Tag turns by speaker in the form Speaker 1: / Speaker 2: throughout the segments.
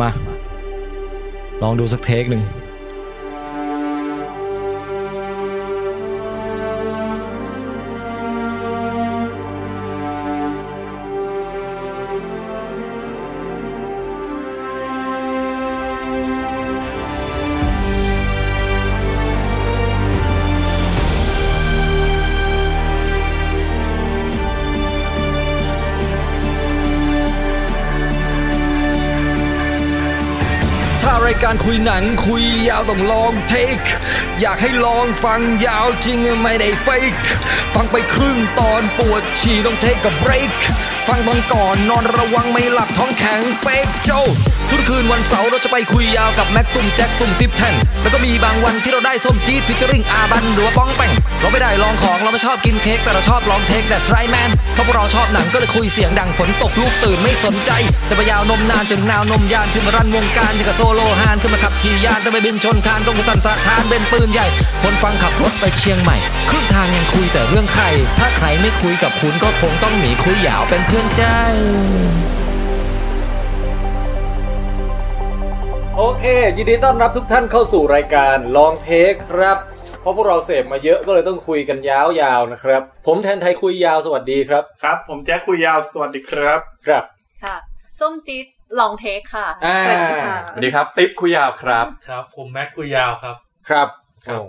Speaker 1: มา ลองดูสักเทคหนึ่ง ถ้ารายการคุยหนังคุยยาวต้องลองเทค อยากให้ลองฟังยาวจริงไม่ได้เฟกฟังไปครึ่งตอนปวดฉี่ต้องเทคกับเบรกฟังตอนก่อนนอนระวังไม่หลับท้องแข็งเป๊กเจ้า ทุกคืนวันเสาร์เราจะไปคุยยาวกับแม็กตุ่มแจ็คตุ่มทิปแทนแล้วก็มีบางวันที่เราได้ส้มจี๊ดฟิชเจอริงอาบันหรือว่าป้องแป้งเราไม่ได้ลองของเราไม่ชอบกินเค้กแต่เราชอบลองเทคแต่ไรแมนเพราะพวกเราชอบหนังก็เลยคุยเสียงดังฝนตกลูกตื่นไม่สนใจ จะไปยาวนมนานจนนาวนมยานขึ้นมารันวงการอย่างกับโซโลฮานขึ้นมาขับขี่ยานแต่ไปบินชนคานต้องกระสันสะทานเป็นปืนใหญ่ คนฟังขับรถไปเชียงใหม่ครึ่งทางยังคุยแต่เรื่องใคร ถ้าใครไม่คุยกับคุณก็คงต้องหนีคุยยาวเป็นเพื่อนใจ
Speaker 2: โอเค ยินดีต้อนรับทุกท่านเข้าสู่รายการลองเทคครับ เพราะพวกเราเสพมาเยอะก็เลยต้องคุยกันยาวๆนะครับ ผมแทนไทยคุยยาวสวัสดีครับ
Speaker 3: ครับ ผมแจ็คคุยยาวสวัสดีครับ
Speaker 2: ครับ
Speaker 4: ค่ะส้มจี๊ดลองเทคค่ะ
Speaker 2: อ่า
Speaker 4: สวัสดีค่ะ
Speaker 5: สวัสดีครับ ติ๊บคุยยาวครับ
Speaker 6: ครับผมแม็กคุยยาวครับ
Speaker 2: ครับ
Speaker 6: ครับ
Speaker 2: โอ้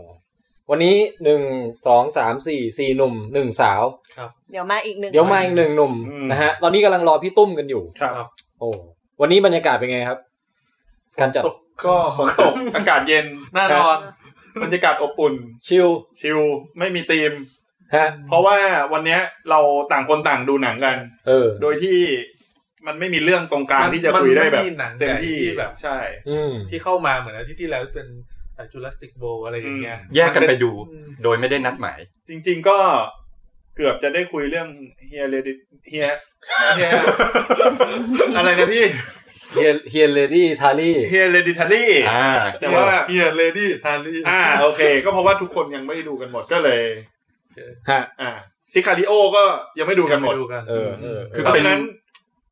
Speaker 2: วันนี้หนึ่งสองสามสี่สี่หนุ่มหนึ่งสาว
Speaker 6: ครับ
Speaker 4: เดี๋ยวมาอีกหนึ่ง
Speaker 2: เดี๋ยวมาอีกหนึ่งหนุ่มนะฮะ ตอนนี้กำลังรอพี่ตุ้มกันอยู่
Speaker 3: ครับ
Speaker 6: ครับ
Speaker 2: โอ้วันนี้บรรยากาศเป็นไงครับ การจัด
Speaker 6: ตกก็
Speaker 3: ฝนตก อากาศเย็น
Speaker 6: แน่นอน
Speaker 3: บรรยากาศอบอุ่น
Speaker 2: ชิล
Speaker 3: ชิลไม่มีธีม
Speaker 2: ฮะ
Speaker 3: เพราะว่าวันเนี้ยเราต่างคนต่างดูหนังกัน
Speaker 2: เออ
Speaker 3: โดยที่มันไม่มีเรื่องตรงกลางที่จะ
Speaker 6: มัน
Speaker 3: คุยได้แบบ
Speaker 6: มันมีหนัง
Speaker 3: เต็ม
Speaker 6: ใหญ่
Speaker 3: ที่
Speaker 6: ที่แบบ
Speaker 3: ใช่
Speaker 2: อืม
Speaker 6: ที่เข้ามาเหมือนอาทิตย์ที่แล้วเป็นจุลสิกโบอะไรอย่างเงี้ย
Speaker 5: แยกกันไปดู
Speaker 6: อืม
Speaker 5: โดยไม่ได้นัดหมาย
Speaker 3: จริง ๆก็เกือบจะได้คุยเรื่องเฮียเรดิเฮียเฮียอะไรนะพี่
Speaker 2: เฮียเฮียเลดี้ทารี่
Speaker 3: เฮียเรดิทารี่
Speaker 5: อ่า
Speaker 3: แต่ว่า
Speaker 6: เฮียเลดี้ฮารี่
Speaker 3: อ่าโอเค ก็เพราะว่าทุกคนยังไม่ได้ดูกันหมดก็เลย
Speaker 2: ฮะ
Speaker 3: อ่าซิคาริโอก็ยังไม่ดูกันหมด
Speaker 6: ดูกัน
Speaker 2: เออเออ
Speaker 5: คือ
Speaker 3: เพราะ
Speaker 5: เป็น
Speaker 3: ฉะนั้น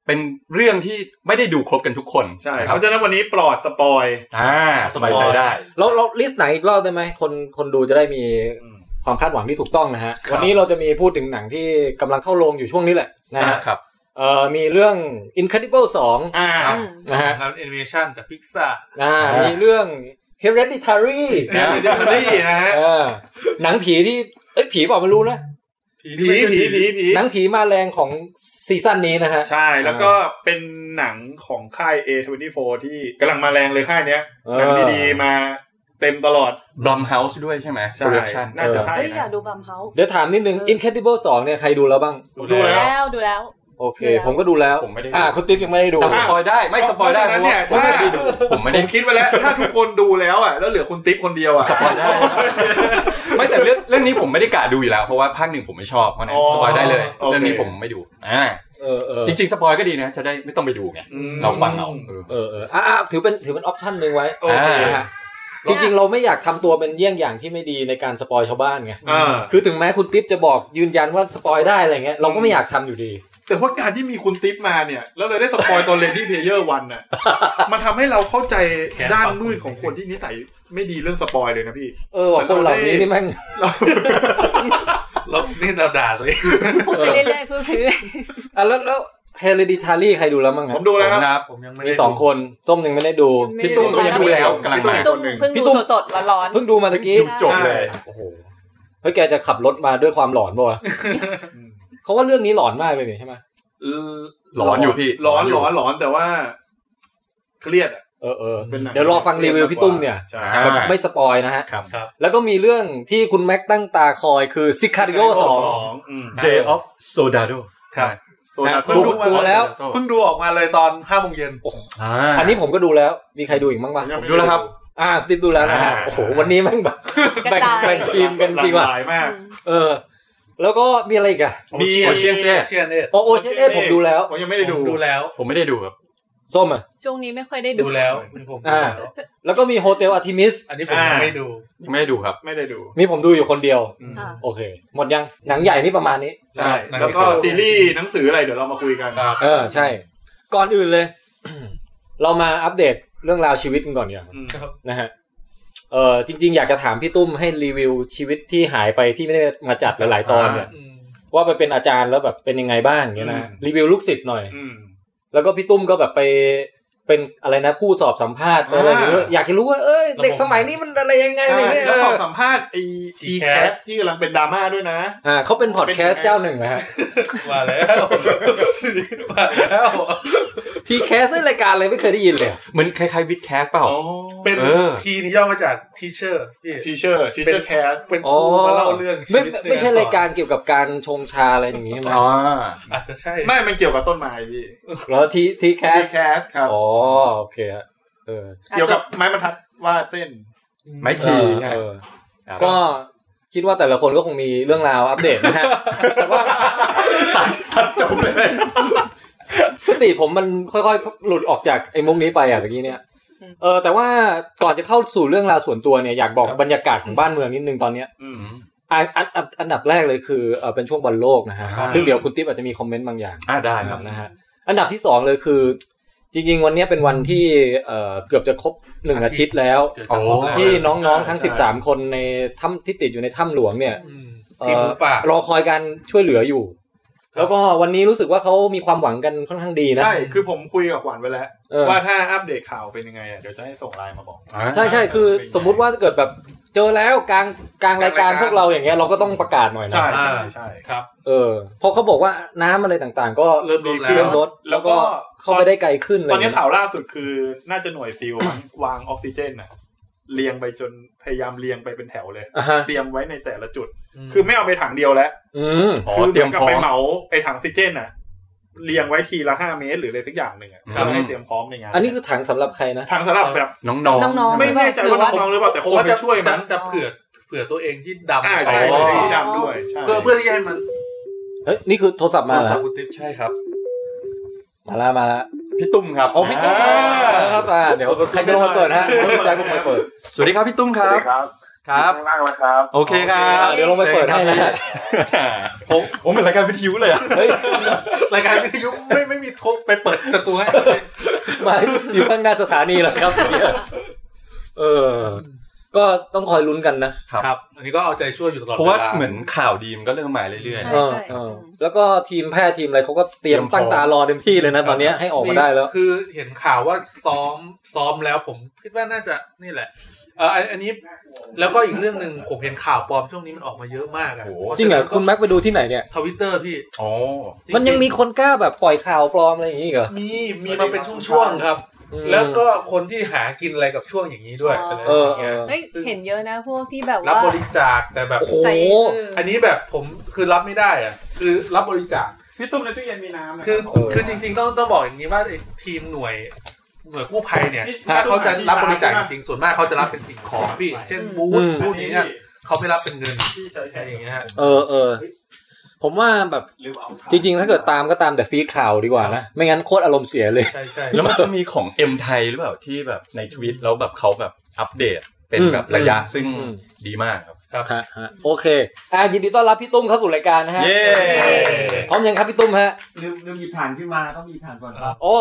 Speaker 5: เป็นเรื่องที่ไม่ได้ดูครบกันทุกคน
Speaker 3: ใช่
Speaker 5: นะค
Speaker 3: เพ
Speaker 5: รับ
Speaker 3: ราะฉะนั้นวันนี้ปลอดสปอย
Speaker 5: อ่า สบายใจได้
Speaker 2: เราเราลิสต์ไหนอีกรอบได้ไหม คนคนดูจะได้มี ความคาดหวังที่ถูกต้องนะฮะ วันนี้เราจะมีพูดถึงหนังที่กำลังเข้าโรงอยู่ช่วงนี้แหละนะฮะ
Speaker 5: ครับ
Speaker 2: เอ่อมีเรื่อง Incredible 2
Speaker 3: อ่า
Speaker 6: ครับ
Speaker 2: นะฮะ
Speaker 6: งานแอนิเมชันจากพิกซา
Speaker 2: อ่า
Speaker 5: อ่ามี
Speaker 2: มีเรื่อง Hereditary
Speaker 3: แอนดิทันนี่นะฮะ
Speaker 2: เออหนังผีที่ เอ้ยผีเปล่าไม่รู้นะ
Speaker 6: ผี
Speaker 3: ผีผีผีผี
Speaker 2: หนังผีมาแรงของซีซั่นนี้นะฮะ
Speaker 3: ใช่แล้วก็เป็นหนังของค่าย A24 ที่กำลังมาแรงเลยค่ายเนี้ย
Speaker 2: เออ
Speaker 3: หนังดีๆมาเต็มตลอด
Speaker 5: บลอมเฮาส์ด้วยใช่ไหม
Speaker 3: ใช่
Speaker 5: โปรดักชั่น
Speaker 3: น่าจะใช่
Speaker 4: เฮ้ยอยา
Speaker 3: นะ
Speaker 4: กดูบัมเฮา
Speaker 2: เดี๋ยวถามนิดนึง
Speaker 4: เออ
Speaker 2: Incredible 2 เนี่ยใครดูแล้วบ้าง
Speaker 3: ดูแล้ว
Speaker 4: แล้วดูแล้ว
Speaker 2: โอเค
Speaker 4: ดูแล้ว
Speaker 2: ผมก็ดูแล้ว
Speaker 5: ผมไม่ได้ดู
Speaker 2: อ่าคุณติ๊บยังไม่ได้ดู
Speaker 5: แต่สปอยได้ ไม่สปอยได้
Speaker 3: เพราะฉะนั้นเนี่ย
Speaker 5: เพราะว่าผมไม่ได้ดู
Speaker 3: ถ้า
Speaker 5: ผมไม่
Speaker 3: ผ
Speaker 5: ได้
Speaker 3: มคิดไว้แล้ว ถ้าทุกคนดูแล้วอ่ะแล้วเหลือคุณติ๊บคนเดียวอ่ะ
Speaker 5: สปอยได้ ไม่แต่เรื่องเรื่องนี้ผมไม่ได้กะดูอยู่แล้ว เพราะว่าภาคหนึ่งผมไม่ชอบเพราะนั้น
Speaker 3: อ๋อ
Speaker 5: สปอยได้เลย
Speaker 3: โอเค
Speaker 5: เรื่องนี้ผมไม่ดู อ่า
Speaker 2: เออเออ
Speaker 5: จริงๆสปอยก็ดีนะ จะได้ไม่ต้องไปดูไง
Speaker 3: อืม
Speaker 5: เราฟังเอาเออ
Speaker 2: เออเอออ่ะอ่ะถือเป็นถือเป็นออปชั่นหนึ่งไว้
Speaker 3: โอเค
Speaker 5: อ่า
Speaker 2: นะฮะจริงๆ เราไม่อยากทำตัวเป็นเยี่ยงอย่างที่ไม่ดีในการสปอยชาวบ้านไง
Speaker 3: อ่า
Speaker 2: คือถึงแม้คุณติ๊บจะบอกยืนยันว่าสปอยได้อะไรเงี้ยเราก็ไม่อยากทำอยู่ดี
Speaker 3: แต่ว่าการที่มีคุณติ๊บมาเนี่ย แล้วเลยได้สปอยตอนเลดี้เพลเยอร์ วันอ่ะ มันทำให้เราเข้าใจด้านมืดของคนที่นิสัยไม่ดีเรื่องสปอยเลยนะพี่
Speaker 2: เออว่ะคนเหล่านี้นี่แม่ง
Speaker 3: เรา
Speaker 6: แล้วนี่เราด่าตัวเอง
Speaker 4: พูดไปเรื่อยๆพูดไปเรื่อย
Speaker 2: อ่ะแล้วแล้วเฮเลดิทารีใครดูแล้วมั้ง
Speaker 3: ผ
Speaker 2: อะ
Speaker 3: มดูแล้ว
Speaker 5: ผ
Speaker 3: ค
Speaker 5: ม
Speaker 3: รับ
Speaker 5: นะครับ
Speaker 6: ผมยังไม่
Speaker 2: มี
Speaker 6: ได้
Speaker 2: สองคน ส้มยังไม่ได้ดู
Speaker 4: ๆ
Speaker 5: พี่ตุ้มก็ยังดูแล้วกำลัง
Speaker 4: พี่
Speaker 5: มา
Speaker 4: ตุ้มเพิ่ง
Speaker 2: พี่
Speaker 4: ดู
Speaker 2: ตุ้ม
Speaker 4: สดๆร้อน
Speaker 2: เพิ่งดูมาตะกี้
Speaker 3: ดูจบเลย
Speaker 2: โอ้โหเฮ้ยแกจะขับรถมาด้วยความหลอนป่ะเขาว่าเรื่องนี้หลอนมากเลยนี่ใช่ไหม
Speaker 5: หลอนอยู่พี่
Speaker 3: ร้อนร้อนร้อนแต่ว่าเครียดอ่ะ
Speaker 2: เออเออ
Speaker 3: ป็นหนัง
Speaker 2: เดี๋ยวรอฟังรีวิวพี่ตุ้มเนี่ย
Speaker 3: ใช่
Speaker 5: อ่า
Speaker 2: แบบไม่สปอยนะฮะ
Speaker 5: ครับ
Speaker 6: ครับ
Speaker 2: แล้วก็มีเรื่องที่คุณแม็กตั้งตาคอยคือซิคาริโอสอง
Speaker 3: อืม
Speaker 5: Day of Soldado
Speaker 6: ครับ
Speaker 3: โซดา
Speaker 2: ดูดูแล้ว
Speaker 6: เพิ่งดูออกมาเลยตอนห้าโมงเย็น
Speaker 5: อ่า
Speaker 2: อันนี้ผมก็ดูแล้วมีใครดูอีกบ้างปะ
Speaker 3: ยังไม่
Speaker 5: ดูแล้วครับ
Speaker 2: อ่าติ๊บดูแล้วนะฮะ
Speaker 5: อ่า
Speaker 2: โอ้โหวันนี้แม่งแบบ
Speaker 4: ๆกระ
Speaker 2: แบ่ง
Speaker 4: จาย
Speaker 2: แบ่งทีมกันจริง
Speaker 3: ห
Speaker 2: ว่ะ
Speaker 3: ลากหลายมาก
Speaker 2: เออ แล้วก็มีอะไรอีกอะ
Speaker 3: มี
Speaker 5: Ocean's
Speaker 6: เอ
Speaker 5: Eight
Speaker 6: เชียนเอ็ด
Speaker 2: โอโอเชนเอผมดูแล้ว
Speaker 3: ผมยังไม่ได้ดู
Speaker 6: ดูแล้ว
Speaker 5: ผมไม่ได้ดูครับ
Speaker 2: ส้มอะ
Speaker 4: ช่วงนี้ไม่ค่อยได้ดู
Speaker 6: ดูแล้วผมดู
Speaker 2: อ่า
Speaker 6: แล้ว
Speaker 2: แล้วก็มีโฮเทลอาร์ทิมิส
Speaker 6: อันนี้ผมยังไม่ดู
Speaker 5: ยังไม่ได้ดูครับ
Speaker 3: ไม่ได้ดู
Speaker 2: มีผมดูอยู่คนเดียว
Speaker 3: อืม
Speaker 4: อ่ะ
Speaker 2: โอเค หมดยัง หนังใหญ่นี่ประมาณนี้
Speaker 3: ใช่แล้วก็ซีรีส์หนังสืออะไรเดี๋ยวเรามาคุยกัน
Speaker 6: ครับ
Speaker 2: เออ ใช่ ก่อนอื่นเลย เรามาอัปเดตเรื่องราวชีวิตกันก่อนดีกว่า
Speaker 3: อืม
Speaker 6: ครับ
Speaker 2: นะฮะเออจริง ๆ อยากจะถามพี่ตุ้มให้รีวิวชีวิตที่หายไปที่ไม่ได้มาจัดหลาย ๆ ตอนเนี่ย
Speaker 6: อืม
Speaker 2: ว่าไปเป็นอาจารย์แล้วแบบเป็นยังไงบ้างอย่างเงี้ยนะ
Speaker 5: อืม
Speaker 2: รีวิวลูกศิษย์หน่อย
Speaker 3: อืม
Speaker 2: แล้วก็พี่ตุ้มก็แบบไปเป็นอะไรนะผู้สอบสัมภาษณ์ไปอะไรอย่างเงี้ย
Speaker 3: อ่า
Speaker 2: อยากจะรู้ว่าเอ้ยเด็กสมัยนี้มันอะไรยังไงอะไร
Speaker 3: ใช่
Speaker 2: เงี้ย
Speaker 3: แล้วสอบสัมภาษณ์ไอ้ทีแค
Speaker 6: T-Cast
Speaker 3: สที่กำลังเป็นดราม่าด้วยนะ
Speaker 2: อ่าเขาเป็นพอดแคส
Speaker 3: เป็
Speaker 2: ต์
Speaker 3: น
Speaker 2: เจ้าหนึ่งนะฮะ
Speaker 6: ว่าแล้วว่าแล้ว
Speaker 2: ทีแคสต์รายการอะไรไม่เคยได้ยินเลยอะ
Speaker 5: เหมือนคล้ายๆวิดแคสเปล่า
Speaker 6: เป็น
Speaker 5: เออ
Speaker 6: ทีนี้ย่อมาจากทีเชอร์พี่
Speaker 3: ทีเชอร์ทีเชอร์แคส
Speaker 6: เป็นครูมาเล่าเรื่องชี
Speaker 2: ไม่
Speaker 6: วิต
Speaker 2: ไม่ใช่รายการเกี่ยวกับการชงชาอะไรอย่างงี้ใช่ไหม
Speaker 5: อ๋อ
Speaker 6: อาจจะใช่
Speaker 3: ไม่มันเกี่ยวกับต้นไม้พี่
Speaker 2: แล้วทีทีแคส
Speaker 3: ทีแคสครับ
Speaker 2: อ๋อโอเคฮะเออ
Speaker 3: เกี่ยวกับไม้บรรทัดว่าดเส้น
Speaker 5: ไม่
Speaker 2: เอ
Speaker 5: ที
Speaker 2: อ
Speaker 5: ไง
Speaker 2: เออก็คิดว่าแต่ละคนก็คงมีเรื่องราวอัปเดตนะฮ ะ แต่ว่า
Speaker 5: ตัดจบเลย
Speaker 2: สติผมมันค่อยๆ หลุดออกจากไอ้มุกนี้ไปอ่ะเมื่อกี้เนี่ย เออแต่ว่าก่อนจะเข้าสู่เรื่องราวส่วนตัวเนี่ยอยากบอกบรรยากาศของบ้านเมืองนิดนึงตอนเนี้ย
Speaker 3: อืม
Speaker 2: อ่ะอันอันอันดับแรกเลยคือเออเป็นช่วงบอลโลกนะฮะ
Speaker 3: ครับ
Speaker 2: ซึ่งเดี๋ยวคุณติ๊บอาจจะมีคอมเมนต์บางอย่าง
Speaker 5: อ่าได้
Speaker 2: นะ
Speaker 5: ค
Speaker 2: ค
Speaker 5: รั
Speaker 2: รั
Speaker 5: บบ
Speaker 2: นะฮะอันดับที่สองเลยคือ จริงๆ วันเนี้ยเป็นวันที่เอ่อเกือบจะครบหนึ่งอาทิตย์แล้ว
Speaker 6: เดี๋ยวจะบกว่า
Speaker 2: ที่น้องๆทั้ง 13 คนในถ้ำที่ติดอยู่ในถ้ำหลวงเนี่ย
Speaker 6: อืม
Speaker 2: เอ่
Speaker 6: ทีมห
Speaker 2: อ
Speaker 6: มูป่าร
Speaker 2: อคอยการช่วยเหลืออยู่ แล้วก็วันนี้รู้สึกว่าเขามีความหวังกันค่อนข้างดีนะ
Speaker 3: ใช่คือผมคุยกับขวัญไว้แล้ว
Speaker 2: เออ
Speaker 3: ว่าถ้าอัปเดตข่าวเป็นยังไงอ่ะเดี๋ยวจะให้ส่งไลน์มาบอก
Speaker 2: ใช่ใช่คือสมมุติว่าเกิดแบบเจอแล้วกลางกลางรายการพวกเราอย่างเงี้ยเราก็ต้องประกาศหน่อยนะ
Speaker 3: ใช่ใช่ใช่
Speaker 6: ครับ
Speaker 2: เออเพราะเขาบอกว่าน้ำอะไรต่างๆ ก็
Speaker 6: เริ่มลดแล้ว
Speaker 2: เริ่มลด
Speaker 3: แล้
Speaker 2: แล้ว
Speaker 3: วก็
Speaker 2: ก็เข้าไปได้ไกลขึ้นเล
Speaker 3: ตอย นนี้ข่าวล่าสุดคือน่าจะหน่วยซิล วางอ อกซิเจนน่ะเรียงไปจนพยายามเรียงไปเป็นแถวเลย
Speaker 2: อ่ะฮะ
Speaker 3: เตรียมไว้ในแต่ละจุด คือไม่เอาไปถังเดียวแล้ว
Speaker 2: อืม
Speaker 5: อ๋อ
Speaker 3: คื
Speaker 5: เตรียม
Speaker 3: หนกับ
Speaker 5: พร้อ
Speaker 3: ไป
Speaker 5: ม
Speaker 3: เหมาไอ้ถังออกซิเจนน่ะเรียงไว้ทีละห้าเมตรหรืออะไรสักอย่างหนึ่งอ่ะ
Speaker 5: ครับ
Speaker 3: เพื่อให้เตรียมพร้อมในงาน
Speaker 2: อันนี้คือถังสำหรับใครนะ
Speaker 3: ถังสำหรับแบบ
Speaker 5: น้องๆ
Speaker 4: น้องๆ
Speaker 3: ไม่แน่ใจว่า
Speaker 4: หรือว่า
Speaker 3: น้องๆหรือเปล่าแต่ค
Speaker 6: ผม
Speaker 3: ง
Speaker 6: ว่า
Speaker 3: ไป
Speaker 6: จะ
Speaker 3: ช่วย
Speaker 6: จะ
Speaker 3: มั้ง
Speaker 6: จะเผื่อเผื่อตัวเองที่ดำ
Speaker 3: อ่าใช่
Speaker 5: อ๋อ
Speaker 3: ไม่ได้ดำด้วยใช่
Speaker 6: เพื่อเพื่อที่ให้มัน
Speaker 2: เฮ้ยนี่คือโทรศัพท์มา
Speaker 6: มา
Speaker 2: แล้
Speaker 6: สาว กุติปใช่ครับ
Speaker 2: มาแล้วมาแล้ว
Speaker 5: พี่ตุ้มครับ
Speaker 2: โอ้พี่ตุ้ม
Speaker 5: อ่า
Speaker 2: ครับอ่าเดี๋ยวใครจะลงมาเปิดฮะให้คุณแจ็คลงมาเปิด
Speaker 5: สวัสดีครับพี่ตุ้มค
Speaker 7: ส
Speaker 5: รั
Speaker 7: วัส
Speaker 5: บ
Speaker 7: ดีครับ
Speaker 5: ครับ
Speaker 7: ข้างล่างแล้วครับ
Speaker 5: โอเคครั
Speaker 2: อ่า
Speaker 5: บ
Speaker 2: เดี๋ยวลงไปเปิดให้นะฮะ
Speaker 5: ผมผมเหมือนรายการวิทยุเลยอะ
Speaker 2: เฮ้ย
Speaker 6: รายการวิทยุ ไม่ไม่มีทุกไปเปิดจัตุให้
Speaker 2: มาอยู่ข้างหน้าสถานีเหรอครับเนี่ยเออ ก็ต้องคอยลุ้นกันนะ
Speaker 6: ครับ อันนี้ก็เอาใจช่วยอยู่ตลอด
Speaker 5: เพราะว่า
Speaker 6: ล
Speaker 5: เหมือนข่าวดีมันก็เริ่มมาเรื่อย
Speaker 4: ใช่
Speaker 2: เออเออแล้วก็ทีมแพทย์ทีมอะไรเขาก็เตรียม
Speaker 5: เตรียมพร้อม
Speaker 2: ตั้งตารอเต็มที่เลยนะตอนเนี้ยให้ออกมาได้แล้ว
Speaker 6: นี่คือเห็นข่าวว่าซ้อมซ้อมแล้วผมคิดว่าน่าจะนี่แหละเอ่ออันอันนี้แล้วก็อีกเรื่องหนึ่งผมเห็นข่าวปลอมช่วงนี้มันออกมาเยอะมากอะ
Speaker 5: โอ้โห
Speaker 2: จริงเหรอคุณแม็กไปดูที่ไหนเนี่ย
Speaker 6: ทวิตเตอร์พี่
Speaker 5: ๆอ๋อ
Speaker 2: มันยัง
Speaker 6: จริ
Speaker 2: มีคนกล้าแบบปล่อยข่าวปลอมอะไรอย่างนี้อีกเหรอ
Speaker 6: ๆ มีมีมาเป็นช่วงๆครับ
Speaker 2: อืม
Speaker 6: แล้วก็คนที่หากินอะไรกับช่วงอย่างนี้ด้วย
Speaker 4: อ๋อ
Speaker 6: อะไร
Speaker 2: เออ
Speaker 6: อย่า
Speaker 2: เออ
Speaker 6: งเงี้ย
Speaker 4: เฮ้ยเห็นเยอะนะพวกที่แบบ
Speaker 6: รับ
Speaker 4: ว่า
Speaker 6: บริจาคแต่แบบ
Speaker 2: โอ้โห
Speaker 4: ใส่
Speaker 6: อันนี้แบบผมคือรับไม่ได้อะคือรับบริจาค
Speaker 3: พี่ตุ้มในตู้เย็นมีน้ำนะ
Speaker 6: คือคือจริงๆต้องต้องบอกอย่างนี้ว่าไอ้ทีมหน่วยหน่วยกู้ภัยเนี่ยถ้าเขาจะรับบริจาคจริงๆส่วนมากเขาจะรับเป็นสิ่งของพี่ เช่นบูธบูธนี้เนี่ยเขาไม่รับเป็นเงิน
Speaker 3: ที่ใช้
Speaker 6: อะไร
Speaker 3: ใช้
Speaker 6: อย่างเงี้ยฮะ
Speaker 2: เออเออ ผมว่าแบบ
Speaker 3: หรือเอาถั
Speaker 2: จริง ๆ ถ้าเกิดตามก็ตามแต่ฟีดข่าวดีกว่านะ ไม่งั้นโคตรอารมณ์เสียเลย
Speaker 6: ใช่ใช่
Speaker 5: แล้วมันจะมีของเอ็มไทยหรือเปล่าที่แบบในทวิตแล้วแบบเขาแบบอัปเดตเป็นแบบระยะซึ่ง
Speaker 2: อืม
Speaker 5: ดีมากครับ
Speaker 2: ฮะฮะโอเคอ่ะยินดีต้อนรับพี่ตุ้มเข้าสู่รายการนะฮะ
Speaker 5: เย้
Speaker 2: พร้อมยังครับพี่ตุ้มฮะ
Speaker 8: ลืมลืมหยิบฐานขึ้นมาต้องมีฐานก่อนครับ
Speaker 2: โอ้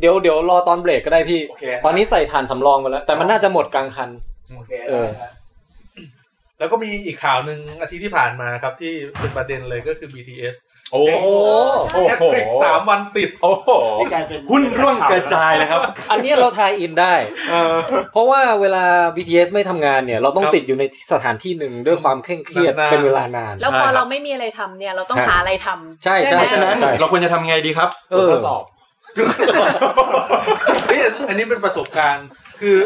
Speaker 2: เดี๋ยวเดี๋ยวรอตอนเบรกก็ได้พี่
Speaker 3: โอเค
Speaker 2: ตอนนี้ใส่ฐานสำรองไปแล้ว แต่มันน่าจะหมดกลางคัน
Speaker 8: โอเค
Speaker 2: เออ
Speaker 6: แล้วก็มีอีกข่าวหนึ่งอาทิตย์ที่ผ่านมาครับที่เป็นประเด็นเลยก็คือ BTS
Speaker 5: โอ้โหโอ้
Speaker 6: แฮต
Speaker 5: โห
Speaker 6: ทริกสามวันติด
Speaker 5: โอ้โห
Speaker 8: ได้กลายเป็น
Speaker 5: หุ้นร่วงกระจายเลยครับ
Speaker 2: อันเนี้ยเราทายอินได้ เพราะว่าเวลา BTS ไม่ทำงานเนี่ย เราต้อง
Speaker 6: ครับ
Speaker 2: ติดอยู่ในสถานที่หนึ่งด้วยความเคร่งเครียด
Speaker 6: นานๆ
Speaker 2: เป็นเวลานาน
Speaker 4: แล้วพ
Speaker 5: ใช่ค
Speaker 4: อ
Speaker 5: รั
Speaker 4: บ เราไม่มีอะไรทำเนี่ย เราต้องหาอะไรทำ
Speaker 2: ใช่ใช่
Speaker 4: ไหม
Speaker 2: ใช่
Speaker 5: เราควรจะทำไงดีครับ
Speaker 2: เออ
Speaker 8: ทดสอบ
Speaker 6: เฮ้ยอันอันนี้เป็นประสบการณ์คือ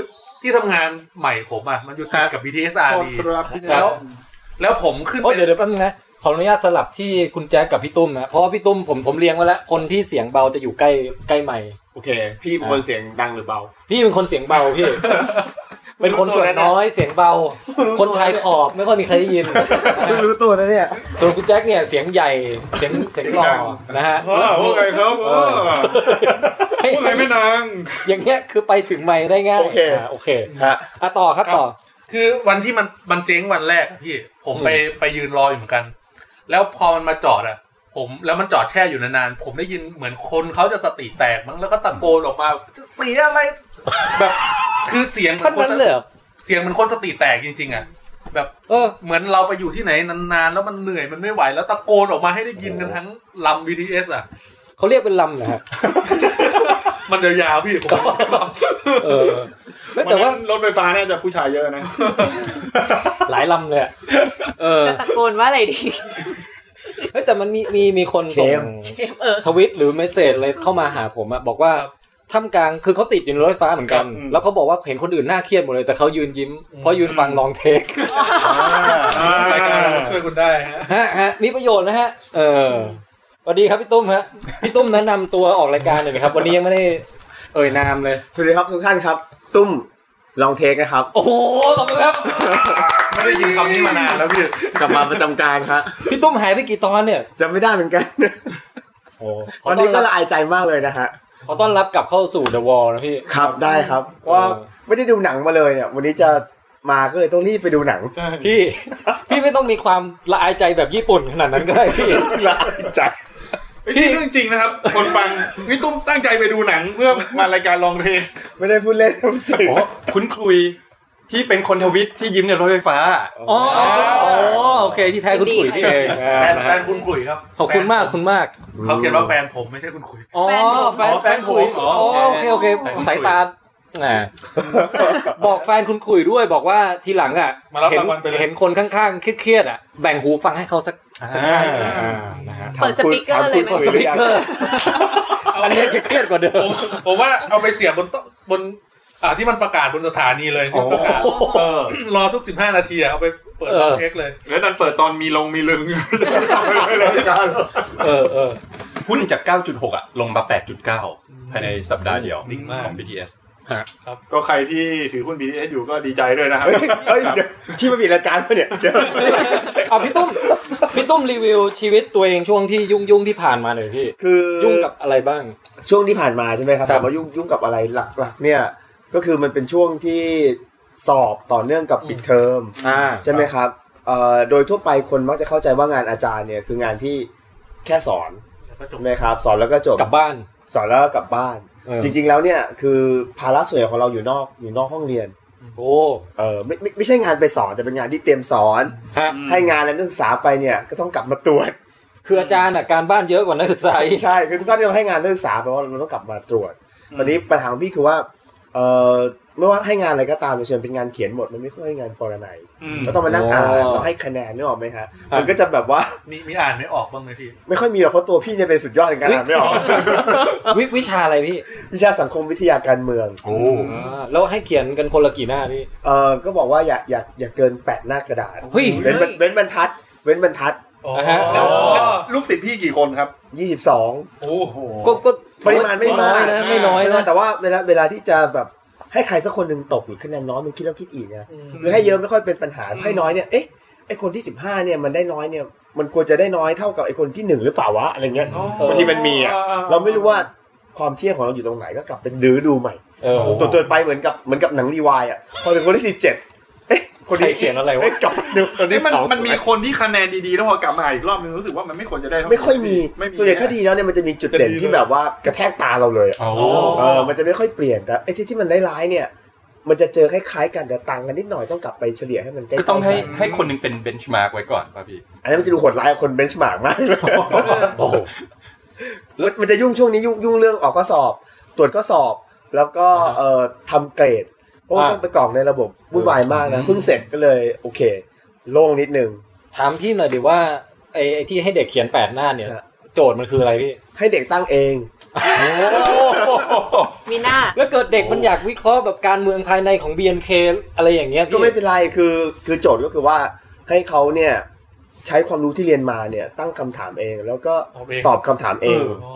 Speaker 6: ที่ทำงานใหม่ผมอ่ะมันอยู่ติดกับ BTS
Speaker 3: โทษ
Speaker 6: RD
Speaker 3: ครับพี่
Speaker 6: แล้
Speaker 3: แล้ว ว
Speaker 6: แล้วผมขึ้น
Speaker 2: โอ้
Speaker 6: ไป
Speaker 2: เดี๋ยวเดี๋ยวแป๊บนึงนะ ขออนุญาตสลับที่คุณแจ๊คกับพี่ตุ้มนะ เพราะว่าพี่ตุ้มผมผมเลี้ยงไว้แล้ว คนที่เสียงเบาจะอยู่ใกล้ใกล้ใหม่
Speaker 8: โอเค พี่เป็นคนเสียงดังหรือเบา
Speaker 2: พี่เป็นคนเสียงเบาพี่ เป็นคนส่วนน้อยเสียงเบา คนชายขอบไม่ค่อยมีใครได้ยิน
Speaker 8: รู้ตัวนะเนี่ย
Speaker 2: ส่วนคุณแจ๊คเนี่ยเสียงใหญ่เสียงเสียงหล่อ
Speaker 3: เสียงดัง
Speaker 2: นะฮะ
Speaker 3: เออว่าไงครับเออ
Speaker 2: เฮ้ย
Speaker 3: ว่าไงแม่นาง
Speaker 2: อย่างเงี้ยคือไปถึงใหม่ได้ง่าย
Speaker 3: โอเค
Speaker 2: ะโอเค
Speaker 5: ฮะ
Speaker 2: อ่ะต่อครับต่อ
Speaker 6: คือวันที่มันมันเจ๊งวันแรกอะพี่ ผมไปไปยืนรออยู่เหมือนกัน แล้วพอมันมาจอดอ่ะ ผ ผมแล้วมันจอดแช่อยู่นานๆผมได้ยินเหมือนคนเขาจะสติแตกมั้งแล้วก็ตะโกนออกมาจะเสียอะไรแบบคือเสียงเหมื
Speaker 2: ขั้
Speaker 6: อน นคน
Speaker 2: นั้น
Speaker 6: จะ
Speaker 2: เลยเหรอ
Speaker 6: เสียงเหมือนคนสติแตกจริง ๆอ่ะแบบ
Speaker 2: เออ
Speaker 6: เหมือนเราไปอยู่ที่ไหนนานๆ แล้วมันเหนื่อยมันไม่ไหวแล้วตะโกนออกมาให้ได้ยินกันทั้งลำ BTS อ่ะ
Speaker 2: เขาเรียกเป็นลำนะฮะ
Speaker 6: มันยาวๆ พี่ผม
Speaker 2: เออไม่แต่ว่า
Speaker 3: วันนั้นรถไฟฟ้าน่าจะผู้ชายเยอะนะ
Speaker 2: หลายลำเลยอะเออ
Speaker 4: จะตะโกนว่าอะไรดี
Speaker 2: เฮ้ยแต่มันมีมีมีคนส่ง
Speaker 4: เออ
Speaker 2: ทวิตหรือเมสเซจอะไรเข้ามาหาผมอะบอกว่าท่ามกลางคือเขาติดอยู่ในรถไฟฟ้าเหมือนกัน
Speaker 3: ครับอืม
Speaker 2: แล้วเขาบอกว่าเห็นคนอื่นหน้าเครียดหมดเลย แต่เขายืนยิ้มเพราะยืนฟังลองเทค
Speaker 6: รายการเราช่วยคุณได้ฮะ
Speaker 2: ฮะฮะมีประโยชน์นะฮะ เออสวัสดีครับพี่ตุ้มฮะพี่ตุ้มแนะนำตัวออกรายการหน่อยนะครับ วันนี้ยังไม่ได้เอ่ยนามเลย
Speaker 8: สวัสดีครับทุกท่านครับ ตุ้มลองเทคนะครับ
Speaker 2: โอ้โหตอบแล้ว
Speaker 6: ไม่ได้ยินคำนี้มานานแล้วพี่
Speaker 8: กลับมาประจำการฮะ
Speaker 2: พี่ตุ้มหายไปกี่ตอนเนี่ย
Speaker 8: จำไม่ได้เหมือนกัน
Speaker 2: โอ้ขอ
Speaker 8: วัน
Speaker 2: ต้อ
Speaker 8: นี้
Speaker 2: นรั
Speaker 8: ก็
Speaker 2: บ
Speaker 8: ละอายใจมากเลยนะฮะ
Speaker 2: ขอต้อนรับกลับเข้าสู่ The Wall นะพี่
Speaker 8: ครับได้ครับว่าไม่ได้ดูหนังมาเลยเนี่ย วันนี้จะมาก็เลยต้องรีบไปดูหนัง
Speaker 3: ใช่
Speaker 2: พี่ พี่ไม่ต้องมีความละอายใจแบบญี่ปุ่นขนาดนั้นก็ได้พี่
Speaker 8: ละอายใจ
Speaker 3: ไอ้ที่เรื่องจริงนะครับ คนฟังพี่ตุ้มตั้งใจไปดูหนังเพื่อมารายการลองเพลง
Speaker 8: ไม่ได้พูดเล่นจริง
Speaker 5: โอ้คุณคุยที่เป็นคนทวิตที่ยิ้มในรถไฟฟ้า
Speaker 2: อ๋ออ๋อโอเคที่แท้คุณขุยนี่เอง
Speaker 6: แฟน
Speaker 2: นะ
Speaker 6: แฟ
Speaker 2: ฮะ
Speaker 6: นคุณขุยครับ
Speaker 2: ขอบคุณมากขอบคุณมาก
Speaker 6: เขาเขียนว่าแฟนผมไม่ใช่คุณขุย
Speaker 2: อ๋อแฟน
Speaker 6: อ๋อ
Speaker 2: แฟ
Speaker 6: แฟ
Speaker 2: น
Speaker 6: น
Speaker 2: ขุย
Speaker 6: ผมอ๋
Speaker 2: อ๋อ
Speaker 6: อ
Speaker 2: โอเคโอเค
Speaker 6: แฟนขุย
Speaker 2: สายตาแหมบอกแฟนคุณขุยด้วยบอกว่าทีหลังอ่ะ
Speaker 6: มารับ
Speaker 2: เห็น
Speaker 6: รางวัลไปเลย
Speaker 2: เห็นคนข้างๆเครียดๆอ่ะแบ่งหูฟังให้เขาสักสักข้างอ่านะฮะ
Speaker 4: เปิดสปิกเกอร์เลยไหม
Speaker 8: ถาม
Speaker 2: ส
Speaker 8: คุณ
Speaker 2: ปิกเกอร์อันนี้จะเครียดกว่าเดิ
Speaker 6: ผม มผมว่าเอาไปเสียบบนโต๊ะบนอ่าที่มันประกาศบนสถานีเลยที่ประกาศ
Speaker 3: เออ
Speaker 6: รอทุกสิบห้านาทีอะเอาไปเปิดเอ็กเลย
Speaker 3: แล้วดันเปิดตอนมีลงมีลึง
Speaker 2: เออเออ
Speaker 5: หุ้นจาก 9.6 อ่ะ ลงมา 8.9 ภายในสัปดาห์เดียว
Speaker 6: นิ่งมาก
Speaker 5: ของ BTS
Speaker 3: ก็ใครที่ถือหุ้น BTS อยู่ก็ดีใจด้วยนะครับ
Speaker 8: เฮ้ยเฮ้ยเดี๋ยวพี่มาบิดรายการปะเนี่ยเดี๋ยว
Speaker 2: เอาพี่ตุ้มพี่ตุ้มรีวิวชีวิตตัวเองช่วงที่ยุ่งๆที่ผ่านมาหน่อยพี่
Speaker 8: คือ
Speaker 2: ยุ่งกับอะไรบ้าง
Speaker 8: ช่วงที่ผ่านมาใช่ไหมครับ
Speaker 2: ครั
Speaker 8: ถา
Speaker 2: บ
Speaker 8: มว่ายุ่งยุ่งกับอะไรหลักๆ เนี่ยก็คือมันเป็นช่วงที่สอบต่อเนื่องกับปิดเทอม
Speaker 2: อ่า
Speaker 8: ใช่ไหมครับเอ่อโดยทั่วไปคนมักจะเข้าใจว่างานอาจารย์เนี่ยคืองานที่แค่สอน
Speaker 6: แล้วก็จบ
Speaker 8: ใช่ไหมครับสอนแล้วก็จบ
Speaker 2: กลับบ้าน
Speaker 8: สอนแล้วก็กลับบ้าน
Speaker 2: เออ
Speaker 8: จริง ๆแล้วเนี่ยคือภาระส่วนใหญ่ของเราอยู่นอกอยู่นอกห้องเรียน
Speaker 2: โอ้
Speaker 8: เออไม่ไม่ไม่ใช่งานไปสอนแต่เป็นงานที่เตรียมสอน
Speaker 2: ฮะ
Speaker 8: ให้งานแล้วนักศึกษาไปเนี่ยก็ต้องกลับมาตรวจ
Speaker 2: คืออาจารย์อ่ะการบ้านเยอะกว่านักศึกษา อีก
Speaker 8: ใช่ คือทุกครั้งที่เราให้งานนักศึกษาแปลว่าเราต้องกลับมาตรวจตอนนี้ปัญหาของพี่คือว่าเอ่อไม่ว่าให้งานอะไรก็ตามโดยเฉพาะเป็นงานเขียนบทมันไม่ค่อยให้งานปรนัย
Speaker 3: อืม
Speaker 8: ก็ต้องมานั่งอ่าน
Speaker 2: อ๋อ
Speaker 8: ต้องให้คะแนนนึกออกไหมฮะมันก็จะแบบว่า
Speaker 6: มีมีอ่านไม่ออกบ้างไหมพี่
Speaker 8: ไม่ค่อยมีหรอกเพราะตัวพี่เนี่ยเป็นสุดยอดในการอ่านไม่ออก
Speaker 2: วิวิชาอะไรพี่
Speaker 8: วิชาสังคมวิทยาการเมือง
Speaker 5: โอ้
Speaker 2: อ่าแล้วให้เขียนกันคนละกี่หน้าพี่
Speaker 8: เอ่อก็บอกว่าอย่าอย่าอย่าเกินแปดหน้ากระดาษ
Speaker 2: เฮ้ย
Speaker 8: เว้นบรรเว้นบรรทัด เว้นบรรทัด
Speaker 6: อ๋อ
Speaker 2: นะฮะ
Speaker 6: แล้วแล้ว
Speaker 3: ลูกศิษย์พี่กี่คนครับ
Speaker 8: 22
Speaker 3: โอ้โห
Speaker 2: ก็ก็
Speaker 8: ปริมาณไม่น้อย
Speaker 2: นะไม่น้อยนะ
Speaker 8: แต่ว่าเวลาเวลาที่จะแบบให้ใครสักคนหนึ่งตกหรือคะแนนน้อยมันคิดแล้วคิดอีกนะคือให้เยอะไม่ค่อยเป็นปัญหาให้น้อยเนี่ยเอ๊ะไอคนที่ 15เนี่ยมันได้น้อยเนี่ยมันควรจะได้น้อยเท่ากับไอคนที่หนึ่งหรือเปล่าวะอะไรเงี้ย
Speaker 2: อ๋อ
Speaker 8: บางทีมันมีอ่ะเราไม่รู้ว่าความเที่ยงของเราอยู่ตรงไหนก็กลับเป็นดื้อดูใหม่
Speaker 2: เออ
Speaker 8: ตัวจนไปเหมือนกับเหมือนกับหนังรีวายอ่ะพอถึงคนที่สิบเจ็ดเอ๊ะคน
Speaker 2: ใครเขียนอะไรวะ
Speaker 8: กลับไปดูคนที่
Speaker 3: นี่มัน
Speaker 8: สอง
Speaker 3: มันมีคนที่คะแนนดีๆ แล้วพอกลับมาอีกรอบนึงรู้สึกว่ามันไม่ควรจะได้เท่า
Speaker 8: ไม่ค่อยมี
Speaker 3: ไม่มี
Speaker 8: ส่วนใหญ่ถ้าดีแล้วเนี่ยมันจะมีจุดเด่นที่แบบว่ากระแทกตาเราเลยอะ เออ มันจะไม่ค่อยเปลี่ยนแต่ไอ้ที่ที่มันร้ายๆเนี่ย มันจะเจอคล้ายๆกันแต่ต่างกันนิดหน่อยต้องกลับไปเฉลี่ยให้มันใกล้ๆ
Speaker 5: ก็ต้องให้
Speaker 8: กัน
Speaker 5: ให้คนหนึงเป็นเบนช์มาร์กไว้ก่อนป่ะพี่
Speaker 8: อันนั้นมันจะดูโหดร้ายกับคนเบนช์มาร์กมากเลย
Speaker 2: โอ้โห
Speaker 8: มันมันจะยุ่งช่วงนี้ยุ่งยุ่งเรื่องออกข้อสอบ ตรวจข้อสอบแล้วก็เอ่อทำเกรดเพราะว่าต้องไปกรอกในระบบวุ่นวายมากนะเพิ่งเสร็จก็เลยโอเค โล่งนิดนึง
Speaker 2: ถามพี่หน่อยดิว่าไอ้ไอ้ที่ให้เด็กเขียนแปดหน้าเนี่ย
Speaker 8: ฮะ
Speaker 2: โจทย์มันคืออะไรพี่
Speaker 8: ให้เด็กตั้งเอง
Speaker 4: มีหน้า
Speaker 2: แล้วเกิดเด็กมันอยากวิเคราะห์แบบการเมืองภายในของ BNK อะไรอย่างเงี้ยพี่
Speaker 8: ก็ไม่เป็นไรคือคือโจทย์ก็คือว่าให้เขาเนี่ยใช้ความรู้ที่เรียนมาเนี่ยตั้งคำถามเอง แล้วก็
Speaker 6: ตอบเอง
Speaker 8: ตอบคำถามเอง
Speaker 3: เออ
Speaker 6: อ๋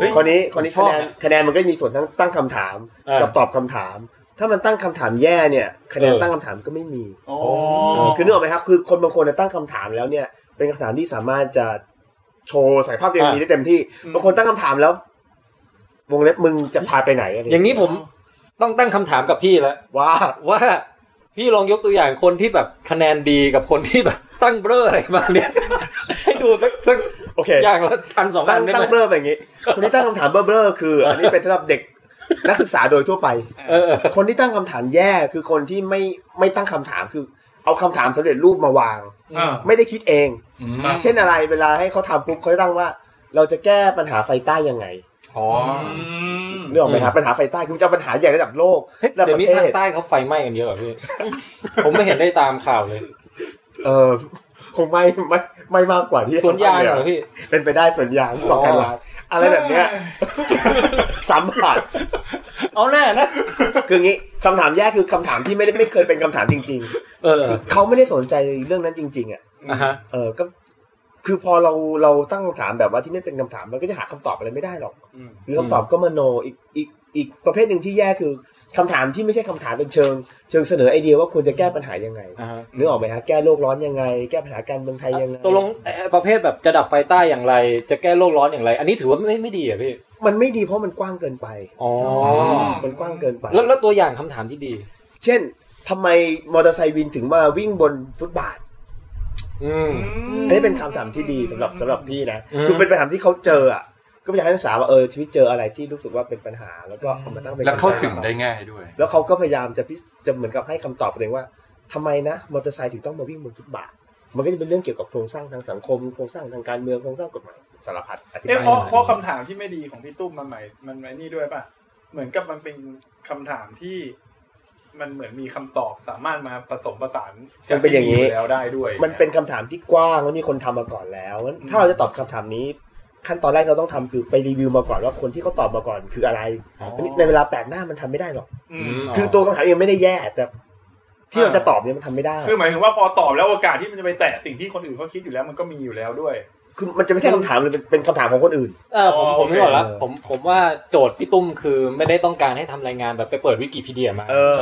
Speaker 6: อ
Speaker 8: คราวนี้คราวนี้คะแนนคะแนนมันก็มีส่วนทั้งตั้งคำถาม
Speaker 2: ากั
Speaker 8: กับตอบคำถาม ถ้ามันตั้งคำถามแย่เนี่ยคะแนน
Speaker 2: เออ
Speaker 8: ตั้งคำถามก็ไม่มี
Speaker 3: โอ้
Speaker 8: เออคือนึกออกไหมครับคือคนบางคนเนี่ยตั้งคำถามแล้วเนี่ยเป็นคำถามที่สามารถจะโชว์ศักยภาพตัวเองมีได้เต็มที่บางคนตั้งคำถามแล้ววงเล็บมึงจะพาไปไหนอะไร
Speaker 2: อย่างนี้ผมต้องตั้งคำถามกับพี่แล้ว
Speaker 8: ว่า
Speaker 2: ว่า พี่ลองยกตัวอย่างคนที่แบบคะแนนดีกับคนที่แบบตั้งเบ้ออะไรมาเนี่ย ให้ดูสักสัก
Speaker 8: โอเค
Speaker 2: อย่างละอันสองอั
Speaker 8: ตั้
Speaker 2: น
Speaker 8: ง
Speaker 2: ได้
Speaker 8: ตั้ง
Speaker 2: ไห
Speaker 8: เบ
Speaker 2: ม
Speaker 8: ลอไปอย่างนี้ คนที่ตั้งคำถามเบลอๆคือ อันนี้เป็นสำหรับเด็กนักศึกษาโดยทั่วไป
Speaker 2: เออ
Speaker 8: คนที่ตั้งคำถามแย่คือคนที่ไม่ไม่ตั้งคำถามคือ เอาคำถามสำเร็จรูปมาวาง
Speaker 3: อ่า
Speaker 8: ไม่ได้คิดเอง
Speaker 5: อืม
Speaker 8: เช่นอะไรเวลาให้เขาทำปุ๊บเขาจะตั้งว่า เราจะแก้ปัญหาไฟใต้ยังไง
Speaker 5: อ๋อ
Speaker 8: เรื่องไหมครับปัญหาไฟใต้คือจะเอาปัญหาใหญ่ระดับโลก
Speaker 2: เฮ้ย
Speaker 8: ระดับ
Speaker 2: เดี๋ยว
Speaker 8: ป
Speaker 2: นี้
Speaker 8: ระเท
Speaker 2: ทาง
Speaker 8: ศ
Speaker 2: ใต้เขาไฟไหม้กันเยอะเหรอพี่ ผมไม่เห็นได้ตามข่าวเลย
Speaker 8: เออ คงไม่ไม่ไม่มากกว่าที่
Speaker 2: สวนยางเหรอพี่
Speaker 8: เป็นไปได้สวนยางต่อการลานอะไรแบบเนี้ยสามบาท
Speaker 2: เอาแน่นะ
Speaker 8: คืองี้คำถามแยกคือคำถามที่ไม่ได้ไม่เคยเป็นคำถามจริง
Speaker 2: เออ
Speaker 8: ๆคือเขาไม่ได้สนใจเรื่องนั้นจริง ๆอ่ะ
Speaker 2: อ่ะฮะ
Speaker 8: เออก็คือพอเราเราตั้งคำถามแบบว่าที่ไม่เป็นคำถามมันก็จะหาคำตอบอะไรไม่ได้หรอกหรือคำตอบก็มโนอีกอีกอีกประเภทหนึ่งที่แย่คือคำถามที่ไม่ใช่คำถามเป็นเชิง เชิงเสนอไอเดียว่าควรจะแก้ปัญหายังไง
Speaker 2: อ่าฮะ
Speaker 8: นึกออกไหมฮะแก้โลกร้อนยังไง แก้ปัญหาการเมืองไทยยังไง
Speaker 2: ตกลงเอ่อประเภทแบบจะดับไฟใต้อย่างไร จะแก้โลกร้อนอย่างไร อันนี้ถือว่าไม่ไม่ดีเหรอ่ะพี่
Speaker 8: มันไม่ดีเพราะมันกว้างเกินไป
Speaker 2: อ๋อ
Speaker 8: มันกว้างเกินไป
Speaker 2: แล้วแล้วตัวอย่างคำถามที่ดี
Speaker 8: เช่นทำไมมอเตอร์ไซค์วินถึงมาวิ่งบนฟุตบาท
Speaker 2: อืม
Speaker 8: อันนี้เป็นคำถามที่ดีสำหรับสำหรับพี่นะ
Speaker 2: อืม
Speaker 8: คือเป็นปัญหาที่เขาเจออ่ะ ก็อยากให้นักศึกษาว่าเออชีวิตเจออะไรที่รู้สึกว่าเป็นปัญหาแล้วก็เอามาตั้งเป็น
Speaker 5: แล้วเข้า
Speaker 8: คำถม
Speaker 5: ถึงได้ง่ายด้วย
Speaker 8: แล้วเขาก็พยายามจะพิจะเหมือนกับให้คำตอบตัวเองว่าทำไมนะมอเตอร์ไซค์ถึงต้องมาวิ่งบนฟุตบาท มันก็จะเป็นเรื่องเกี่ยวกับโครงสร้างทางสังคมโครงสร้างทางการเมืองโครงสร้างกฎหมายสารพัดอธิ
Speaker 3: เอ๊ะ
Speaker 8: บาย
Speaker 3: เพราะ
Speaker 8: หน่อย
Speaker 3: เพราะคำถามที่ไม่ดีของพี่ตุ้มมันหมายมันหมายนี่ด้วยป่ะ เหมือนกับมันเป็นคำถามที่ มันเหมือนมีคำตอบสามารถมาผสมผสานจกที่มีแล้วได้ด้วย
Speaker 8: มันเป็นคำถามที่กว้างแล้วมีคนทำมาก่อนแล้วงั้นถ้าเราจะตอบคำถามนี้ ขั้นตอนแรกเราต้องทำคือไปรีวิวมาก่อนว่าคนที่เขาตอบมาก่อนคืออะไรอันนี้ในเวลาแปดหน้ามันทำไม่ได้หรอก
Speaker 3: อืม
Speaker 8: คือตัวคำถามเองไม่ได้แย่แต่ที่
Speaker 3: อ่า
Speaker 8: เราจะตอบเนี่ยมันทำไม่ได้
Speaker 3: คือหมายถึงว่าพอตอบแล้วโอกาสที่มันจะไปแตะสิ่งที่คนอื่นเขาคิดอยู่แล้วมันก็มีอยู่แล้วด้วย
Speaker 8: คือมันจะไม่ใช่คำถามเลยเป็นเป็นคำถามของคนอื่น
Speaker 2: เออผม
Speaker 3: อ๋อ
Speaker 2: ผม
Speaker 3: โอเค
Speaker 2: นึกออกแล้ว
Speaker 8: เออ
Speaker 2: ผมผมว่าโจทย์พี่ตุ้มคือไม่ได้ต้องการให้ทำรายงานแบบไปเปิดวิกิพีเดียมา
Speaker 8: เออ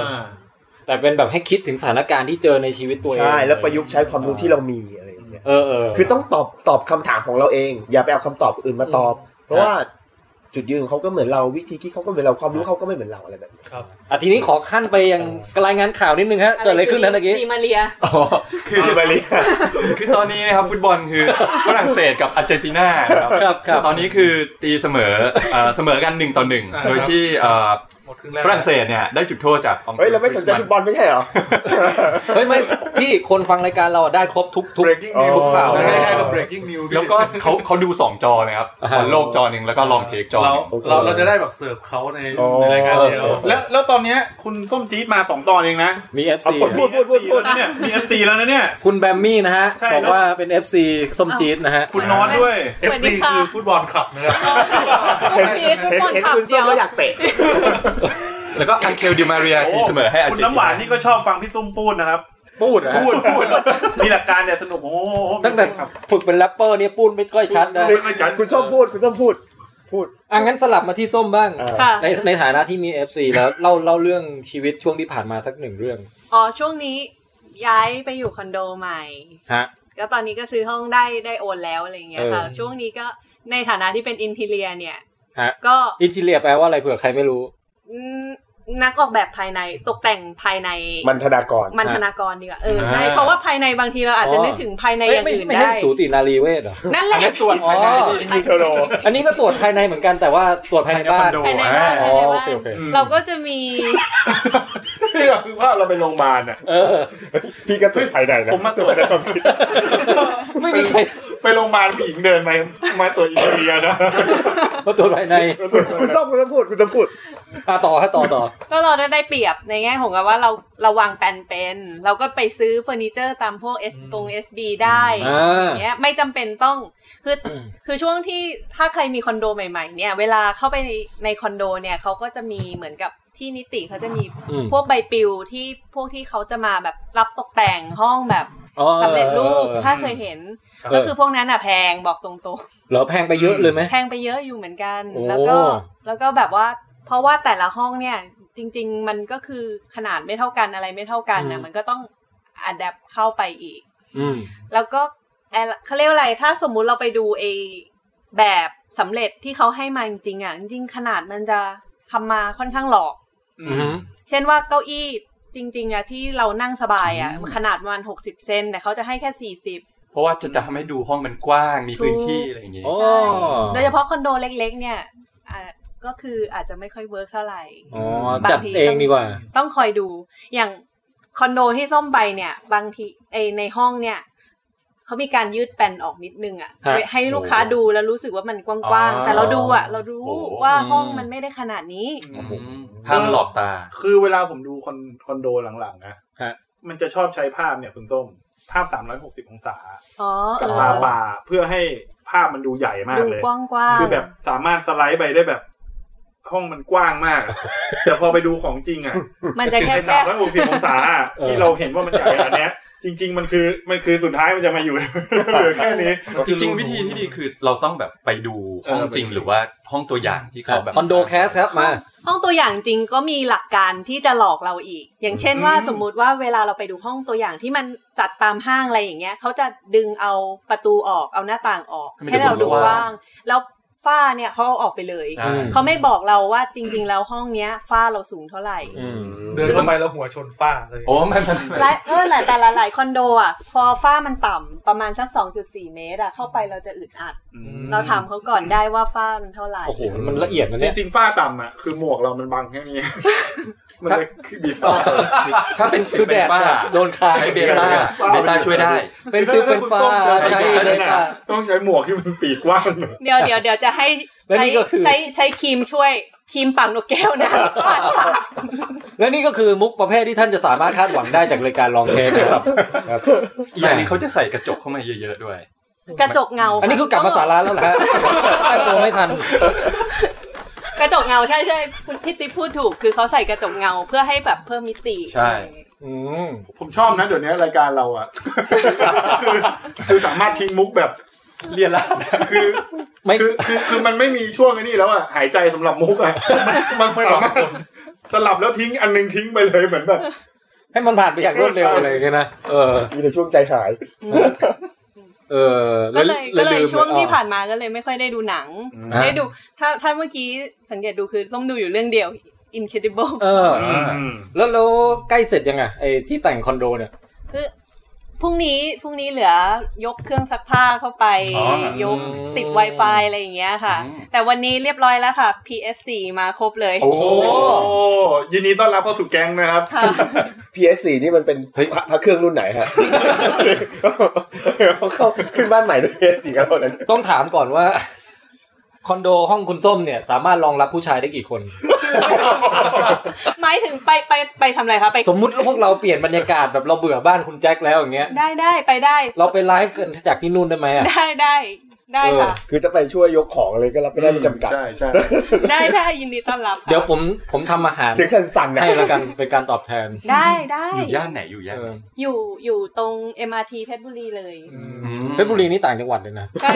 Speaker 2: แต่เป็นแบบให้คิดถึงสถานการณ์ที่เจอในชีวิตตัวเอง
Speaker 8: ใช่แล้วประยุกต์ใช้ความรู้ที่เรามีอะไรอย่างเงี้ย
Speaker 2: เออเออ
Speaker 8: คือต้องตอบตอบคำถามของเราเอง อย่าไปเอาคำตอบอื่นมาตอบ เพราะว่าจุดยืนของเขาก็เหมือนเราวิธีคิดเขาก็เหมือนเราความรู้เขาก็ไม่เหมือนเราอะไรแบบนี้
Speaker 2: อ่ะทีนี้ขอขั้นไปยังรายงานข่าวนิดนึงฮะเกิดอะไรขึ้นนะตะกี้
Speaker 4: ดีมาเรีย
Speaker 5: อ๋อ คือ
Speaker 8: พี่มาเรีย
Speaker 5: คือตอนนี้นะครับฟุตบอลคือฝรั่งเศสกับอาร์เจนตินานะครับ
Speaker 2: ครับครับ
Speaker 5: ตอนนี้คือตีเสมอเอ่อเสมอกันหนึ่งต่อหนึ่ง
Speaker 6: อ่า
Speaker 5: โดยที่เอ่อ
Speaker 6: หมดครึ่งแรก
Speaker 5: ฝรั่งเศสเนี่ยได้จุดโทษจากอง
Speaker 8: เฮ้ยเราไม่สนใจฟุตบอลไม่ใช่เหรอ
Speaker 2: เฮ้ยไม่พี่คนฟังรายการเราอะได้ครบทุกทุก
Speaker 3: breaking
Speaker 8: อ๋อ
Speaker 3: news
Speaker 2: ทุกข่าว
Speaker 3: ใช่
Speaker 6: ใช่
Speaker 3: ใช่
Speaker 6: ใช่
Speaker 3: ก็
Speaker 6: ก็ breaking news
Speaker 5: แล้วก็เขาเขาดูสองจอนะครับบอลโลกจอหนึ่งแล้วก็ลองเทคจอห
Speaker 6: เรา
Speaker 5: นึ่ง
Speaker 6: เราเราจะได้แบบเสิร์ฟเขาใน
Speaker 8: อ๋อ
Speaker 6: ในรายการเดียว
Speaker 3: แล้วแล้วตอนเนี้ยคุณส้มจี๊ดมาสองตอนเองนะ
Speaker 2: มี FC
Speaker 8: เอาพูดพูดพูดพูด
Speaker 3: เนี่ยมีเอฟซีแล้วนะเนี่ย
Speaker 2: คุณแบมมี่นะฮะ
Speaker 3: ใช่
Speaker 2: บอกว่าเป็น FC ส้มจี๊ดนะฮะ
Speaker 3: คุณนอนด้วย
Speaker 6: เอฟ
Speaker 4: สวัสดี
Speaker 6: ซี
Speaker 4: ค่ะ
Speaker 6: คือฟุตบอลคลับนะครับ
Speaker 4: เออจีทุก
Speaker 8: เห็น
Speaker 4: คน
Speaker 8: เห็น
Speaker 4: ขับ
Speaker 8: คุณ
Speaker 4: เดี
Speaker 8: ส้
Speaker 4: ยว
Speaker 8: มแล้วอยากเตะ
Speaker 5: แล้วก็อังเคลดิมาเรียตีเสมอให้อาร์
Speaker 3: คุณ
Speaker 5: เจนติ
Speaker 3: น้ำหวาน
Speaker 5: นา
Speaker 3: นี่ก็ชอบฟังพี่ตุ้มพูดนะครับ
Speaker 2: ปูดนะฮะ
Speaker 3: พูดพูด มีหลักการเนี่ยสนุกโอ้โห
Speaker 2: ตั้งแต่
Speaker 3: ครับ
Speaker 2: ฝึกเป็นแรปเปอร์เนี่ยปูดไม่ก้อยชัดนะ
Speaker 3: ไม่จัน
Speaker 8: คุณส้มพูดคุณส้มพูดพูด
Speaker 2: อ่ะงั้นสลับมาที่ส้มบ้าง
Speaker 8: เออ
Speaker 4: ค่ะ
Speaker 2: ในในฐานะที่มี FC แล้ว เล่าเล่าเรื่องชีวิตช่วงที่ผ่านมาสักหนึ่งเรื่อง
Speaker 4: อ๋อ ช่วงนี้ย้ายไปอยู่คอนโดใหม่
Speaker 2: ฮะ
Speaker 4: ก็ตอนนี้ก็ซื้อห้องได้ได้โอนแล้วอะไรอย่างเงี้ยค่ะ
Speaker 2: เออ
Speaker 4: ช่วงนี้ก็ในฐานะที่เป็นอินทีเรียเนี่ย
Speaker 2: ฮะ
Speaker 4: ก็
Speaker 2: อินทีเรียแปลว่าอะไรเผื่อใครไม่รู้
Speaker 4: อืมนักออกแบบภายในตกแต่งภายใน
Speaker 8: มันธนากร
Speaker 4: มันธนากรดีกว่าเออใช่เพราะว่าภายในบางทีเราอาจจะนึกถึงภายใน
Speaker 2: เอ้
Speaker 4: อย ย่าง
Speaker 2: ไม่
Speaker 4: อื่น
Speaker 2: ไม่ใช่
Speaker 4: ได้
Speaker 2: สูตินารีเวชเหรอ
Speaker 4: นั่นแหละ
Speaker 5: ส่วน
Speaker 2: อ๋อ
Speaker 5: ภ
Speaker 8: อินเทอร์โน
Speaker 2: อันนี้ก็ตรวจภายในเหมือนกันแต่ว่าตรวจภาย
Speaker 5: าย
Speaker 2: ใน
Speaker 5: ในค
Speaker 2: บ้า
Speaker 5: อน นโด
Speaker 4: ภายใน
Speaker 5: อ่า
Speaker 4: บ้าน
Speaker 2: อ๋อ
Speaker 4: ภายใน
Speaker 2: โอ
Speaker 4: บ้า
Speaker 2: เคน โอเค
Speaker 4: เราก็จะมี
Speaker 3: นี่ก็คือภาพเราไปโรงพยาบาลน่ะ
Speaker 2: เออ
Speaker 8: พี่ก็ตื่นภายในนะ
Speaker 3: ผมมาตรวจ
Speaker 8: ในความคิด
Speaker 2: ไม่มีใคร
Speaker 3: ไปโรงพยาบาลผู้หญิงเดินมามาตรวจอินเดียนะ
Speaker 2: มาตรวจภายใน
Speaker 8: คุณส้มคุณส้มพูดคุณส้มพูด
Speaker 2: อ่ะต่อฮะต่อต่อ
Speaker 4: ก็เราได้ได้เปรียบในแง่ของว่าเราเราวางแปลนเป็นเราก็ไปซื้อเฟอร์นิเจอร์ตามพวกเอสตรงเอสบีได้
Speaker 2: อ่า
Speaker 4: อย่างเงี้ยไม่จำเป็นต้องคือคือช่วงที่ถ้าใครมีคอนโดใหม่ๆเนี่ยเวลาเข้าไปในในคอนโดเนี่ยเขาก็จะมีเหมือนกับที่นิติเขาจะมี
Speaker 2: อืม
Speaker 4: พวกใบปลิวที่พวกที่เขาจะมาแบบรับตกแต่งห้องแบบ
Speaker 2: อ๋อ
Speaker 4: สำเร็จรูป
Speaker 2: เออ
Speaker 4: ถ้าเคยเห็น
Speaker 2: เ
Speaker 4: ก็คือพวกนั้นอ่ะแพงบอกตรงๆ
Speaker 2: เหรอแพงไปเยอะเลยไหม
Speaker 4: แพงไปเยอะอยู่เหมือนกัน
Speaker 2: โอ้
Speaker 4: แล้วก็ แล้วก็แบบว่า เพราะว่าแต่ละห้องเนี่ย จริง ๆ มันก็คือขนาดไม่เท่ากันอะไรไม่เท่ากันนะ มันก็ต้องอัดแอปเข้าไปอีก
Speaker 2: อืม
Speaker 4: แล้วก็เอ่อเขาเรียกว่าอะไร ถ้าสมมุติเราไปดูไอแบบสำเร็จที่เขาให้มาจริงๆอ่ะ จริงๆขนาดมันจะทำมาค่อนข้างหลอก
Speaker 2: อืม
Speaker 4: เช่นว่าเก้าอี้ จริง ๆอะที่เรานั่งสบายอะขนาดวันหกสิบเซนแต่เขาจะให้แค่สี่สิบ
Speaker 5: เพราะว่าจะจะทำให้ดูห้องมันกว้างมีพื้นที่อะไรอย่างงี้
Speaker 2: โอ้
Speaker 4: โดยเฉพาะคอนโดเล็กๆ เนี่ยอ่าก็คืออาจจะไม่ค่อยเวิร์กเท่าไหร่
Speaker 2: อ๋อจัดเองดีกว่า
Speaker 4: ต้องคอยดู อย่างคอนโดที่ส้มไปเนี่ย บางทีไอในห้องเนี่ย เขามีการยืดแผ่นออกนิดนึง
Speaker 2: ฮะ
Speaker 4: อะ่ะ ให้ลูกค้าดูแล้วรู้สึกว่ามันกว้าง
Speaker 2: อ๋อ
Speaker 4: ๆ แต่เราดูอะ่ะ เรารู้
Speaker 5: โอ้โห
Speaker 4: ว่าห้อง
Speaker 2: อืม
Speaker 4: มันไม่ได้ขนาดนี้
Speaker 5: อืมห้ามหลอกตา
Speaker 3: คือเวลาผมดูคอนคอนโดหลังๆนะ
Speaker 2: ฮะ
Speaker 3: มันจะชอบใช้ภาพเนี่ยคุณส้มภาพ 360 องศา
Speaker 4: อ๋อเอ
Speaker 3: กับ
Speaker 4: อ
Speaker 3: ตาป่าเพื่อให้ภาพมันดูใหญ่มาก
Speaker 4: ดู
Speaker 3: เลย
Speaker 4: กว้างๆ
Speaker 3: คือแบบสามารถสไลด์ไปได้แบบ ห้องมันกว้าง มากอะแต่พอไปดูของจริงอ่ะ
Speaker 4: มันจะ
Speaker 3: ถึง
Speaker 4: แค่
Speaker 3: เป็น
Speaker 4: แค่
Speaker 3: สามร้อยหกสิบองศาอะที่เราเห็นว่ามันใหญ่ขนาดเนี้ยจริง ๆ มันคือมันคือสุดท้ายมันจะมาอยู่ เหลือแค่นี้
Speaker 5: จริงๆ วิธีที่ดีคือเราต้องแบบไปดูห้องจริงหรือว่าห้องตัวอย่างที่เขาแบบ
Speaker 2: คอนโดแคสครับมา
Speaker 4: ห้องตัวอย่างจริงก็มีหลักการที่จะหลอกเราอีก อย่างเช่นว่าสมมุติว่าเวลาเราไปดูห้องตัวอย่างที่มันจัดตามห้างอะไรอย่างเงี้ยเขาจะดึงเอาประตูออกเอาหน้าต่างออก ให้เราดูกว้าง แล้วฝ้าเนี่ยเขาเอาออกไปเลย
Speaker 5: อ่า
Speaker 2: อืม
Speaker 4: เขาไม่บอกเราว่าจริง ๆ แล้วห้องเนี้ยฝ้าเราสูงเท่าไหร่
Speaker 2: อืม
Speaker 6: เดินเข้าไปแล้วหัวชนฝ้าเลย
Speaker 5: โอ้ไม่ไม่
Speaker 4: ห
Speaker 5: ไม่
Speaker 4: ลายเออหลายแต่ละหลายคอนโดอ่ะ พอฝ้ามันต่ำประมาณสัก 2.4 เมตรอ่ะ เข้าไปเราจะอึดอัด เราถามเขาก่อนได้ว่าฝ้ามันเท่าไหร่
Speaker 2: โอ้โห มันละเอียดนะ
Speaker 3: จ
Speaker 2: เนี่ย
Speaker 3: ริงๆฝ้าต่ำอ่ะคือหมวกเรามันบังแค่นี้ มันเลยคือบีบฝ้า
Speaker 5: ถ้าเป็นสิ
Speaker 2: คื
Speaker 5: ว
Speaker 2: อแด
Speaker 5: เป็น
Speaker 2: ด
Speaker 5: ฝ้า
Speaker 2: อะโดนคาย
Speaker 5: ใช้เบต้าเบต้าช่วยได้
Speaker 2: เป็นซิวเป็นฟ้าใช้เลยค่ะ
Speaker 3: ต้องใช้หมวกที่มันปีกกว้างหน่อย
Speaker 4: เดี๋ยวเดี๋ยวเดี๋ยวจะให้
Speaker 2: และ
Speaker 4: ใช้
Speaker 2: นี่ก็คือ
Speaker 4: ใช้ใช้ครีมช่วยครีมปังนกแก้วนะ
Speaker 2: และนี่ก็คือมุกประเภทที่ท่านจะสามารถคาดหวังได้จากรายการลองเทค นะครับครับ
Speaker 5: อีกอย่างหนี้เขาจะใส่กระจกเข้ามาเยอะๆด้วย
Speaker 4: กระจกเงา
Speaker 2: อันนี้คือกลับมาสาระแล้วเหรอฮะตั้งตัวไม่ทัน
Speaker 4: กระจกเงาใช่ใช่คุณพี่ติ๊บพูดถูก คือเขาใส่กระจกเงาเพื่อให้แบบเพิ่มมิติ
Speaker 5: ใช่
Speaker 2: อืม
Speaker 3: ผมชอบนะเดี๋ยวนี้รายการเราอ่ะ คือคือสามารถทิ้งมุกแบบ
Speaker 5: เรียนละ
Speaker 3: คือ
Speaker 2: ไม่
Speaker 3: คือคือคือมันไม่มีช่วงไอ้นี่แล้วอ่ะหายใจสำหรับมุกอ่ะมันมันสามารถสลับแล้วทิ้งอันหนึงทิ้งไปเลยเหมือนแบบ
Speaker 2: ให้มันผ่านไปอย่างรวดเร็วอะไรอย่างเงี้ยนะ เออ
Speaker 8: มีแต่ช่วงใจหาย
Speaker 2: เออ
Speaker 4: ก็เลยก็เลย
Speaker 2: ม
Speaker 4: ช่วงที่
Speaker 2: อ๋อ
Speaker 4: ผ่านมาก็เลยไม่ค่อยได้ดูหนัง
Speaker 2: อ่า
Speaker 4: ได้ดู ถ้าถ้าเมื่อกี้สังเกตดูคือส้มดูอยู่เรื่องเดียว Incredible
Speaker 2: เออ
Speaker 3: อืม
Speaker 2: แล้วแล้วใกล้เสร็จยังไงไอ้ที่แต่งคอนโดเนี่ย
Speaker 4: คือพรุ่งนี้พรุ่งนี้เหลือยกเครื่องซักผ้าเข้าไป
Speaker 5: อ๋อ
Speaker 4: ยกติด Wi-Fi อะไรอย่างเงี้ยค่ะ แต่วันนี้เรียบร้อยแล้วค่ะ PS4 มาครบเลย
Speaker 2: โอ้โห
Speaker 3: โอ้ยินดีต้อนรับเข้าสู่แก๊งนะครับ
Speaker 4: ค่ะ
Speaker 8: PS4 นี่มันเป็น
Speaker 2: เฮ้ย
Speaker 8: พระพระเครื่องรุ่นไหนฮะ เขาเข้าขึ้นบ้านใหม่ด้วย PS4 กันหมดเลย
Speaker 2: ต้องถามก่อนว่า คอนโดห้องคุณส้มเนี่ย สามารถรองรับผู้ชายได้กี่คน
Speaker 4: หมายถึงไปไปไปทำอะไรคะไป
Speaker 2: สมมุติว่าพวกเราเปลี่ยนบรรยากาศแบบเราเบื่อบ้านคุณแจ็คแล้วอย่างเงี้ย
Speaker 4: ได้ได้ไปได้
Speaker 2: เราไปไลฟ์กันจากที่นู่นได้ไหมอ่ะ
Speaker 4: ได้ได้ได้ค่ะ
Speaker 8: คือจะไปช่วยยกของเลยก็รับไม่ได้ไม่จำกัด
Speaker 3: ใช่ใช่
Speaker 4: ได้ได้ยินดีต้อนรับค่ะ
Speaker 2: เดี๋ยวผมผมทำอาหาร
Speaker 8: เสียงสั่นๆนะ
Speaker 2: ให้แล้วกันเป็นการตอบแทน
Speaker 4: ได้ได้
Speaker 5: อยู่ย่านไหนอยู่ย่าน
Speaker 2: เอ
Speaker 5: ไหน
Speaker 2: อ
Speaker 4: อยู่อยู่ตรง MRT เพชรบุรีเลย
Speaker 5: ม
Speaker 2: เพชรบุรีนี่ต่างจังหวัดเลยนะ
Speaker 4: ใช่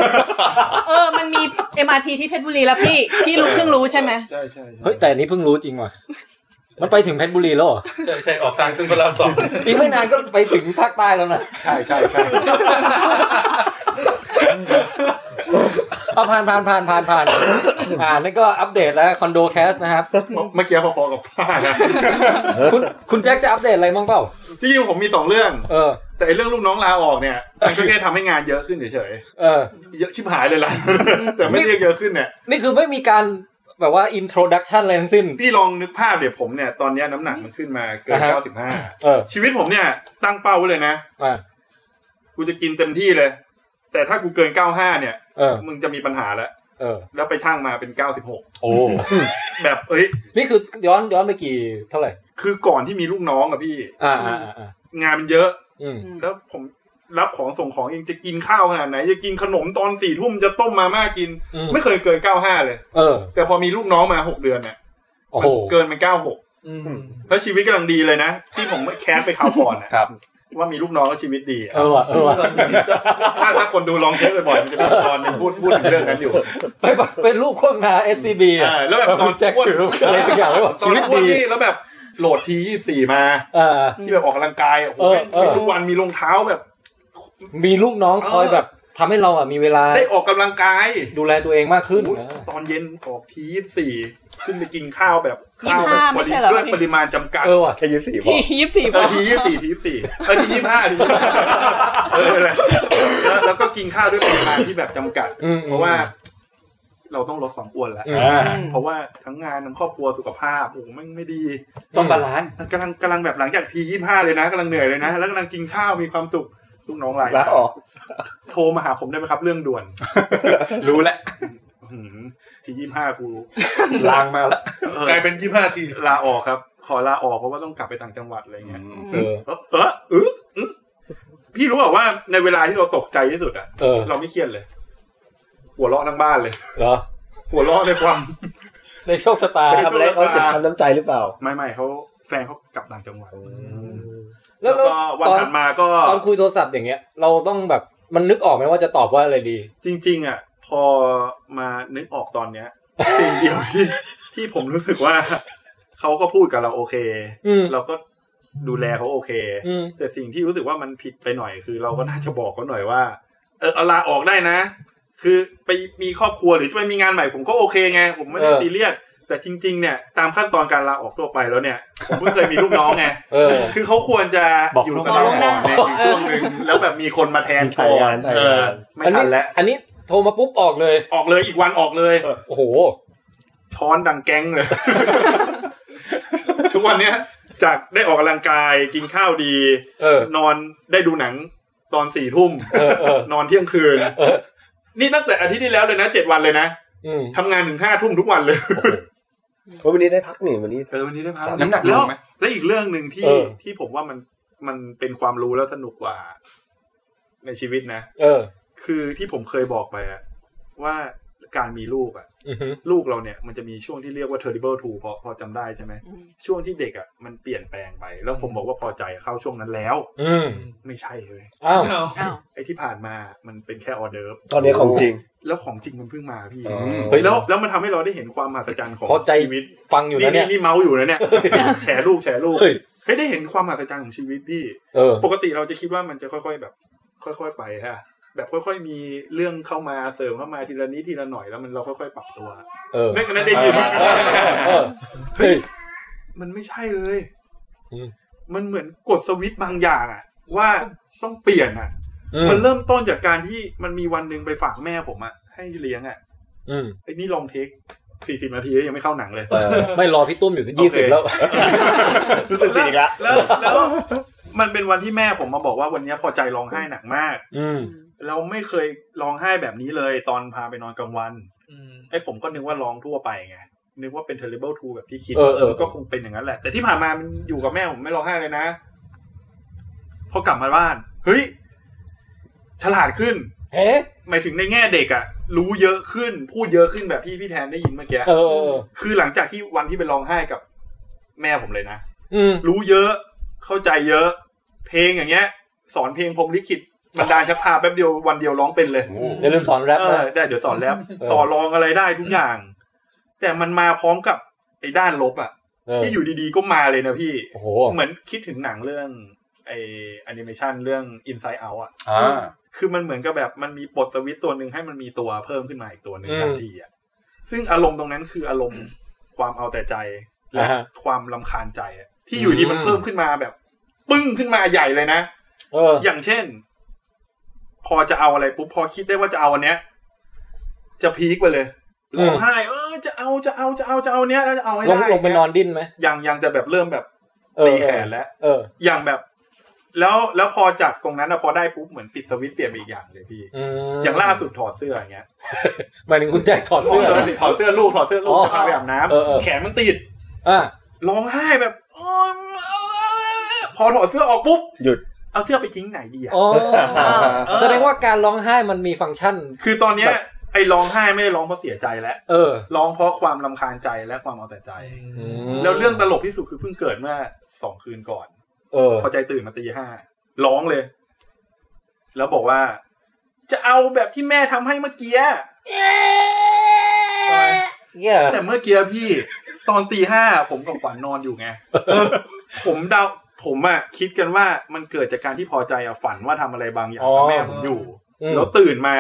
Speaker 4: เออ มันมี MRT ที่เพชรบุรีแล้วพี่ พี่รู้เพิ่งรู้ใช่ไหม
Speaker 3: ใช่ใช่ใช่
Speaker 2: เฮ้ยแต่อันนี้เพิ่งรู้จริงว่ะ มันไปถึงเพชรบุรีแล้วเหรอ
Speaker 6: ใช่ใช่ออกทางซึ่งพระรามสอง
Speaker 2: อีกไม่นานก็ไปถึงภาคใต้แล้วนะ
Speaker 3: ใช่ใช่ใช่
Speaker 2: เอาผ่านผ่านผ่านผ่าน ผ่านผ่านแล้วก็อัปเดตแล้วคอนโดแคสนะครับ
Speaker 3: เมื่อกี้พอๆกับฝ้านะ
Speaker 2: คุณคุณแจ็คจะอัปเดตอะไรบ้างเปล่า
Speaker 3: จริงๆผมมีสองเรื่อง
Speaker 2: เออ
Speaker 3: แต่ไอ้เรื่องลูกน้องลาออกเนี่ยมันก็แค่ทำให้งานเยอะขึ้นเฉย
Speaker 2: เออ
Speaker 3: ๆเยอะชิบหายเลยล่ะ แต่ไม่เรียกเยอะขึ้นเนี่ย
Speaker 2: นี่คือไม่มีการแบบว่าอินโทรดักชันอะไรทั้งสิ้น
Speaker 3: พี่ลองนึกภาพเดี๋ยวผมเนี่ยตอนเนี้ยน้ำหนักมันขึ้นมาเกิน
Speaker 2: อ่าฮะ
Speaker 3: เก้าสิบห้า
Speaker 2: เออ
Speaker 3: ชีวิตผมเนี่ยตั้งเป้าไว้เลยนะ
Speaker 2: มา
Speaker 3: กูจะกินเต็มที่เลย แต่ถ้ากูเกินเก้าห้าเนี่ย
Speaker 2: เออ
Speaker 3: มึงจะมีปัญหาแล้ว
Speaker 2: เออ
Speaker 3: แล้วไปช่างมาเป็นเก้าสิบหก
Speaker 5: โอ้
Speaker 3: แบบเอ้ย
Speaker 2: นี่คือย้อนย้อนไปกี่เท่าไหร่
Speaker 3: คือก่อนที่มีลูกน้องอะพี่
Speaker 2: อ่าอ่าอ่าอ่าง
Speaker 3: านมันเยอะ
Speaker 2: อืม
Speaker 3: แล้วผมรับของส่งของเองจะกินข้าวขนาดไหน จะกินขนมตอนสี่ทุ่มจะต้มมาม่ากิน
Speaker 2: อืม
Speaker 3: ไม่เคยเกินเก้าห้าเลย
Speaker 2: เออ
Speaker 3: แต่พอมีลูกน้องมาหกเดือนเนี่ย
Speaker 2: โอ้
Speaker 3: มั
Speaker 2: โห
Speaker 3: นเกินเป็นเก้าหก แล้วชีวิตกำลังดีเลยนะ ที่ผมแคสไปข่าวก่อนนะครับ ว่ามีลูกน้องแล้วชีวิตดีอะ
Speaker 2: เออว่ะเออว่ะ
Speaker 3: ถ้าถ้าคนดูลองเทสบ่อยๆมันจะมีตอนหนึงพูดพูดถึงเรื่องนั้นอยู่
Speaker 2: ไปไปเป็นรูปโฆษณา SCB อ่ะ
Speaker 3: อ่าแล้วแบบต
Speaker 2: คุ
Speaker 3: อน
Speaker 2: ณแจ็ค
Speaker 3: อ้วน
Speaker 2: ถืออะไรสักอย่างไว้บอก
Speaker 3: ตอ
Speaker 2: ชี
Speaker 3: น
Speaker 2: วิต
Speaker 3: อ้วน
Speaker 2: ดี
Speaker 3: นี่แล้วแบบโหลดทียี่สี่มา
Speaker 2: เอ่า
Speaker 3: ที่แบบออกกำลังกายโอ้โห
Speaker 2: เออเออ
Speaker 3: ทุกวันมีรองเท้าแบบ
Speaker 2: มีลูกน้องคอยแบบทำให้เราอ่ะมีเวลา
Speaker 3: ได้ออกกำลังกาย
Speaker 2: ดูแลตัวเองมากขึ้น
Speaker 3: โอ้โห
Speaker 2: นะ
Speaker 3: ตอนเย็นออกทียี่สี่ ขึ้นไปกินข้าวแบบ
Speaker 4: ยี่
Speaker 3: ข้าวแบ
Speaker 4: สิบห้า
Speaker 3: บ
Speaker 4: ไม่ใช่เหรอ
Speaker 3: ด้วยปริมาณจำกัด
Speaker 2: เออว่ะ
Speaker 8: แค่ยี่สิบสี่พอ
Speaker 4: ที่ยี่สิบสี่
Speaker 3: เออทียี่สี่ทียี่สี่เออทียี่ห้าที25เออแหละแล้วแล้วก็กินข้าวด้วยปริมาณที่แบบจำกัด
Speaker 2: อืม
Speaker 3: เพราะว่า เราต้องลดความอ้วนแล้ว
Speaker 2: อืม
Speaker 8: อ่า
Speaker 3: เพราะว่าทั้งงานทั้งครอบครัวสุขภาพโอ้โหแม่งไม่ดี
Speaker 5: ต้องบาลานซ์
Speaker 3: กำลังกำลังแบบหลังจากทียี่ห้าเลยนะกำลังเหนื่อยเลยนะ แล้วกำลังกินข้าวมีความสุขลูกน้องไลน์
Speaker 8: ลาออก
Speaker 3: โทรมาหาผมได้ไหมครับเรื่องด่วน
Speaker 5: รู้แล้ว
Speaker 3: หืมทียี่ห้ากู
Speaker 5: ลางมาแล้ว
Speaker 3: เออก
Speaker 6: ลายเป็นยี่ห้าที
Speaker 3: ลาออกครับ ขอลาออกเพราะว่าต้องกลับไปต่างจังหวัดอะไรเงี้ย
Speaker 2: เออ
Speaker 3: เออเออเออเออพี่รู้เปล่าว่าในเวลาที่เราตกใจที่สุดอะ
Speaker 2: เออ
Speaker 3: เราไม่เครียดเลย หัวเราะทั้งบ้านเลย
Speaker 2: เหรอ
Speaker 3: หัวเราะในความ
Speaker 2: ในโชคชะตา
Speaker 8: ไปทำอะไรเขาเจ็บช้ำน้ำใจหรือเปล่า
Speaker 3: ไม่ไม่เขาแฟนเขากลับต่างจังหวัด
Speaker 2: แล้ว
Speaker 3: ก็วัน
Speaker 2: ตอน
Speaker 3: ถัดมาก็
Speaker 2: ตอนคุยโทรศัพท์อย่างเงี้ย เราต้องแบบมันนึกออกไหมว่าจะตอบว่าอะไรดี
Speaker 3: จริง ๆ อ่ะ พอมานึกออกตอนเนี้ย สิ่งเดียวที่ที่ผมรู้สึกว่าเขาก็พูดกับเราโอเค
Speaker 2: อืม
Speaker 3: เราก็ดูแลเขาโอเค
Speaker 2: อืม
Speaker 3: แต่สิ่งที่รู้สึกว่ามันผิดไปหน่อยคือ เราก็น่าจะบอกเขาหน่อยว่า เออเอาลาออกได้นะ คือไปมีครอบครัวหรือจะไปมีงานใหม่ผมก็โอเคไง ผมไม่ได้
Speaker 2: เออ
Speaker 3: ซีเรียสแต่จริง ๆ เนี่ย ตามขั้นตอนการลาออกทั่วไปแล้วเนี่ย ผมก็เคยมีลูกน้อง ไง
Speaker 2: เออ
Speaker 3: คือเขาควรจะ
Speaker 5: บอก
Speaker 3: อยู่
Speaker 5: ล่วง
Speaker 3: กับ
Speaker 5: หน้า
Speaker 3: เราก่อนในยอยู่ช่วงหนึ่งแล้วแบบมีคนมาแทน
Speaker 8: ถ่ายงาน
Speaker 3: ก่อ
Speaker 8: ถ่ายงาน
Speaker 3: เออไม่
Speaker 2: อัน
Speaker 3: ทั
Speaker 2: นี้
Speaker 3: นแล้ว
Speaker 2: อันนี้โทรมาปุ๊บออกเลย
Speaker 3: ออกเลยอีกวันออกเลย
Speaker 2: โอ้โห
Speaker 3: ช้อนดังแก๊งเลย ทุกวันเนี้ยจากได้ออกกำลังกายกินข้าวดี
Speaker 2: เออ
Speaker 3: นอนได้ดูหนังตอนสี่ทุ่ม
Speaker 2: เออเออ
Speaker 3: นอนเที่ยงคืน
Speaker 2: เออ
Speaker 3: นี่ตั้งแต่อาทิตย์ที่แล้วเลยนะเจ็ดวันเลยนะ
Speaker 2: อืม
Speaker 3: ทำงานถึงห้าทุ่มทุกวันเลย
Speaker 8: เพราะวันนี้ได้พักนี่วันนี้
Speaker 3: เออวันนี้ได้พัก
Speaker 5: น้ำหนักล
Speaker 3: แล้ว
Speaker 5: งไหม
Speaker 3: และอีกเรื่องหนึ่งที่
Speaker 2: เออ
Speaker 3: ที่ผมว่ามันมันเป็นความรู้แล้วสนุกกว่า ในชีวิตนะ
Speaker 2: เออ
Speaker 3: คือที่ผมเคยบอกไปอะว่าการมีลูกอะ
Speaker 2: อือฮึ
Speaker 3: ลูกเราเนี่ยมันจะมีช่วงที่เรียกว่า terrible two พอพอจำได้ใช่ไหมช่วงที่เด็กอะมันเปลี่ยนแปลงไป แล้วผมบอกว่าพอใจเข้าช่วงนั้นแล้ว
Speaker 2: อืม
Speaker 3: ไม่ใช่เลย
Speaker 2: อ้าว
Speaker 4: อ้าว
Speaker 3: ไอ้ที่ผ่านมามันเป็นแค่ออเดิร์ฟ
Speaker 8: ตอนนี้ของจริง
Speaker 3: แล้วของจริงมันเพิ่งมาพี่
Speaker 8: อ๋อ
Speaker 2: เฮ้ย
Speaker 3: แล้วแล้วมันทำให้เราได้เห็นความมหัศจรรย์ของ
Speaker 2: พอใจ
Speaker 3: ชีวิต
Speaker 2: ฟังอยู่
Speaker 3: นี่
Speaker 2: นะเนี่ย
Speaker 3: นี่นี่เมาส์อยู่ นะเนี่ย แฉลูกแฉลูก
Speaker 2: เฮ้ย
Speaker 3: เฮ้ยได้เห็นความมหัศจรรย์ของชีวิตพี่
Speaker 2: เออ
Speaker 3: ปกติเราจะคิดว่ามันจะค่อยๆแบบ ค่อยๆไปฮะ แบบค่อยๆมีเรื่องเข้ามาเสริมเข้ามาทีละนิดทีละหน่อยแล้วมันเราค่อยๆปรับตัว
Speaker 2: เออ
Speaker 3: นั่นนั่นได้ยิน
Speaker 2: เออเออเฮ้ย
Speaker 3: มันไม่ใช่เลย
Speaker 2: อืม
Speaker 3: มันเหมือนกดสวิตช์บางอย่างอะว่าต้องเปลี่ยนอะ
Speaker 2: อืม
Speaker 3: มันเริ่มต้นจากการที่มันมีวันหนึ่งไปฝากแม่ผมอะให้เลี้ยงอะ
Speaker 2: อืม
Speaker 3: ไอ้นี่ลองเทคสี่สิบนาทีแล้วยังไม่เข้าหนังเลย
Speaker 8: เออ
Speaker 2: ไม่รอพี่ตุ้มอยู่ที่
Speaker 3: โอ
Speaker 2: ยี่
Speaker 3: เค
Speaker 2: สิบแล้ว
Speaker 8: รู้สึกผิดอีกละ
Speaker 3: แล้วแล้วมันเป็นวันที่แม่ผมมาบอกว่าวันเนี้ยพอใจร้องไห้หนักมาก
Speaker 2: อืม
Speaker 3: เราไม่เคยร้องไห้แบบนี้เลย ตอนพาไปนอนกลางวัน ไอ้ผมก็นึกว่าร้องทั่วไปไง นึกว่าเป็น terrible two แบบที่คิด
Speaker 2: เออเออ
Speaker 3: มันก็คงเป็นอย่างนั้นแหละ แต่ที่ผ่านมามันอยู่กับแม่ผมไม่ร้องไห้เลยนะ พอกลับมาบ้าน เฮ้ย ฉลาดขึ้น
Speaker 2: เฮ้
Speaker 3: หมายถึงในแง่เด็กอะรู้เยอะขึ้น พูดเยอะขึ้นแบบที่พี่แทนได้ยินเมื่อกี้
Speaker 2: เออเออ
Speaker 3: คือหลังจากที่วันที่ไปร้องไห้กับแม่ผมเลยนะ
Speaker 2: อืม
Speaker 3: รู้เยอะ เข้าใจเยอะ เพลงอย่างเงี้ย สอนเพลงผมลิขิตบรรดาลชักพาแป๊บเดียววันเดียวร้องเป็นเลย
Speaker 2: อย่าลืมสอนแรป
Speaker 3: เอ
Speaker 2: นะ
Speaker 3: อได้เดี๋ยวสอนแล้ว
Speaker 2: เออ
Speaker 3: ต่อรองอะไรได้ทุกอย่าง แต่มันมาพร้อมกับไอ้ด้านลบอ่ะ
Speaker 2: เออ
Speaker 3: ที่อยู่ดีๆก็มาเลยนะพี่
Speaker 2: โอ้โห
Speaker 3: เหมือนคิดถึงหนังเรื่องไอ้แอนิเมชันเรื่อง Inside Out อ่ะ
Speaker 5: อ่า
Speaker 3: คือมันเหมือนกับแบบมันมีปลดสวิตช์ตัวหนึ่งให้มันมีตัวเพิ่มขึ้นมาอีกตัวหนึ่ง
Speaker 2: อืม
Speaker 3: ทันทีอ่ะซึ่งอารมณ์ตรงนั้นคืออารมณ์ ความเอาแต่ใจและ
Speaker 2: อ่าฮะ
Speaker 3: ความลำคาญใจอะที่อยู่ดีมัน
Speaker 2: อืม
Speaker 3: เพิ่มขึ้นมาแบบ ปึ้งขึ้นมาใหญ่เลยนะ
Speaker 2: เออ
Speaker 3: อย่างเช่น พอจะเอาอะไรปุ๊บพอคิดได้ว่าจะเอาอันเนี้ย จะพีคไปเลย
Speaker 2: อืม
Speaker 3: ร้องไห้เออจะเอาจะเอาจะเอาจะเอาเนี้ยแล้วจะเอาให้
Speaker 2: ล
Speaker 3: ได้
Speaker 2: งลงไปนอนดิ้นไหม
Speaker 3: ยังยังแต่แบบเริ่มแบบ
Speaker 2: เออ
Speaker 3: ตีแขนแล้ว
Speaker 2: เออ
Speaker 3: อย่างแบบ แล้วแล้วพอจากตรงนั้นอะพอได้ปุ๊บเหมือนปิดสวิตช์เปลี่ยนไปอีกอย่างเลยพี่
Speaker 2: อืม
Speaker 3: อย่างล่าสุดถอดเสื้ออย่างเงี้ย
Speaker 2: หมายถึงคุณแจ็คถอด
Speaker 3: ถอ
Speaker 2: เสื้อ
Speaker 3: ดเสื้อถอดเสื้อลูกถอดเสื้อลูก
Speaker 2: อ๋อ
Speaker 3: จะพาไปอาบน้ำ
Speaker 2: เออเออ
Speaker 3: แขนมันติด
Speaker 2: อ่ะ
Speaker 3: ร้องไห้แบบโอ๊ยพอถอดเสื้อออกปุ๊บ
Speaker 8: หยุด
Speaker 3: เอาเสื้อไปทิ้งไหนดีอะ
Speaker 2: อ๋อ
Speaker 3: เออ
Speaker 2: แสดงว่าการร้องไห้มันมีฟังก์ชัน
Speaker 3: คือตอนเนี้ยไอ้ร้องไห้ไม่ได้ร้องเพราะเสียใจแล้ว
Speaker 2: เออ
Speaker 3: ร้องเพราะความลำคาญใจและความเอาแต่ใจ
Speaker 2: อืม
Speaker 3: แล้วเรื่องตลกที่สุดคือเพิ่งเกิดเมื่อสองคืนก่อน
Speaker 2: เออ
Speaker 3: พอใจตื่นมาตีห้าร้องเลย แล้วบอกว่า จะเอาแบบที่แม่ทำให้เมื่อกี้
Speaker 2: เย้ย
Speaker 3: แต่เมื่อกี้พี่ ตอนตีห้าผมกับขวัญนอนอยู่ไง ผมเดาผมอะคิดกันว่ามันเกิดจากการที่พอใจอะฝันว่าทำอะไรบางอย่างกับแม่ผมอยู่
Speaker 2: อืม
Speaker 3: แล้วตื่นมา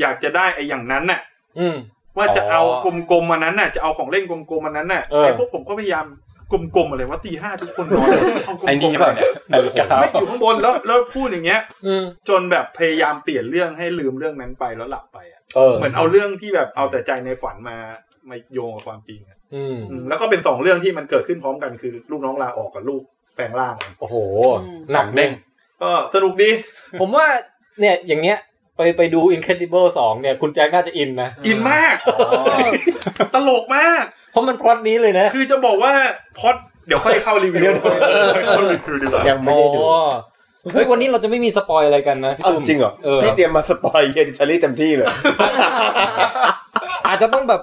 Speaker 3: อยากจะได้ไอ้อย่างนั้นน่ะ
Speaker 2: อืม
Speaker 3: ว่าจะเอากลมๆมันนั้นน่ะจะเอาของเล่นกลมๆมันนั้นน่ะ
Speaker 2: เออ
Speaker 3: ไอ้พวกผมก็พยายามกลมๆอะไรว่าตีห้าทุกคนนอนเอากลมๆ
Speaker 5: ไอ้นี่เปล่าเนี่ยนาฬิกา
Speaker 3: ไม่อยู่ข้างบนแล้วแล้วพูดอย่างเงี้ย
Speaker 2: อืม
Speaker 3: จนแบบพยายามเปลี่ยนเรื่องให้ลืมเรื่องนั้นไปแล้วหลับไปอะ
Speaker 2: เออ
Speaker 3: เหมือนเอาเรื่องที่แบบเอาแต่ใจในฝันมามาโยงกับความจริงอะ
Speaker 2: อืม
Speaker 3: อืมแล้วก็เป็นสองเรื่องที่มันเกิดขึ้นพร้อมกันคือลูกน้องลาออกกับลูกแปลงร่าง
Speaker 2: โอ้โห
Speaker 4: อืม
Speaker 2: หนักเด้ง
Speaker 3: ก็สนุกดี
Speaker 2: ผมว่าเนี่ยอย่างเงี้ยไปไปดู Incredible 2 เนี่ย คุณแจ็คน่าจะอินนะ
Speaker 3: อินมาก ตลกมาก
Speaker 2: เพราะมันพล็อตนี้เลยนะ
Speaker 3: คือจะบอกว่าพอดเดี๋ยวค่อยเข้ารีวิวค่อยเข้ารีวิวดีกว่า
Speaker 8: ยังไม่
Speaker 2: โอ้
Speaker 8: ได้ดู
Speaker 2: เฮ้ยวันนี้เราจะไม่มีสปอยอะไรกันนะพี่
Speaker 8: เอา
Speaker 2: ตุ้ม
Speaker 8: จริงเหรอ
Speaker 2: เออ
Speaker 8: พี่เตรียมมาสปอยเฮียดิชารี่เต็มที่เลย
Speaker 2: อาจจะต้องแบบ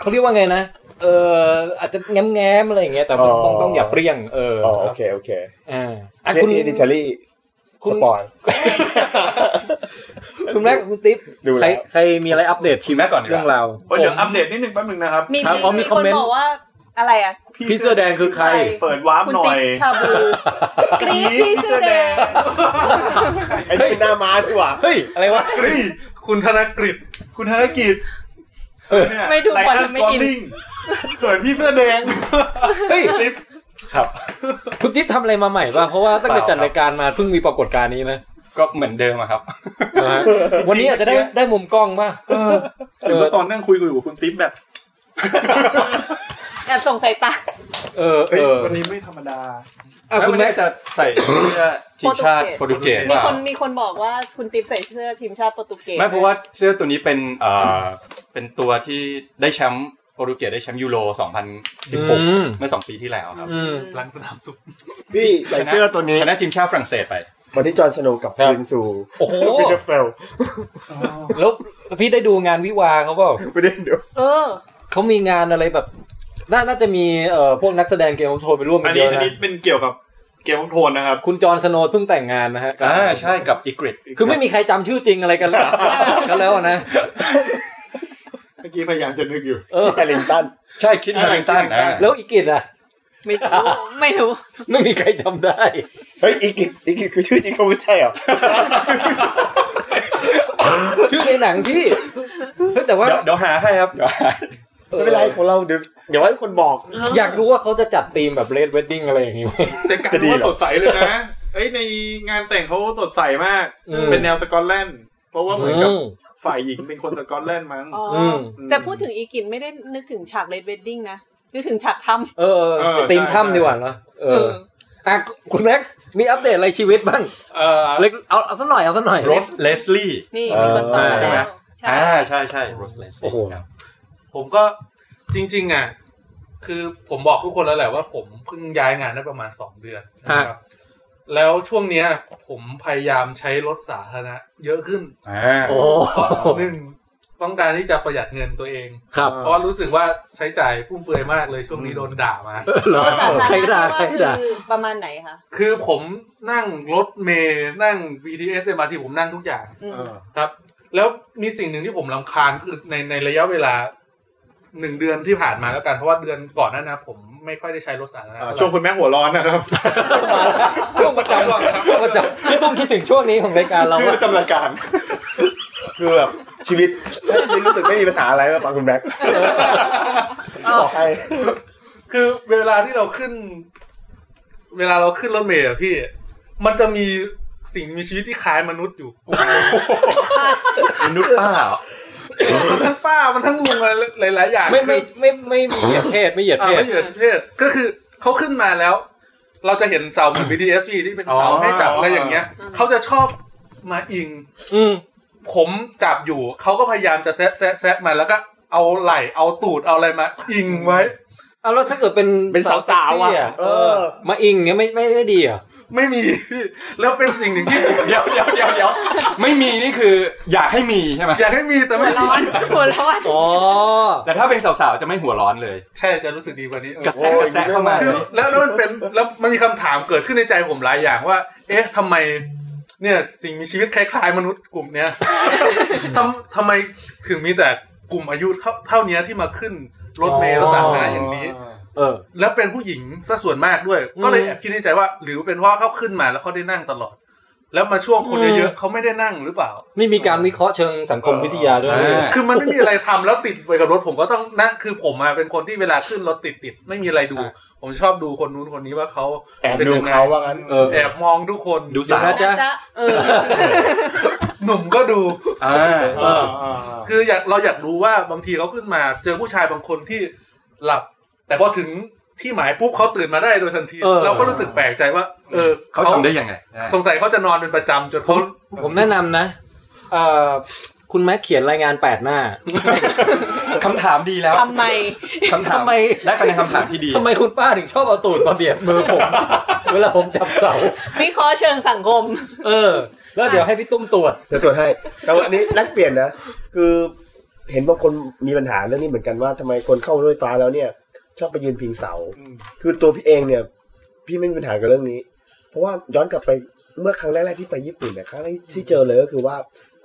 Speaker 2: เขาเรียกว่าไงนะ เอออาจจะแง้มๆอะไรอย่างเงี้ยแต่ว่าต้องต้องอย่าเปรี้ยงเออ
Speaker 8: อ๋อโอเคโอเค
Speaker 2: อ่าอ่ะ
Speaker 8: เฮีย
Speaker 2: คุณ
Speaker 8: เฮียดิชารี่
Speaker 2: คุณ
Speaker 8: สปอย
Speaker 2: คุณแม็กคุณติ๊บ
Speaker 8: ดูแล้ว
Speaker 2: ใครใครมีอะไรอัปเดตชีวิต
Speaker 5: แม็กก่อนดีกว่า
Speaker 2: เรื่องราว
Speaker 3: เฮ้ยเดี๋ยวอัปเดตนิดนึงแป๊บนึงนะครับ
Speaker 4: มี
Speaker 2: ครับ
Speaker 4: มี
Speaker 2: อ๋อมี
Speaker 4: มี
Speaker 2: คอ
Speaker 4: ค
Speaker 2: ม
Speaker 4: น
Speaker 2: เมนต์
Speaker 4: บอกว่าอะไรอ่ะ
Speaker 2: พี่เสื้อแดงคือใคร
Speaker 3: เปิดวาร์ป
Speaker 4: คุณ
Speaker 3: หน่อ
Speaker 4: ติ๊
Speaker 3: ย
Speaker 4: กชาบูกรี๊ดพี่เสื้อแดง
Speaker 8: ไอ้นี่เป็นหน้าม้าดีกว่า
Speaker 2: เฮ้ย อะไรวะ
Speaker 3: เฮ้ย
Speaker 6: คุณธนกฤษ
Speaker 3: คุณธนกิจเนี่ย
Speaker 4: ไม่ดูบอล
Speaker 3: ล
Speaker 4: ไม่
Speaker 3: อิ
Speaker 4: อิ
Speaker 3: ง
Speaker 4: น
Speaker 3: เขินพี่เสื้อแดง
Speaker 2: เฮ้ย
Speaker 3: ติ๊บ
Speaker 5: ครับ
Speaker 2: คุณติ๊บทำอะไรมาใหม่ป่ะ เพราะว่าตั้งแต่
Speaker 5: เปล่า
Speaker 2: จัดรายการมาเพิ่งมีปรากฏการณ์นี้นะ
Speaker 5: ก็เหมือนเดิมอะครับ
Speaker 2: นะฮะวันนี้อาจจะได้ได้มุมกล้องป่ะ
Speaker 3: หรือว่าตอนนั่งคุยกันอยู่กับคุณติ๊บแบบ
Speaker 4: แอบส่งสายตา
Speaker 2: เออเอ
Speaker 3: เฮ้ย
Speaker 2: อ
Speaker 3: วันนี้ไม่ธรรมดา
Speaker 2: อ่ะ
Speaker 5: แล้ว
Speaker 2: คุณ
Speaker 5: วัน
Speaker 2: แม่
Speaker 5: นี้จะใส่เสื้อทีมชาติโปรตุเกส
Speaker 3: โปรตุเกส
Speaker 5: เป
Speaker 4: มี
Speaker 5: ล่า
Speaker 4: คนมีคนบอกว่าคุณติ๊บใส่เสื้อทีมชาติโปรตุเกส
Speaker 5: ไม่เพราะว่าเสื้อตัวนี้เป็นเอ่อเป็นตัวที่ได้แชมป์โปรตุเกสได้แชมป์ยูโร 2016 เมื่อ 2 ปีที่แล้วครับ
Speaker 2: อืม
Speaker 6: หลังสนามสุข
Speaker 8: พี่ใส่เสื้อตัวนี้
Speaker 5: ชนะทีมชาติฝรั่งเศสไป
Speaker 8: วันที่จอห์นสโนว์กลับคืนสู่
Speaker 2: โอ้โห
Speaker 8: วินเทอร์เฟล
Speaker 2: แล้วพี่ได้ดูงานวิวาห์เขาเปล่า
Speaker 8: ไม่ได้ดู
Speaker 4: เออ
Speaker 2: เขามีงานอะไรแบบ น่าน่าจะมีเอ่อพวกนักแสดงเกมของโทนไปร่วมกั
Speaker 3: อั
Speaker 2: น
Speaker 3: น
Speaker 2: เย
Speaker 3: นี้
Speaker 2: อะ
Speaker 3: อัน
Speaker 2: นะ
Speaker 3: นี้เป็นเกี่ยวกับเกมของโทนนะครับ
Speaker 2: คุณจอห์นสโนว์เพิ่งแต่งงานนะฮะ
Speaker 5: อ่าใช่กับอีกริด
Speaker 2: คือไม่มีใครจำชื่อจริงอะไรกันแล้วกันแล้วนะ
Speaker 3: เมื่อกี้พยายามจะนึกอยู่
Speaker 2: เออ
Speaker 8: แฮร์ริงตัน
Speaker 5: ใช่คิดฮันติงตันนะ
Speaker 2: แล้วอีกิดอ่ะ
Speaker 4: ไม่รู้ไม่รู้
Speaker 2: ไม่มีใครจำได้
Speaker 8: เฮ้ยอีกอีกอีกอีกคือชื่อจริงเขาไม่ใช่เหรอ
Speaker 2: ชื่อในหนังที่เฮ้ยแต่ว่า
Speaker 5: เดี๋ยวเดี๋ยวหาให้ครับเดี๋ยวหา
Speaker 8: ไม่เป็นไรของเราเดี๋ยวเดี๋ยวให้คนบอก
Speaker 2: อยากรู้ว่าเขาจะจัดธีมแบบเลดเวดดิ้งอะไรอย่างนี้ไหม
Speaker 3: แต่การ
Speaker 8: จะดี
Speaker 3: ว่า
Speaker 8: เหรอ
Speaker 3: สดใสเลยนะเอ้ยในงานแต่งเขาสดใสมาก
Speaker 2: อืม
Speaker 3: เป็นแนวสกอตแลนด์ เพราะว่าเหมือนกับ
Speaker 2: อืม
Speaker 3: ฝ่ายหญิงเป็นคนสกอตแลนด์มั้ง
Speaker 4: อ๋ออ
Speaker 2: ม
Speaker 4: แต่พูดถึงอีกินไม่ได้นึกถึงฉากเลดเวดดิ้งนะ นึกถึงฉากถ้ำ
Speaker 2: เออเออ
Speaker 3: เออ
Speaker 2: ตีม
Speaker 3: ใช่
Speaker 2: ถ้ำดีกว่าเนาะเอ
Speaker 4: เอ
Speaker 2: อ
Speaker 4: อ
Speaker 2: อ่ะคุณแม็กมีอัปเดตอะไรชีวิตบ้าง
Speaker 5: เอ่อ
Speaker 2: เล็กเอาเอาสักหน่อยเอาสักหน่อย
Speaker 5: โรสเลสลี่
Speaker 4: นี่มีคนตอบ
Speaker 5: เออใช่ไหม
Speaker 4: แล้วใช่
Speaker 5: อ่าใช่ใช่โรสเลสลี่
Speaker 2: โอ้โห
Speaker 5: ครับ
Speaker 6: ผมก็จริง ๆ อ่ะ คือผมบอกทุกคนแล้วแหละว่าผมเพิ่งย้ายงานได้ประมาณสองเดือนนะครับ แล้วช่วงเนี้ย ผมพยายามใช้รถสาธารณะเยอะขึ้น
Speaker 5: อ่า
Speaker 2: โอ้
Speaker 6: หนึ่งต้องการที่จะประหยัดเงินตัวเอง
Speaker 2: ครับ
Speaker 6: เพราะว่ารู้สึกว่าใช้จ่ายฟุ่มเฟือยมากเลยช่วงนี้โดนด่ามา
Speaker 2: เหรอ
Speaker 4: ภาษา
Speaker 2: ใคร
Speaker 4: ไทย
Speaker 2: ด่าใคร
Speaker 4: ว่า
Speaker 2: ด่า
Speaker 4: คือประมาณไหนคะ
Speaker 6: คือผมนั่งรถเมย์นั่ง BTS MRT ผมนั่งทุกอย่าง
Speaker 4: อืม
Speaker 6: ครับ แล้วมีสิ่งหนึ่งที่ผมลำคาญคือในในระยะเวลาหนึ่งเดือนที่ผ่านมาแล้วกัน เพราะว่าเดือนก่อนหนั้นนะผมไม่ค่อยได้ใช้รถสาธารณะ
Speaker 3: อ่าช่วงคุณแม่หัวร้อนนะครับ
Speaker 2: ช่วงประจำช่วงประจำพี่ตุ้มคิดถึงช่วงนี้ของรายการเรา
Speaker 3: คือ
Speaker 2: ว่า
Speaker 3: จำรายการ
Speaker 8: คือแบบชีวิตถ้าชีวิตรู้สึกไม่มีปัญหาอะไรมาฟังคุณแบ็คบอกให้
Speaker 6: คือเวลาที่เราขึ้น เวลาเราขึ้นรถเมย์อะพี่ มันจะมีสิ่งมีชีวิตที่คล้ายมนุษย์อยู่กลุ่มหนึ่ง
Speaker 5: มนุษย์ป้าเหรอ
Speaker 6: มันทั้งป้ามันทั้งลุงอะไรหลายๆอย่าง
Speaker 2: ไม่ไม่ไม่ไม่ไม่เหยียดเพศไม่เหยียด
Speaker 6: อ่า
Speaker 2: เพศ
Speaker 6: ไม่เหยียดเพศก็คือเขาขึ้นมาแล้ว เราจะเห็นเสาเหมือน BTS พี่ที่เป็นเสา
Speaker 5: อ๋อ
Speaker 6: ให้จับอะไรอย่างเงี้ยเขาจะชอบมาอิง
Speaker 2: อืม
Speaker 6: ผมจับอยู่เขาก็พยายามจะแซะแซะแซะมาแล้วก็เอาไหล่เอาตูดเอาอะไรมาอิงไว้
Speaker 2: เอาแล้วถ้าเกิดเป็น
Speaker 8: เป็นสาวๆอ่ะ
Speaker 2: เซ็กซี่
Speaker 8: เออ
Speaker 2: มาอิงเงี้ยไม่ไม่ไม่ดีเหรอ่ะ
Speaker 6: ไม่มีพี่แล้วเป็นสิ่งหนึ่งที่
Speaker 5: เดี๋ยวเดี๋ยวเดี๋ยวเดี๋ยวไม่มีนี่คืออยากให้มีใช่ไหม
Speaker 6: อยากให้มีแต่ไม่มี
Speaker 4: หัวเราะ
Speaker 2: อ๋อ
Speaker 5: แต่ถ้าเป็นสาวๆจะไม่หัวร้อนเลย
Speaker 6: ใช่จะรู้สึกดีกว่านี้
Speaker 5: กระแซะกระแซะเข้ามา
Speaker 8: โอ้ย
Speaker 5: สิ
Speaker 6: แล้วแล้วมันเป็นแล้วมันมีคำถามเกิดขึ้นในใจผมหลายอย่างว่า เอ๊ะทำไมเนี่ยสิ่งมีชีวิตคล้ายๆ มนุษย์กลุ่มเนี้ย ทำทำไมถึงมีแต่กลุ่มอายุเท่าเท่าเนี้ยที่มาขึ้นรถเมล์รถสาธารณะอย่างนี้
Speaker 2: เออ
Speaker 6: แล้วเป็นผู้หญิงซะส่วนมากด้วย
Speaker 2: อืม
Speaker 6: ก็เลยแอบคิดในใจว่า หรือเป็นเพราะเขาขึ้นมาแล้วเขาได้นั่งตลอด แล้วมาช่วงคนเยอะๆเขาไม่ได้นั่งหรือเปล่า
Speaker 2: ไม่มีการวิเคราะห์เชิงสังคมวิทยาด้วย
Speaker 5: เอ
Speaker 6: คือมันไม่มีอะไรทำแล้วติดไปกับรถผมก็ต้องนั่งคือผมอะเป็นคนที่เวลาขึ้นรถติดติดๆไม่มีอะไรดู
Speaker 2: อ่ะ
Speaker 6: ผมชอบดูคนนู้นคนนี้ว่าเขา
Speaker 8: แอบ
Speaker 6: ป็น
Speaker 8: ดู
Speaker 6: ยังไง
Speaker 8: เขาว่างั้น
Speaker 2: เออ
Speaker 6: แอบมองทุกคน
Speaker 5: ดูสาว
Speaker 2: เดี๋ยวนะ
Speaker 4: อาจจะเออ
Speaker 6: หนุ่มก็ดู
Speaker 5: อ่า
Speaker 2: เออ
Speaker 6: คืออยากเราอยากรู้ว่าบางทีเขาขึ้นมา เจอผู้ชายบางคนที่หลับ แต่พอถึงที่หมายปุ๊บเขาตื่นมาได้โดยทันที
Speaker 2: เออ
Speaker 6: เราก็รู้สึกแปลกใจว่า เออ
Speaker 5: เขาทำได้ยังไง
Speaker 6: สงสัยเขาจะนอนเป็นประจำจน
Speaker 2: ผ
Speaker 6: เขา
Speaker 2: มผมแนะนำนะเอ่อคุณแม็กเขียนรายงานแปดหน้า
Speaker 5: คำถามดีแล้ว
Speaker 4: ทำไม
Speaker 5: คำถาม
Speaker 2: ทำไม
Speaker 5: ได้คะแนนคำถามที่ดี
Speaker 2: ทำไมคุณป้าถึงชอบเอาตูดมาเบียดมือผม เวลาผมจับเสา
Speaker 4: วิเคราะห์เชิงสังคม
Speaker 2: เออ แล้วเดี๋ยวให้พี่ตุ้มตรวจ
Speaker 8: เดี๋ยวตรวจให้แต่วันนี้นักเปลี่ยนนะ คือเห็นบางคนมีปัญหาเรื่องนี้เหมือนกันว่าทำไมคนเข้ารถไฟฟ้าแล้วเนี่ย ชอบไปยืนพิงเสา คือตัวพี่เองเนี่ย พี่ไม่มีปัญหากับเรื่องนี้ เพราะว่าย้อนกลับไปเมื่อครั้งแรกๆที่ไปญี่ปุ่นเนี่ยครั้งแรกที่เจอเลยก็คือว่า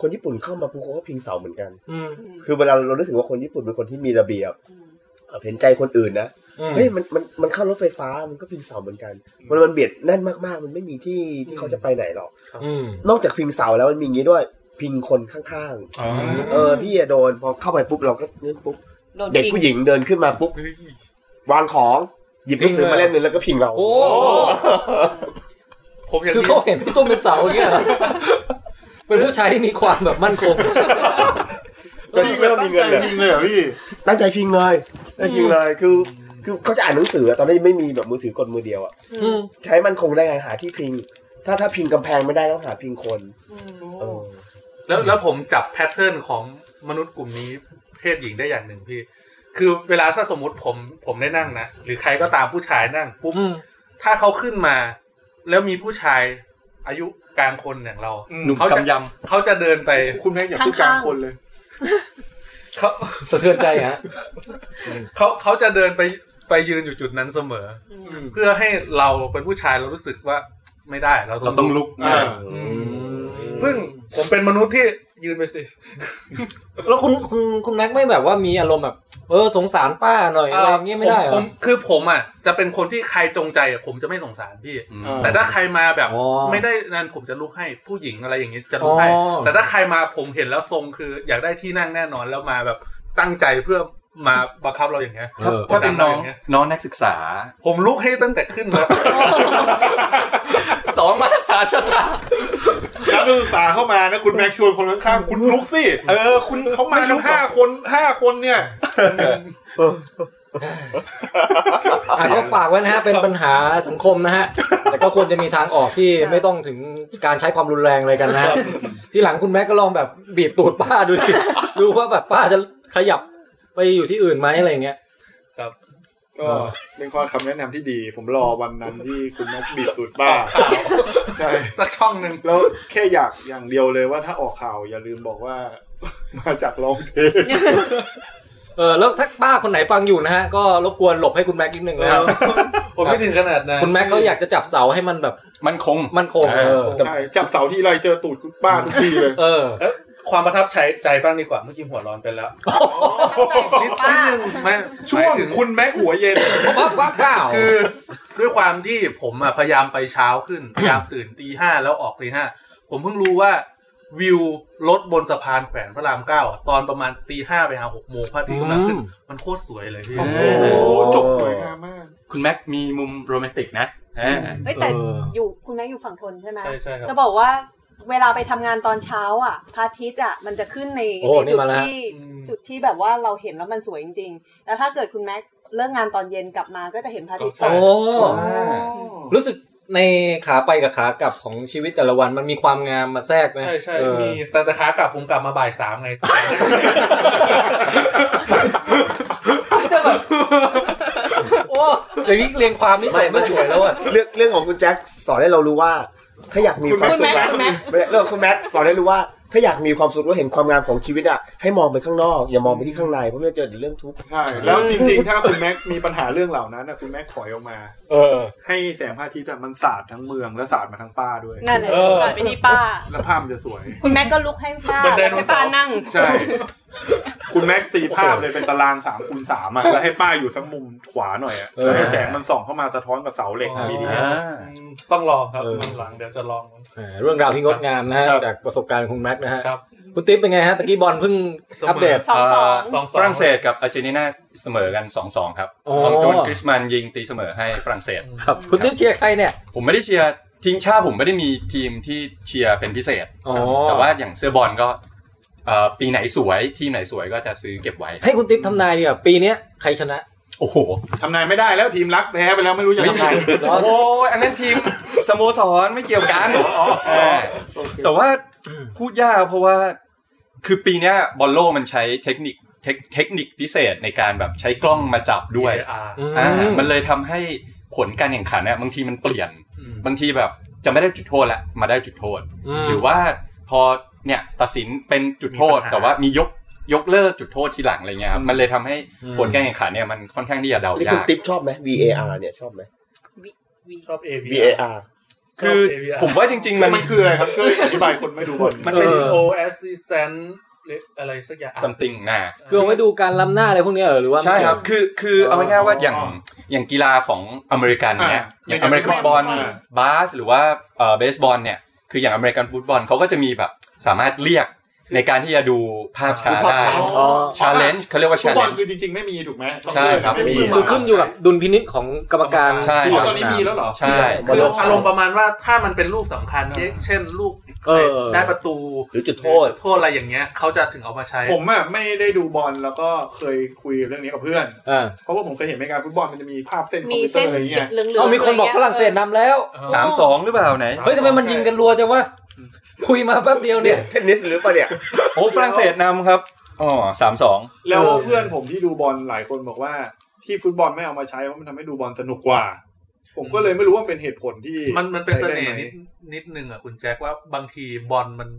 Speaker 8: คนญี่ปุ่นเข้ามาปุ๊บเขาก็พิงเสาเหมือนกัน
Speaker 2: อืม
Speaker 8: คือเวลาเรานึกถึงว่าคนญี่ปุ่นเป็นคนที่มีระเบียบ
Speaker 4: อืม
Speaker 8: เอ่อเห็นใจคนอื่นนะ
Speaker 2: อืม
Speaker 8: เฮ้ยมันมันมันเข้ารถไฟฟ้ามันก็พิงเสาเหมือนกันมันมันเบียดแน่นมากๆ มันไม่มีที่ที่เขาจะไปไหนหรอก
Speaker 2: อืม
Speaker 8: นอกจากพิงเสาแล้วมันมีอย่างนี้ด้วย พิงคนข้างๆ เออพี่อะโดนพอเข้าไปปุ๊บเราก็นึกปุ๊บ
Speaker 4: โดน
Speaker 8: เด็ก
Speaker 4: พิง
Speaker 8: ผู้หญิงเดินขึ้นมาปุ๊บวางของหยิบหนังสือมาเล่มหนึงแล้วก็พิงเรา
Speaker 2: โอ้
Speaker 6: ผมอย่าง
Speaker 2: คือ
Speaker 6: นี้
Speaker 2: เขาเห็นพี่ตุ้มเป็นเสาอย่างเงี้ยเหรอเป็นผู้ชายที่มีความแบบมั่นคง
Speaker 8: แต่พี่ไม่ต้องมีเงินเลย
Speaker 5: ยิงเลยเหรอพี่
Speaker 8: ตั้งใจพิงเลยตั้งใจพิงเลยคือคือเขาจะอ่านหนังสืออะตอนนี้นยังไม่มีแบบมือถือกดมือเดียวอะ
Speaker 2: อืม
Speaker 8: ใช้มันคงได้ไงหาที่พิง ถ้าถ้าพิงกำแพงไม่ได้ต้องหาพิงคน
Speaker 4: อืม
Speaker 8: เออ
Speaker 6: แล้วแล้วผมจับแพทเทิร์นของมนุษย์กลุ่มนี้เพศหญิงได้อย่างหนึ่งพี่ คือเวลาถ้าสมมติผมผมได้นั่งนะหรือใครก็ตามผู้ชายนั่งปุ๊บ
Speaker 2: อืม
Speaker 6: ถ้าเขาขึ้นมา แล้วมีผู้ชายอายุกลางคนอย่างเรา
Speaker 5: หนุ่ม
Speaker 6: เขาจะ
Speaker 5: กำย
Speaker 6: เขาจะเดินไป
Speaker 3: คุณแม่งอย่าพูดกลางคนเลย
Speaker 6: เขา
Speaker 2: สะเทือนใจฮะ
Speaker 6: เขาเขาจะเดินไปไปยืนอยู่จุดนั้นเสมออเพื่อให้เราเป็นผู้ชายเรารู้สึกว่าไม่ได้เรา
Speaker 5: เราต้องลุก
Speaker 6: อ่าซึ่งผมเป็นมนุษย์ที่ยืนไปสิ
Speaker 2: แล้วคุณคุณคุณแม็กไม่แบบว่ามีอารมณ์แบบ เออสงสารป้าหน่อยอะไรอย่างเงี้ยไม่ได้เหร
Speaker 6: ผ
Speaker 2: อ
Speaker 6: มคือผมอ่ะจะเป็นคนที่ใครจงใจอ่ะผมจะไม่สงสารพี่
Speaker 5: อืม
Speaker 6: แต่ถ้าใครมาแบบ
Speaker 2: อ๋อ
Speaker 6: ไม่ได้นั่นผมจะลุกให้ผู้หญิงอะไรอย่างนี้จะลุกให้
Speaker 2: อ๋อ
Speaker 6: แต่ถ้าใครมาผมเห็นแล้วทรงคือ อยากได้ที่นั่งแน่นอนแล้วมาแบบตั้งใจเพื่อมาบังคับเราอย่างเงี้ย
Speaker 2: เออ
Speaker 5: ถ้าเป็นน้อง
Speaker 6: กดดัราย่าเย
Speaker 5: น้องนักศึกษา
Speaker 6: ผมลุกให้ตั้งแต่ขึ้นแล้ว
Speaker 5: สองมาตรฐานชัด
Speaker 3: แล้วนักศึกษาเข้ามานะคุณแม็กชวนคนข้างๆคุณลุกสิ
Speaker 5: ๆเออ คุณ
Speaker 3: เขามากันห้าคนห้าคนเนี่ย
Speaker 2: อาจจะฝากไว้นะฮะเป็นปัญหาสังคมนะฮะ แต่ก็ควรจะมีทางออก ที่ไม่ต้องถึงการใช้ความรุนแรงอะไรกันนะฮะ ที่หลังคุณแม็กก็ลองแบบบีบตูดป้าดูดิ ดูว่าแบบป้าจะขยับไปอยู่ที่อื่นไหมอะไร อย่างเงี้ย
Speaker 3: ก็เป็นความคำแนะนำที่ดี ผมรอวันนั้นที่คุณแม็กบีบตูดบ้า ใช่
Speaker 6: สักช่องหนึ่ง
Speaker 3: แล้วแค่อยากอย่างเดียวเลยว่าถ้าออกข่าวอย่าลืมบอกว่า มาจากร้องเพลง
Speaker 2: เออแล้วถ้าป้าคนไหนฟังอยู่นะฮะ ก็รบกวนหลบให้คุณแม็กนิดนึงนะ
Speaker 6: แล้
Speaker 2: คว รับ
Speaker 6: ผมไม่ถึงขนาดนั้น
Speaker 2: คุณแม็กเขาอยากจะจับเสาให้มันแบบ
Speaker 5: มันคง
Speaker 2: มั่นคงเออ
Speaker 3: ใช่จับเสาที่ไรเจอตูดคุณป้าทุกทีเลย
Speaker 2: เออ
Speaker 6: เอ้ยความประทับใจใจบ้างดีกว่าเมื่อกี้หัวร้อนไปแล้ว
Speaker 4: ตั้งใจของ
Speaker 6: นิดนิ
Speaker 4: ป้า
Speaker 6: ดนึงไม่
Speaker 3: ช่วง
Speaker 6: หมายถึง
Speaker 3: คุณแม็กหัวเย็น
Speaker 2: ว้าวว้าวว้าว
Speaker 6: คือด้วยความที่ผมอะพยายามไปเช้าขึ้น พยายามตื่นตีห้าแล้วออกตีห้าผมเพิ่งรู้ว่าวิวรถบนสะพานแขวนพระรามเก้าอะตอนประมาณตีห้าไปหาหกโมงพระอาทิตย์กำลังขึ้น มันโคตรสวยเลยพี่
Speaker 5: โอ้
Speaker 3: โอ้โหจบสวยงามมาก
Speaker 5: คุณแม็กมีมุมโรแมนติกนะอ่า
Speaker 4: เฮ้ยแต่อยู่คุณแม่อยู่ฝั่งทนใช่ไหม
Speaker 6: ใช่ใช่ครั
Speaker 4: จะ
Speaker 6: บ
Speaker 4: บอกว่าเวลาไปทำงานตอนเช้าอ่ะพระอาทิตย์อ่ะมันจะขึ้นใน
Speaker 2: โอ้
Speaker 4: ใน
Speaker 2: นี่
Speaker 4: จุด
Speaker 2: มาแล้ว
Speaker 4: ที่จุดที่แบบว่าเราเห็นแล้วมันสวยจริงๆ แล้วถ้าเกิดคุณแม็กเลิกงานตอนเย็นกลับมาก็จะเห็นพระอาทิตย์ตก
Speaker 2: โอ้
Speaker 5: า
Speaker 2: รู้สึกในขาไปกับขากลับของชีวิตแต่ละวันมันมีความงามมาแทรกไหม
Speaker 6: ใช่ใช่
Speaker 2: เออ
Speaker 6: มีแต่แต่ขากลับผมกลับมาบ่ายสามไง
Speaker 2: โอ้อย่างนี้เรียงความนี่ตกไม่สวยแล้วอ่ะ
Speaker 8: เรื่องเรื่องของคุณแจ็คสอนให้เรารู้ว่า ถ้าอยากมี
Speaker 3: คุณ
Speaker 8: ความ
Speaker 3: แม็ก
Speaker 4: คุณ
Speaker 8: สุข
Speaker 4: แม็ก
Speaker 8: นะ
Speaker 4: คุณแม็ก
Speaker 8: ไม่ใช่เรื่องของคุณแม็กสอนให้รู้ว่า ถ้าอยากมีความสุขและเห็นความงามของชีวิตอ่ะให้มองไปข้างนอกอย่ามองไปที่ข้างในเพราะมันจะเจอแต่เรื่องทุกข์
Speaker 3: ใช่แล้วจริงๆ ถ้าคุณแม็กมีปัญหาเรื่องเหล่านั้นนะคุณแม็กถอยออกมา
Speaker 2: เออ
Speaker 3: ให้แสงพระอาทิตย์อะมันสาดทั้งเมืองและสาดมาทั้งป้าด้วย
Speaker 4: นั่นแหละ
Speaker 2: เออ
Speaker 4: สาดไปที่ป้า
Speaker 3: แล้วภาพมันจะสวย
Speaker 4: คุณแม่ก็ลุกให้ป้า
Speaker 6: บันได
Speaker 4: แล้ว
Speaker 6: โน
Speaker 4: ให้
Speaker 6: เสาร์
Speaker 4: ป้านั่ง
Speaker 3: ใช่ คุณแม็กตีภาพเลยเป็นตารางสามคูณสามอะแล้วให้ป้าอยู่สักมุมขวาหน่อยอะแล้วให้แสงมันส่องเข้ามาสะท้อนกับเสาเหล็กของ BTS
Speaker 5: อ่า
Speaker 6: ต้องลองครับ
Speaker 2: เออ
Speaker 6: วันหลังเดี๋ยวจะลอง
Speaker 2: อ่าเรื่องราวที่งดงามนะฮะ
Speaker 6: ครับ
Speaker 2: จากประสบการณ์ของคุณแม็กซ์นะฮะ
Speaker 6: ครับ
Speaker 2: คุณติ๊บเป็นไงฮะตะกี้บอลเพิ่งอัปเดต
Speaker 4: สองสอง
Speaker 6: สอง
Speaker 5: ฝรั่งเศสกับอาร์เจนตินาเสมอกันสองสองครับ
Speaker 2: อ๋อ
Speaker 5: ของจูนคริสมันยิงตีเสมอให้ฝรั่งเศส
Speaker 2: ครับคุณติ๊บเชียร์ใครเนี่ย
Speaker 5: ผมไม่ได้เชียร์ทีมชาติผมไม่ได้มีทีมที่เชียร์เป็นพิเศษ
Speaker 2: อ๋อ
Speaker 5: แต่ว่าอย่างเสื้อบอลก็เอ่อปีไหนสวยทีมไหนสวยก็จะซื้อเก็บไว้
Speaker 2: ให้คุณติ๊บทำนายดีกว่าปีเนี้ยใครชนะ
Speaker 5: โอ้โห
Speaker 3: ทำนายไม่ได้แล้วทีมรักแพ้ไปแล้วไม่รู้จะทำไง
Speaker 5: โอ้โหอันนั้นทีมสโมสรไม่เกี่ยวกันเออแต่ว่าพูดยากเพราะว่าคือปีเนี้ยบอลโลกมันใช้เทคนิคเทคเทคนิคพิเศษในการแบบใช้กล้องมาจับด้วย
Speaker 6: อา
Speaker 2: อืม
Speaker 5: อ่ามันเลยทำให้ผลการแข่งขันเนี่ยบางทีมันเปลี่ยน บางทีแบบจะไม่ได้จุดโทษละมาได้จุดโทษ
Speaker 2: อืม
Speaker 5: หรือว่าพอเนี่ยตัดสินเป็นจุดโทษ แต่ว่ามียกยกเลิกจุดโทษทีหลังอะไรเงี้ยครับมันเลยทำให้
Speaker 2: อืม
Speaker 5: ผลการแข่งขันเนี่ยมันค่อนข้างที่จะเดา
Speaker 8: นี่คุ
Speaker 5: ยา
Speaker 8: ณ
Speaker 5: ก
Speaker 8: ติ๊บชอบไหม VAR เนี่ยชอบไหม
Speaker 6: ชอบ AV
Speaker 8: VAR
Speaker 5: คือ
Speaker 6: AVR
Speaker 5: ผมว่าจริง ๆ มัน
Speaker 3: มันคืออะไรครับก็อธิบายคนไม่ดูบอล
Speaker 6: มันเป็น
Speaker 2: เออ
Speaker 6: OS Assistant หรืออะไรสักอย่าง
Speaker 5: ซัมติงนะ
Speaker 2: คือเอาไว้ดูการล้ำหน้าอะไรพวกเนี้ยเหรอหรือว่า
Speaker 5: ใช่ครับคือคือเอาง่ายๆว่าอย่างอย่างกีฬาของอเมริกันเนี่ยอย่างอเมริกันบอลบาสหรือว่าเอ่อเบสบอลเนี่ยคืออย่างอเมริกันฟุตบอลเขาก็จะมีแบบสามารถเรียกในการที่จะดูภาพช้า
Speaker 8: ภาพ
Speaker 5: ได้
Speaker 8: ช้า
Speaker 3: อ๋อ
Speaker 5: challenge เขาเรียกว่า
Speaker 3: ฟุตบอล
Speaker 5: challenge
Speaker 3: คือจริงๆไม่มีถูกไหม
Speaker 5: ใช่ครับ
Speaker 3: ไม่มี
Speaker 2: คือขึ้นอยู่กับดุลพินิษของกรรมการ
Speaker 5: ใช่
Speaker 3: อ๋
Speaker 5: ค
Speaker 3: อ
Speaker 5: รับ
Speaker 3: ตอนนี้มีแล้วเหรอ
Speaker 5: ใช่
Speaker 6: คืออารมณ์ประมาณว่าถ้ามันเป็นลูกสำคัญ เช่นลูก
Speaker 2: เออ
Speaker 6: ได้ประตู
Speaker 8: หรือจุดโทษ
Speaker 6: โทษอะไรอย่างเงี้ยเขาจะถึงเอามาใช้
Speaker 3: ผมอะไม่ได้ดูบอลแล้วก็เคยคุยเรื่องนี้กับเพื่อน
Speaker 2: อ่า
Speaker 3: เพราะว่าผมเคยเห็นในการฟุตบอลมันจะมีภาพเส้นคอม
Speaker 4: มี
Speaker 3: พิวเตอ
Speaker 4: เส้น
Speaker 3: ร์อะไรเงี้ย
Speaker 4: เหลืองๆ
Speaker 2: เอามีคนบอกฝรั่งเศสนำแล้ว
Speaker 5: สามสองหรือเปล่าไหน
Speaker 2: เฮ้ยทำไมมันยิงกันรัวจังวะคุยมาแป๊บเดียว
Speaker 8: เนี่
Speaker 2: เนี่ย ย
Speaker 8: เทนนิสหรือเปล่าเนี่ย
Speaker 5: โอ้ฝรั่งเศสนำครับอ๋อสามสอง
Speaker 3: แล้ว
Speaker 2: เออ
Speaker 3: เพื่อนผมที่ดูบอลหลายคนบอกว่า ที่ฟุตบอลไม่เอามาใช้เพราะมันทำให้ดูบอลสนุกกว่า ผมก็เลยไม่รู้ว่าเป็นเหตุผลที่
Speaker 6: มันมันเป็นเส
Speaker 3: ใช้ได้
Speaker 6: น่ห์
Speaker 3: ไหม
Speaker 6: นิดนิดนึงอ่ะคุณแจ็คว่าบางทีบอลมัน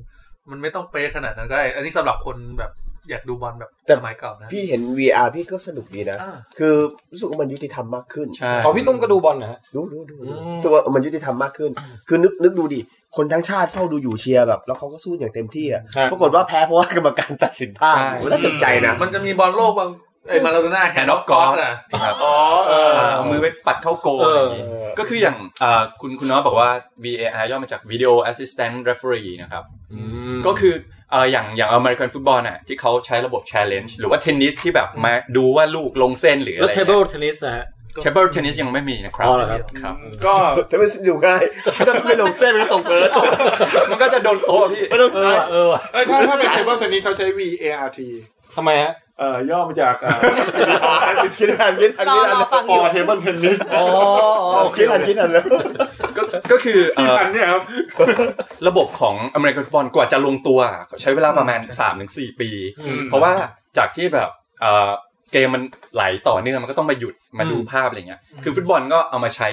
Speaker 6: มันไม่ต้องเป๊ะขนาดนั้นก็ได้ อันนี้สำหรับคนแบบอยากดูบอลแบบ
Speaker 8: แต่
Speaker 6: สมัยเก่านะ
Speaker 8: พี่เห็น VR พี่ก็สนุกดีนะ
Speaker 6: อ่า
Speaker 8: คือรู้สึกว่ามันยุติธรรมมากขึ้น
Speaker 5: ใช่
Speaker 2: ของพี่ตุ้มก็ดูบอลนะฮะ
Speaker 8: ดูดูดู
Speaker 2: อืม
Speaker 8: รู้สึกว่ามันยุติธรรมมากขึ้น คือนึกนึกดูดิ คนทั้งชาติเฝ้าดูอยู่เชียร์แบบ แล้วเขาก็สู้อย่างเต็มที่อ่ะ ปรากฏว่าแพ้เพราะว่ากรรมการตัดสินพลาดโหน่าเจ็บใจนะ
Speaker 6: มันจะมีบอลโลกบางไอ้มาลาโดน่าแฮนด์ออฟกอล์ฟอ่ะ
Speaker 5: ครับ
Speaker 3: อ๋อเออ
Speaker 5: เอามือไปปัดเข้าโกลอะไรอย่างงี้
Speaker 8: เออ
Speaker 5: ก็คืออย่างเอ่อคุณคุณน้องบอกว่า VAR ย่อมาจาก Video Assistant Referee นะครับ ก็คือเอ่ออย่างอย่างอเมริกันฟุตบอลน่ะที่เขาใช้ระบบ Challenge หรือว่าเทนนิสที่แบบมาดูว่าลูกลงเส้นหรืออะ
Speaker 2: แล้
Speaker 5: ไร
Speaker 2: วเทเบิลเทนนิสนะฮะ
Speaker 5: เทเบิลเทนนิสยังไม่มีนะครับ
Speaker 2: อ๋อเหรอครับ
Speaker 5: ครับ
Speaker 3: ก็
Speaker 8: จะไม่สนุกง่ายถ้าไม่ลงเส้นไม่ตกเลย
Speaker 5: มันก็จะโดนโต๊ะพี่
Speaker 8: ไม่ต้อง
Speaker 2: เอ
Speaker 8: ใช้
Speaker 2: อเออ
Speaker 3: เอ้ยถ้าถ้าเป็นเทเบิลเทนนิสเขาใช้ VART
Speaker 2: ทำไมฮะ
Speaker 3: เอ่อย่อมาจากเอ่
Speaker 8: คิดทันคิดทัน
Speaker 4: รอร
Speaker 8: คิดทั
Speaker 4: อน ฟังอ
Speaker 3: อยู่ เทเบิลเทนนิส
Speaker 2: อ๋อ
Speaker 8: โอเคคิดทันคิดทันแล้ว
Speaker 5: ก็ก็คือเอ่อ
Speaker 3: อันเนี้ยครับ
Speaker 5: ระบบของอเมริกันฟุตบอลกว่าจะลงตัวใช้เวลาประมาณ 3-4 ปี เพราะว่าจากที่แบบเอ่อเกมมันไหลต่อเนื่องมันก็ต้องมาหยุดมาดูภาพอะไรเงี้ยคือฟุตบอลก็เอามาใช้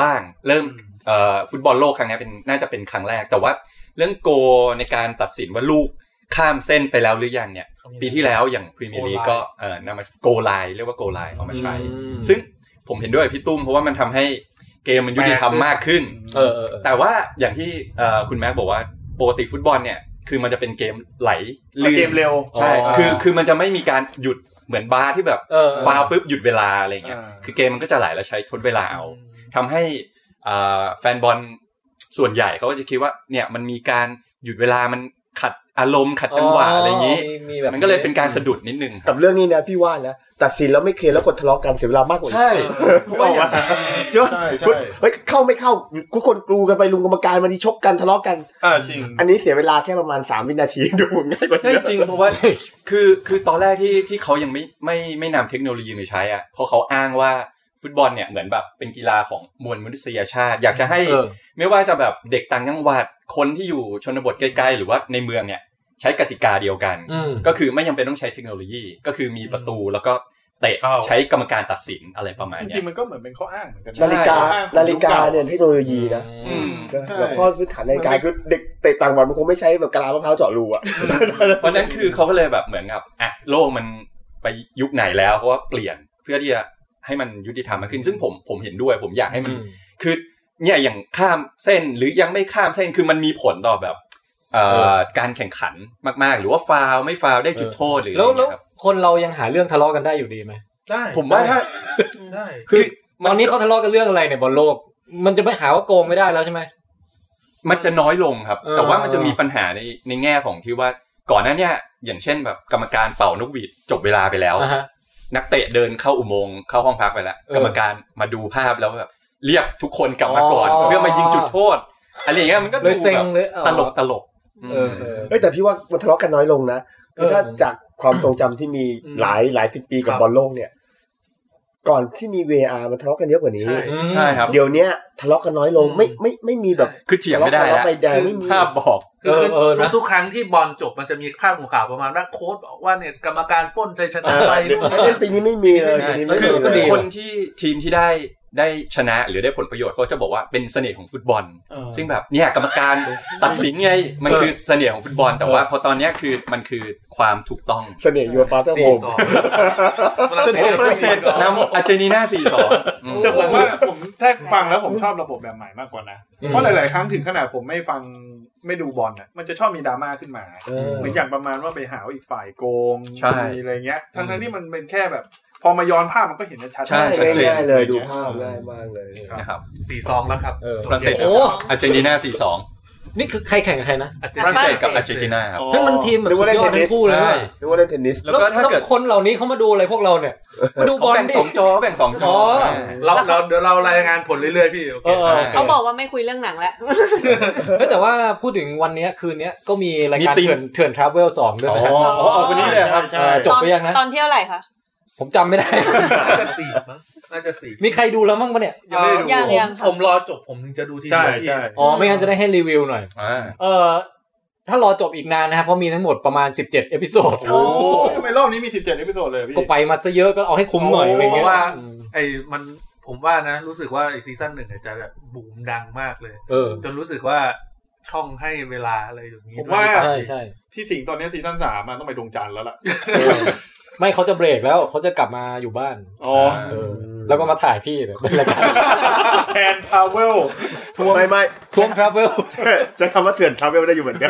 Speaker 5: บ้าง เริ่มเอ่อฟุตบอลโลกครั้งเนี้ยเป็นน่าจะเป็นครั้งแรก แต่ว่าเรื่องโกลในการตัดสินว่าลูกข้ามเส้นไปแล้วหรือยังเนี่ย ปีที่แล้วอย่างพรีเมียร์ลีกก็เอ่อนำมาโกไลเรียกว่าโกไลเอามาใช้ ซึ่งผมเห็นด้วยกับพี่ตุ้มเพราะว่ามันทำให้เกมมันยุติธรรมมากขึ้น
Speaker 2: เออเออเออ
Speaker 5: แต่ว่าอย่างที่เอ่อคุณแม็กบอกว่าปกติฟุตบอลเนี่ยคือมันจะเป็นเกมไหลลื่น
Speaker 3: เกมเร็ว
Speaker 5: ใช่คือคือมันจะไม่มีการหยุดเหมือนบาสที่แบบ
Speaker 2: เออเออ
Speaker 5: ฟาวปุ๊บหยุดเวลาอะไรเงี้ย
Speaker 3: อ่า
Speaker 5: คือเกมมันก็จะไหลแล้วใช้ทดเวลาเอาทำให้เอ่อแฟนบอลส่วนใหญ่เขาก็จะคิดว่าเนี่ยมันมีการหยุดเวลามันขัดอารมณ์ขัดจังหวะอะไรอย่างนี้
Speaker 2: มีมีแบบ
Speaker 5: มันก็เลยเป็นการสะดุดนิดนึง
Speaker 8: กับเรื่องนี้นะพี่ว่านะตัดสินแล้วไม่เคลียร์แล้วคนทะเลาะกันเสียเวลามากกว่าอีก
Speaker 5: ใช่เพราะว่าอย่าง
Speaker 8: ใช่ปะ
Speaker 3: ใช่ใช่
Speaker 8: เฮ้ยเข้าไม่เข้าทุกคนกรูกันไปลุงกรรมการมันที่ชกกันทะเลาะกัน
Speaker 3: อ่าจริง
Speaker 8: อันนี้เสียเวลาแค่ประมาณ 3 วินาที ดูง่ายกว่า
Speaker 5: ใช่
Speaker 8: เยอะ
Speaker 5: จริงเพราะว่าคือคือตอนแรกที่ที่เขายังไม่ไม่ไม่นำเทคโนโลยีมาใช้อ่ะเพราะเขาอ้างว่าฟุตบอลเนี่ยเหมือนแบบเป็นกีฬาของมวลมนุษยชาติ อยากจะให้
Speaker 2: เออ
Speaker 5: ไม่ว่าจะแบบเด็กต่างจังหวัดคนที่อยู่ชนบทไกลๆหรือว่าในเมืองเนี่ยใช้กติกาเดียวกัน
Speaker 2: อืม
Speaker 5: ก็คือไม่ยังเป็นต้องใช้เทคโนโลยี ก็คือมีประตูแล้วก็ เตะ
Speaker 6: เข้า
Speaker 5: ใช้กรรมการตัดสินอะไรประมาณ
Speaker 3: จ
Speaker 5: เนี้
Speaker 3: ริ
Speaker 5: ย
Speaker 3: งๆมันก็เหมือนเป็นข้ออ้างเหมือนกันนะ
Speaker 8: นาฬิกา
Speaker 3: ข้ออ้งของ
Speaker 8: นาฬิ
Speaker 3: ค
Speaker 8: กา
Speaker 3: ก่
Speaker 8: เนี่ยเทคโนโลยีนะ
Speaker 5: อืม
Speaker 8: ใช่ไหม
Speaker 3: ใช่
Speaker 8: แบบข้อพื้นฐานนาฬิกาคือเด็กเตะต่างวันมันคงไม่ใช้แบบกะลามะพร้าวเจาะรูอะ
Speaker 5: เพราะฉะนั้นคือเขาก็เลยแบบเหมือนกับอ่ะโลกมันไปยุคไหนแล้วเขาว่าเปลี่ยนเพื่อที่จะให้มันยุติธรรมมากขึ้นซึ่งผมผมเห็นด้วย ผมอยากให้มัน คือเนี่ยอย่างข้ามเส้นหรือยังไม่ข้ามเส้นคือมันมีผลต่อแบบเอ่อ
Speaker 2: เออ
Speaker 5: การแข่งขันมากๆ หรือว่าฟาวล์ไม่ฟาวล์ได้จุดโทษหรืออะ
Speaker 2: แล้
Speaker 5: ไร
Speaker 2: วแล้ว
Speaker 5: เงี้ยครับ
Speaker 2: คนเรายังหาเรื่องทะเลาะกันได้อยู่ดีไหม
Speaker 6: ได้
Speaker 5: ผมว่าถ้า
Speaker 6: ได้
Speaker 2: คือ
Speaker 5: คือ
Speaker 2: ตอนนี้เขาทะเลาะกันเรื่องอะไรเนี่ยบนโลก มันจะไม่หาว่าโกงไม่ได้แล้วใช่ไหม
Speaker 5: มันจะน้อยลงครับ
Speaker 2: เออ
Speaker 5: แต่ว่ามันจะมีปัญหาในในแง่ของที่ว่าก่อนหน้าเนี่ยอย่างเช่นแบบกรรมการเป่านกหวีดจบเวลาไปแล้ว
Speaker 2: อ่าฮะ
Speaker 5: นักเตะเดินเข้าอุโมงค์เข้าห้องพักไปแล้ว
Speaker 2: เออก
Speaker 5: รรมการมาดูภาพแล้วแบบเรียกทุกคนกลับมาก่อน
Speaker 2: อ๋อ
Speaker 5: เพื่อมายิงจุดโทษอะไรอย่างเงี้ยมันก็
Speaker 2: เล
Speaker 5: ดู
Speaker 2: ยเซ็ง
Speaker 5: แบบ
Speaker 2: เลยอ๋อ
Speaker 5: ตลกตลก
Speaker 2: เออเออ
Speaker 8: เฮ้ยแต่พี่ว่ามันทะเลาะกันน้อยลงนะคือถ้า
Speaker 2: เออ
Speaker 8: จากความทรงจำที่มีหลายหลายสิบปีกับบอลโลกเนี่ย ก่อนที่มี VR มันทะเลาะกันเยอะกว่านี้
Speaker 6: ใช่
Speaker 2: อืม
Speaker 5: ใช่ครับ
Speaker 8: เดี๋ยวเนี้ยทะเลาะกันน้อยลงไม่ไม่ไม่มีแบบ
Speaker 5: คือเถียงไม่ได้
Speaker 8: ทะเลาะ
Speaker 5: แล้ว
Speaker 8: ไปแดงไม่มี
Speaker 5: ภาพบอก
Speaker 2: เออเออ
Speaker 6: ทุก
Speaker 2: นะ
Speaker 6: ทุกครั้งที่บอลจบมันจะมีภาพของข่าวประมาณว่าโค้ดบอกว่าเนี่ยกรรมการปล้นชัยชนะไปนู่น
Speaker 8: เล่นปีนี้ไม่มีเลยปีนี้ไม่
Speaker 5: คื
Speaker 8: มี
Speaker 5: อ
Speaker 2: เออก็
Speaker 5: คือ
Speaker 2: ดี
Speaker 8: เลย
Speaker 5: คนที่ทีมที่ได้ได้ชนะหรือได้ผลประโยชน์เขาจะบอกว่าเป็นเสน่ห์ของฟุตบอล
Speaker 3: เออ
Speaker 5: ซึ่งแบบเนี่ยกรรมการ ตัดสินไง มันคือเสน่ห์ของฟุตบอล แต่ว่าพอตอนเนี้ยคือมันคือความถูกต้อง
Speaker 8: เสน่ห์ยูฟาเตอร์โฮ
Speaker 6: สี่
Speaker 8: ม
Speaker 6: สอง
Speaker 5: เสน่ห์ฝรั่งเศสนำอาร์เจนีนาสี่สอง
Speaker 3: แต่ผมว่าผมถ้าฟังแล้วผมชอบระบบแบบใหม่มากกว่านะ
Speaker 2: อืม
Speaker 3: เพราะหลาย ๆ ครั้งถึงขนาดผมไม่ฟังไม่ดูบอลน่ะมันจะชอบมีดราม่าขึ้นมา
Speaker 8: เออ
Speaker 3: เหมือนอย่างประมาณว่าไปหาว่าอีกฝ่ายโกง
Speaker 5: ใช่
Speaker 3: มีอะไรเงี้ย ทั้งทั้งๆที่มันเป็นแค่แบบ พอมาย้อนภาพมันก็เห็นได้ชัด
Speaker 5: ใช่ชัดเจน
Speaker 8: ง่ายๆเลยดูภาพง่ายมากเลย
Speaker 5: นะครับ
Speaker 6: สี่สองแล้วครับ
Speaker 2: เออ
Speaker 5: ฝรั่งเศส
Speaker 2: โอ้
Speaker 5: อาร์เจนีนาสี่สอง
Speaker 2: นี่คือใครแข่งกับใครนะ
Speaker 5: ฝรั่งเศสกับอาร์เจนีนาครับ
Speaker 2: ให้ยมันทีมแบบ
Speaker 8: หรือ
Speaker 2: สุด
Speaker 8: ว่าเล่น
Speaker 2: ยอด
Speaker 8: เทน
Speaker 2: ทั้
Speaker 8: นิส
Speaker 2: งคู่เลย
Speaker 5: ใช่
Speaker 2: นะ
Speaker 8: นึกว่าเล่นเทนนิส
Speaker 5: แล้วก็ถ้าเกิด
Speaker 2: คนเหล่านี้เขามาดูอะไรพวกเราเนี่ยมาดูบ
Speaker 5: เขา
Speaker 2: อล
Speaker 5: แบ่ง
Speaker 2: ดิ
Speaker 5: สองจอแบ่งสองจอ
Speaker 2: อ๋อ
Speaker 6: เราเราเดี๋ยวเรารายงานผลเรื่อยๆพี่โอเค
Speaker 2: เออโอค
Speaker 4: เขาบอกว่าไม่คุยเรื่องหนังแล้ว
Speaker 2: เฮ้ยแต่ว่าพูดถึงวันเนี้ยคืนเนี้ยก็มีรายการ
Speaker 5: มีติ่ง
Speaker 2: เถื่อนเถื่อนทราเวลสองด้วย
Speaker 5: อ๋อ
Speaker 2: นะครับ
Speaker 5: อ๋อเอาคนนี้เลยครับ
Speaker 2: เออจบไปยังนะ
Speaker 4: ตอนเที่ยวไหร่คะ
Speaker 2: ผมจำไม่ได้
Speaker 6: น่าจะสี่มั้งน่าจะสี่
Speaker 2: มีใครดูแล้วมั้งปะเนี่ย
Speaker 3: ยังไม่ได้ดู
Speaker 4: ยั
Speaker 6: ผม
Speaker 4: งค่ะ
Speaker 6: ผมรอจบผมถึงจะดูทีเดี
Speaker 3: ใช่
Speaker 6: ยวพี่
Speaker 3: ใช่
Speaker 2: อ๋อ ไม่งั้นจะได้ให้รีวิวหน่อย
Speaker 5: อ่า
Speaker 2: เออถ้ารอจบอีกนานนะครับ เพราะมีทั้งหมดประมาณ 17 เอพิโซด
Speaker 3: โอ้ทำไมรอบนี้มี 17เอพิโซดเลยพี่
Speaker 2: ก็ไปมาซะเยอะก็เอาให้คุ้มหน่อยอะไร
Speaker 6: เพ
Speaker 2: เงี้ย
Speaker 6: ราะว่าไอ้มันผมว่านะ รู้สึกว่าไอ้ซีซั่นหนึ่งเนี่ยจะแบบบูมดังมากเลย
Speaker 2: เออ
Speaker 6: จนรู้สึกว่าช่องให้เวลาอะไรอย่างนี้
Speaker 3: ผม
Speaker 6: ด้ย
Speaker 3: ว่า
Speaker 6: หรือเปล่
Speaker 2: ใช่ใช่
Speaker 3: พี่สิงห์ตอนนี้ซีซั่นสามอะต้องไปดวงจันทร์แล้วล่ะ
Speaker 2: ไม่เขาจะเบรกแล้วเขาจะกลับมาอยู่บ้าน
Speaker 3: อ๋อ
Speaker 2: เออแล้วก็มาถ่ายพี่เนี่ย เป็นรายการ
Speaker 3: แอนพาวเวล
Speaker 8: ไม่ไม่
Speaker 2: ทวงทราเวล
Speaker 8: ใช้คำว่าเถื่อนทราเวลได้อยู่เหมือนกัน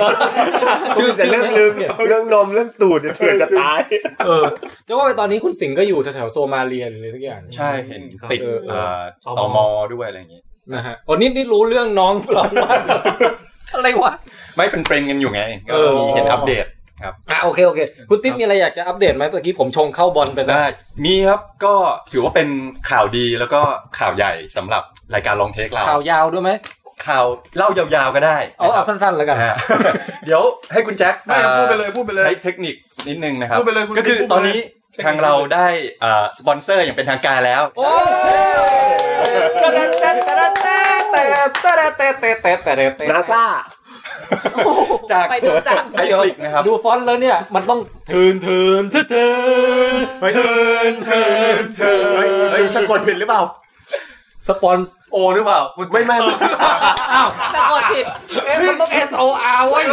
Speaker 2: ชื่
Speaker 8: ชื่
Speaker 2: อ
Speaker 8: อแต่เรื่องลึง
Speaker 2: ชื่อ
Speaker 8: เรื่องนมเรื่องตูดเนี่ยเถื่อนจะตาย
Speaker 2: เออแต่ว่าไปตอนนี้คุณสิงห์ก็อยู่แถวๆโซมาเลียหรืออะไรสักอย่าง
Speaker 5: ใช่เห็นติด
Speaker 2: เออเออ
Speaker 5: เอ่อตมด้วยอะไรอย่างงี้
Speaker 2: นะฮะอ๋อนี่นี่รู้เรื่องน้อง เรามากอะไรวะ
Speaker 5: ไม่เป็นเฟรนด์กันอยู่ไงก็
Speaker 2: เออ
Speaker 5: มีเห็นอัปเดต
Speaker 2: อ่ะโอเคโอเค คุณติ๊บมีอะไรอยากจะอัปเดตไหมเมื่อกี้ผมชงเข้าบอลไปแล้ว
Speaker 5: ได้มีครับก็ถือว่าเป็นข่าวดีแล้วก็ข่าวใหญ่สำหรับรายการลองเทคเรา
Speaker 2: ข่าวยาวด้วยไหม
Speaker 5: ข่าวเล่ายาวๆก็ได้
Speaker 2: เอา
Speaker 5: นะค
Speaker 2: เอา
Speaker 5: รับ
Speaker 2: สั้นๆแล้วกัน
Speaker 5: อ่าเดี๋ยวให้คุณแจ็ค
Speaker 3: ไม่
Speaker 5: อ่า
Speaker 3: พูดไปเลยพูดไปเลย
Speaker 5: ใช้เทคนิคนิดนึงนะครับ
Speaker 3: พูดไปเลยคุณ
Speaker 5: ก็คือ
Speaker 3: พูดไปเลย
Speaker 5: ตอนนี้ทางเราได้อ่าสปอนเซอร์อย่างเป็นทางการแล้ว
Speaker 2: โอ้ยตะระแตะตะระแตะแตะตะระแตะแตะแตะแตะแตะ
Speaker 8: นาซา
Speaker 5: จาก
Speaker 4: ไปดูจัง
Speaker 5: ไอฟลิกนะครับ
Speaker 2: ดูฟอนต์แล้วเนี่ย มันต้องทืนทืนทืนทืน
Speaker 5: เทินเทินเทิน
Speaker 8: เฮ้ยสะกดผิดหรือเปล่า
Speaker 2: สปอนซ์
Speaker 6: โอหรือเปล่าคุณ
Speaker 8: ไม่ไม่ไม่
Speaker 4: สะกดผิด
Speaker 2: เอ๊ะมันต้อง S O R เว้ย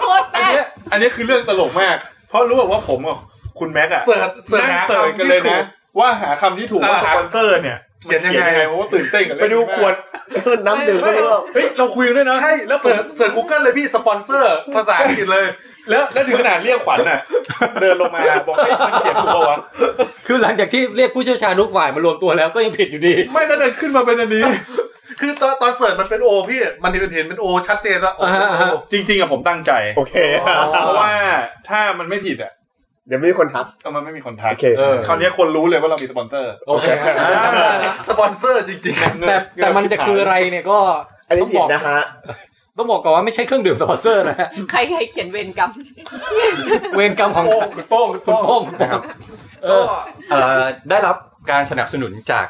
Speaker 4: โคตรแป๊ก
Speaker 3: อันนี้คือเรื่องตลกมาก เพราะรู้แบบว่าผมกับคุณแม็กอะ
Speaker 6: เสิร์ชเสิร์ช
Speaker 3: นั่ง
Speaker 6: หา
Speaker 3: เสิร์ช
Speaker 6: คำ
Speaker 3: กัน
Speaker 6: ที่
Speaker 3: เลย
Speaker 6: ถู
Speaker 3: นะ
Speaker 6: ก
Speaker 3: ว่าหาคำที่ถูกว่าส
Speaker 6: อ่า
Speaker 3: ปอนเซอร์เนี่ย
Speaker 6: เขียนยังไง
Speaker 3: เพราะว่าตื่นเต้นกับ
Speaker 8: ไป
Speaker 3: เรื่อง
Speaker 8: ดู
Speaker 3: นี้มาก
Speaker 8: ขวดน้ำดื่มก็รู้แล้ว
Speaker 3: เฮ้ยเราคุยกันด้วยนะ
Speaker 6: ใช่แล้วเสิร์ชเสิร์ชกูเกิลเลยพี่สปอนเซอร์ภาษาอังกฤษเลย
Speaker 3: แล้วแล้วถึงขนาดเรียกขวัญน่ะเดินลงมาบอกให้ยมันเขียนถูกปะวะ
Speaker 2: คือหลังจากที่เรียกผู้เชี่ยวชาญทุกฝ่ายมารวมตัวแล้วก็ยังผิดอยู่ดี
Speaker 3: ไม่นั่นนะขึ้นมาเป็นอันนี้
Speaker 6: คือตอนตอนเสิร์ชมันเป็นโอพี่มันเห็นเห็นเป็นโอชัดเจนว่าโอ
Speaker 2: อ่าฮะอ่าฮะ
Speaker 3: จริง ๆอะผมตั้งใจ
Speaker 8: โอเค
Speaker 3: เพราะว่าถ้ามันไม่ผิดอะ
Speaker 8: เดี๋ยวมีคนทัก
Speaker 3: ก็มันไม่มีคนทัก
Speaker 8: โอเค
Speaker 2: เออ
Speaker 3: คราวนี้คนรู้เลยว่าเรามีสปอนเซอร์
Speaker 2: โอเค
Speaker 6: สปอนเซอร์จริง
Speaker 2: แต่แต่มันจะคืออะไรเนี่ยก็
Speaker 8: อันนี้
Speaker 2: ต้อง
Speaker 8: ผิ
Speaker 2: บ
Speaker 8: ด
Speaker 2: อก
Speaker 8: นะฮะ
Speaker 2: ต้องบอกก่อนว่าไม่ใช่เครื่องดื่มสปอนเซอร์นะฮะ
Speaker 4: ใครใครเขียนเวรกรรม
Speaker 2: เวรกรรมของ
Speaker 5: โป้งคุณโป้งคุณ
Speaker 2: คุณ
Speaker 5: โป้ง
Speaker 2: โป้ง
Speaker 5: นะครับก็เอ่อได้รับการสนับสนุนจาก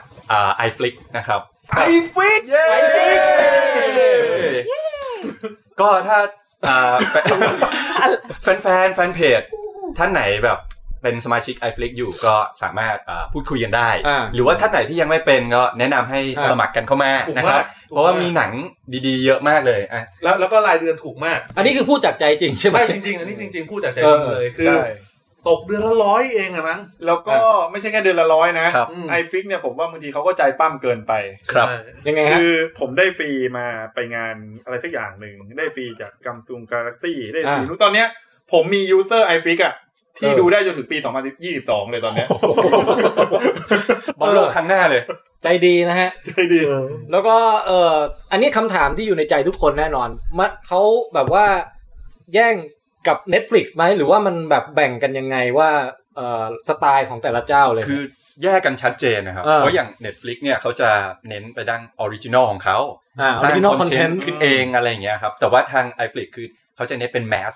Speaker 5: ไอฟลิกนะครับไอฟิกไอฟิกก็ถ้าเอ่อแฟนแฟนแฟนเพจท่านไหนแบบ เป็นสมาชิก iFlix อยู่ก็สามารถเอ่อพูดคุยกันได้
Speaker 2: อ่า
Speaker 5: หรือว่าท่านไหนที่ยังไม่เป็นก็แนะนำให้
Speaker 2: อ่า
Speaker 5: สมัครกันเข้ามา
Speaker 6: ถูก
Speaker 5: นะครั
Speaker 6: มา
Speaker 5: บ
Speaker 6: ก
Speaker 5: เพราะว่า
Speaker 6: ถูกมาก
Speaker 5: มีหนังดีๆ เยอะมากเลยอ่ะ
Speaker 6: แล้วแล้วก็รายเดือนถูกมาก
Speaker 2: อันนี้คือพูดจากใจจริงใช่ไหม
Speaker 6: ไม่จริงๆ อันนี้จริง ๆ พูดจากใจจริง
Speaker 2: เออ
Speaker 6: เลยคือ
Speaker 3: ใช่
Speaker 6: ตกเดือนละร้อยเองอะมั้ง
Speaker 3: แล้วก็ไม่ใช่แค่เดือนละร้อยนะครับ ไอฟิกเนี่ยผมว่าบางทีเขาก็ใจปั้มเกินไป
Speaker 5: ครับ
Speaker 2: ยังไงฮะ
Speaker 3: คือผมได้ฟรีมาไปงานอะไรสักอย่างหนึ่งได้ฟรีจากกัมซุงกาแล็กซี่ได้ฟรี
Speaker 2: อ่า
Speaker 3: รู้ตอนเนี้ย ผมมียูเซอร์ไอฟิกอะที่
Speaker 2: เออ
Speaker 3: ดูได้จนถึงปี 2022 เลยตอนเนี้ย
Speaker 5: บอลโลกครั้งหน้าเลย
Speaker 2: ใจดีนะฮะ
Speaker 3: ใจดี
Speaker 2: แล้วก็เอ่ออันนี้คำถามที่อยู่ในใจทุกคนแน่นอนมะเขาแบบว่าแย่งกับ Netflix ไหมหรือว่ามันแบบแบ่งกันยังไงว่าเอ่อสไตล์ของแต่ละเจ้าเลย
Speaker 5: คือแยกกันชัดเจนนะครับ
Speaker 2: เออ
Speaker 5: เพราะอย่าง Netflix เนี่ยเขาจะเน้นไปด้านออริจินอลของเขา
Speaker 2: อ่า
Speaker 5: สร้าง
Speaker 2: original
Speaker 5: คอนเทน
Speaker 2: content
Speaker 5: ต์ขึ้นเองอะไรอย่างเงี้ยครับ แต่ว่าทาง iFlix คือเขาจะเน้นเป็นแมส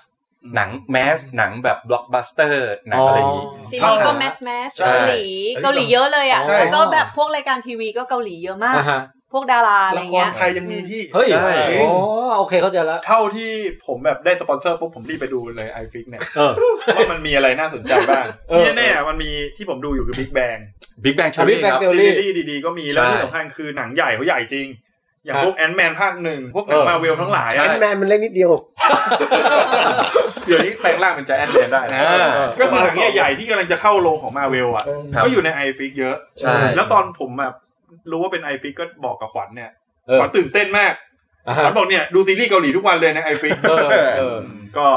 Speaker 5: หนังแมสหนังแบบบล็อกบัสเตอร์หนังอะไรอย่างงี้
Speaker 4: ซีรีส์ก็แมสแมส
Speaker 5: ใช่
Speaker 4: เกาหลี
Speaker 6: อันนี้
Speaker 4: เกาหลีเยอะเลยอ่ะ
Speaker 6: ใช่
Speaker 4: แล้วก็แบบพวกรายการทีวีก็เกาหลีเยอะมาก
Speaker 2: อ่าฮะ
Speaker 4: พวกดาราอะไร
Speaker 6: ละค
Speaker 4: เงี้
Speaker 6: ร
Speaker 4: ย
Speaker 6: ไทยยังมีพี่
Speaker 2: เฮ้ย
Speaker 5: ใช่
Speaker 2: อ๋อโอเคเข้าใจแล้ว
Speaker 3: เท่าที่ผมแบบได้สปอนเซอร์ปุ๊บผมรีบไปดูเลยไอฟิกเนี่ย
Speaker 2: เออ
Speaker 3: ว่ามันมีอะไรน่าสนใจบ้าง
Speaker 2: เออ
Speaker 3: ที่แน่ๆมันมีที่ผมดูอยู่คือบิ๊กแบง
Speaker 5: Big Bang
Speaker 2: อ่ะ
Speaker 5: Theory
Speaker 2: Big Bang
Speaker 5: ครับ
Speaker 2: Theory
Speaker 3: ซีรีส์ดีๆก็มีแล้ว
Speaker 5: ใช่
Speaker 3: ที่สำคัญคือหนังใหญ่เขาใหญ่จริง อย่างพวกแอนด์แมนภาคหนึ่งพวกหนัง
Speaker 2: เออ
Speaker 3: มาเวลทั้งหลายอะ
Speaker 8: แอนแมนมันเล็กนิดเดียว
Speaker 3: เดี๋ยวนี้แปลงร่างเป็นจแอนด์แมนได้
Speaker 5: อ่า
Speaker 3: ก็คือหนังใหญ่ๆที่กำลังจะเข้าโรงของมาเวลอ่ะ
Speaker 5: ครับ
Speaker 3: ก็อยู่ในไอฟิกเยอะ
Speaker 5: ใช่
Speaker 3: แล้วตอนผมแบบรู้ว่าเป็นไอฟิกก็บอกกับขวัญเนี่ย
Speaker 2: เออ
Speaker 3: ขวัญตื่นเต้นมาก
Speaker 2: อ่า
Speaker 3: ข
Speaker 2: ฮะ
Speaker 3: วัญบอกเนี่ยดูซีรีส์เกาหลีทุกวันเลยนะไอฟิก
Speaker 2: เออเออ
Speaker 3: ก็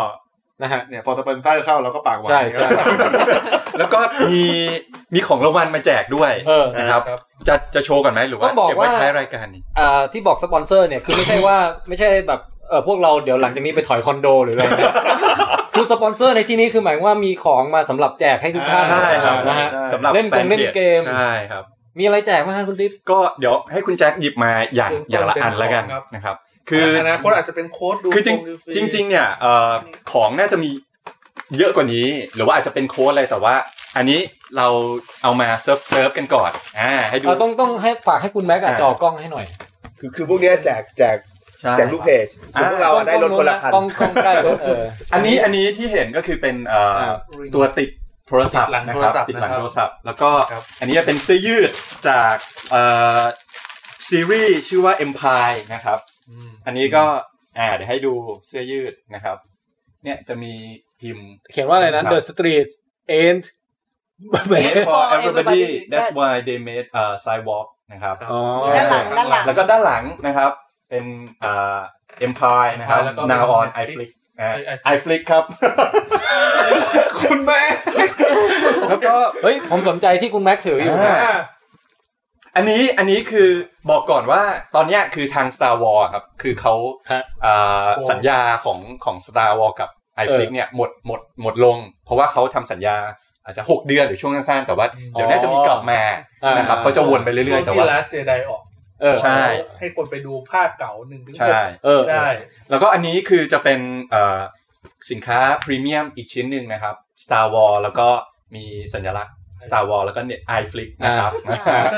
Speaker 2: นะฮะ
Speaker 3: เนี่ยพอสปอนเซอร์เข้าเราก็ปากหวาน
Speaker 2: ใช่ใช่
Speaker 5: แล้วก็มีมีของรางวัลมาแจกด้วย
Speaker 2: เออ
Speaker 5: นะครับ จะจะโชว์ก่อนไหมหรือว่า
Speaker 2: ต้องบอก
Speaker 5: เก็บไว้
Speaker 2: ว่า
Speaker 5: ท้ายรายการนี้
Speaker 2: อ่าที่บอกสปอนเซอร์เนี่ยคือไม่ใช่ว่าไม่ใช่แบบเออพวกเราเดี๋ยวหลังจากนี้ไปถอยคอนโดหรืออะไร นะคือสปอนเซอร์ในที่นี้คือหมายว่ามีของมาสำหรับแจกให้ทุกท่าน
Speaker 5: ใช่ครับ
Speaker 2: นะฮะ
Speaker 5: สำหรับ
Speaker 2: เล่นกง
Speaker 5: แฟน
Speaker 2: เล่นเกม
Speaker 5: ใช่ครับ
Speaker 2: มีอะไรแจกไหมฮะคุณติ๊บ
Speaker 5: ก็เดี๋ยวให้คุณแจ็คหยิบมาอย่าง
Speaker 6: เริ่มต้น
Speaker 5: อย่างละอัน
Speaker 6: เป็น
Speaker 5: แล้วกัน
Speaker 6: ของครับ
Speaker 5: นะครับ คือ
Speaker 6: อนาคตอาจจะเป็นโค้ดดู
Speaker 5: คือจริง
Speaker 6: ฟ
Speaker 5: จริงๆเนี่ยเอ่อของน่าจะมีเยอะกว่านี้ หรือว่าอาจจะเป็นโค้ดอะไรแต่ว่า อันนี้เราเอามาเซิร์ฟเซิร์ฟกันก่อนอ่าให้ดู
Speaker 2: เราต้องต้องให้ฝากให้คุณแม็กอะ
Speaker 5: อ่า
Speaker 2: จอกล้องให้หน่อย
Speaker 8: คือคือพวกเนี้ยแจกแจก
Speaker 5: ใช่
Speaker 8: แจกลูกเพจส่วนพวกเราอะได้รถคนละคัน
Speaker 2: กล้องกล้องใกล้รถเออ
Speaker 5: อันนี้อันนี้ที่เห็นก็คือเป็นเอ่ออา ตัวติดโทรศัพท์นะครัติดหลังโทรศัพท์ แล้วก็อันนี้เป็นเสื้อยืดจากเอ่อซีรีส์ชื่อว่า Empire นะครับ อันนี้ก็อ่าเดี๋ยวให้ดูเสื้อยืดนะครับ เนี่ยจะมีพิมพ์
Speaker 2: เขียนว่าอะไรนะ
Speaker 5: ครับ
Speaker 2: The Street Ain't
Speaker 5: Made for
Speaker 4: for everybody
Speaker 5: everybody that's
Speaker 4: that's
Speaker 5: why they made เอ่อ sidewalk นะครับ
Speaker 2: อ๋อ
Speaker 4: ด้านหลังด้านหลัง
Speaker 5: แล้วก็ด้านหลังนะครับเป็นเอ่อ Empire นะครับ
Speaker 6: แล้วก็
Speaker 5: now on iFlix อ่า
Speaker 6: ไอ้
Speaker 5: iFlix ครับ
Speaker 3: คุณแม่
Speaker 5: แล้วก็
Speaker 2: เฮ้ย ผมสนใจที่คุณแม็กถืออยู่นะ
Speaker 5: อ่า อันนี้อันนี้คือบอกก่อนว่าตอนเนี้ยคือทาง Star Wars ครับ คือเขา
Speaker 2: ฮะ
Speaker 5: เอ่อสัญญาของของ Star Wars กับ i f l i x
Speaker 2: เออ
Speaker 5: เนี่ยหมดหมดหมดลง เพราะว่าเขาทำสัญญาอาจจะ 6 เดือนหรือช่วงสั้นๆแต่ว่าเดี๋ยวน่าจะมีกลับมา
Speaker 2: อ่าน
Speaker 5: นะครับเขาจะวนไปเรื่อยๆ แต่
Speaker 6: ที่
Speaker 5: ว่า
Speaker 6: ลาสเจไดออก
Speaker 2: เออ
Speaker 5: ใช่
Speaker 6: ให้คนไปดูภาคเก่าหนึ่งถึงห
Speaker 5: ใช่
Speaker 6: ก
Speaker 2: เออ
Speaker 6: ได้
Speaker 5: แล้วก็อันนี้คือจะเป็นเอ่อสินค้าพรีเมียมอีกชิ้นหนึ่งนะครับ Star Wars แล้วก็มีสัญลักษณ์ Star Wars แล้วก็เน็ต i f l i x นะครับ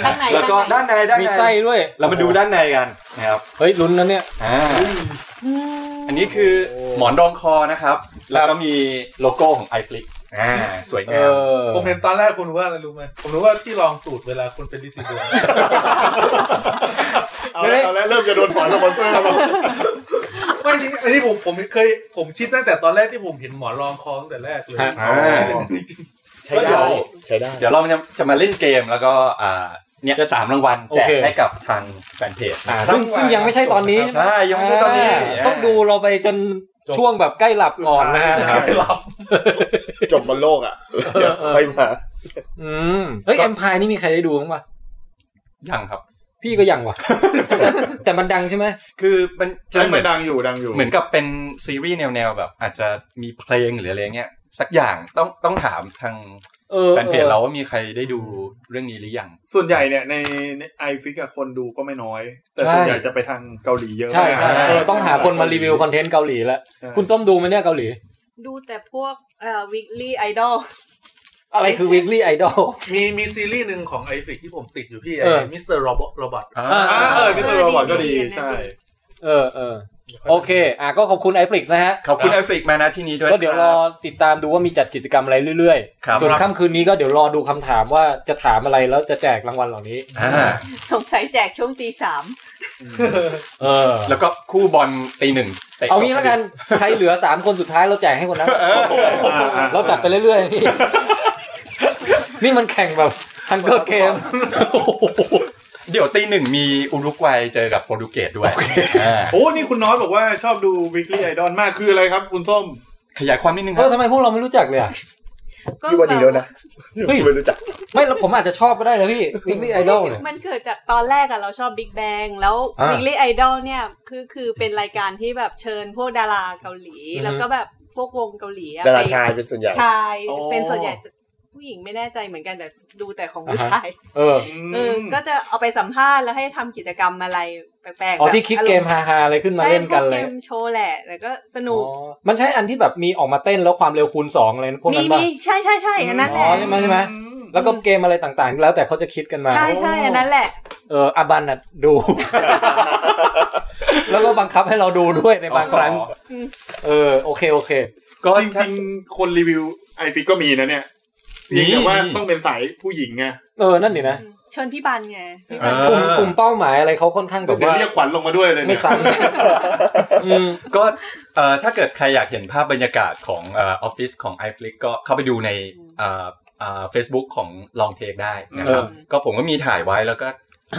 Speaker 4: ข้างใน
Speaker 5: แล้วก็ด้า
Speaker 4: ข้าง
Speaker 5: น
Speaker 4: ใน
Speaker 5: ในด้าน
Speaker 2: มี
Speaker 5: ใน
Speaker 2: ไส้ด้วย
Speaker 5: เรามาดูด้านในกันนะครับ
Speaker 2: เฮ้ย ลุ้นนะเนี่ย
Speaker 5: อ่า
Speaker 4: อืม
Speaker 5: อันนี้คือหมอนรองคอนะครับ แล้วก็มีโลโก้ของ iFlix อ่า สวย
Speaker 2: เอง
Speaker 5: าม
Speaker 2: อ
Speaker 6: ผมเห็นตอนแรกคุณรู้ว่าอะไรรู้ไหมผมรู้ว่าที่รองตูดเวลาคุณเป็นดิสซิเบีย
Speaker 3: เอาแล้วเอาแล้วเริ่มจะโดนถอนสปอนเซอร์แล้วบอก
Speaker 6: ไม่จริงอันนี้ผมผมเคยผมคิดตั้งแต่ตอนแรกที่ผมเห็นหมอนรองคอตั้งแต่แรกเลย
Speaker 2: ฮะ
Speaker 5: อ่า
Speaker 8: ใช้ได้ใช้ได้
Speaker 5: เดี๋ยวเราจะจะมาเล่นเกมแล้วก็อ่าเนี่ยจะสามรางวัลแจก
Speaker 2: โอเค
Speaker 5: ให้กับทางแฟนเพจ
Speaker 2: อ่า
Speaker 5: นะ
Speaker 2: ซึ่งซึ่งยังไม่ใช่ตอนนี้ใช่ไหม
Speaker 5: ใช่ยังไม่ใช่ตอนนี้
Speaker 2: าต้องดูเราไปจนช่วงแบบใกล้หลับก่อนนะฮะ
Speaker 5: ไม่หรอก
Speaker 8: จบบนโลกอ่ะเดี๋ยวไปมา
Speaker 2: อืมเฮ้ย e อ p พ r e นี่มีใครได้ดูบ้างปะ
Speaker 5: ยังครับ
Speaker 2: พี่ก็ ยังว่ะแต่แต่มันดังใช่ไหม
Speaker 5: คือมันจะ
Speaker 3: ใช่
Speaker 5: เห
Speaker 3: มั
Speaker 5: มือน น
Speaker 3: ดังอยู่ดังอยู่
Speaker 5: เหมือนกับเป็นซีรีส์แนวๆแบบ อาจจะมีเพลงหรืออะไรเงี้ยสักอย่างต้องต้องถามทาง
Speaker 2: เออ
Speaker 5: แฟนเพจ
Speaker 2: ออ
Speaker 5: เราว่ามีใครได้ดูเรื่องนี้หรือยัง
Speaker 3: ส่วนใหญ่เนี่ยในไอฟิกคนดูก็ไม่น้อย แต่
Speaker 5: ใช่
Speaker 3: ส่วนใหญ่จะไปทางเกาหลีเยอะ
Speaker 2: ใช่ใช่
Speaker 5: ใช่
Speaker 2: เออต้องหาคนมารีวิวคอนเทนต์เกาหลีแล้ว คุณส้มดูไหมเนี่ยเกาหลี
Speaker 4: ดูแต่พวกเอ่อ weekly idol
Speaker 2: อะไรคือ weekly idol
Speaker 6: มีมีซีรีส์หนึ่งของไอฟิกที่ผมติดอยู่พี่
Speaker 2: เออ
Speaker 6: มิสเตอร์โรบอท
Speaker 5: อ่า
Speaker 3: อ่าเออนี่เป็นระบบก็ดีใช่
Speaker 2: เออเออ โอเค อ่ะก็ขอบคุณไอฟลิกนะฮะ
Speaker 5: ขอบคุณไอฟริกมานะที่นี้ด้วย
Speaker 2: ก็เดี๋ยวรอ
Speaker 5: คบ
Speaker 2: ติดตามดูว่ามีจัดกิจกรรมอะไรเรื่อย
Speaker 5: ครับ
Speaker 2: ๆ ส่วนค่ำคืนนี้ก็เดี๋ยวรอดูคำถามว่าจะถามอะไรแล้วจะแจกรางวัลเหล่านี้
Speaker 5: อ่า
Speaker 4: สงสัยแจกช่วงตีสาม
Speaker 2: เออ
Speaker 5: แล้วก็คู่บอลตีหนึ่งตะ
Speaker 2: เอางี้แล้วกัน ใครเหลือ 3 คนสุดท้ายเราแจกให้คนนั้น เราจัดไปเรื่อยๆพี่ นี่มันแข่งแบบฮังเกอร์เกม
Speaker 5: เดี๋ยวตีหนึ่งมีอุรุกวัยเจอกับโปรตุเกสด้วยอ่า
Speaker 3: โอ้นี่คุณน้อยบอกว่าชอบดู Weekly Idol มากคืออะไรครับ คุณส้ม
Speaker 5: ขยายความนิดนึงค
Speaker 2: เอ
Speaker 5: รั
Speaker 2: อบ ทำไมพวกเราไม่รู้จักเลยอ่ะ
Speaker 8: พี่วันดีแล้วนะ
Speaker 2: เฮ้ย
Speaker 8: พี่ไม่รู้จัก
Speaker 2: ไม่แล้วผมอาจจะชอบก็ได้นะพี่วิกนี่ไอดอลเนี่ย
Speaker 4: มันเกิดจากตอนแรกอะเราชอบ Big Bang แล้ว
Speaker 2: อ่า
Speaker 4: Weekly Idol เนี่ยคือคือเป็นรายการที่แบบเชิญพวกดาราเกาหลี
Speaker 2: อือฮึ
Speaker 4: แล้วก็แบบพวกวงเกาหลีอะ
Speaker 8: ดารา
Speaker 4: ไป
Speaker 8: ชายเป็นส่วนใหญ่
Speaker 4: ชาย
Speaker 3: อ๋อ
Speaker 4: เป็นส่วนใหญ่ผู้หญิงไม่แน่ใจเหมือนกันแต่ดูแต่ของผู้ชาย
Speaker 2: เออ
Speaker 4: เออก็จะเอาไปสัมภาษณ์แล้วให้ทำกิจกรรมอะไรแปลกๆ
Speaker 2: อ๋อ
Speaker 4: แบบ
Speaker 2: ที่คิดเกมฮาๆอะไรขึ้นมาเล่นกันเลย
Speaker 4: ใช่พวเกมโชว์แหละแล้วก็ส
Speaker 2: อ๋
Speaker 4: นุ
Speaker 2: อก มันใช่อันที่แบบมีออกมาเต้นแล้วความเร็วคูณ2อะไรพวก
Speaker 4: มี
Speaker 2: นั้นป่ะ
Speaker 4: มีใช่ใช่ใช่อันนั้นแห
Speaker 2: อ๋
Speaker 4: ละ
Speaker 2: อใช่ไหมใช่ไหมแล้วก็เกมอะไรต่างๆ แล้วแต่เขาจะคิดกันมา
Speaker 4: ใช่ใช่อันนั้นแหละ
Speaker 2: เอออาบันน่ะ ดู แล้วก็บังคับให้เราดูด้วยในบางครั้ง เออ โอเคโอเค
Speaker 5: ก็
Speaker 3: จ
Speaker 5: ถ้า
Speaker 3: ริงๆ คนรีวิวไอฟิกก็มีนะเนี่ย
Speaker 5: มี
Speaker 3: มียงแต่ว่าต้องเป็นสายผู้หญิงไง
Speaker 2: เออ นั่นนี่นะ
Speaker 4: เชิญพี่บันไงพี่
Speaker 5: เอ
Speaker 4: บัน
Speaker 5: อ
Speaker 2: กลุ่มกลุ่มเป้าหมายอะไรเขาค่อนข้างแบบ
Speaker 3: เดี๋ยว
Speaker 2: ว่า
Speaker 3: เรียกขวัญลงมาด้วยเลย
Speaker 2: ไม่
Speaker 3: เนี่ย
Speaker 2: ซ้ ำ อืม
Speaker 5: ก็เอ่อถ้าเกิดใครอยากเห็นภาพบรรยากาศของเออฟฟิศของ iFlix ก็เข้าไปดูในเอ่อเอ่อ Facebook ของลองเทคได้นะครับ ก็ผมก็มีถ่ายไว้แล้วก็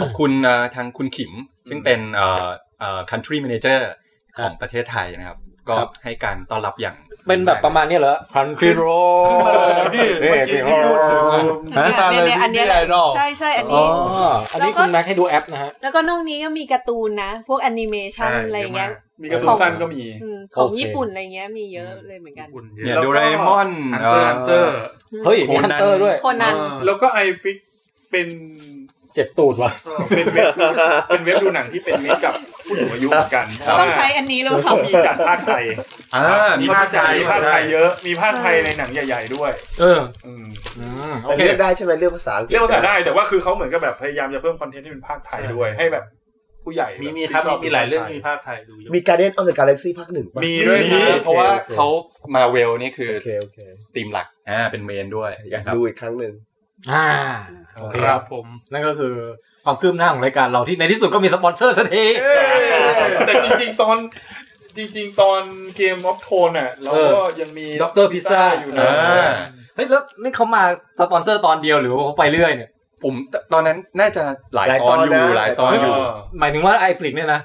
Speaker 5: ขอบคุณเอ่อทางคุณขิม ซึ่งเป็นเอ่อเอ่อ country manager ของประเทศไทยนะครับ ก็
Speaker 2: ครับ
Speaker 5: ให้การต้อนรับอย่าง
Speaker 2: เป็นแบบประมาณเนี้ยเหรอคันครีโร
Speaker 3: ที่เมื่อกี้ที่พูดถึง
Speaker 2: ฮะ
Speaker 4: เนี่ยเนี่ยอันเนี้ยแหละใช่ใช่อัน
Speaker 2: อ๋
Speaker 4: นี้
Speaker 2: ออันนี้คุณแม็กให้ดูแอปนะฮะ
Speaker 4: แล้วก็นอกนี้ก็มีการ์ตูนนะ พวกแอนิเมชันอะไรอย่างเงี้ย
Speaker 3: มีการ์ตูนสั้นก็มี
Speaker 4: อืมของ
Speaker 2: โอเค
Speaker 4: ญี่ปุ่นอะไรเงี้ยมีเยอะเลยเหมือนกัน
Speaker 6: อุ่นเย
Speaker 5: เนี่ย
Speaker 6: อะ
Speaker 5: โดเรมอน
Speaker 6: ฮัน
Speaker 5: เอ่
Speaker 6: เตอร์ฮันเตอร์
Speaker 5: อ
Speaker 2: เฮ้ยมี
Speaker 5: โคนั
Speaker 2: ฮั
Speaker 5: น
Speaker 2: นเตอร์ด้วย
Speaker 4: โคนัน
Speaker 3: แล้วก็ไอฟิกเป็น
Speaker 2: เจ็บตูดว่ะ
Speaker 3: เป็นเว็บเป็นเว็บดูหนังที่เป็นมิตรกับผู้สูงอายุเหมือนกันเพราะ
Speaker 4: ต้อ
Speaker 3: ว่าง
Speaker 4: ใช้อันนี้หรือเป
Speaker 3: เขา
Speaker 4: ล่า
Speaker 3: มีจัดภาคไทย
Speaker 5: อ่ามี
Speaker 6: ภาคไทย
Speaker 3: มีภาคไทยเยอะ มีภาคไทยในหนังใหญ่ ๆ ด้วย
Speaker 2: เออ
Speaker 3: อืม
Speaker 2: อืม โอ
Speaker 8: แต่
Speaker 2: เค
Speaker 8: เลือกได้ใช่ไหมเลือกภาษาอังกฤษ
Speaker 3: เรียกภาษาได้แต่ว่าคือเขาเหมือนกับแบบพยายามจะเพิ่มคอนเทนต์ที่เป็นภาคไทยด้วยให้แบบผู้ใหญ่
Speaker 6: มีมีครับ
Speaker 3: ที่ชอ
Speaker 6: มีหลายเรื่อง
Speaker 3: ภคไท
Speaker 6: มีภาคไทยดูเยอะ
Speaker 8: มีการเดนออฟเดอะกาแล็กซี่ภาคหนึ่งป่ะ
Speaker 3: มีด้วย
Speaker 5: มี
Speaker 3: นะ
Speaker 8: โอค
Speaker 5: เพราะว่า
Speaker 8: โอค
Speaker 5: เขามาเวลนี่คือ
Speaker 8: โอเคโอเค
Speaker 5: ทีมหลักอ่าเป็นเมนด้วย
Speaker 8: อยาก
Speaker 5: นะครับ
Speaker 8: ดูอีกครั้งหนึ่ง
Speaker 2: อ่า
Speaker 5: โอเค
Speaker 6: ครับผม
Speaker 2: นั่นก็คือความคืบหน้าของรายการเราที่ในที่สุดก็มีสปอนเซอร์สักที
Speaker 3: เอ้ยแต่จริงๆตอนจริง ๆ ตอนเกมออฟโทนอ่ะเราก็ยังมี
Speaker 2: Dr. Pizza
Speaker 3: อยู่
Speaker 5: เอ
Speaker 3: นะ
Speaker 5: อ
Speaker 2: เฮ้ยแล้วนี่เขามาสปอนเซอร์ตอนเดียวหรือว่าเขาไปเรื่อยเนี่ย
Speaker 5: ผมตอนนั้นน่าจะหลาย
Speaker 8: หลาย
Speaker 5: ตอน
Speaker 8: ตอน
Speaker 5: อ
Speaker 8: นะ
Speaker 5: ยู่หลายตอน
Speaker 8: หลาย
Speaker 5: อ
Speaker 8: ตอน
Speaker 5: ยู่
Speaker 2: หมายถึงว่าไอฟลิกเนี่ยนะ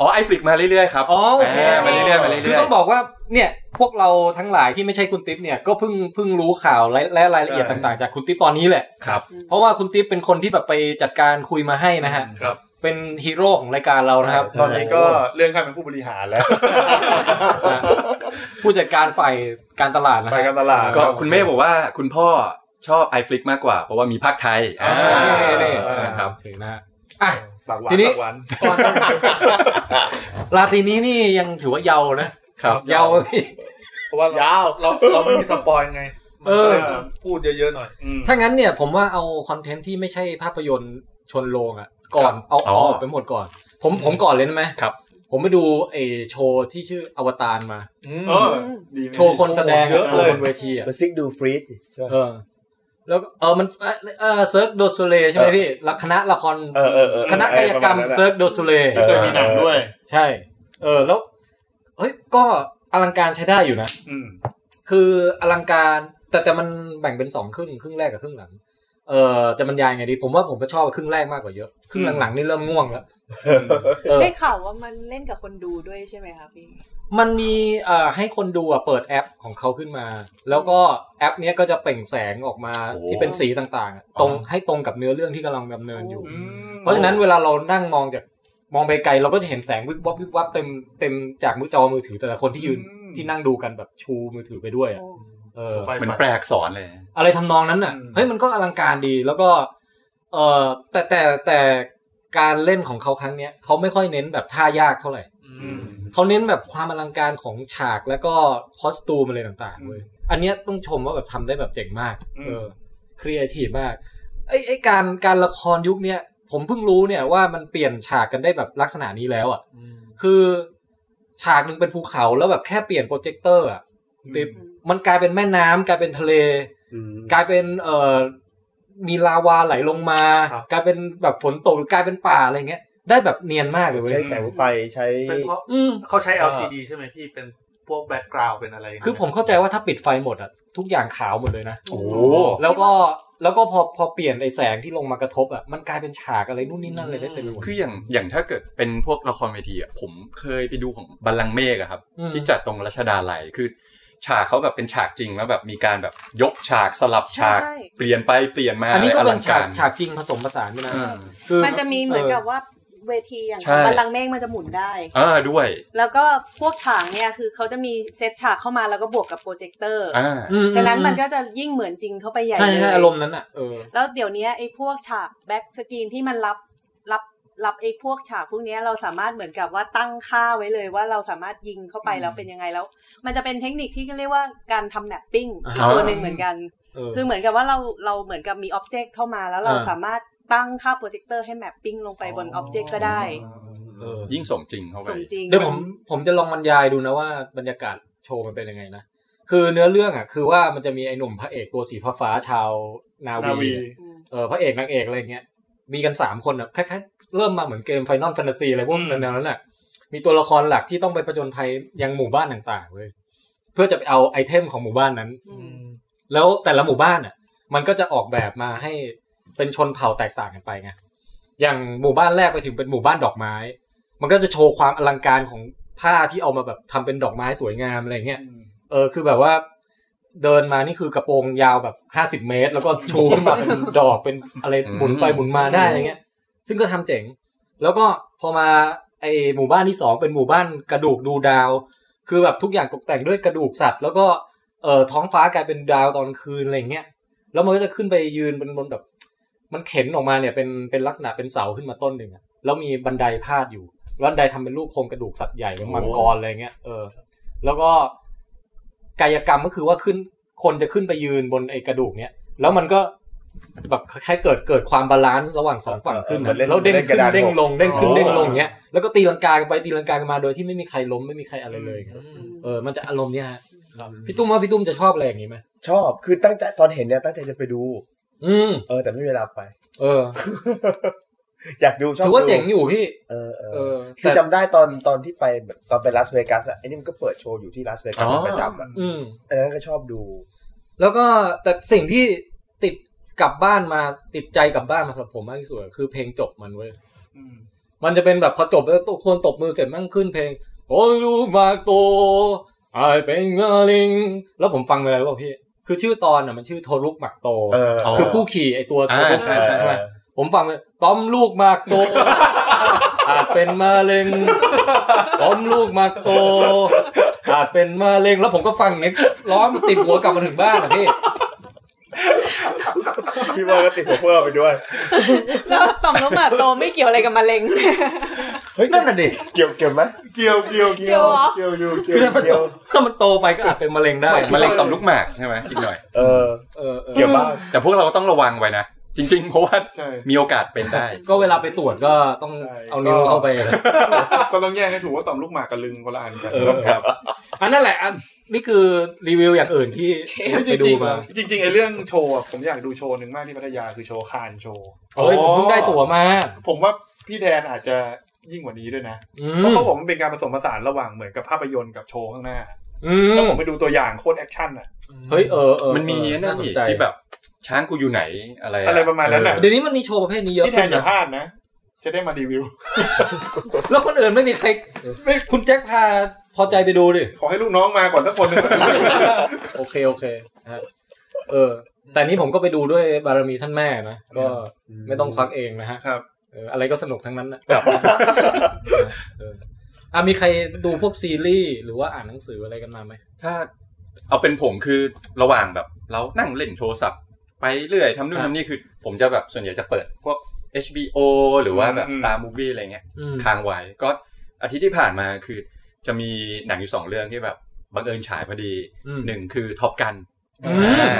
Speaker 5: อ๋อไอฟลิกมาเรื่อยๆครับ
Speaker 2: อ๋อโอเค
Speaker 5: ามาเรื่อยๆมา
Speaker 2: คือ
Speaker 5: เรื่อย
Speaker 2: ต้องบอกว่าเนี่ยพวกเราทั้งหลายที่ไม่ใช่คุณติ๊บเนี่ยก็เพิ่งเพิ่งรู้ข่าวและและรายละเอียดต่างๆ จากคุณติ๊บตอนนี้แหละ
Speaker 5: ๆครับ
Speaker 2: เพราะว่าคุณติ๊บเป็นคนที่แบบไปจัดการคุยมาให้นะฮะ
Speaker 6: ครับ
Speaker 2: เป็นฮีโร่ของรายการเรานะครับ
Speaker 3: ตอนนี้ก็เรื่องข้ามเป็นผู้บริหารแล้ว
Speaker 2: อ่ะ ผู้จัดการฝ่ายการตลาดนะ
Speaker 3: ไป
Speaker 2: ฮะ
Speaker 3: กันตลาด
Speaker 5: ก็คุณเมฆบอกว่าคุณพ่อชอบไอฟลิกมากกว่า เพราะว่ามีภาคไทยอ่า
Speaker 2: นะ
Speaker 5: นะ
Speaker 2: ค
Speaker 5: ค
Speaker 2: รั
Speaker 5: รั
Speaker 2: บบ โอเคนะอ่ะ
Speaker 3: ปากหวาน
Speaker 2: ทีนี้
Speaker 3: ปากหวาน
Speaker 2: ตอนราตรีนี้นี่ยังถือว่าเยาว์นะครับ เยาว์ไหมพี่
Speaker 6: เพราะว่าเรา
Speaker 8: ยาว
Speaker 6: เราเราไม่มีสปอยไง
Speaker 2: เออ
Speaker 6: มันก็ลยต้องพูดเยอะๆหน่อย
Speaker 3: อืม
Speaker 2: ถ้างั้นเนี่ยผมว่าเอาคอนเทนต์ที่ไม่ใช่ภาพยนตร์ชวนโลงอ่ะ ก่อนเอา
Speaker 5: อ๋
Speaker 2: เอา
Speaker 5: อ
Speaker 2: ออกไปหมดก่อน ผมผมก่อนเลยได้ไหม
Speaker 5: ครับ
Speaker 2: ผมไปดูไอโชว์ที่ชื่ออวตารมา
Speaker 3: เออดีไหม
Speaker 2: โชว์คนแสดง
Speaker 6: เยอะ
Speaker 2: โชว์
Speaker 6: เลย
Speaker 2: บนเวทีอ่ะ
Speaker 8: มันซิกดูฟรีดใช่ปะ
Speaker 2: เออ แล้วก็เออมันเอ่อเออเซิร์กโดสเลใช่ไหมพี่ละคณะละคร
Speaker 8: เออเออเออ
Speaker 2: คณะกายกรรม
Speaker 8: ไอ้ประมาณนั้นอะ
Speaker 2: เซิร์กโดสเล
Speaker 3: ที่เคยมีหนังด้วย
Speaker 2: ใช่ เออ แล้ว เฮ้ย ก็อลังการใช้ได้อยู่นะ
Speaker 3: อืม
Speaker 2: คืออลังการ แต่แต่มันแบ่งเป็นสองครึ่ง ครึ่งแรกกับครึ่งหลัง เออจะบรรยายไงดี ผมว่าผมก็ชอบครึ่งแรกมากกว่าเยอะ ครึ่งหลังๆนี่เริ่มง่วงแล้ว เออ
Speaker 4: ได้ข่าวว่ามันเล่นกับคนดูด้วยใช่ไหมคะพี่
Speaker 2: มันมีเอ่อให้คนดูอ่ะเปิดแอปของเขาขึ้นมา แล้วก็แอปเนี้ยก็จะเปล่งแสงออกมา
Speaker 5: โอ้
Speaker 2: ที่เป็นสีต่างๆอะตรงให้ตรงกับเนื้อเรื่องที่กำลังดำเนินอยู่
Speaker 3: อืม
Speaker 2: เพราะฉะนั้นเวลาเรานั่งมองจากมองไปไกลเราก็จะเห็นแสงวิบวับวิบวับเต็มเต็มจากมือจอมือถือแต่ละคนที่ยืน ที่นั่งดูกันแบบชูมือถือไปด้วยอะ
Speaker 4: โอ้
Speaker 2: เออ
Speaker 6: ไฟ
Speaker 5: เหมือน
Speaker 6: ไฟ
Speaker 5: แปลอักษรเลย
Speaker 2: อะไรทำนองนั้นน่ะ เฮ้ยมันก็อลังการดี แล้วก็ เออแต่แต่แต่การเล่นของเขาครั้งเนี้ยเขาไม่ค่อยเน้นแบบท่ายากเท่าไหร่
Speaker 3: อืม
Speaker 2: เขาเน้นแบบความอลังการของฉากแล้วก็คอสตูมอะไรต่างๆเว้ยอันเนี้ยต้องชมว่าแบบทำได้แบบเจ๋งมาก เออครีเอทีฟมากไอ้ไอ้การการละครยุคเนี้ยผมเพิ่งรู้เนี่ยว่ามันเปลี่ยนฉากกันได้แบบลักษณะนี้แล้วอ่ะ คือ ฉากหนึ่งเป็นภูเขาแล้วแบบแค่เปลี่ยนโปรเจคเตอร์อ่ะ
Speaker 3: อืม
Speaker 2: มันกลายเป็นแม่น้ำกลายเป็นทะเล กลายเป็นเอ่อมีลาวาไหลลงมา
Speaker 6: ครับ
Speaker 2: กลายเป็นแบบฝนตกกลายเป็นป่าอะไรเงี้ย ได้แบบเนียนมากเลยเว้ย
Speaker 8: ใช้แสงไฟใช้
Speaker 6: เป็นเพราะ
Speaker 2: อืม
Speaker 6: เขาใช้
Speaker 8: อ่า
Speaker 6: LCD ใช่ไหมพี่เป็นพวกแบ็กกราวด์เป็นอะไรย่างนั้น
Speaker 2: คือผมเข้าใจว่าถ้าปิดไฟหมดอ่ะทุกอย่างขาวหมดเลยนะ
Speaker 5: โอ้โห
Speaker 2: แล้วก็แล้วก็พอพอเปลี่ยนไอแสงที่ลงมากระทบอ่ะมันกลายเป็นฉากอะไรนู่นนี่นั่นอะไรได้เต็มไปหมด
Speaker 5: คืออย่างอย่างถ้าเกิดเป็นพวกละครเวทีอะผมเคยไปดูของบัลลังก์เมฆอะครับ
Speaker 2: อืม
Speaker 5: ที่จัดตรงรัชดาลัยคือ ฉากเขาแบบเป็นฉากจริงแล้วแบบมีการแบบยกฉากสลับฉาก
Speaker 4: ใช่
Speaker 5: เปลี่ยนไปเปลี่ยนมา
Speaker 2: อันนี้ก็
Speaker 5: ะไร
Speaker 2: เป็นฉาก
Speaker 5: อลังร
Speaker 2: ฉากจริงผสมผสานด้วยนะ
Speaker 5: อ่า
Speaker 2: คือ
Speaker 4: มันจะมีเหมือนกับว่าเวทีอย่าง
Speaker 5: ใช่
Speaker 4: บัลลังก์เมฆมันจะหมุนได้
Speaker 5: อ่าด้วย
Speaker 4: แล้วก็พวกฉากเนี่ยคือเขาจะมีเซตฉากเข้ามาแล้วก็บวกกับโปรเจคเตอร์
Speaker 5: อ่า
Speaker 2: อื
Speaker 4: ฉะนั้นมันก็จะยิ่งเหมือนจริงเข้าไปใหญ่
Speaker 2: ใช่
Speaker 4: เล
Speaker 2: ใช่
Speaker 4: ย
Speaker 2: อารมณ์นั้นอ่ะเออ
Speaker 4: แล้วเดี๋ยวนี้ไอ้พวกฉากแบ็กสกรีนที่มันรับรับรับไอ้พวกฉากพวกเนี้ยเราสามารถเหมือนกับว่าตั้งค่าไว้เลยว่าเราสามารถยิงเข้าไปแล้วเป็นยังไงแล้ว มันจะเป็นเทคนิคที่เรียกว่าการทำแมปปิ้ง
Speaker 2: อ่า
Speaker 4: อีกตัวหนึ่งเหมือนกัน
Speaker 2: เออ
Speaker 4: คือเหมือนกับว่าเราเราเหมือนกับมีอ็อบเจกต์เข้ามาแล้วเรา
Speaker 2: อ่า
Speaker 4: สามารถตั้งค่าโปรเจคเตอร์ให้แมปปิ้งลงไปบนอ็อบเจกต์ก็ได้
Speaker 2: เออ
Speaker 5: ยิ่งสมจริงเข้าไป
Speaker 4: สมจริง
Speaker 2: เดี๋ยวผมผมจะลองบรรยายดูนะว่าบรรยากาศโชว์มันเป็นยังไงนะ คือเนื้อเรื่องอ่ะคือว่ามันจะมีไอ้หนุ่มพระเอกตัวสีฟ้าๆชาวนา
Speaker 3: นาวี
Speaker 2: วี เออพระเอกนางเอกอะไรอย่างเงี้ยมีกันสามคนอ่ะคล้ายๆเริ่มมาเหมือนเกมไฟนอลแฟนตาซีอะไรพวกนั้นแนวนั้นแหละมีตัวละครหลักที่ต้องไปประจนภัยยังหมู่บ้านต่างๆเว้ยเพื่อจะไปเอาไอเทมของหมู่บ้านนั้น
Speaker 4: อืม
Speaker 2: แล้วแต่ละหมู่บ้านอ่ะ มันก็จะออกแบบมาให้เป็นชนเผ่าแตกต่างกันไปไงอย่างหมู่บ้านแรกไปถึงเป็นหมู่บ้านดอกไม้ มันก็จะโชว์ความอลังการของผ้าที่เอามาแบบทำเป็นดอกไม้สวยงามอะไรอย่างเงี้ย เออคือแบบว่าเดินมานี่คือกระโปรงยาวแบบห้าสิบ50 เมตร แล้วก็ชูขึ้นมา เป็นดอกเป็นอะไร
Speaker 5: อืม
Speaker 2: หมุนไปหมุนมาได้อะไรเงี้ย ซึ่งก็ทำเจ๋ง แล้วก็พอมาไอหมู่บ้านที่สองเป็นหมู่บ้านกระดูกดูดาว คือแบบทุกอย่างตกแต่งด้วยกระดูกสัตว์ แล้วก็เอ่อท้องฟ้ากลายเป็นดาวตอนคืนอะไรเงี้ยแล้วมันก็จะขึ้นไปยืนบนบนแบบ มันเข็นออกมาเนี่ยเป็นเป็นลักษณะเป็นเสาขึ้นมาต้นหนึ่งอะแล้วมีบันไดพาดอยู่แล้วบันไดทำเป็นรูปโครงกระดูกสัตว์ใหญ่เหมือนมังกรอะไรเงี้ยเออ แล้วก็กายกรรมก็คือว่าขึ้นคนจะขึ้นไปยืนบนไอ้กระดูกเนี้ยแล้วมันก็แบบคล้ายๆเกิดเกิดความบาลานซ์ระหว่างสองฝั่งขึ้น
Speaker 8: เออเออเหมื
Speaker 2: นะ
Speaker 8: อนเล่น
Speaker 2: แล้วเด้ง
Speaker 8: เล่นก
Speaker 2: ขึ้น
Speaker 8: ระดาน
Speaker 2: เด้งลงเด้งขึ้น
Speaker 8: อ๋อ
Speaker 2: เด้งลงเงี้ยแล้วก็ตีลังกากันไปตีลังกากันมาโดยที่ไม่มีใครล้มไม่มีใครอะไรเลยครับเออมันจะอารมณ์เนี้ยฮะพี่ตุ้มว่าพี่ตุ้มจะชอบอะไรอย่างนี้ไหม
Speaker 8: ชอบคือตั้งใจตอนเห็นเนี่ยตั้งใจจะไปดู
Speaker 2: อืม
Speaker 8: เออ แต่ไม่มีเวลาไป
Speaker 2: เออ
Speaker 8: อยากดูชอบ
Speaker 2: ถือว่าเจ๋ง
Speaker 8: ดู
Speaker 2: อยู่พี่
Speaker 8: เออเออ
Speaker 2: เออ
Speaker 8: คือ
Speaker 2: แต่
Speaker 8: จำได้ตอนตอนที่ไปแบบตอนไปลาสเวกัสอะไอ้นี่มันก็เปิดโชว์อยู่ที่ลาสเวกัส
Speaker 5: อ๋อ
Speaker 8: ประจำอะ
Speaker 2: อืม
Speaker 8: อันนั้นก็ชอบดู
Speaker 2: แล้วก็แต่สิ่งที่ติดกลับบ้านมาติดใจกลับบ้านมาสำหรับผมมากที่สุดอะคือเพลงจบมันเว้ย มันจะเป็นแบบพอจบแล้วตัวคนตบมือเสร็จมั่งขึ้นเพลงโอ้ลูกมาก โตไอเป็นเงาลิงแล้วผมฟังไปแล้วว่าพี่ คือชื่อตอนน่ะมันชื่อโทรุกหมักโต
Speaker 8: เออ
Speaker 5: อ๋อ
Speaker 2: คือผู้ขี่ไอตัวโทรุก
Speaker 5: ใช่
Speaker 8: เออ
Speaker 5: ใช่
Speaker 2: ใช่ไหมผมฟังเลยต้อมลูกหมากโต อาจเป็นมะเร็งต้อมลูกหมากโต อาจเป็นมะเร็งแล้วผมก็ฟังเนี่ยร้อนติดหัวกลับมาถึงบ้านอ่ะพี่
Speaker 8: พี่ว่าก็ติดหัวพวกเราไปด้วย
Speaker 4: แล้วต่อมลูกหมากโตไม่เกี่ยวอะไรกับมะเร็ง
Speaker 8: เฮ้ยนั่นน่ะดิเกี่ยวเกี่ยวไหม
Speaker 3: เกี่ยวเกี่ยวเกี่ยว
Speaker 4: เหรอ
Speaker 8: เกี่ยวอยู่เกี่ยว
Speaker 2: คือถ้ามันโต
Speaker 8: เกี่ยว
Speaker 2: ถ้ามันโตไปก็อาจเป็นมะเร็งได้
Speaker 5: มะเร็งต่อมลูกหมากใช่ไหมอีกหน่อย
Speaker 8: เออ
Speaker 2: เออเออ
Speaker 8: เกี่ยวบ้าง
Speaker 5: แต่พวกเราก็ต้องระวังไว้นะ จริง ๆ เพราะว่า
Speaker 3: ใช่
Speaker 5: มีโอกาสเป็นได้
Speaker 2: ก็เวลาไปตรวจก็ต้อง
Speaker 3: ใช่
Speaker 2: เอานิ้วเข้าไปนะ
Speaker 3: ก็ต้องแยกให้ถูกว่าต่อมลูกหมากกับลึงคนละอันกัน
Speaker 2: เออครับอันนั่นแหละอันนี่คือรีวิวอย่างอื่นที่ไปดูมา
Speaker 3: จริงๆจริงๆไอ้เรื่องโชว์อะผมอยากดูโชว์หนึ่งมากที่พัทยาคือโชว์คานโชว์
Speaker 2: โอ้ยผมเพิ่งได้ตั๋วมา
Speaker 3: ผมว่าพี่แทนอาจจะยิ่งกว่านี้ด้วยนะ
Speaker 2: อื
Speaker 3: เพราะ
Speaker 2: ม
Speaker 3: เขาบอกมันเป็นการผสมผสานระหว่างเหมือนกับภาพยนตร์กับโชว์ข้างหน้า
Speaker 2: อื
Speaker 3: แล้ว
Speaker 2: ม
Speaker 3: ผมไปดูตัวอย่างโคตรแอคชั่นอะ
Speaker 2: เฮ้ยเออเออ
Speaker 5: มันมี
Speaker 2: เออ
Speaker 5: นั่น
Speaker 2: ส
Speaker 5: สิ
Speaker 2: ใจ
Speaker 5: ที่แบบช้างกูอยู่ไหนอะไร
Speaker 3: อะไรประมาณนั้นอะ
Speaker 2: เดี๋ยวนี้มันมีโชว์ประเภทนี้เยอะ
Speaker 3: พี่แท
Speaker 2: ขึ้
Speaker 3: น
Speaker 2: น
Speaker 3: อย่า
Speaker 2: นะ
Speaker 3: พลาดนะ จะได้มารีวิว
Speaker 2: แล้วคนอื่นไม่มีใครไม่คุณแจ็คพาพอใจไปดูดิ
Speaker 3: ขอให้ลูกน้องมาก่อนสักคนหนึง
Speaker 2: โอเคโอเคฮะเออ แต่นี้ผมก็ไปดูด้วยบารมีท่านแม่นะก็ไม่ต้องควักเองนะฮะ
Speaker 3: ครับ
Speaker 2: เอออะไรก็สนุกทั้ง นั้นนะเอออ่ะมีใครดูพวกซีรีส์หรือว่าอ่านหนังสืออะไรกันมาไหม
Speaker 5: ถ้าเอาเป็นผมคือระหว่างแบบ เรานั่งเล่นโทรศัพท์ ไปเรื่อยทำนู่นทำนี่คือ ผมจะแบบส่วนใหญ่จะเปิดพวก HBO หรือว่าแบบ
Speaker 3: อืม
Speaker 5: Star Movie อะไรเงี้ย
Speaker 2: อืม
Speaker 5: ค้างไว้ก็อาทิตย์ที่ผ่านมาคือจะมีหนังอยู่สองเรื่องที่แบบบังเอิญฉายพอดี
Speaker 2: อืม
Speaker 5: หนึ่งคือท็อปกัน อ่า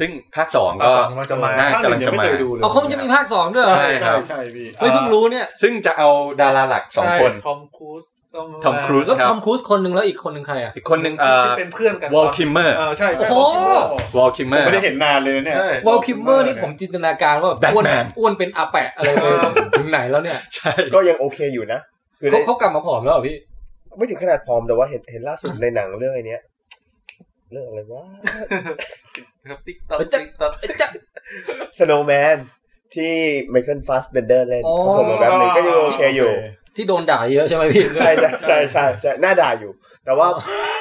Speaker 5: ซึ่งภาคสองก็
Speaker 6: ภาคสองกำลังจะมา
Speaker 5: น่
Speaker 3: ภาคห
Speaker 5: กำลั
Speaker 3: นึ่งยั
Speaker 5: งจะ
Speaker 3: งไม่
Speaker 5: มา
Speaker 3: เคยดูเลย
Speaker 2: เอาเขาจะมีภาคสองด้วยเหรอ
Speaker 5: ใช่
Speaker 3: ใช่
Speaker 5: ครับ
Speaker 3: ใช่พี่
Speaker 2: เฮ้ยเพิ่งรู้เนี่ย
Speaker 5: ซึ่งจะเอาดาราหลักสองคน
Speaker 6: ใช่ทอมครูซก็มา
Speaker 5: ทอมครูซ
Speaker 2: แล้ว
Speaker 5: ครับ
Speaker 2: ทอมครูซคนหนึ่งแล้วอีกคนหนึ่งใครอ่ะ
Speaker 5: อีกคนหนึ่งเอ่อ
Speaker 6: ที่เป็นเพื่อนกัน
Speaker 5: วอลคิมเมอร์
Speaker 6: เออใช่
Speaker 2: โอ้
Speaker 6: ใช่
Speaker 2: โห
Speaker 5: วอลคิมเมอร์
Speaker 3: ไม่ได้เห็นนานเลยเนี่ย
Speaker 6: ใช่
Speaker 2: วอลคิมเมอร์นี่ผมจินตนาการว่าแบบอ้วน
Speaker 5: Batman
Speaker 2: อ้วนเป็นอาแปะอะไรเลยถึงไหนแล้วเนี่ย
Speaker 5: ใช่
Speaker 8: ก็ยังโอเคอยู่นะ คือ
Speaker 2: เขา
Speaker 8: ได้
Speaker 2: เขากลับมาผอมแล้วเหรอพี่
Speaker 8: ไม่ถึงขนาดผอมแต่ว่าเห็นเห็นล่าสุดในหนังเรื่องไอ้เนี้ยเรื่องอะไรวะ
Speaker 6: ครับติ๊กต๊อก
Speaker 2: เออจะ
Speaker 6: ติ๊กต๊อก
Speaker 2: เอ้ยจ๊ะ
Speaker 8: Snowman ที่ไมเคิลฟาสเบนเดอร์เล่น
Speaker 2: อ๋อ
Speaker 8: เขาผมมาแบบหนึงก็ยังโอเคอยู่
Speaker 2: ที่โดนด่าเยอะใช่ไหมพี่
Speaker 8: ใช่ใช่ใช่ใช่ใช่หน้าด่าอยู่ แต่ว่า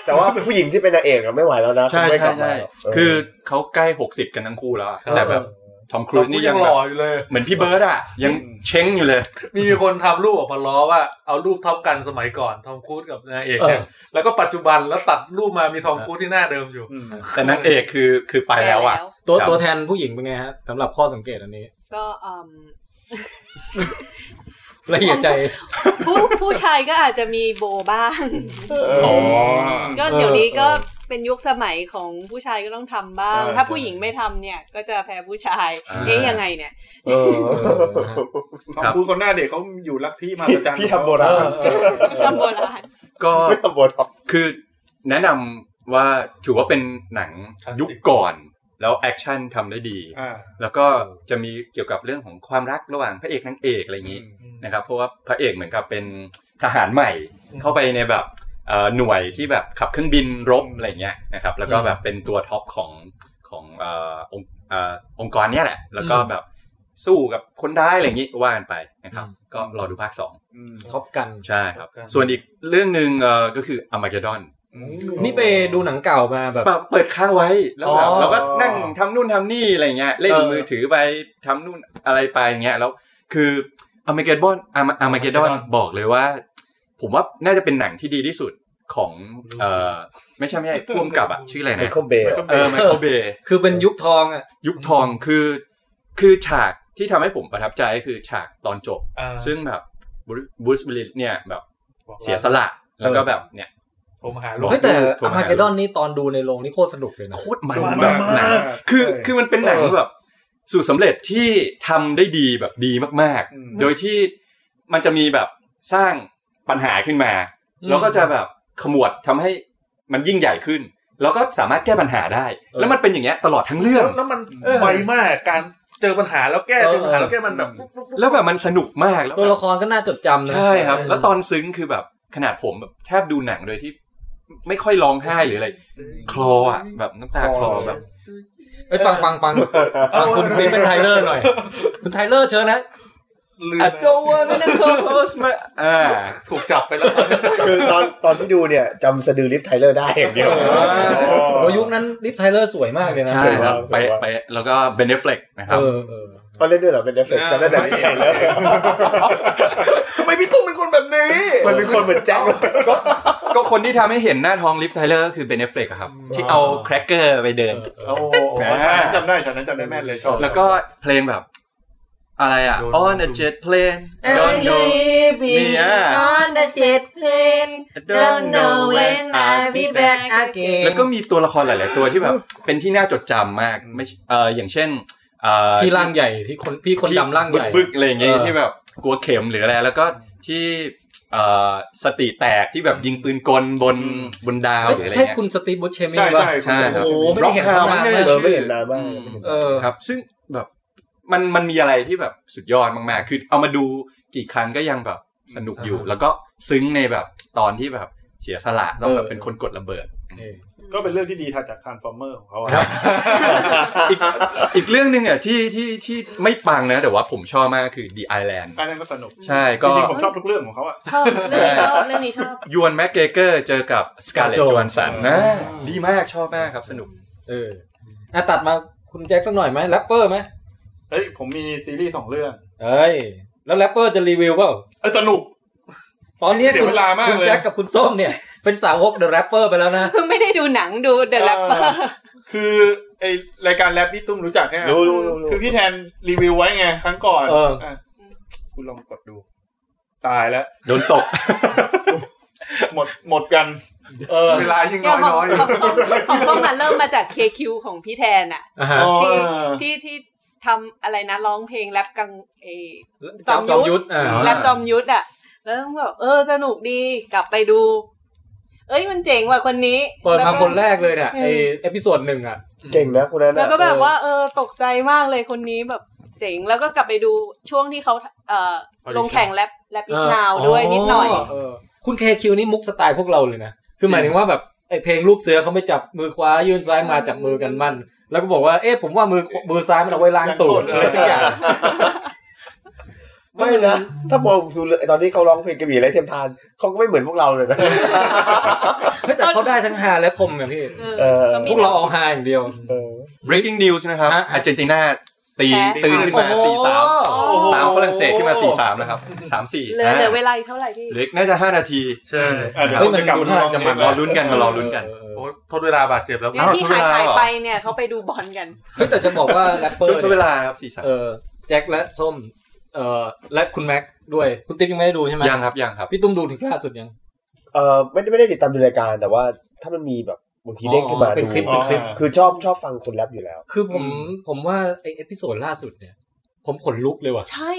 Speaker 8: แต่ว่าผู้หญิงที่เป็นนางเอกอะไม่ไหวแล้วนะ
Speaker 5: ใช่
Speaker 8: ไม่ก
Speaker 5: ใช่
Speaker 8: ลับมา
Speaker 5: ใช่
Speaker 8: หรกเ
Speaker 5: คือเขาใกล้หกสิบกันทั้งคู่แล้วอะ
Speaker 2: เออ
Speaker 5: แต่แบบทอมครูซ
Speaker 6: นี่
Speaker 5: นี่
Speaker 6: ยั
Speaker 5: ยัง ง
Speaker 6: ห
Speaker 5: แบ
Speaker 6: ล่
Speaker 5: บ
Speaker 6: ออยู่เลย
Speaker 5: เหมือนพี่เบิร์ดอ่ะ ยังเช้งอยู่เลย
Speaker 6: มีคนทำรูปออกมาล้อว่าเอารูปท็อปกันสมัยก่อนทอมครูซกับนางเอกเนี่ย
Speaker 2: เออ
Speaker 6: แล้วก็ปัจจุบันแล้วตัดรูปมามีทอมครูซที่หน้าเดิมอยู่
Speaker 3: อืม
Speaker 5: แต่นางเอกคือคือไปแล้วอ่ะ
Speaker 2: ตัว
Speaker 5: ครับ
Speaker 2: ตัวแทนผู้หญิงเป็นไงฮะสำหรับข้อสังเกตอันนี้
Speaker 4: ก็อืม
Speaker 2: ละเอียดใจ
Speaker 4: ผู้ผู้ชายก็อาจจะมีโบบ้าง
Speaker 5: อ๋อ
Speaker 4: ก็เดี๋ยวนี้ก็เป็นยุคสมัยของผู้ชายก็ต้องทำบ้าง
Speaker 5: เออ
Speaker 4: ถ้าผู้หญิงไม่ทำเนี่ย ก็จะแพ้ผู้ชาย
Speaker 5: อ่า
Speaker 4: เอ๊ยยังไงเนี่ย
Speaker 8: เออ
Speaker 3: ทอมครูซคนหน้าเด็กเขาอยู่ลัทธิมา
Speaker 8: พี่
Speaker 3: ประจัน
Speaker 8: พี่ทำโบราณ
Speaker 4: ทำโบราณ
Speaker 5: ก็
Speaker 8: ไม่ทำโบราณ
Speaker 5: คือแนะนำว่าถือว่าเป็นหนัง
Speaker 6: คลาสสิก
Speaker 5: ยุคก่อน แล้วแอคชั่นทำได้ดี
Speaker 3: อ่า
Speaker 5: แล้วก็จะมีเกี่ยวกับเรื่องของความรักระหว่างพระเอกนางเอกอะไรอย่างนี้นะครับ เพราะว่าพระเอกเหมือนกับเป็นทหารใหม่ เข้าไปในแบบเอ่อหน่วยที่แบบขับเครื่องบินรบอะไรอย่างเงี้ยนะครับ แล้วก็แบบเป็นตัวท็อปของของเออองค์เอ่อองค์กรเนี้ยแหละ แล้วก็แบบสู้กับคนร้ายอะไรอย่างนี้ว่ากันไปนะครับ ก็รอดูภาคสอง
Speaker 3: อืม
Speaker 2: ครบกัน
Speaker 5: ใช่ครับ ส่วนอีกเรื่องหนึ่งเอ่อก็คืออมาเกดอน
Speaker 2: นี่ไปดูหนังเก่ามาแบบ
Speaker 5: แบบเปิดค้างไว้แล้วแบบ
Speaker 2: อ๋อ
Speaker 5: เราก็นั่งทำนู่นทำนี่อะไรเงี้ยเล่น
Speaker 2: เออ
Speaker 5: มือถือไปทำนู่นอะไรไปเงี้ยแล้วคืออเมริกันบอนอเมริกันดอนบอกเลยว่า ผมว่าน่าจะเป็นหนังที่ดีที่สุดของเออไม่ใช่ไม่ใช่พ่วงกับอะชื่ออะไร
Speaker 8: ไม
Speaker 5: นะ
Speaker 8: เคิลเบย์
Speaker 5: เออไมเคิลเบย์
Speaker 2: คือเป็นยุคทองอ่ะ
Speaker 5: ยุคทองคือคือฉากที่ทำให้ผมประทับใจก็คือฉากตอนจบ
Speaker 6: อ่า
Speaker 5: ซึ่งแบบบูสบิลลิสเนี่ยแบบเสียสละแล้วก็แบบเนี่ย
Speaker 6: ผมหารูป
Speaker 2: เฮ้ยแต่
Speaker 5: โทร
Speaker 2: อ
Speaker 5: มาหา
Speaker 2: มาเกดอนนี่ตอนดูในโรงนี่โคตรสนุกเลยนะ
Speaker 5: โคตรมันแบบหนัง คือ
Speaker 3: ใช่
Speaker 5: คือมันเป็นหนัง
Speaker 2: เออ
Speaker 5: แบบสูตรสำเร็จที่ทำได้ดีแบบดีมาก
Speaker 3: อืม
Speaker 5: ๆ โดยที่มันจะมีแบบสร้างปัญหาขึ้นมา แล้วก็จะแบบขมวดทำให้มันยิ่งใหญ่ขึ้น แล้วก็สามารถแก้ปัญหาได้ แล้วมันเป็นอย่างเงี้ยตลอดทั้งเรื่อ
Speaker 6: แล้
Speaker 5: ง
Speaker 6: วแล้วมัน
Speaker 5: เออ
Speaker 6: ไวมากการเจอปัญหาแล้วแก้
Speaker 2: เออ
Speaker 6: เจอปัญหาแล้วแก้มันแบบฟุ๊บฟุ๊บฟุ๊บ
Speaker 5: แล้วแบบมันสนุกมากแล้ว
Speaker 2: ตัวละครก็น่าจดจำนะ
Speaker 5: ใช่ครับ แล้วตอนซึ้งคือแบบขนาดผมแบบแทบดูหนังโดยที่ไม่ค่อยร้องไห้หรืออะไรคลออ่ะแบบน้ำตาคลอแบบ
Speaker 2: ไปฟังฟังฟังฟังคุณสตีเป็นไทเลอร์หน่อย คุณไทเลอร์เชิญนะ
Speaker 6: ลืม
Speaker 5: อ่ะโจ
Speaker 6: นะ
Speaker 5: ว่าไม่ได้ close มาอ่า
Speaker 6: ถูกจับไปแล้ว
Speaker 8: คือตอนตอนที่ดูเนี่ยจำสะดือลิฟไทเลอร์ได้อย่างเดียว
Speaker 2: โอ้ยุคนั้นลิฟไทเลอร์สวยมากเลยนะ
Speaker 5: ใช่ครับไป
Speaker 8: ไปว่า
Speaker 5: ไปแล้วก็เบนเนฟเฟกนะครับ
Speaker 2: เออเออ
Speaker 8: เขาเล่นด้วยเหรอเป็นเอฟเฟกต์จำได้แต่ลิฟไทเลอร์
Speaker 5: ทำไมพี่ตุ้มเป็นคนแบบนี้
Speaker 8: มันเป็นคนเหมือนแจ็คเลย
Speaker 5: ก็คนที่ทำให้เห็นหน้าท้องลิฟไทเลอร์ก็คือเบนเนฟเฟกครับ ที่เอาแครกเกอร์ไปเดิน
Speaker 3: โอ้โหฉันนั้นจำได้ฉันนั้นจำได้แม่นเลยชอบ
Speaker 5: แล้วก็เพลงแบบ อะไรอ่ะ
Speaker 6: โดน
Speaker 5: On a jet plane don't know
Speaker 7: Everything on the jet plane. Don't know when I'll be back again.
Speaker 5: แล้วก็มีตัวละครหลาย ๆ ตัวที่แบบ เป็นที่น่าจดจำมากไม่ใช่เอออย่างเช่นเอ่อ
Speaker 2: พี่ร่างใหญ่ที่คนพี่คนดำร่างใหญ่
Speaker 5: บึกๆอะไรอย่างเงี้ย
Speaker 2: เออ
Speaker 5: ที่แบบกลัวเข็มหรืออะไรแล้วก็ที่เอ่อสติแตกที่แบบยิงปืนกลบนบนดาว
Speaker 2: เอ้ย
Speaker 5: หรืออะไร
Speaker 2: ใช่
Speaker 5: เงี้ย
Speaker 2: คุณสตีฟบูชเชมี
Speaker 3: ใช่
Speaker 2: ป่ะ
Speaker 3: ใช่
Speaker 5: ใช่ครับ
Speaker 2: โอ้โหไม่ได้เห็น
Speaker 5: ร็อก
Speaker 2: มานานมาก
Speaker 5: ฮว
Speaker 8: เออไม่เห็นนานมาก
Speaker 2: เออ
Speaker 5: ครับซึ่งแบบมันมันมีอะไรที่แบบสุดยอดมากๆ คือเอามาดูกี่ครั้งก็ยังแบบสนุกอยู่
Speaker 2: อ่าฮะ
Speaker 5: แล้วก็ซึ้งในแบบตอนที่แบบเสียสละแล้วแบบ
Speaker 2: เออ
Speaker 5: เป็นคนกดระเบิด
Speaker 3: ก็เป็นเรื่องที่ดีถัดจากทาร์ฟอร์เมอร์ของเขาอะ
Speaker 5: ครับ อีกอีกเรื่องหนึ่งอ่ะที่ที่ที่ไม่ปังนะ แต่ว่าผมชอบมากคือ The Island
Speaker 3: อันนั้นก็สนุก
Speaker 5: ใช่
Speaker 3: จ
Speaker 5: ก็
Speaker 3: ริงๆผมชอบทุกเรื่องของเขาอ่ะ
Speaker 4: ชอบเรื่องนี้ชอบเรื่องนี้ชอบ
Speaker 5: ยวนแม็กเกเกอร์เจอกับสกาเลต
Speaker 2: Scarlett
Speaker 5: จวนสัน
Speaker 3: อืม
Speaker 5: นะดีมากชอบมากครับสนุก
Speaker 2: เอออ่ะตัดมาคุณแจ็คสักหน่อยไหมแรปเปอร์ไหม
Speaker 3: เฮ้ยผมมีซีรีส์สองเรื่อง
Speaker 2: เอ้ยแล้วแรปเปอร์จะรีวิวเปล่า
Speaker 3: เอ้ยสนุก
Speaker 2: ตอนนี้
Speaker 3: เสีย
Speaker 2: คุณ
Speaker 3: เวลามาก
Speaker 2: คุณ
Speaker 3: เลย
Speaker 2: แจ็คกับคุณส้มเนี่ย เป็นสาวกเดอะแรปเปอร์ไปแล้วนะ
Speaker 4: เพิ่งไม่ได้ดูหนังดู The Rapper
Speaker 3: เออคือไอรายการแรปพี่ตุ้มรู้จักใช่ไหม
Speaker 8: รู้รู้รู้รู้
Speaker 3: คือพี่แทนรีวิวไว้ไงครั้งก่อน
Speaker 2: เอออ่
Speaker 3: ะคุณลองกดดู ตายแล้ว
Speaker 5: โดนตก
Speaker 3: หมดหมดกัน
Speaker 5: เออ
Speaker 6: เวลายิ่ง
Speaker 4: เนี่ย
Speaker 6: น้อย
Speaker 4: ของ
Speaker 6: น้อย
Speaker 4: ของส้มของส้มมันเริ่มมาจาก KQ ของพี่แทนอะ
Speaker 2: อ่าฮะ
Speaker 4: ที่ที่ที่ทำอะไรนะร้องเพลงแรปกังเอ
Speaker 2: จอม
Speaker 4: จอมยุ
Speaker 2: ยุท
Speaker 4: ท
Speaker 2: ธ
Speaker 4: ธ
Speaker 2: อ่า
Speaker 4: แรปจอมยุทธอะแล้วมันแบบเออสนุกดีกลับไปดู เอ้ยมันเจ๋งว่ะคนนี้
Speaker 2: เปิด
Speaker 4: แล้ว
Speaker 2: มา
Speaker 4: ก็
Speaker 2: คนแรกเลยเนี่ย
Speaker 4: อืม
Speaker 2: ไอเอพิโซดหนึ่งอ่ะ
Speaker 8: เก่งนะคนนั้น
Speaker 4: แล้ว
Speaker 8: น่ะ
Speaker 4: ก็แบบว่าเออตกใจมากเลยคนนี้แบบเจ๋งแล้วก็กลับไปดูช่วงที่เขาเอ่อลงแข่งแรปแรปอิสนาวด้วยนิดหน่อย
Speaker 2: เคุณเคคิวนี่มุกสไตล์พวกเราเลยนะ คือหมายถึงว่าแบบไอเพลงลูกเสือเขาไม่จับมือขวายื่นซ้ายมาจับมือกันมั่น แล้วก็บอกว่าเอ๊ะผมว่ามือมือซ้ายมันเอาไว้ล้างตูดอะไรสักอย่าง
Speaker 8: ไม่นะถ้ามองซูเลยตอนที่เขาร้องเพลงกระบี่ไรเทียมทานเขาก็ไม่เหมือนพวกเราเลยนะ
Speaker 2: เฮ้ยแต่เขาได้ทั้งฮาและคมอย่างพี่
Speaker 8: เออ
Speaker 2: พวกเราเอาฮาอย่างเดียว
Speaker 8: เออ
Speaker 5: breaking news นะครับ
Speaker 2: ฮะ
Speaker 5: อาร์เจนตินาตี
Speaker 4: แพ้
Speaker 5: ตื่นขึ้นมาสี่สาม
Speaker 4: โอ้
Speaker 5: ตามฝรั่งเศสขึ้นมาสี่สามนะครับสามสี่
Speaker 4: เหลือเหลือเวลาอีกเท่าไหร่พี่
Speaker 5: เหลือน่าจะห้านาที
Speaker 6: ใช่
Speaker 3: อ่ะเดี๋ยว
Speaker 2: เฮ้ย
Speaker 3: ผม
Speaker 2: มัน
Speaker 3: จะกลับ
Speaker 2: ดู
Speaker 3: มา
Speaker 2: ท่า
Speaker 3: ลอง
Speaker 2: จะ
Speaker 3: เท
Speaker 2: มัน
Speaker 3: ป
Speaker 5: ร
Speaker 3: แล้
Speaker 5: อ
Speaker 3: ว
Speaker 5: ลุ้นกันมารอลุ้นกัน
Speaker 6: โอ้ทดเวลาบาดเจ็บแล้ว
Speaker 4: เนี่ยที่หายหายๆไปเนี่ยเขาไปดูบอลกัน
Speaker 2: เฮ้ยแต่จะบอกว่าแรปเปอร์
Speaker 5: ช่วง
Speaker 2: เนี่ย
Speaker 5: เวลาครับสี่สาม
Speaker 2: เออแจ็คและส้มเออและคุณแม็กด้วยคุณติ๊กยังไม่ได้ดูใช่ไหม
Speaker 5: ยังครับยังครับ
Speaker 2: พี่ตุ้มดูถึงล่าสุดยัง
Speaker 8: เออไม่ได้ไม่ได้ติดตามดูรายการ แต่ว่าถ้ามันมีแบบบางทีเด้งขึ้นมา
Speaker 2: อ๋อเป็น
Speaker 8: ดู
Speaker 2: คลิปเป็นคลิป
Speaker 8: คือชอบชอบฟังคนแรปอยู่แล้ว
Speaker 2: คือผมผมว่าไอเอพิโซดล่าสุดเนี่ย ผมขนลุกเลยว่ะ
Speaker 4: ใช่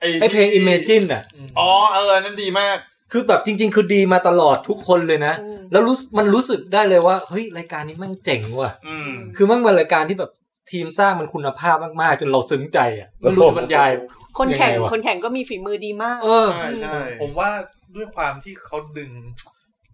Speaker 2: ไอเพลง Imagine น่ะ
Speaker 3: อ๋อเออนั่นดีมาก
Speaker 2: คือแบบจริง ๆ คือดีมาตลอดทุกคนเลยนะ
Speaker 4: อืม
Speaker 2: แล้วรู้สึกมันรู้สึกได้เลยว่า เฮ้ย รายการนี้แมันเจ๋งว่ะ
Speaker 3: อืม
Speaker 2: คือมันเป็นรายการที่แบบทีมสร้างมันคุณภาพมาก ๆ จนเราซึ้งใจอ่ะไม่รู้จะบรรยาย
Speaker 4: คนแข่ง
Speaker 2: ยังไงวะ
Speaker 4: คนแข่งก็มีฝีมือดีมาก
Speaker 2: เออ
Speaker 3: ใช่ใช่
Speaker 6: ผมว่าด้วยความที่เขาดึง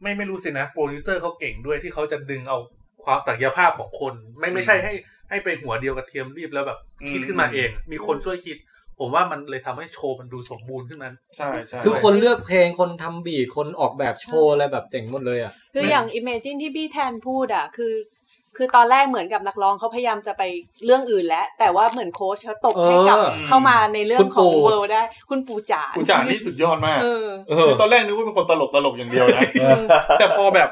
Speaker 6: ไม่ไม่รู้สินะโปรดิวเซอร์เขาเก่งด้วยที่เขาจะดึงเอาความศักยภาพของคน ไม่ไม่ใช่ให้ให้ไปหัวเดียวกับเทียมรีบแล้วแบบคิดขึ้นมาเอง มีคนช่วยคิด ผมว่ามันเลยทำให้โชว์มันดูสมบูรณ์ขึ้นมา
Speaker 3: ใช่ใช่
Speaker 2: คือคนเลือกเพลงคนทำบีทคนออกแบบโชว์อะไรแบบเจ๋งหมดเลยอ่ะ
Speaker 4: คืออย่าง Imagine ที่พี่แทนพูดอ่ะ คือ คือตอนแรกเหมือนกับนักร้องเขาพยายามจะไปเรื่องอื่นแล้ว แต่ว่าเหมือนโค้ชเขาตบให้กลับ
Speaker 2: เออ
Speaker 4: เข้ามาในเรื่องขอ
Speaker 2: คุณ
Speaker 4: ง
Speaker 2: ปู่
Speaker 4: เวิร์ได้ คุณปูจ๋า
Speaker 3: คุณจ่านี่สุดยอดมาก
Speaker 4: เออ
Speaker 3: คือตอนแรกนึกว่าเป็นคนตลกตลกอย่างเดียวนะ แต่พอแบบ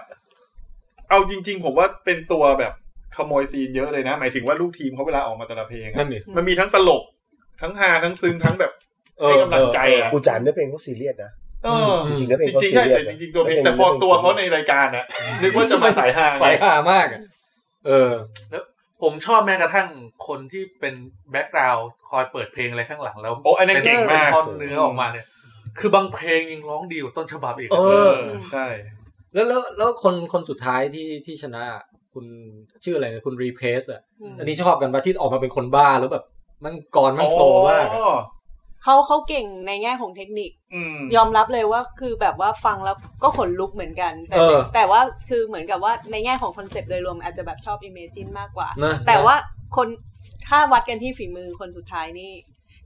Speaker 3: เอาจริง ๆ ผมว่าเป็นตัวแบบขโมยซีนเยอะเลยนะ หมายถึงว่าลูกทีมเขาเวลาออกมาแต่ละเพลงอะ
Speaker 2: นั่นนี่
Speaker 3: มันมีทั้งตลก ทั้งฮาทั้งซึ้งทั้งแบบให้กำลังใจอ่ะ
Speaker 8: กูจานเนื้อเพลงเขาซีเรียสนะ
Speaker 3: เออ
Speaker 2: ม
Speaker 8: จริงๆเนื้อเพล
Speaker 3: จ
Speaker 8: งเขา
Speaker 3: ริงๆ
Speaker 8: ซี
Speaker 3: ใช่
Speaker 8: เรียส
Speaker 3: แต่
Speaker 8: นะ
Speaker 3: จริงๆตัวเพลงแต่พอตัวเขาในรายการอะนึกว่าจะมาสายฮาไง
Speaker 2: สายหามากอะเออ
Speaker 6: ผมชอบแม้กระทั่งคนที่เป็นแบ็กกราวด์คอยเปิดเพลงอะไรข้างหลังแล้ว
Speaker 3: โอ้อันนั้นเก่งมาก
Speaker 6: ป็นท่อนเนื้อออกมาเนี่ย คือบางเพลงยังร้องดีกว่าต้นฉบับอีก
Speaker 2: เอ
Speaker 3: เออใช่
Speaker 2: แล้วแล้วแล้วคนคนสุดท้ายที่ที่ชนะอะคุณชื่ออะไรนะคุณรีเพสอ่ะ
Speaker 4: อืม
Speaker 2: อันนี้ชอบกันปะที่ออกมาเป็นคนบ้าแล้วแบบ มันก่อนมันโฟมากอะ
Speaker 3: อ๋อ
Speaker 4: เขาเขาเก่งในแง่ของเทคนิค
Speaker 3: อืม
Speaker 4: ยอมรับเลยว่าคือแบบว่าฟังแล้วก็ขนลุกเหมือนกัน แต่
Speaker 2: เออ
Speaker 4: แต่ว่าคือเหมือนกับว่าในแง่ของคอนเซปต์โดยรวมอาจจะแบบชอบ Imagine มากกว่า
Speaker 2: นะ
Speaker 4: แต่ว่าคนถ้าวัดกันที่ฝีมือคนสุดท้ายนี่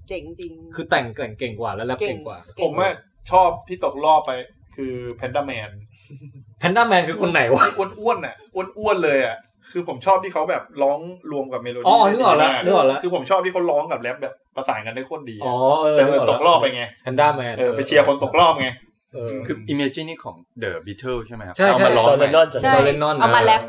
Speaker 4: เจ๋งจริง
Speaker 2: คือแต่งแต่งเก่งกว่าและแรปเก่งกว่า
Speaker 4: เก่ง
Speaker 3: ผมว่าชอบที่ตกรอบไปคือแพนด้าแมน
Speaker 2: แพนด้าแมนคือคนไหนวะ
Speaker 3: อ้วนอ้วนๆอ่ะอ้วนอ้วนๆเลยอ่ะคือผมชอบที่เขาแบบร้องรวมกับเมโลดี้
Speaker 2: อ๋อนึกออกละนึกออกละ
Speaker 3: คือผมชอบที่เขาร้องกับแรปแบบประสานกันได้โคตรดี
Speaker 2: อ๋อ
Speaker 3: อะ
Speaker 2: เออ
Speaker 3: แต่มันตกรอบไปไง
Speaker 2: แพนด้าแมน
Speaker 3: เออไปเชียร์คนตกรอบไง
Speaker 2: คือ
Speaker 5: คือ Imagine นี่ของ The Beatles ใช่ไหมครั
Speaker 2: ใช่
Speaker 5: เอา
Speaker 2: ใช่
Speaker 5: มาร้อง
Speaker 8: จอร์
Speaker 5: ใหม่
Speaker 8: แดนนอนจอร์
Speaker 4: ใช่
Speaker 8: แดนนอน
Speaker 2: ตอนเล่นนอน
Speaker 4: เอามาแรป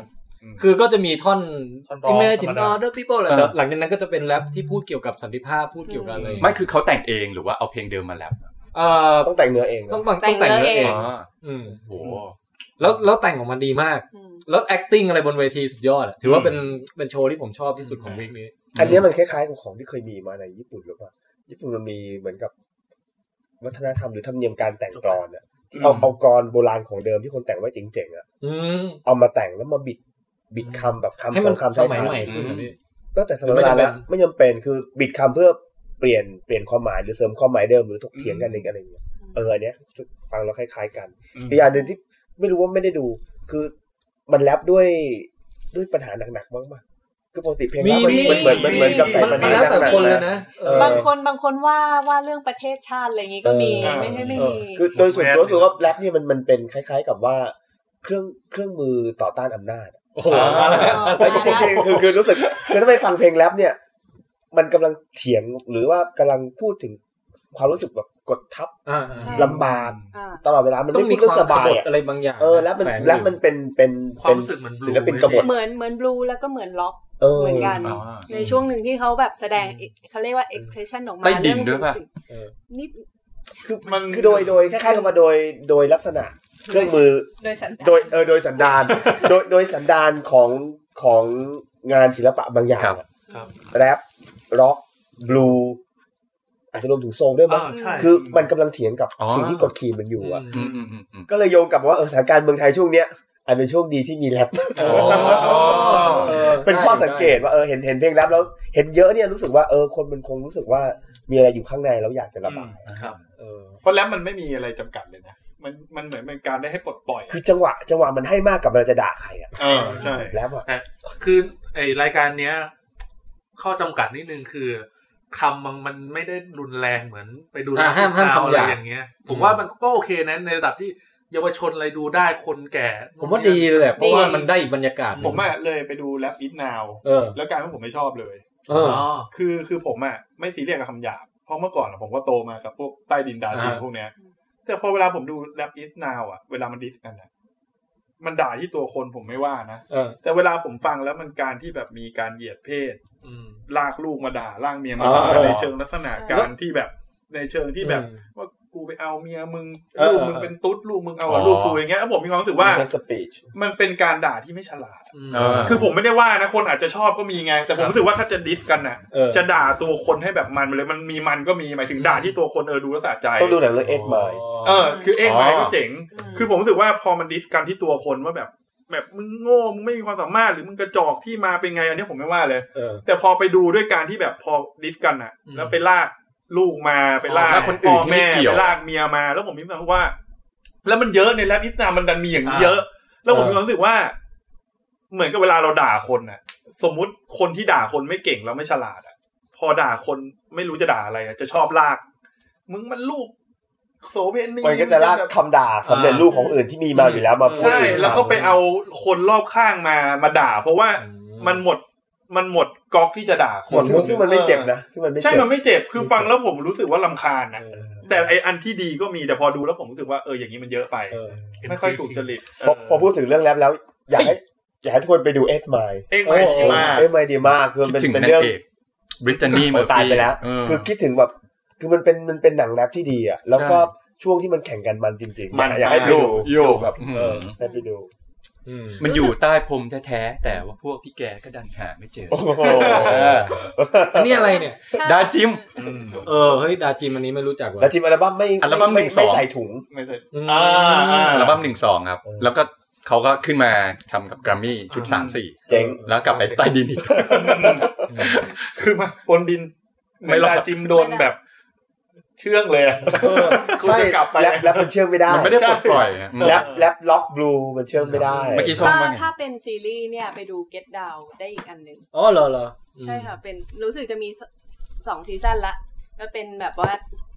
Speaker 2: คือก็จะมีท่อน
Speaker 6: ท่อนร้อง
Speaker 2: Imagine
Speaker 6: ธรรมดา
Speaker 2: all the people แหละ
Speaker 5: เออ
Speaker 2: แต่หลังจากนั้นก็จะเป็นแรปที่พูดเกี่ยวกับสันติภาพพูดเกี่ยวกับอะไรอย่าง
Speaker 5: ไม่
Speaker 2: เงี้ย
Speaker 5: คือเขาแต่งเองหรือว่าเอาเพลงเดิมมาแล้ว
Speaker 2: เอ่อ
Speaker 8: ต้องแต่งเนื้อเองนะ
Speaker 2: ต้องต้องต้องแต่งเนื้อเอง
Speaker 5: อ๋อ
Speaker 2: อืม
Speaker 5: โห
Speaker 2: แล้วแล้วแต่งออกมาดีมาก
Speaker 4: อืม
Speaker 2: แล้ว acting อะไรบนเวทีสุดยอดอะถือว่า
Speaker 5: อืม
Speaker 2: เป็นเป็นโชว์ที่ผมชอบที่สุดของวีคนี้
Speaker 8: อันเนี้ยมันคล้ายๆกับของที่เคยมีมาในญี่ปุ่นหรือเปล่าญี่ปุ่นมันมีเหมือนกับ วัฒนธรรมหรือธรรมเนียมการแต่งกลอนอะที่เอา
Speaker 3: อืม
Speaker 8: เอากลอนโบราณของเดิมที่คนแต่งไว้เจ๋งๆอะ
Speaker 2: อืม
Speaker 8: เอามาแต่งแล้วมาบิดบิดคำแบบคำ
Speaker 2: ให้มัน
Speaker 8: สองคำ
Speaker 2: ส
Speaker 8: ท้ายๆ
Speaker 2: มัยใหม่ขึ้นอะพี่
Speaker 8: ตั้งแต่สมัยโบราณแล้วไม่จำเป็นคือบิดคำเพื่อเปลี่ยนเปลี่ยนความหมายหรือเสริมความหมายเดิมหรือถกเถียงกันเองอะไรอย่างเงี้ยเอออันเนี้ยฟังแล้วคล้าย ๆกัน
Speaker 3: อืม
Speaker 8: อีกอย่างหนึ่งที่ไม่รู้ว่าไม่ได้ดู คือมันแรปด้วยด้วยปัญหาหนักๆมากๆคือปกติเพลง
Speaker 2: มี
Speaker 8: แล้วมัน
Speaker 2: มี
Speaker 8: มันเหมือนมันเหมือนกับใส่
Speaker 2: มัน
Speaker 8: มัน
Speaker 2: มันแล้วแต่
Speaker 8: หกๆ
Speaker 2: คนเลยนะเออบ
Speaker 4: างคนบางคนว่าว่าเรื่องประเทศชาติอะไรอย่างงี้ก็มี
Speaker 3: เออ
Speaker 4: ไม่ใช่ไม่มี
Speaker 8: คือโดยส่วนตัวรู้สึกว่าแรปเนี่ยมันมันเป็นคล้าย ๆ กับว่าเครื่องเครื่องมือต่อต้านอำนาจ
Speaker 2: โอ้โหมาแล้ว
Speaker 8: แต่จริงๆคือคือรู้สึกคือถ้าไปฟังเพลงแรปเนี่ย มันกำลังเถียงหรือว่ากำลังพูดถึงความรู้สึกแบบกดทับ
Speaker 2: อ่า
Speaker 4: ใช่
Speaker 8: ลำบาก
Speaker 4: อ่า
Speaker 8: ตลอดเวลา มัน
Speaker 2: ต้อ
Speaker 8: ไม่
Speaker 2: ง
Speaker 8: มี
Speaker 2: มีค
Speaker 8: เครื่อง
Speaker 2: วาม
Speaker 8: ส
Speaker 2: ข
Speaker 8: บาย
Speaker 2: บฏ
Speaker 8: อ่ะ
Speaker 2: อะไรบางอย่าง
Speaker 8: เออแล้วมัน
Speaker 2: ฝงยู่
Speaker 8: แล้วมันเป็นเป็น
Speaker 6: ความ
Speaker 8: น
Speaker 6: รู้สึกเหมือน blue
Speaker 8: ศิลปินกบฏ
Speaker 4: เหมือนเหมือนบลูแล้วก็เหมือนล็อก
Speaker 8: เออ
Speaker 4: เหมือนกัน
Speaker 5: อ๋อ
Speaker 4: ในช่วงหนึ่งที่เขาแบบแสดงเขาเรียกว่า expression ออกมา
Speaker 5: ใต้ดิน
Speaker 4: เรื่
Speaker 5: ด้วยป่ะ
Speaker 4: สิ่ง
Speaker 2: เออ
Speaker 4: นิด
Speaker 8: คือ
Speaker 3: มัน
Speaker 8: คือโดยโดยคล้ายๆกับว่าโดยโดยลักษณะ เครื่องมือ
Speaker 9: โดยสันดาน
Speaker 8: โดยเออโดยสันดาน โดยโดยสันดานของของงานศิลปะบางอย่าง
Speaker 5: ครับ
Speaker 8: อะ
Speaker 6: ครับ
Speaker 8: แรปร็อกบลูอาจจะรวมถึงโซลด้วยมั้ง
Speaker 6: อ่าใช่
Speaker 8: คือมันกำลังเถียงกับ
Speaker 5: อ๋อ
Speaker 8: สิ่งที่กดขี่มันอยู่อะ
Speaker 5: อืมอืมอืมอืม
Speaker 8: ก็เลยโยงกลับมาว่าเออสถานการณ์เมืองไทยช่วงเนี้ยอาจเป็นช่วงดีที่มีแรป
Speaker 5: อ๋อ
Speaker 2: เออ
Speaker 8: เป็นข้อสังเกตว่าเออเห็นเห็นเพลงแรปแล้วเห็นเยอะเนี่ยรู้สึกว่าเออคนมันคงรู้สึกว่ามีอะไรอยู่ข้างในแล้วอยากจะระบาย
Speaker 2: เออ
Speaker 3: เพราะแล้วมันไม่มีอะไรจำกัดเลยนะ มันมันเหมือนเป็นการได้ให้ปลดปล่อย
Speaker 8: คือจังหวะจังหวะมันให้มากกับเราจะด่าใครอะ
Speaker 3: เออใช่
Speaker 8: แรปอะ
Speaker 6: คือไอรายการเนี้ย ข้อจำกัดนิดนึงคือคำมันมันไม่ได้รุนแรงเหมือนไปดู
Speaker 2: อ่ะห้ามห้าม
Speaker 6: สาว
Speaker 2: คำห
Speaker 6: อะไร
Speaker 2: ยาบ
Speaker 6: อย่างเงี้ย ผมว่ามันก็โอเคนะในระดับที่เยาวชนอะไรดูได้คนแก่
Speaker 2: ผมว่าดีเลยแหละเพราะว่ามันได้อีกบรรยากาศหนึ่ง
Speaker 3: ผมอะเลยไปดูแรปอิทนาว
Speaker 2: เออ
Speaker 3: แล้วกลารที่าผมไม่ชอบเลย
Speaker 2: เออ
Speaker 3: คือคือผมอ่ะไม่ซีเรียสกับคำหยาบ เพราะเมื่อก่อนอะผมก็โตมากับพวกใต้ดินดาจีน
Speaker 2: อ่า
Speaker 3: พวกเนี้ย แต่พอเวลาผมดูแรปอิสนาวอ่ะเวลามันดิสกันอ่ะมันด่าที่ตัวคนผมไม่ว่านะ
Speaker 2: เออ
Speaker 3: แต่เวลาผมฟังแล้วมันการที่แบบมีการเหยียดเพศ ลากลูกมาด่าลากเมียมาด่า
Speaker 2: อ๋อ
Speaker 3: ในเชิงลักษณะการที่แบบในเชิงที่แบบ
Speaker 2: อืม
Speaker 3: ว่ากูไปเอาเมียมึง
Speaker 2: เออ
Speaker 3: ลูกมึง
Speaker 2: เออ
Speaker 3: เป็นตุ๊ดลูกมึงเอา
Speaker 5: อ๋อ
Speaker 3: ลูกกูอย่างเงี้ยแล้วผมมีความรู้สึกว่า
Speaker 8: สปีช
Speaker 3: มันเป็นการด่าที่ไม่ฉลาด
Speaker 5: เออ
Speaker 3: คือผมไม่ได้ว่านะคนอาจจะชอบก็มีไง แต่ผมรู้สึกว่าถ้าจะดิสกันน่ะ
Speaker 2: เออ
Speaker 3: จะด่าตัวคนให้แบบมันไปเลยมันมีมันก็มีหมายถึงด่าที่ตัวคนเออดูแลวสะใจ
Speaker 8: ต้องดูหนังเรื่องเอ็กมาย
Speaker 3: เออคือเอ็กไมก็เจ๋ง
Speaker 9: อืม
Speaker 3: คือผมรู้สึกว่าพอมันดิสกันที่ตัวคนว่าแบบ แบบมึงโง่มึงไม่มีความสามารถหรือมึงกระจอกที่มาเป็นไงอันนี้ผมไม่ว่าเลย
Speaker 2: เออ
Speaker 3: แต่พอไปดูด้วยการที่แบบพอดิสกันอะ
Speaker 6: อืม
Speaker 3: แล้วไปลากลูกมาไปลาก
Speaker 5: ลากคนอื่นที่ไม่
Speaker 3: แม่
Speaker 5: เกี่ยว
Speaker 3: ไปลากเมียมา แล้วผมมีความรู้สึกว่า แล้วมันเยอะในแรปอิสลามมันดันมีอย่างนี้
Speaker 6: อ่า
Speaker 3: เยอะ แล้วผม
Speaker 2: เออ
Speaker 3: มีความรู้สึกว่า เหมือนกับเวลาเราด่าคนอะสมมุติคนที่ด่าคนไม่เก่งแล้วไม่ฉลาดอะพอด่าคนไม่รู้จะด่าอะไรอะจะชอบลาก มึงมันลูกโสเพณี
Speaker 8: มันก็จะลากคำด่าสำเร็จรูปของอื่นที่มีมาอยู่แล้วมาพูด
Speaker 3: ใช่ แล้วก็ไปเอาคนรอบข้างมามาด่า เพราะว่ามันหมดมันหมดก๊อกที่จะด่าคน
Speaker 8: ซึ่งซึ่งมันไม่เจ็บนะ ซึ่งมันไม่
Speaker 3: ใช่
Speaker 8: เจ็บ
Speaker 3: มันไม่เจ็บ คือฟังแล้วผมรู้สึกว่าลำคาญนะ
Speaker 2: เออ
Speaker 3: แต่ไออันที่ดีก็มีแต่พอดูแล้วผมรู้สึกว่าเอออย่างนี้มันเยอะไป
Speaker 2: เออ
Speaker 3: ไม่ค่อยถูกจริต
Speaker 8: พอพอพูดถึงเรื่องแรปแล้ว อยากให้อยากให้ทุกคนไปดูเอ็กมาย
Speaker 3: เอ็กไม่ดีมาก
Speaker 8: เอ็กมายดีมากคือมัน
Speaker 5: คิด
Speaker 8: เป็น
Speaker 5: ถึง
Speaker 8: เป็น
Speaker 5: นาง
Speaker 8: เรื่อง
Speaker 5: เอกบริตานีเมอร์
Speaker 8: ตาย
Speaker 5: ฟี่
Speaker 8: ไปแล้ว
Speaker 5: เออ
Speaker 8: คือคิดถึงแบบคือมันเป็นมันเป็นหนังแรปที่ดีอ่ะแล้วก็ช่วงที่มันแข่งกันมันจริงๆ
Speaker 3: มัน
Speaker 8: อยากให้ไปดู
Speaker 5: โยกแบบ
Speaker 2: เออ
Speaker 8: ให้ไปดู
Speaker 2: อืม
Speaker 5: มันอยู่ใต้พรมแท้ๆแต่ว่าพวกพี่แกก็ดันหาไม่เจอ
Speaker 8: โอ้โห
Speaker 5: เออ
Speaker 2: อันนี้อะไรเนี่ย
Speaker 5: ดาจิม
Speaker 2: เออเฮ้ยดาจิมอันนี้ไม่รู้จักว่ะ
Speaker 8: แล้วทีมอัลบั้มไม่
Speaker 5: อัลบั้ม
Speaker 8: ไม่
Speaker 5: หนึ่งสอ
Speaker 8: ไม่
Speaker 5: ง
Speaker 8: ใส่ถุง
Speaker 3: ไม่ใช่
Speaker 2: อืม
Speaker 3: อ่าอ่า
Speaker 5: อัลบั้มหนึ่งสองครับ แล้วก็เขาก็ขึ้นมาทำกับแกรมมี่ชุดสามสี่
Speaker 8: เจ๋ง
Speaker 5: แล้วกลับไปใต้ดินอีก
Speaker 3: คือมาบนดิน
Speaker 5: ไม่
Speaker 3: เว
Speaker 5: รอด
Speaker 3: ลาจิมโดนแบบ เชื่องเลยอะคุณ
Speaker 8: ใช่
Speaker 3: จะกลับไป
Speaker 8: แรปแรปมันเชื่อมไม่ได้
Speaker 5: มันไม่ได้ปลดปล่อยอะ
Speaker 8: แรปแรปล็อกบลูมันเชื่อมไม่ได้
Speaker 5: เมื่อกี้ชม
Speaker 4: ถ้า
Speaker 5: ว่าไง
Speaker 4: ถ้าเป็นซีรีส์เนี่ยไปดู Get Down ได้อีกอันหนึ่ง
Speaker 2: อ๋อเหรอเหรออืม
Speaker 4: ใช่ค่ะ เป็นรู้สึกจะมีสสองซีซั่นละมันเป็นแบบว่า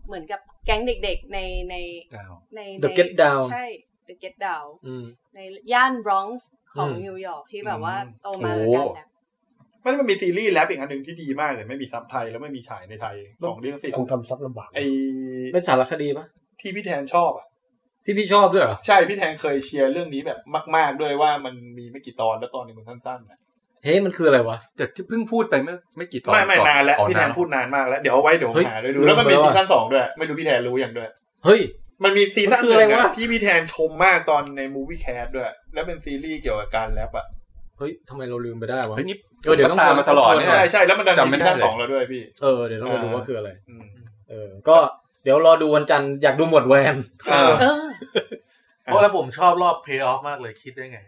Speaker 4: เหมือนกับแก๊งเด็กๆในใน
Speaker 5: อ้าว
Speaker 4: ใน
Speaker 2: The
Speaker 4: ใน
Speaker 2: Get Down
Speaker 4: ใช่ The Get Down
Speaker 2: อืม
Speaker 4: ในย่านบรอนซ์ของ
Speaker 2: อืม
Speaker 4: นิวยอร์กที่แบบว่า
Speaker 3: อืม
Speaker 4: โตมาด้วยกันนะ
Speaker 3: มันมันมีซีรีส์แรปอีกอันหนึ่งที่ดีมากแต่ไม่มีซับไทยแล้วไม่มีฉายในไทยของเรื่องสิทธิ์
Speaker 8: คงทำซับลำบาก
Speaker 3: ไอ
Speaker 2: เป็นสารคดีปะ
Speaker 3: ที่พี่แทนชอบอ่ะ
Speaker 2: ที่พี่ชอบด้วยเหรอ
Speaker 3: ใช่พี่แทนเคยเชียร์เรื่องนี้แบบมาก ๆ ด้วยว่ามันมีไม่กี่ตอนแล้วตอนหนึงมันสั้นๆนะ
Speaker 2: เฮ้ยมันคืออะไรวะ
Speaker 5: แต่ที่เพิ่งพูดไปเมื่อไม่กี่ตอน
Speaker 3: ไม่
Speaker 5: ก่อน
Speaker 3: ไม่านแล้ว
Speaker 5: อ๋อ
Speaker 3: พี่แทนพูดนานมากแล้วเดี๋ยวเอาไว้เดี๋ยว
Speaker 2: เฮ้ย
Speaker 3: หาเลยดูแล้วมันมี
Speaker 2: ลืมไปแล้วอะ
Speaker 3: ซีซั่นสองด้วย ไม่รู้พี่แทนรู้อย่างด้วย
Speaker 2: เฮ้ย
Speaker 3: มันมีซีซั่น
Speaker 2: มัน
Speaker 3: ห
Speaker 2: คือ
Speaker 3: นึ่
Speaker 2: อะไร
Speaker 3: งอะ
Speaker 2: วะ
Speaker 3: ที่พี่แทนชมมากตอนในมูวี่แคสด้วย แล้วเป็นซีรีส์เกี่ยวกับการแรปอ่ะ
Speaker 2: เฮ้ยทำไมเราลืมไปได้วะ
Speaker 5: เฮ้ยนี่
Speaker 2: เออเดี๋ยวต้อง
Speaker 5: ตามมาตลอดเนี่ย
Speaker 3: ใช่ใช่แล้วมันดัน
Speaker 5: จำ
Speaker 3: มี
Speaker 5: ไม่
Speaker 3: ซี
Speaker 5: ได้
Speaker 3: ซั่น
Speaker 5: เลย
Speaker 3: สองแล้วด้วยพี่
Speaker 2: เออเดี๋ยวต้องไปดูว่าคืออะไร
Speaker 3: อืม
Speaker 2: เออ ก็เดี๋ยวรอดูวันจันทร์อยากดูหมวดแวน
Speaker 3: เออ
Speaker 4: เออ
Speaker 6: เพราะแล้วผมชอบรอบเพย์ออฟมากเลยคิดได้ไง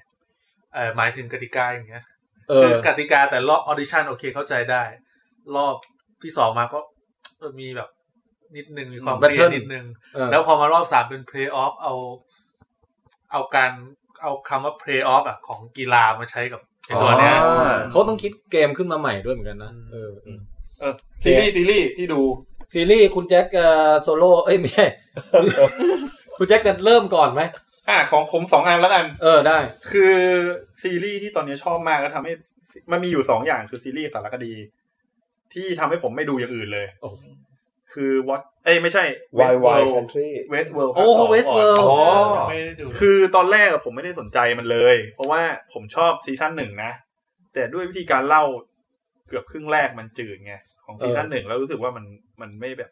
Speaker 6: เออหมายถึงกติกาอย่างเงี้ย
Speaker 2: เออ
Speaker 6: คือกติกาแต่รอบออดิชั่นโอเคเข้าใจได้ รอบที่สองมาก็เออมีแบบนิดนึงมีความ
Speaker 2: อืม
Speaker 6: เปรี้ย
Speaker 2: Battle
Speaker 6: นิดนึง
Speaker 2: เออ
Speaker 6: แล้วพอมารอบสามเป็นเพลย์ออฟเอา เอาการเอาคำว่าเพลย์ออฟอ่ะ ของกีฬามาใช้กับไอ้ตัวเนี้ย
Speaker 5: อ๋อ
Speaker 2: เขาต้องคิดเกมขึ้นมาใหม่ด้วยเหมือนกันนะ
Speaker 6: อืม
Speaker 2: เออเออ
Speaker 3: เออซีรีส์ซีรีส์ที่ดู
Speaker 2: ซีรีส์คุณแจ็คเอ่อโซโล่เอ้ยไม่ใช่ คุณแจ็คจะเริ่มก่อนไหม
Speaker 3: อ่ะของผมสองอันแล้วกัน
Speaker 2: เออได้
Speaker 3: คือซีรีส์ที่ตอนนี้ชอบมากแล้วทำให้มันมีอยู่สองอย่างคือซีรีส์สารคดี ที่ทำให้ผมไม่ดูอย่างอื่นเลย
Speaker 2: โอ้โห
Speaker 3: คือวัดเอ้ยไม่ใช่
Speaker 8: วายวายคันทรี
Speaker 3: เวสเวิลด์
Speaker 2: โอ้เวสเวิลด์
Speaker 6: ไม่ได้ดู
Speaker 3: คือตอนแรกอะผมไม่ได้สนใจมันเลย เพราะว่าผมชอบซีซั่นหนึ่งนะ แต่ด้วยวิธีการเล่าเกือบครึ่งแรกมันจืดไง ของซีซั่นหนึ่งแล้วรู้สึกว่ามันมันไม่แบบ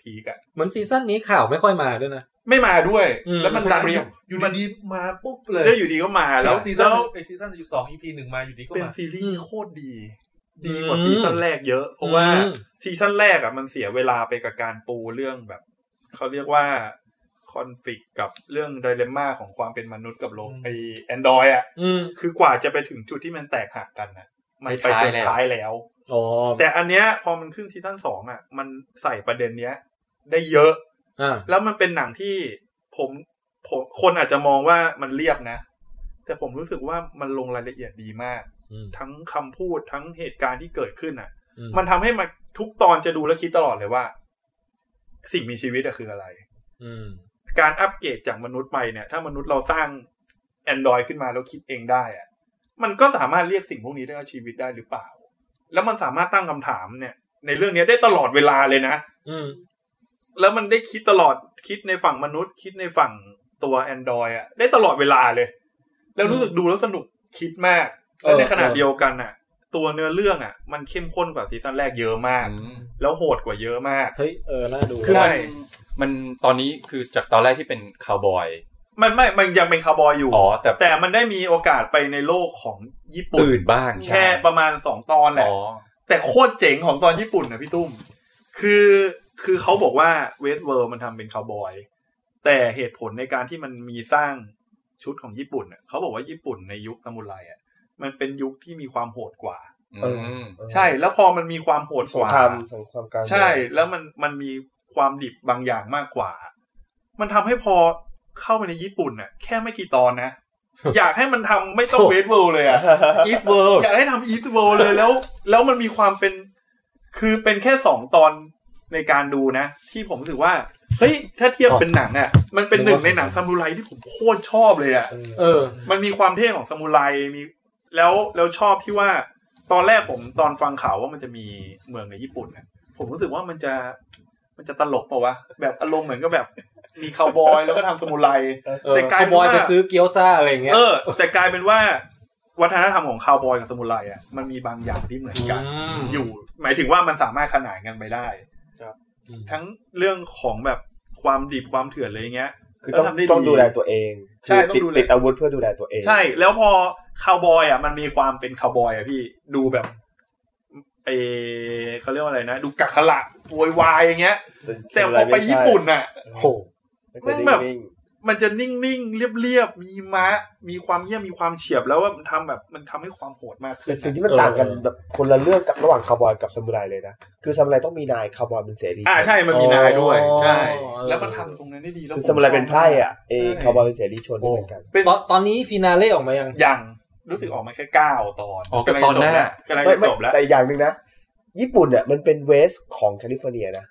Speaker 3: พีกอะ
Speaker 2: เหมือนซีซั่นนี้ข่าวไม่ค่อยมาด้วยนะ
Speaker 3: ไม่มาด้วย
Speaker 2: อืม
Speaker 3: แล้วมันดันอยู่
Speaker 6: อยู่ดีๆมาปุ๊บเลย
Speaker 3: แล้วอยู่ดีก็มา
Speaker 6: แล้
Speaker 3: แล้วว
Speaker 6: ซีซั่น
Speaker 3: แล้ว
Speaker 6: ไอซีซั่นอยู่สองอีพีหนึ่งมาอยู่ดีก็
Speaker 3: เป็น
Speaker 6: มา
Speaker 3: ซีรีส์โคตรดี
Speaker 2: อืม
Speaker 3: ดีกว่าซีซั่นแรกเยอะ เพราะว่า
Speaker 2: อืม
Speaker 3: ซีซั่นแรกอะมันเสียเวลาไปกับการปูเรื่องแบบเขาเรียกว่าคอนฟ lict กับเรื่องไดเลมม่าของความเป็นมนุษย์กับโลก
Speaker 6: อืม
Speaker 3: ไอแอนดรอยอะ
Speaker 2: อืม
Speaker 3: คือกว่าจะไปถึงจุดที่มันแตกหักกันนะมันไปจนท้ายแล้ว
Speaker 2: อ๋อ
Speaker 3: แต่อันเนี้ยพอมันขึ้นซีซั่นสองอ่ะ มันใส่ประเด็นเนี้ย ได้เยอะ
Speaker 2: อ่า
Speaker 3: แล้วมันเป็นหนังที่ผมผมคนอาจจะมองว่ามันเรียบนะ แต่ผมรู้สึกว่ามันลงรายละเอียดดีมาก
Speaker 2: อืม
Speaker 3: ทั้งคำพูดทั้งเหตุการณ์ที่เกิดขึ้นอ่ะ
Speaker 2: อืม
Speaker 3: มันทำให้มาทุกตอนจะดูและคิดตลอดเลยว่า สิ่งมีชีวิตอะคืออะไร
Speaker 2: อืม
Speaker 3: การอัปเกรดจากมนุษย์ไปเนี่ย ถ้ามนุษย์เราสร้างแอนดรอยขึ้นมาแล้วคิดเองได้อะมันก็สามารถเรียกสิ่งพวกนี้ได้ว่าชีวิตได้หรือเปล่า แล้วมันสามารถตั้งคำถามเนี่ย ในเรื่องเนี้ยได้ตลอดเวลาเลยนะ
Speaker 2: อืม
Speaker 3: แล้วมันได้คิดตลอดคิดในฝั่งมนุษย์ คิดในฝั่งตัวแอนดรอยอะได้ตลอดเวลาเลย แล้วรู้สึกดูแล้วสนุกคิดมากแล้วในขณะเดียวกันอะตัวเนื้อเรื่องอะมันเข้มข้นกว่าซีซั่นแรกเยอะมาก แล้วโหดกว่าเยอะมาก
Speaker 2: เฮ้ยเออน่าดู
Speaker 3: คือ
Speaker 5: ใช่มันตอนนี้คือจากตอนแรกที่เป็นคาวบอย
Speaker 3: มันไม่มันยังเป็นคาวบอยอยู่
Speaker 5: อ๋อแต่
Speaker 3: แต่มันได้มีโอกาสไปในโลกของญี่ปุ่น
Speaker 5: ตื่นบ้าง
Speaker 3: แค่ประมาณสองตอนแหละ
Speaker 5: อ๋อ
Speaker 3: แต่โคตรเจ๋งของตอนญี่ปุ่นนะพี่ตุ้ม คือคือเขาบอกว่าเวสเวิร์มันทำเป็นคาวบอย แต่เหตุผลในการที่มันมีสร้างชุดของญี่ปุ่นน่ะเขาบอกว่าญี่ปุ่นในยุคสมุไรอ่ะมันเป็นยุคที่มีความโหดกว่า
Speaker 8: เออ
Speaker 5: อืม
Speaker 3: ใช่แล้วพอมันมีความโหด
Speaker 8: ส
Speaker 3: ก
Speaker 8: ง
Speaker 3: ว่า
Speaker 8: ครามสงครามกลาง
Speaker 3: ใช่แล้วมันมันมีความดิบบางอย่างมากกว่า มันทำให้พอเข้าไปในญี่ปุ่นน่ะ แค่ไม่กี่ตอนนะ อยากให้มันทำไม่ต้องเวสเวิร์เลยอ่ะ
Speaker 2: อีสเวิร์
Speaker 3: อยากให้ทำอีสเว l ลเลยแล้ว แล้วมันมีความเป็น คือเป็นแค่สองตอนในการดูนะ ที่ผมรู้สึกว่า เฮ้ย ถ้าเทียบเป็นหนังอ่ะ มันเป็นหนึ่งในหนังซามูไรที่ผมโคตรชอบเลยอ่ะ
Speaker 2: เออ
Speaker 3: มันมีความเท่ของซามูไรมี แล้วแล้วชอบที่ว่า ตอนแรกผมตอนฟังข่าวว่ามันจะมีเมืองในญี่ปุ่นน่ะผมรู้สึกว่ามันจะมันจะตลกเปล่าวะแบบอารมณ์เหมือนก็แบบมีคาวบอยแล้วก็ทำซามูไร
Speaker 2: เออ
Speaker 3: แต่กลาย
Speaker 2: คา
Speaker 3: เป็
Speaker 2: วน บอย
Speaker 3: ว่า
Speaker 2: ไปซื้อเกี๊ยวซ่าอะไรอย่างเงี้ย
Speaker 3: เออ แต่กลายเป็นว่า วัฒนธรรมของคาวบอยกับซามูไรอ่ะมันมีบางอย่างที่เหมือนกัน
Speaker 2: ม
Speaker 3: อยู่หมายถึงว่ามันสามารถขนานกันไปได้
Speaker 6: ครับ
Speaker 2: อืม
Speaker 3: ทั้งเรื่องของแบบความดิบความเถื่อนอะไรเงี้ย
Speaker 8: คือต้อง
Speaker 3: แล้วทำได้ดี
Speaker 8: ต้องดูแลตัวเอง
Speaker 3: ใช่ต้อง
Speaker 8: ติด
Speaker 3: ดูแล
Speaker 8: ติดอาวุธเพื่อดูแลตัวเอง
Speaker 3: ใช่ แล้วพอคาวบอยอ่ะมันมีความเป็นคาวบอยอ่ะพี่ดูแบบเออเขาเรียกว่าอะไรนะ ดูกักขละโวยวายอย่างเงี้ย
Speaker 8: เป็น
Speaker 3: แต่พอไปญี่ปุ่นน่ะ
Speaker 2: โห
Speaker 8: มัน
Speaker 3: แม่ง
Speaker 8: จะ
Speaker 3: แบบ
Speaker 8: นิ่ง
Speaker 3: มันจะนิ่งๆ เรียบๆ มีมะ มีความเยี่ยมมีความเฉียบแล้วว่ามันทำแบบมันทำให้ความโหดมาก
Speaker 8: ๆ
Speaker 3: ขึ้
Speaker 8: เป็น
Speaker 3: น
Speaker 8: สิ่งที่มันต่างกันแบบคนละเรื่องกับระหว่างคาวบอยกับซามูไรเลยนะคือซามูไรต้องมีนายคาวบอยเป็นเสรี
Speaker 3: อ่าใช่มันมีนายด้วย
Speaker 2: อ๋อ
Speaker 3: ใช่
Speaker 2: เออ
Speaker 3: แล้วมันทำตรงนั้นได้ดีแล้ว
Speaker 8: คือ
Speaker 3: ผ
Speaker 8: ซามูไรเป็นไพร่อ่ะเอ
Speaker 3: ใช่
Speaker 8: คาวบอยเป็นเสรีชนนี่เหมือนกัน
Speaker 3: เป็น
Speaker 2: ตอนตอนนี้ฟินาเล่ออกมายัง
Speaker 3: ยังรู้สึกออกมาแค่เก้าตอน
Speaker 5: อ๋อก็ตอนหน้า
Speaker 3: กำลัง
Speaker 8: ไม่
Speaker 3: จะ
Speaker 8: ไม่
Speaker 3: จบแล้ว
Speaker 8: แต่อย่างหนึ่งนะ ญี่ปุ่นเนี่ยมันเป็นเวสของแคลิฟอร์เนียนะ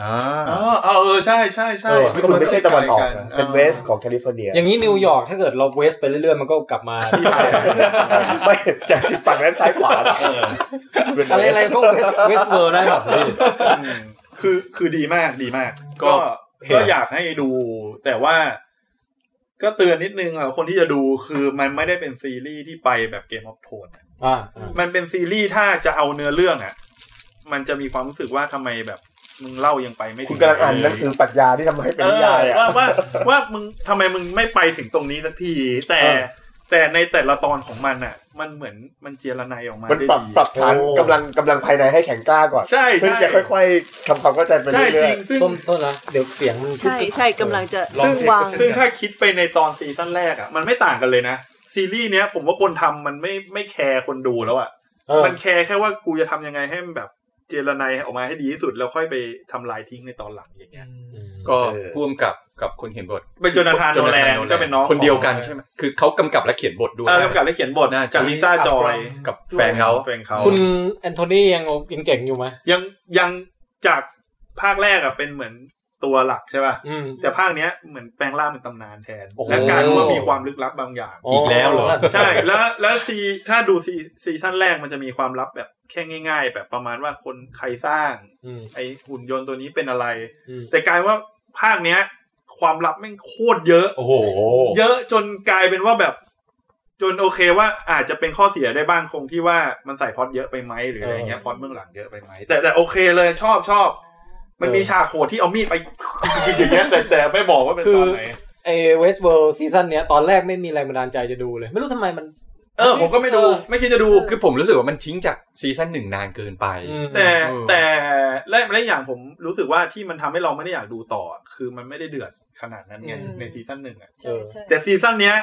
Speaker 5: อ่
Speaker 3: อ๋
Speaker 5: า
Speaker 3: อเออเออใช่ใช่ใช่
Speaker 2: เออ
Speaker 8: ญี่ปุ่นไม่ใช่ตะวันออกนะเป็นเวสของแคลิฟอร์เนีย
Speaker 2: อย่างนี้นิวยอร์กถ้าเกิดเราเวสไปเรื่อยๆ มันก็กลับมา
Speaker 8: ไม่จากจุดฝั่งนั้นซ้ายขวาเป็น
Speaker 2: อะไรอะ
Speaker 8: เวส
Speaker 2: ไรก็เวสเวสเวิร์ได้หมดเลย
Speaker 3: อืมคือคือดีมากดีมาก
Speaker 5: ก็
Speaker 3: ก็
Speaker 2: โอเค
Speaker 3: ก็อยากให้ดู แต่ว่า ก็เตือนนิดนึงค่ะคนที่จะดูคือมันไม่ได้เป็นซีรีส์ที่ไปแบบเกมออฟโทน
Speaker 2: อ่า
Speaker 3: มันเป็นซีรีส์ถ้าจะเอาเนื้อเรื่องอ่ะ มันจะมีความรู้สึกว่าทำไมแบบมึงเล่ายังไปไม่ถึ
Speaker 8: คุณ
Speaker 3: ง
Speaker 8: กำลังอ่านหนังสือปรัชญาที่ทำให้เป็น
Speaker 3: เออย
Speaker 8: นิายอ่ะ
Speaker 3: ว่าว่าว่ามึงทำไมมึงไม่ไปถึงตรงนี้สักที แต่
Speaker 8: เออ
Speaker 3: แต่ในแต่ละตอนของมันอ่ะ มันเหมือนมันเจรนายออกมา
Speaker 8: มัน
Speaker 3: ได้
Speaker 8: ปรับ
Speaker 3: ดี
Speaker 8: ปรับฐานกำลังกำลังภายในให้แข็งกล้าก่อน
Speaker 3: ใช่
Speaker 8: เพื่อ
Speaker 3: ใช่
Speaker 8: จะค่อยๆทำความเข้าใจไป
Speaker 3: ใช่
Speaker 8: เรื่
Speaker 3: จ
Speaker 8: อ
Speaker 3: ริ
Speaker 8: ย
Speaker 3: งซึ่ง
Speaker 2: ส้มต้นนะเดี๋ยวเสียงมัน
Speaker 4: ใช่ใช่กำลังจะ
Speaker 6: ลอง
Speaker 4: ซึ่ง
Speaker 6: เทค
Speaker 4: วาง
Speaker 3: ซึ่งถ้าคิดไปในตอนซีซั่นแรกอ่ะมันไม่ต่างกันเลยนะ ซีรีส์เนี้ยผมว่าคนทำมันไม่ไม่แคร์คนดูแล้วอ่ะ
Speaker 2: เออ
Speaker 3: มันแคร์แค่ว่ากูจะทำยังไงให้มันแบบเจรนายออกมาให้ดีที่สุดแล้วค่อยไปทำลายทิ้งในตอนหลังอย่างเงี้ย
Speaker 5: ก็
Speaker 3: เออ
Speaker 5: พ่วงกับกับคนเขียนบท
Speaker 3: เป็นโจนาธานโนแลนก็เป็นน้อง
Speaker 5: คนเดียวกันใช่ไหมคือเขากำกับและเขียนบทด้วย
Speaker 3: เออกำกับและเขียนบท
Speaker 5: น่าจะ
Speaker 3: กับลิซ่าจอย
Speaker 5: กับแฟนเขา
Speaker 3: แฟนเขา
Speaker 2: คุณแอนโทนียังยังเก่งอยู่ไหม
Speaker 3: ยังยังจากภาคแรกอ่ะเป็นเหมือนตัวหลักใช่ป่ะ
Speaker 2: อืม
Speaker 3: แต่ภาคเนี้ยเหมือนแปลงร่างเป็นตำนานแทน
Speaker 2: โอ้โห
Speaker 3: และการว่ามีความลึกลับบางอย่าง
Speaker 5: อีกแล้วเหรอ
Speaker 3: ใช่แล้วแล้วซีถ้าดูซีซีซั่นแรกมันจะมีความลับแบบแค่ง่าย ๆ แบบประมาณว่าคนใครสร้าง
Speaker 2: อืม
Speaker 3: ไอหุ่นยนต์ตัวนี้เป็นอะไร
Speaker 2: อืม
Speaker 3: แต่กลายว่าภาคเนี้ย ความลับแม่งโคตรเยอะ
Speaker 5: โอ้โห
Speaker 3: เยอะจนกลายเป็นว่าแบบ จนโอเคว่าอาจจะเป็นข้อเสียได้บ้างคงที่ว่ามันใส่พล็อดเยอะไปไหมหรืออะไรเงี้ยพล็อดเบื้องหลังเยอะไปไหมแต่แต่โอเคเลยชอบชอบ มันมีฉากโหดที่เอามีดไป อย่างเงี้ยแต่แต่ไม่บอกว่าเป็น
Speaker 2: คื
Speaker 3: ต
Speaker 2: อ
Speaker 3: อนไหน
Speaker 2: ไอเวสเวิลด์ซีซั่นเนี้ยตอนแรกไม่มีแรงบันดาลใจจะดูเลย ไม่รู้ทำไมมัน
Speaker 3: เออผมก็ไม่ดู ไม่คิดจะดู
Speaker 5: คือผมรู้สึกว่ามันทิ้งจากซีซั่นหนึ่งนานเกินไป
Speaker 2: อืม
Speaker 3: แต่
Speaker 5: เออ
Speaker 3: แต่และและอย่างผมรู้สึกว่าที่มันทำให้เราไม่ได้อยากดูต่อ คือมันไม่ได้เดือดขนาดนั้นไง
Speaker 4: อืม
Speaker 3: ในซีซั่นหนึ่งอะ
Speaker 4: ใช่ใช่
Speaker 3: แต่ซีซั่นเนี้ย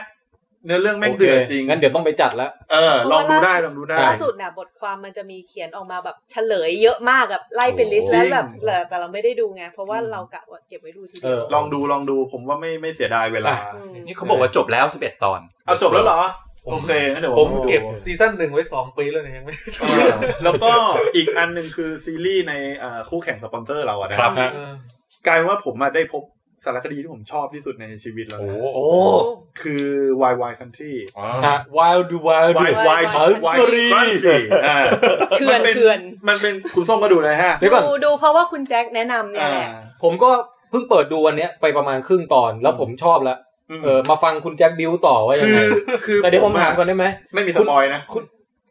Speaker 3: เนื้อเรื่องแม่ง
Speaker 2: โค
Speaker 3: เดือดจริง
Speaker 2: งั้นเดี๋ยวต้องไปจัดแล้ว
Speaker 3: เออ ลองดูได้
Speaker 4: เพ
Speaker 3: ล
Speaker 4: ราะว่า
Speaker 3: องดูได้
Speaker 4: ล่าสุดน่ะบทความมันจะมีเขียนออกมาแบบเฉลยเยอะมากแบบไล่เป็นลิสต์
Speaker 3: จริ
Speaker 4: แล้
Speaker 3: ง
Speaker 4: วแบบแต่แต่เราไม่ได้ดูไง เพราะว่าเรากะว่าเก็บไว้ดูที
Speaker 2: เอ
Speaker 4: เดีย
Speaker 2: อ
Speaker 4: ว
Speaker 3: ลองดูลองดูผมว่าไม่ไม่เสียดายเวลา
Speaker 4: ม
Speaker 5: นี่เขาบอกว่าจบแล้ว11ตอน
Speaker 3: เอาจบแล้วเหรอ โอเคงั้นเดี๋ยว
Speaker 6: ผ
Speaker 3: ผม ม
Speaker 6: เก็บซีซั่นหนึ่งไว้สองปีแล้วเนี่ยยังไม่
Speaker 3: เออแล้วก็อีกอันหนึ่งคือซีรีส์ในเอ่อคู่แข่งสปอนเซอร์เราอะนะครับ กลายเป็นว่าผมมาได้พบสารคดีที่ผมชอบที่สุดในชีวิตแล้ว
Speaker 5: โอ้
Speaker 3: นะ
Speaker 5: โห
Speaker 2: โอ้
Speaker 3: คือ Why Why Country
Speaker 2: ฮะ wild do wild do
Speaker 3: Why Why Country อ่า
Speaker 4: เถื่อน
Speaker 3: มันเป็น
Speaker 4: เถื่อน
Speaker 3: มันเป็นคุณส้มก็ดูเลยฮะ
Speaker 2: เดี๋ยวก่อน
Speaker 4: ดูดูเพราะว่าคุณแจ็คแนะนำเนี่ยแหละ
Speaker 2: ผมก็เพิ่งเปิดดูวันเนี้ยไปประมาณครึ่งตอนแล้วผมชอบแล้ว
Speaker 3: อืม
Speaker 2: เออมาฟังคุณแจ็คบิวต่อว่ายัง
Speaker 3: คื
Speaker 2: ไง
Speaker 3: อคือ
Speaker 2: แต่เดี๋ยวผมถามก่อนได้ไหม
Speaker 3: ไม่มีสปอยนะ
Speaker 2: คุ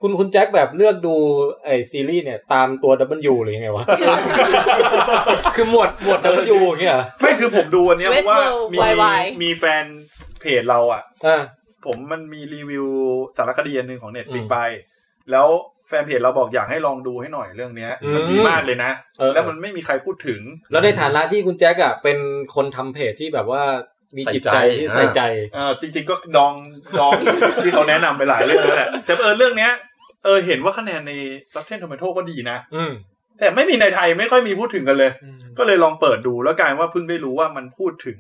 Speaker 2: ณคุณแจ็คแบบเลือกดูไอซีรีส์เนี่ยตามตัว W หรือยังไงวะ คือหมวดหมวด W อย่างเงี้ยเหรอ
Speaker 3: ไม่คือผมดูวันเนี้ยเพราะว่ามี
Speaker 4: Westworld
Speaker 3: มีแฟนเพจเราอ่ะ
Speaker 2: อ่า
Speaker 3: ผมมันมีรีวิวสารคดีอันหนึ่งของเน็ตฟ i ิก
Speaker 2: อืม
Speaker 3: ไป แล้วแฟนเพจเราบอกอยากให้ลองดูให้หน่อยเรื่องเนี้ย
Speaker 2: อืม
Speaker 3: มันดีมากเลยนะ
Speaker 2: เออ
Speaker 3: แล้วมันไม่มีใครพูดถึง
Speaker 2: แล้วในฐานะที่คุณแจ็คอ่ะเป็นคนทำเพจที่แบบว่ามีจิตใจที่ใส่ใจ
Speaker 3: เออจริง ๆ ก็ดองดอง ที่เขาแนะนำไปหลายเรื่องแล้วแหละแต่เออเรื่องเนี้ยเออเห็นว่าคะแนนในรั t เทนทอม t โตก็ดีนะ
Speaker 2: อืม
Speaker 3: แต่ไม่มีในไทยไม่ค่อยมีพูดถึงกันเลย ก็เลยลองเปิดดูแล้วกลายว่าเพิ่งได้รู้ว่ามันพูดถึง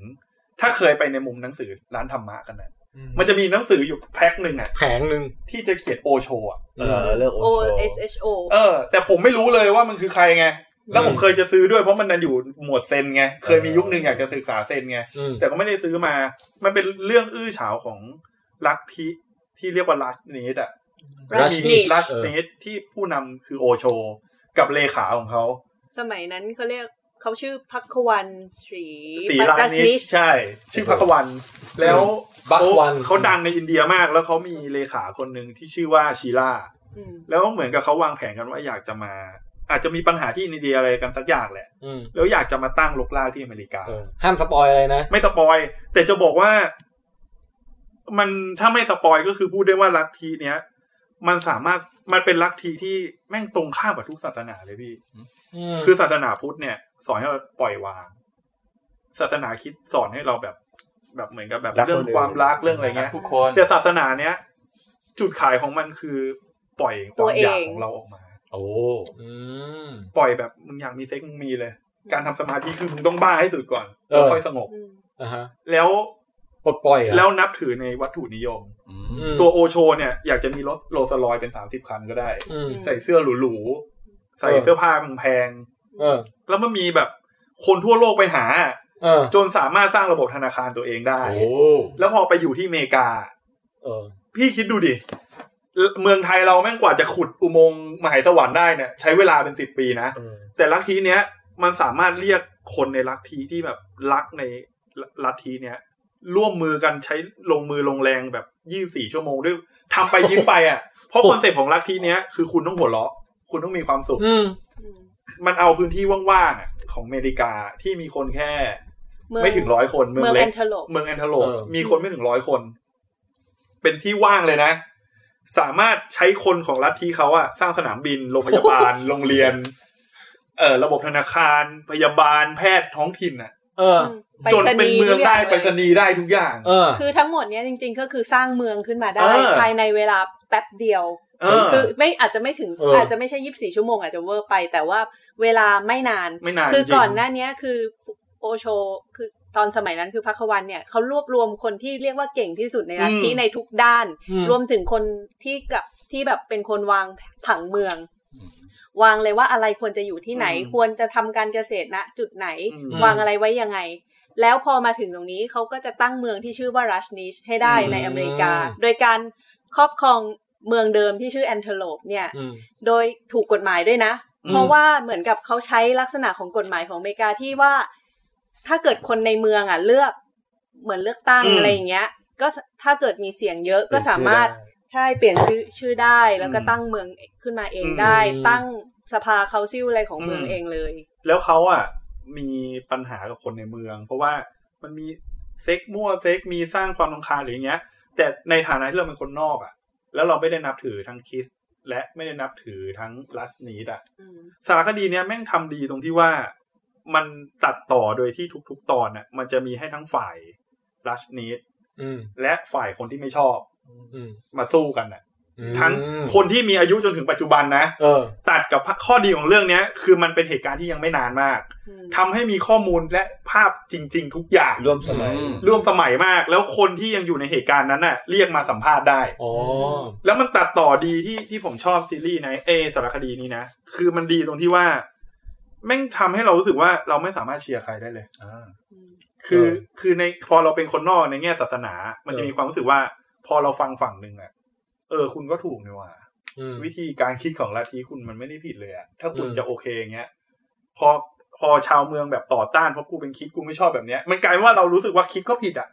Speaker 3: ถ้าเคยไปในมุมหนังสือร้านธรรมะกันนะมันจะมีหนังสืออยู่แพ็คหนึ่งอ่ะ
Speaker 2: แผงหนึ่ง
Speaker 3: ที่จะเขียนโอโชอะ
Speaker 8: เออเลิกโอ
Speaker 4: โอ
Speaker 8: โช
Speaker 4: S H O
Speaker 3: เออแต่ผมไม่รู้เลยว่ามันคือใครไง แล้วผม
Speaker 2: อืม
Speaker 3: เคยจะซื้อด้วยเพราะมันนันอยู่หมวดเซนไง เคยมียุคหนึ่งอยากจะศึกษาเซนไง
Speaker 2: อืม
Speaker 3: แต่ก็ไม่ได้ซื้อมา มันเป็นเรื่องอื้อฉาวของลัทธิที่เรียกว่าลัชนิดอ่ะ
Speaker 2: ลัชนิด
Speaker 3: ลัช
Speaker 2: เออ
Speaker 3: นิดที่ผู้นำคือโอโช กับเลขาของเขา
Speaker 4: สมัยนั้นเขาเรียกเขาชื่อพักควันศรี
Speaker 3: สีลา
Speaker 4: พัก
Speaker 3: นิช
Speaker 4: นิช
Speaker 3: ใช่ ชื่อพักวัน แล้ว
Speaker 2: บัควัน
Speaker 3: เขาเขาดังในอินเดียมาก แล้วเขามีเลขาคนหนึ่งที่ชื่อว่าชีลา
Speaker 4: อืม
Speaker 3: แล้วเหมือนกับเขาวางแผนกันว่าอยากจะมา อาจจะมีปัญหาที่อินเดียอะไรกันสักอย่างแหละ
Speaker 2: อืม
Speaker 3: แล้วอยากจะมาตั้งลกลากที่อเมริกา
Speaker 2: เออห้ามสปอยอะไรนะ
Speaker 3: ไม่สปอย แต่จะบอกว่า มันถ้าไม่สปอยก็คือพูดได้ว่าลัทธิเนี้ย มันสามารถมันเป็นลัทธิที่แม่งตรงข้ามกับทุกศาสนาเลยพี่
Speaker 2: อืม
Speaker 3: คือศาสนาพุทธเนี่ย สอนให้เราปล่อยวาง ศาสนาคริดสอนให้เราแบบ แบบเหมือนกับแบบ
Speaker 8: รักคน
Speaker 3: เรื่อง
Speaker 8: อื่น
Speaker 3: ความรักเรื่องอะไรเงี้ย
Speaker 5: ทุกคน
Speaker 3: แต่ศาสนาเนี้ย จุดขายของมันคือปล่อยความอยากของเราออกมา
Speaker 5: โอ้
Speaker 2: อืม
Speaker 3: ปล่อยแบบมึงอยากมีเซ็กซ์มึงมีเลย การทำสมาธิคือมึงต้องบ้าให้สุดก่อน
Speaker 2: เออ
Speaker 3: แล้วค่อยสงบ
Speaker 4: อืม
Speaker 2: อ่าฮะ
Speaker 3: แล้ว
Speaker 2: ปลดปล่อยเหรอ
Speaker 3: แล้วนับถือในวัตถุนิยม
Speaker 5: อืม
Speaker 2: อืม
Speaker 3: ตัวโอโชเนี่ยอยากจะมีรถโรลสลอยซ์เป็นสามสิบคันก็ได้
Speaker 2: อืม
Speaker 3: ใส่เสื้อหรูๆ ใส่
Speaker 2: เออ
Speaker 3: เสื้อผ้าแพง
Speaker 2: เออ
Speaker 3: ๆแล้วมันมีแบบคนทั่วโลกไปหา
Speaker 2: เออ
Speaker 3: จนสามารถสร้างระบบธนาคารตัวเองได้
Speaker 5: โอ้
Speaker 3: แล้วพอไปอยู่ที่อเมริกา
Speaker 2: เออ
Speaker 3: พี่คิดดูดิ เมืองไทยเราแม่งกว่าจะขุดอุโมงค์มหายสวรรค์ได้เนี่ยใช้เวลาเป็นสิบปีนะ
Speaker 8: เออ
Speaker 3: แต่ลัทธิเนี้ยมันสามารถเรียกคนในลัทธิที่แบบรักในลัทธิเนี้ยร่วมมือกันใช้ลงมือลงแรงแบบยี่สี่ชั่วโมงด้วยทำไปยิ้มไปอ่ะ เพราะคอนเซ็ปต์ของลัทธิเนี้ยคือคุณต้องหัวเราะ คุณต้องมีความสุข
Speaker 2: อืม
Speaker 4: อืม
Speaker 3: มันเอาพื้นที่ว่างๆอ่ะของอเมริกาที่มีคนแค่
Speaker 4: เมือง
Speaker 3: ไม่ถึงร้อยคนเมือ
Speaker 4: เมืองง
Speaker 3: เล็
Speaker 4: แอก นเทโลป
Speaker 3: เมืองแอนทาโลป
Speaker 2: เออ
Speaker 3: มีคนไม่ถึงร้อยคน เป็นที่ว่างเลยนะ สามารถใช้คนของรัฐที่เขาอะสร้างสนามบิน โรงพยา บาล โรงเรียน เอ่อระบบธนาคาร พยาบาลแพทย์ท้องถิ่นอะ
Speaker 2: เออ
Speaker 4: ไป
Speaker 3: จนเป็นเมืองได้
Speaker 4: สนีย์
Speaker 3: ไปสนีย์ได้ทุกอย่าง
Speaker 2: เออ
Speaker 4: คือทั้งหมดเนี้ยจริงๆ ก็คือสร้างเมืองขึ้นมาได้
Speaker 3: เออ
Speaker 4: ภายในเวลาแป๊บเดียว
Speaker 3: เออ
Speaker 4: คือไม่อาจจะไม่ถึง
Speaker 2: เอออ
Speaker 4: อาจจะไม่ใช่ยีิบสี่ชั่วโมงอาจจะเวอร์ไปแต่ว่าเวลาไม่นาน
Speaker 3: ไม่นาน
Speaker 4: คือ
Speaker 3: จริง
Speaker 4: ก่อนหน้าเนี้ยคือโอโชคือตอนสมัยนั้นคือพักวันเนี่ยเขารวบรวมคนที่เรียกว่าเก่งที่สุดในลัทธิ
Speaker 3: อืม
Speaker 4: ในทุกด้าน
Speaker 2: อืม
Speaker 4: รวมถึงคนที่กับที่แบบเป็นคนวางผังเมือง วางเลยว่าอะไรควรจะอยู่ที่ไหน
Speaker 3: อืม
Speaker 4: ควรจะทำการเกษตรณจุดไหน
Speaker 3: อืม
Speaker 4: วางอะไรไว้ยังไง แล้วพอมาถึงตรงนี้เขาก็จะตั้งเมืองที่ชื่อว่ารัชนิชให้ได้ในอเมริกา
Speaker 2: อืม
Speaker 4: โดยการครอบครองเมืองเดิมที่ชื่อแอนเทโลปเนี่ย
Speaker 2: อืม
Speaker 4: โดยถูกกฎหมายด้วยนะ
Speaker 2: อืม
Speaker 4: เพราะว่าเหมือนกับเขาใช้ลักษณะของกฎหมายของอเมริกาที่ว่า ถ้าเกิดคนในเมืองอ่ะเลือก เหมือนเลือกตั้ง
Speaker 3: อืม
Speaker 4: อะไรอย่างเงี้ย ก็สถ้าเกิดมีเสียงเยอะก็สามารถใช่เปลี่ยนชื่อชื่อได้ แล้วก็
Speaker 3: อืม
Speaker 4: ตั้งเมืองขึ้นมาเอง
Speaker 3: อืม
Speaker 4: ได้ ตั้งสภาเคาซิลอะไรของเมือง
Speaker 3: อืม
Speaker 4: เองเลย
Speaker 3: แล้วเขาอะ มีปัญหากับคนในเมือง เพราะว่ามันมีเซ็กมั่วเซ็กมีสร้างความรำคาญหรืออย่างเงี้ย แต่ในฐานะที่เราเป็นคนนอกอะ่ะ แล้วเราไม่ได้นับถือทั้งคริสต์และไม่ได้นับถือทั้งลัสนีดอ่ะ
Speaker 4: อืม
Speaker 3: สารคดีเนี้ยแม่งทำดีตรงที่ว่ามันตัดต่อโดยที่ทุกๆ ตอนน่ะมันจะมีให้ทั้งฝ่ายลัชนีด
Speaker 2: อืม
Speaker 3: และฝ่ายคนที่ไม่ชอบ
Speaker 2: อืม
Speaker 3: มาสู้กันน่ะ
Speaker 2: อืม
Speaker 3: ทั้งคนที่มีอายุจนถึงปัจจุบันนะ
Speaker 2: เออ
Speaker 3: ตัดกับข้อดีของเรื่องเนี้ย คือมันเป็นเหตุการณ์ที่ยังไม่นานมาก
Speaker 4: อืม
Speaker 3: ทำให้มีข้อมูลและภาพจริง ๆ ทุกอย่าง
Speaker 8: ร่วมสมัย
Speaker 5: อืม
Speaker 3: ร่วมสมัยมาก แล้วคนที่ยังอยู่ในเหตุการณ์นั้นน่ะ เรียกมาสัมภาษณ์ได้
Speaker 2: อ๋อ
Speaker 3: แล้วมันตัดต่อดีที่ที่ผมชอบซีรีส์ในเอสารคดีนี้นะ คือมันดีตรงที่ว่า แม่งทำให้เรารู้สึกว่าเราไม่สามารถเชียร์ใครได้เลย คือ
Speaker 2: เออ
Speaker 3: คือในพอเราเป็นคนนอกในแง่ศาสนา มันจะมีความรู้สึกว่า พอเราฟังฝั่งหนึ่งอะเออ คุณก็ถูกนี่หว่า
Speaker 2: อืม
Speaker 3: วิธีการคิดของลัทธิคุณมันไม่ได้ผิดเลยอะถ้าคุณ
Speaker 2: อืม
Speaker 3: จะโอเคอย่างเงี้ย พอพอชาวเมืองแบบต่อต้านเพราะกูเป็นคิดกูไม่ชอบแบบเนี้ย มันกลายเป็นว่าเรารู้สึกว่าคิดก็ผิดอะ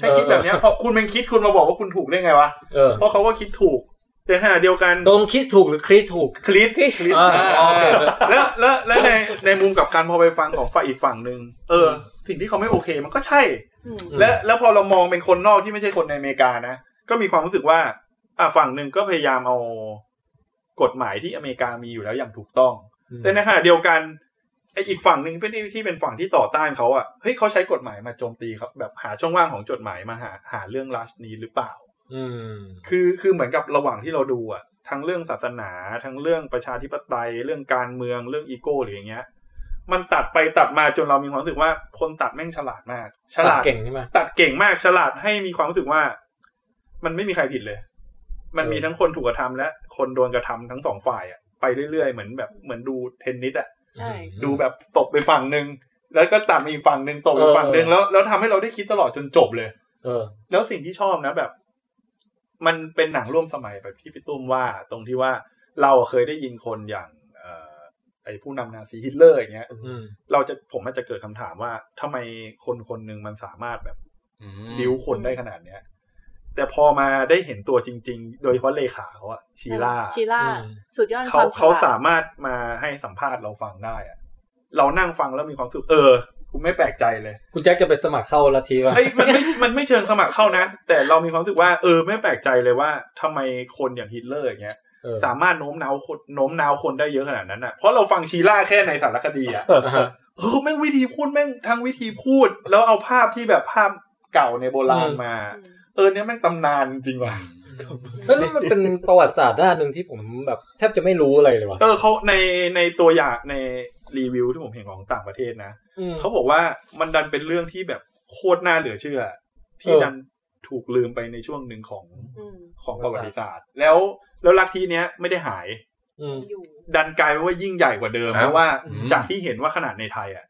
Speaker 3: ถ้าคิดแบบเนี้ยพอคุณเป็นคิดคุณมาบอกว่าคุณถูกได้ไงวะ
Speaker 2: เออ
Speaker 3: เพราะเขาก็คิดถูก แต่ขณะเดียวกัน
Speaker 2: ตรงคริสถูกหรือคริสถูก
Speaker 3: ค ลิสคลิส
Speaker 2: อ่าโอเค
Speaker 3: แล้วแล้วแล้วในในมุมกลับการพอไปฟังของฝ่ายอีกฝั่งหนึ่งเออ สิ่งที่เขาไม่โอเคมันก็ใช่
Speaker 4: อืม
Speaker 3: และแล้วพอเรามองเป็นคนนอกที่ไม่ใช่คนในอเมริกานะ ก็มีความรู้สึกว่า อ่ะฝั่งหนึ่งก็พยายามเอากฎหมายที่อเมริกามีอยู่แล้วอย่างถูกต้อง แต่ในขณะเดียวกันไออีกฝั่งหนึ่งเป็นที่ที่เป็นฝั่งที่ต่อต้านเขาอ่ะเฮ้ยเขาใช้กฎหมายมาโจมตีครับแบบหาช่องว่างของจดหมายมาหาหาเรื่องลัชนี้หรือเปล่า
Speaker 2: อืม
Speaker 3: คือคือเหมือนกับระหว่างที่เราดูอะทั้งเรื่องศาสนา ทั้งเรื่องประชาธิปไตย เรื่องการเมืองเรื่องอีโก้หรืออย่างเงี้ย มันตัดไปตัดมาจนเรามีความรู้สึกว่าคนตัดแม่งฉลาดมาก ฉลา
Speaker 2: ตั
Speaker 3: ด
Speaker 2: ดเก่งใช่ไหม
Speaker 3: ตัดเก่งมากฉลาดให้มีความรู้สึกว่า มันไม่มีใครผิดเลย มันมี
Speaker 2: เออ
Speaker 3: ทั้งคนถูกกระทำและคนโดนกระทำทั้งสองฝ่ายอะไปเรื่อยๆเหมือนแบบเหมือนดูเทนนิสอะ
Speaker 4: ใช่
Speaker 3: ดูแบบตบไปฝั่งหนึ่งแล้วก็ตัดมาอีกฝั่งหนึ่งตบไปฝั่งหนึ่ง
Speaker 2: เออ
Speaker 3: แล้วแล้วทำให้เราได้คิดตลอดจนจบเลย
Speaker 2: เออ
Speaker 3: แล้วสิ่งที่ชอบนะแบบ มันเป็นหนังร่วมสมัยแบบที่พี่ตุ้มว่า ตรงที่ว่าเราเคยได้ยินคนอย่างเอ่อไอ้ผู้นำนาซีฮิตเลอร์อย่างเงี้ย
Speaker 2: อืม
Speaker 3: เราจะผมอาจจะเกิดคำถามว่าทำไมคนคนหนึ่งมันสามารถแบบ
Speaker 5: อืม
Speaker 3: ดิ้วคนได้ขนาดเนี้ย แต่พอมาได้เห็นตัวจริง ๆ โดยเฉพาะเลขาเขาอะชีล่า
Speaker 4: ชีล่า
Speaker 2: อืม
Speaker 4: สุดยอด
Speaker 3: เขา
Speaker 4: ความฉลด
Speaker 3: เขาสามารถมาให้สัมภาษณ์เราฟังได้อะเรานั่งฟังแล้วมีความสุขเออกูไม่แปลกใจเลย
Speaker 2: คุณแจ็คจะไปสมัครเข้าลัทธิป่ะ
Speaker 3: เอ้ยมันไม่มันไม่เชิงสมัครเข้านะ แต่เรามีความรู้สึกว่าเออไม่แปลกใจเลยว่าทำไมคนอย่างฮิตเลอร์อย่างเงี้ย
Speaker 2: เออ
Speaker 3: สามารถโน้มน้าวคนโน้มน้าวคนได้เยอะขนาดนั้นอ่ะเพราะเราฟังชีล่าแค่ในสารคดีอ่ะ
Speaker 2: อ่าฮะ
Speaker 3: เออแม่งวิธีพูดแม่งทั้งวิธีพูด แล้วเอาภาพที่แบบภาพเก่าในโบราณมา
Speaker 4: อืม
Speaker 3: เออเนี่ยแม่งตำนานจริงว่ะ
Speaker 2: แล้วนั่นมันเป็นประวัติศาสตร์ด้านหนึ่งที่ผมแบบแทบจะไม่รู้อะไรเลยว่ะ
Speaker 3: เออเขาในในตัวอย่างในรีวิวที่ผมเห็นของต่างประเทศนะ
Speaker 2: อืม
Speaker 3: เขาบอกว่ามันดันเป็นเรื่องที่แบบโคตรน่าเหลือเชื่อ ที่
Speaker 2: เออ
Speaker 3: ดันถูกลืมไปในช่วงหนึ่งของ
Speaker 4: อืม
Speaker 3: ของประวัติศาสตร์ แล้วแล้วลัทธิเนี้ยไม่ได้หาย
Speaker 2: อืม
Speaker 4: อยู่
Speaker 3: ดันกลายเป็นว่ายิ่งใหญ่กว่าเดิม
Speaker 5: ครับ
Speaker 3: เพราะว่า
Speaker 5: อืม
Speaker 3: จากที่เห็นว่าขนาดในไทยอ่ะ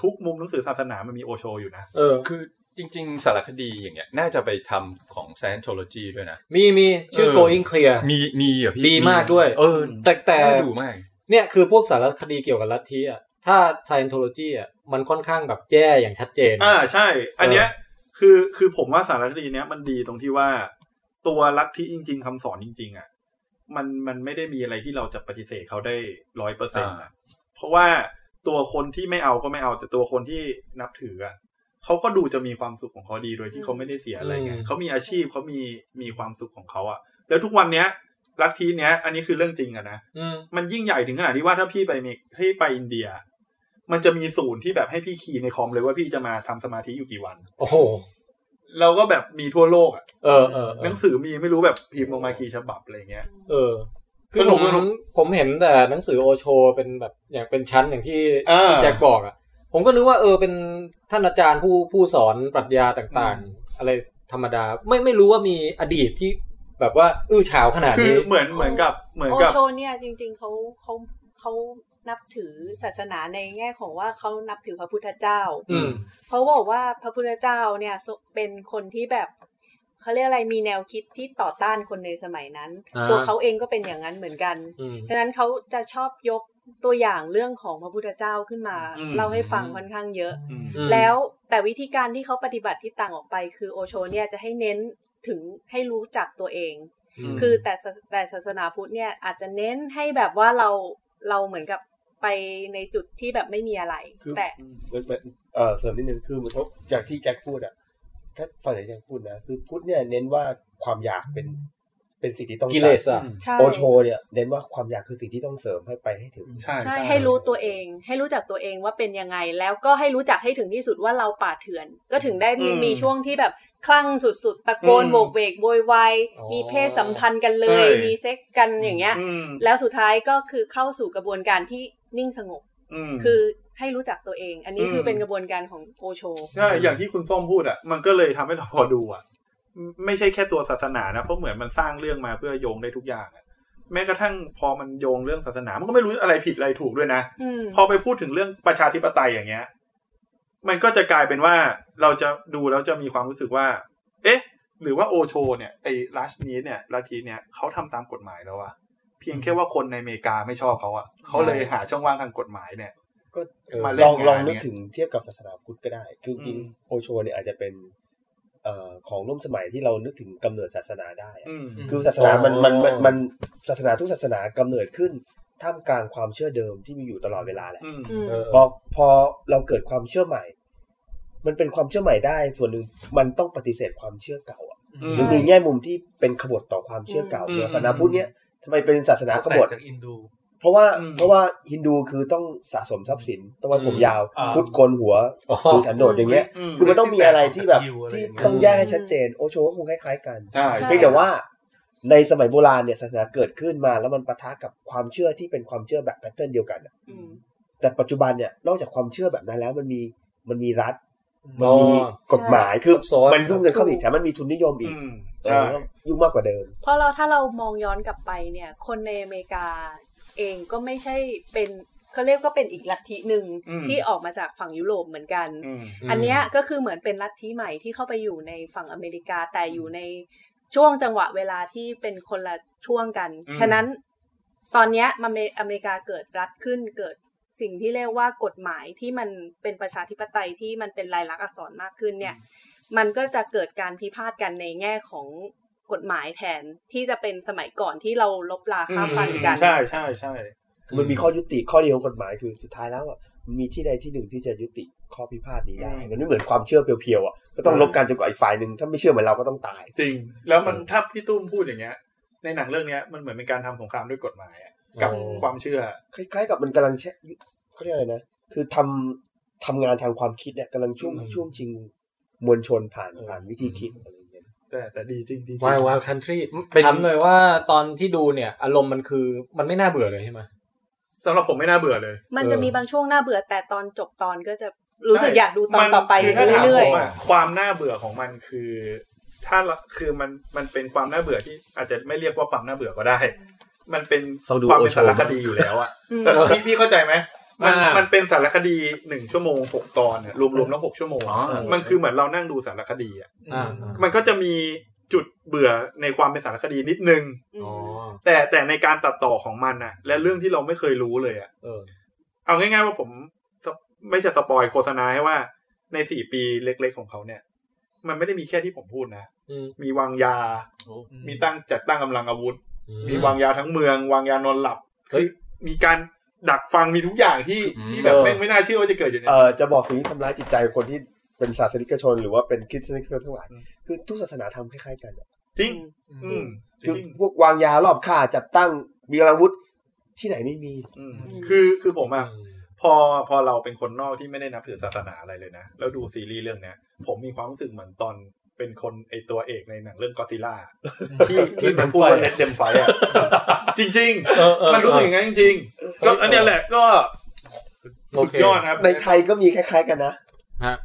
Speaker 3: ทุกมุมหนังสือศาสนามันมีโอโชอยู่นะ
Speaker 2: เออ
Speaker 5: คือจริง ๆ สารคดีอย่างเงี้ย น่าจะไปทำของ Scientology ด้วยนะ
Speaker 2: มีมีชื่อ
Speaker 5: เออ
Speaker 2: going clear
Speaker 5: มีมีเหรอ่ะพี่
Speaker 2: ดีมากด้วย
Speaker 5: เออ
Speaker 2: แต่แต่
Speaker 5: น่าดูมาก
Speaker 2: เนี่ยคือพวกสารคดีเกี่ยวกับลัทธิอ่ะ ถ้า Scientology อ่ะ มันค่อนข้างแบบแย่อย่างชัดเจน
Speaker 3: อ่าใช่ อันเนี้ยคือคือผมว่าสารคดีเนี้ยมันดีตรงที่ว่า ตัวลัทธิจริง ๆคำสอนจริง ๆอ่ะมันมันไม่ได้มีอะไรที่เราจะปฏิเสธเขาได้ร้อยเปอร์เซ็นต์
Speaker 5: อ่า
Speaker 3: เพราะว่าตัวคนที่ไม่เอาก็ไม่เอา แต่ตัวคนที่นับถืออ่ะเขาก็ดูจะมีความสุขของเขาดีโดยที่เขาไม่ได้เสียอะไรไง
Speaker 2: อืม
Speaker 3: เขามีอาชีพเขามีมีความสุขของเขาอ่ะ แล้วทุกวันเนี้ยลัทธิเนี้ย อันนี้คือเรื่องจริงอ่ะนะ
Speaker 2: อืม
Speaker 3: มันยิ่งใหญ่ถึงขนาดที่ว่าถ้าพี่ไปเมกพี่ไปอินเดีย มันจะมีศูนย์ที่แบบให้พี่คีย์ในคอมเลยว่าพี่จะมาทำสมาธิอยู่กี่วัน
Speaker 2: โอ้โห
Speaker 3: เราก็แบบมีทั่วโลกอ่ะ
Speaker 2: เออเออเอ
Speaker 3: หนั
Speaker 2: อง
Speaker 3: สือมีไม่รู้แบบพิมพ์ลงมากี่ฉบับอะไรเงี้ย
Speaker 2: เออ
Speaker 3: ส
Speaker 2: คือ
Speaker 3: นุ
Speaker 2: ผ
Speaker 3: ก
Speaker 2: ม
Speaker 3: สนุก
Speaker 2: ผมเห็นแต่หนังสือโอโชเป็นแบบอย่างเป็นชั้นอย่างที่
Speaker 3: อ่า
Speaker 2: ที่แจ็คบอกอ่ะ ผมก็นึกว่าเออเป็นท่านอาจารย์ผู้ผู้สอนปรัชญาต่างๆ อะไรธรรมดา ไม่ไม่รู้ว่ามีอดีตที่แบบว่าอื้อฉาวขนาด
Speaker 3: คือ
Speaker 2: นี้
Speaker 3: เหมือนเหมือนกับเหมือน
Speaker 4: โอ
Speaker 3: กับ
Speaker 4: โชเนี่ยจริง ๆเขาเขาเขานับถือศาสนาในแง่ของว่าเขานับถือพระพุทธเจ้า
Speaker 2: อืม
Speaker 4: เขาบอกว่าพระพุทธเจ้าเนี่ยทรงเป็นคนที่แบบเขาเรียกอะไรมีแนวคิดที่ต่อต้านคนในสมัยนั้น
Speaker 2: อ่า
Speaker 4: ตัวเขาเองก็เป็นอย่างนั้นเหมือนกัน
Speaker 2: อืม
Speaker 4: ดังนั้นเขาจะชอบยกตัวอย่างเรื่องของพระพุทธเจ้าขึ้นมา
Speaker 3: อืม
Speaker 4: เล่าให้ฟังค่อนข้างเยอะ
Speaker 3: อืม
Speaker 4: แล้วแต่วิธีการที่เขาปฏิบัติที่ต่างออกไป คือโอโชเนี่ยจะให้เน้นถึงให้รู้จักตัวเอง
Speaker 3: อืม
Speaker 4: คือแต่ศาแต่ศาสนาพุทธเนี่ยอาจจะเน้นให้แบบว่าเราเราเหมือนกับ ไปในจุดที่แบบไม่มีอะไร
Speaker 8: คือ
Speaker 4: แต่
Speaker 8: เออเสริมนิดนึงคือเหมือนกับจากที่แจ็คพูดอะถ้าฝั่งไหนแจ็คพูดนะคือพุทธเนี่ยเน้นว่าความอยากเป็นเป็นสิ่งที่ต้อง
Speaker 2: กิเลสอะ
Speaker 4: ใช่
Speaker 8: โอโชเนี่ยเน้นว่าความอยากคือสิ่งที่ต้องเสริมให้ไปให้ถึง
Speaker 3: ใช่
Speaker 4: ใช่ให้รู้ตัวเอง ให้รู้จักตัวเองว่าเป็นยังไง แล้วก็ให้รู้จักให้ถึงที่สุดว่าเราป่าเถื่อน ก็ถึงได้มี
Speaker 3: อืม
Speaker 4: มีช่วงที่แบบคลั่งสุดๆ ตะโกน
Speaker 3: อืม
Speaker 4: โบกเวกโวยวาย
Speaker 2: อ๋อ
Speaker 4: มีเพศสัมพันธ์กันเลย
Speaker 6: ใช่
Speaker 4: มีเซ็กกันอย่างเงี้ย
Speaker 3: อืม
Speaker 4: แล้วสุดท้ายก็คือเข้าสู่กระบวนการที่นิ่งสงบ
Speaker 3: อืม
Speaker 4: คือให้รู้จักตัวเอง อันนี้คืออ
Speaker 3: ม
Speaker 4: เป็นกระบวนการของโอโช
Speaker 3: ใช่อย่างที่คุณส้มพูดอ่ะ มันก็เลยทำให้เราพอดูอ่ะ ไม่ใช่แค่ตัวศาสนานะ เพราะเหมือนมันสร้างเรื่องมาเพื่อโยงได้ทุกอย่างอะแม้กระทั่งพอมันโยงเรื่องศาสนา มันก็ไม่รู้อะไรผิดอะไรถูกด้วยนะ
Speaker 4: อืม
Speaker 3: พอไปพูดถึงเรื่องประชาธิปไตยอย่างเงี้ย มันก็จะกลายเป็นว่าเราจะดูแล้วจะมีความรู้สึกว่า เอ๊ะ หรือว่าโอโชเนี่ยไอ้ลัชนี้เนี่ยลัทธิเนี่ยเขาทำตามกฎหมายแล้วอะเพียงแค่ว่าคนในอเมริกาไม่ชอบเขาอะเขาเลยหาช่องว่างทางกฎหมายเนี่ย
Speaker 8: ก็
Speaker 3: มา
Speaker 8: ล
Speaker 3: เล่น
Speaker 8: องล
Speaker 3: งา
Speaker 8: อง
Speaker 3: น
Speaker 8: นึก
Speaker 3: เนี่ย
Speaker 8: ถึงเทียบกับศาสนาพุทธก็ได้ คือจริง
Speaker 3: อืม
Speaker 8: ๆโอโชเนี่ยอาจจะเป็นเอ่อของร่วมสมัยที่เรานึกถึงกำเนิดศาสนาได้อะ
Speaker 3: อืม
Speaker 8: คือศาสนามัน
Speaker 2: อ๋อ
Speaker 8: มันมันมันศาสนาทุกศาสนากำเนิดขึ้นท่ามกลางความเชื่อเดิมที่มีอยู่ตลอดเวลาแหละ
Speaker 3: อืม
Speaker 4: อืม
Speaker 2: เออ
Speaker 8: พอพอเราเกิดความเชื่อใหม่ มันเป็นความเชื่อใหม่ได้ ส่วนหนึ่งมันต้องปฏิเสธความเชื่อเก่าอะ
Speaker 3: อืม
Speaker 8: หรือมีแง่มุมที่เป็นขบฏต่อความเชื่อเก่า
Speaker 3: อืม
Speaker 8: ศาสนาพุทธเนี่ยทำไมเป็นศาสนาขบฏ
Speaker 6: จากอินดู
Speaker 8: เพราะว่า
Speaker 3: อืม
Speaker 8: เพราะว่าฮินดูคือต้องสะสมทรัพย์สินต้องไว้ผมยาว
Speaker 6: อ่า
Speaker 8: พุทธโกนหัว
Speaker 2: อ๋อ
Speaker 8: ถือถันโดดอย่างเงี้ย
Speaker 3: อืม
Speaker 8: คือมันต้องมีอะไรที่แบบ
Speaker 6: ยิวอะไร
Speaker 8: ที่
Speaker 6: อย่างเงี้ย
Speaker 8: ต้องแยกให้ชัดเจนโอโชก็คงคล้ายๆกัน
Speaker 3: ใช่
Speaker 4: ใช่
Speaker 8: เพียงแต่ว่าในสมัยโบราณเนี่ยศาสนาเกิดขึ้นมา แล้วมันปะทะกับความเชื่อที่เป็นความเชื่อแบบแพทเทิร์นเดียวกันอะ
Speaker 4: อืม
Speaker 8: แต่ปัจจุบันเนี่ยนอกจากความเชื่อแบบนั้นแล้วมันมีมันมีรัฐ
Speaker 2: อ๋
Speaker 8: มัน
Speaker 2: อ
Speaker 8: มีกฎหมายคือ
Speaker 2: ซับซ้อน
Speaker 8: มันยุ่งกันเข้าไปอีกแถมมันมีทุนนิยมอี
Speaker 3: อื
Speaker 8: ก
Speaker 3: ม
Speaker 8: เอ
Speaker 3: ใช่
Speaker 8: อยุ่งมากกว่าเดิม
Speaker 4: เพราะเราถ้าเรามองย้อนกลับไปเนี่ย คนในอเมริกาเองก็ไม่ใช่เป็นเขาเรียกก็เป็นอีกลัทธิหนึ่งที่ออกมาจากฝั่งยุโรปเหมือนกัน
Speaker 3: อืม
Speaker 4: อันเนี้ยก็คือเหมือนเป็นลัทธิใหม่ที่เข้าไปอยู่ในฝั่งอเมริกาแต่อยู่ในช่วงจังหวะเวลาที่เป็นคนละช่วงกัน
Speaker 3: อืม
Speaker 4: ฉะนั้นตอนเนี้ยมันเมอเมริกาเกิดรัฐขึ้นเกิดสิ่งที่เรียกว่ากฎหมายที่มันเป็นประชาธิปไตยที่มันเป็นลายลักษณ์อักษรมากขึ้นเนี่ย มันก็จะเกิดการพิพาทกันในแง่ของกฎหมายแทนที่จะเป็นสมัยก่อนที่เราลบลาค่าฟันกัน
Speaker 3: ใช่ใช่ใช่
Speaker 8: มันมีข้อยุติข้อดีของกฎหมายคือสุดท้ายแล้วอ่ะมันมีที่ใดที่หนึ่งที่จะยุติข้อพิพาทนี้ได้ มันไม่เหมือนความเชื่อเพียวๆอ่ะก็ต้องลบกันจนกว่าอีกฝ่ายหนึ่งถ้าไม่เชื่อเหมือนเราก็ต้องตาย
Speaker 3: จริง แล้วมันถ้าพี่ตุ้มพูดอย่างเงี้ย ในหนังเรื่องเนี้ยมันเหมือนเป็นการทำสงครามด้วยกฎหมายอะกับ
Speaker 2: อ๋อ
Speaker 3: ความเชื่อ
Speaker 8: คล้ายๆกับมันกำลังแช่เขาเรียกอะไรนะ คือทำทำงานทางความคิดเนี่ยกำลังช่วง
Speaker 3: อืม
Speaker 8: ช่วงชิงมวลชนผ่านผ่านวิธีคิดอะไรอย่างเงี้ย
Speaker 3: แต่แต่ดีจริงดีจริง
Speaker 2: วายวายคันทรี
Speaker 3: เป็น
Speaker 2: ถามหน่อยว่าตอนที่ดูเนี่ย อารมณ์มันคือมันไม่น่าเบื่อเลยใช่ไหม
Speaker 3: สำหรับผมไม่น่าเบื่อเลย
Speaker 4: มัน
Speaker 2: เออ
Speaker 4: จะมีบางช่วงน่าเบื่อแต่ตอนจบตอนก็จะรู้สึก
Speaker 3: ใช่
Speaker 4: อยากดูตอน
Speaker 3: มั
Speaker 4: ต่อไป
Speaker 3: คือถ้าถาม
Speaker 4: เรื่
Speaker 3: ผ
Speaker 4: อย
Speaker 3: มอะความน่าเบื่อของมันคือ ถ้าละคือมันมันเป็นความน่าเบื่อที่อาจจะไม่เรียกว่าความน่าเบื่อก็ได้ มันเป็น
Speaker 8: ต้องดู
Speaker 3: ความ
Speaker 8: โอ
Speaker 3: เป็น
Speaker 8: โช
Speaker 3: สาร
Speaker 8: ว์
Speaker 3: คดีอยู่แล้วอะ
Speaker 4: ๆอืม
Speaker 3: พี่พี่เข้าใจไหมมัน
Speaker 2: อ่ามั
Speaker 3: มันเป็นสารคดีหนึ่งชั่วโมงหกตอนอะรวมๆแล้วหกชั่วโมง
Speaker 5: อ๋อ
Speaker 3: มันคือเหมือนเรานั่งดูสารคดีอะ
Speaker 2: อ่า
Speaker 3: มันก็จะมีจุดเบื่อในความเป็นสารคดีนิดนึง
Speaker 2: อ๋อ
Speaker 3: แต่แต่ในการตัดต่อของมันน่ะ และเรื่องที่เราไม่เคยรู้เลยอะ
Speaker 2: เออ
Speaker 3: เอาง่ายๆว่าผมสปไม่ใช่สปอยโฆษณาให้ว่าในสี่ปีเล็กๆของเขาเนี่ย มันไม่ได้มีแค่ที่ผมพูดนะ
Speaker 2: อืม
Speaker 3: มีวางยา มีตั้งจัดตั้งกำลังอาวุธ
Speaker 2: อื
Speaker 3: มีวางยาทั้งเมือง วางยานอนหลับ
Speaker 2: เฮ้ย
Speaker 3: มีการดักฟังมีทุกอย่างที่ที่แบบไม่งไม่น่าเชื่อว่าจะเกิดอยู่ใน
Speaker 8: เออจะบอกสิ่งที่ทำร้ายจิตใจคนที่เป็นศาสนิกชน หรือว่าเป็นคริสเตียนทั้งหลาย
Speaker 3: อืม
Speaker 8: คือทุกศาสนาทำคล้ายๆกัน
Speaker 3: จริง อืมจ
Speaker 8: คือ
Speaker 3: ริง
Speaker 8: พวกวางยารอบฆ่าจัดตั้งมีอาวุธที่ไหนไม่มี
Speaker 3: อืม
Speaker 4: อืม
Speaker 3: คือคือผมอะ
Speaker 2: อืม
Speaker 3: พอพอเราเป็นคนนอกที่ไม่ได้นับถือศาสนาอะไรเลยนะ แล้วดูซีรีส์เรื่องเนี้ย ผมมีความรู้สึกเหมือนตอนเป็นคนไอตัวเอกในหนังเรื่องก็ซิล่าที่ที่มันพูดว่าเน็ตเต็มไฟอ่ะ จริง ๆ มันรู้สึกอย่างนั้นจริงๆก็อันเนี้ยแหละก็
Speaker 2: โอ
Speaker 3: สุด
Speaker 2: เค
Speaker 3: ยอดนะครับ
Speaker 8: ในไทยก็มีคล้ายๆกันนะ
Speaker 2: ฮะ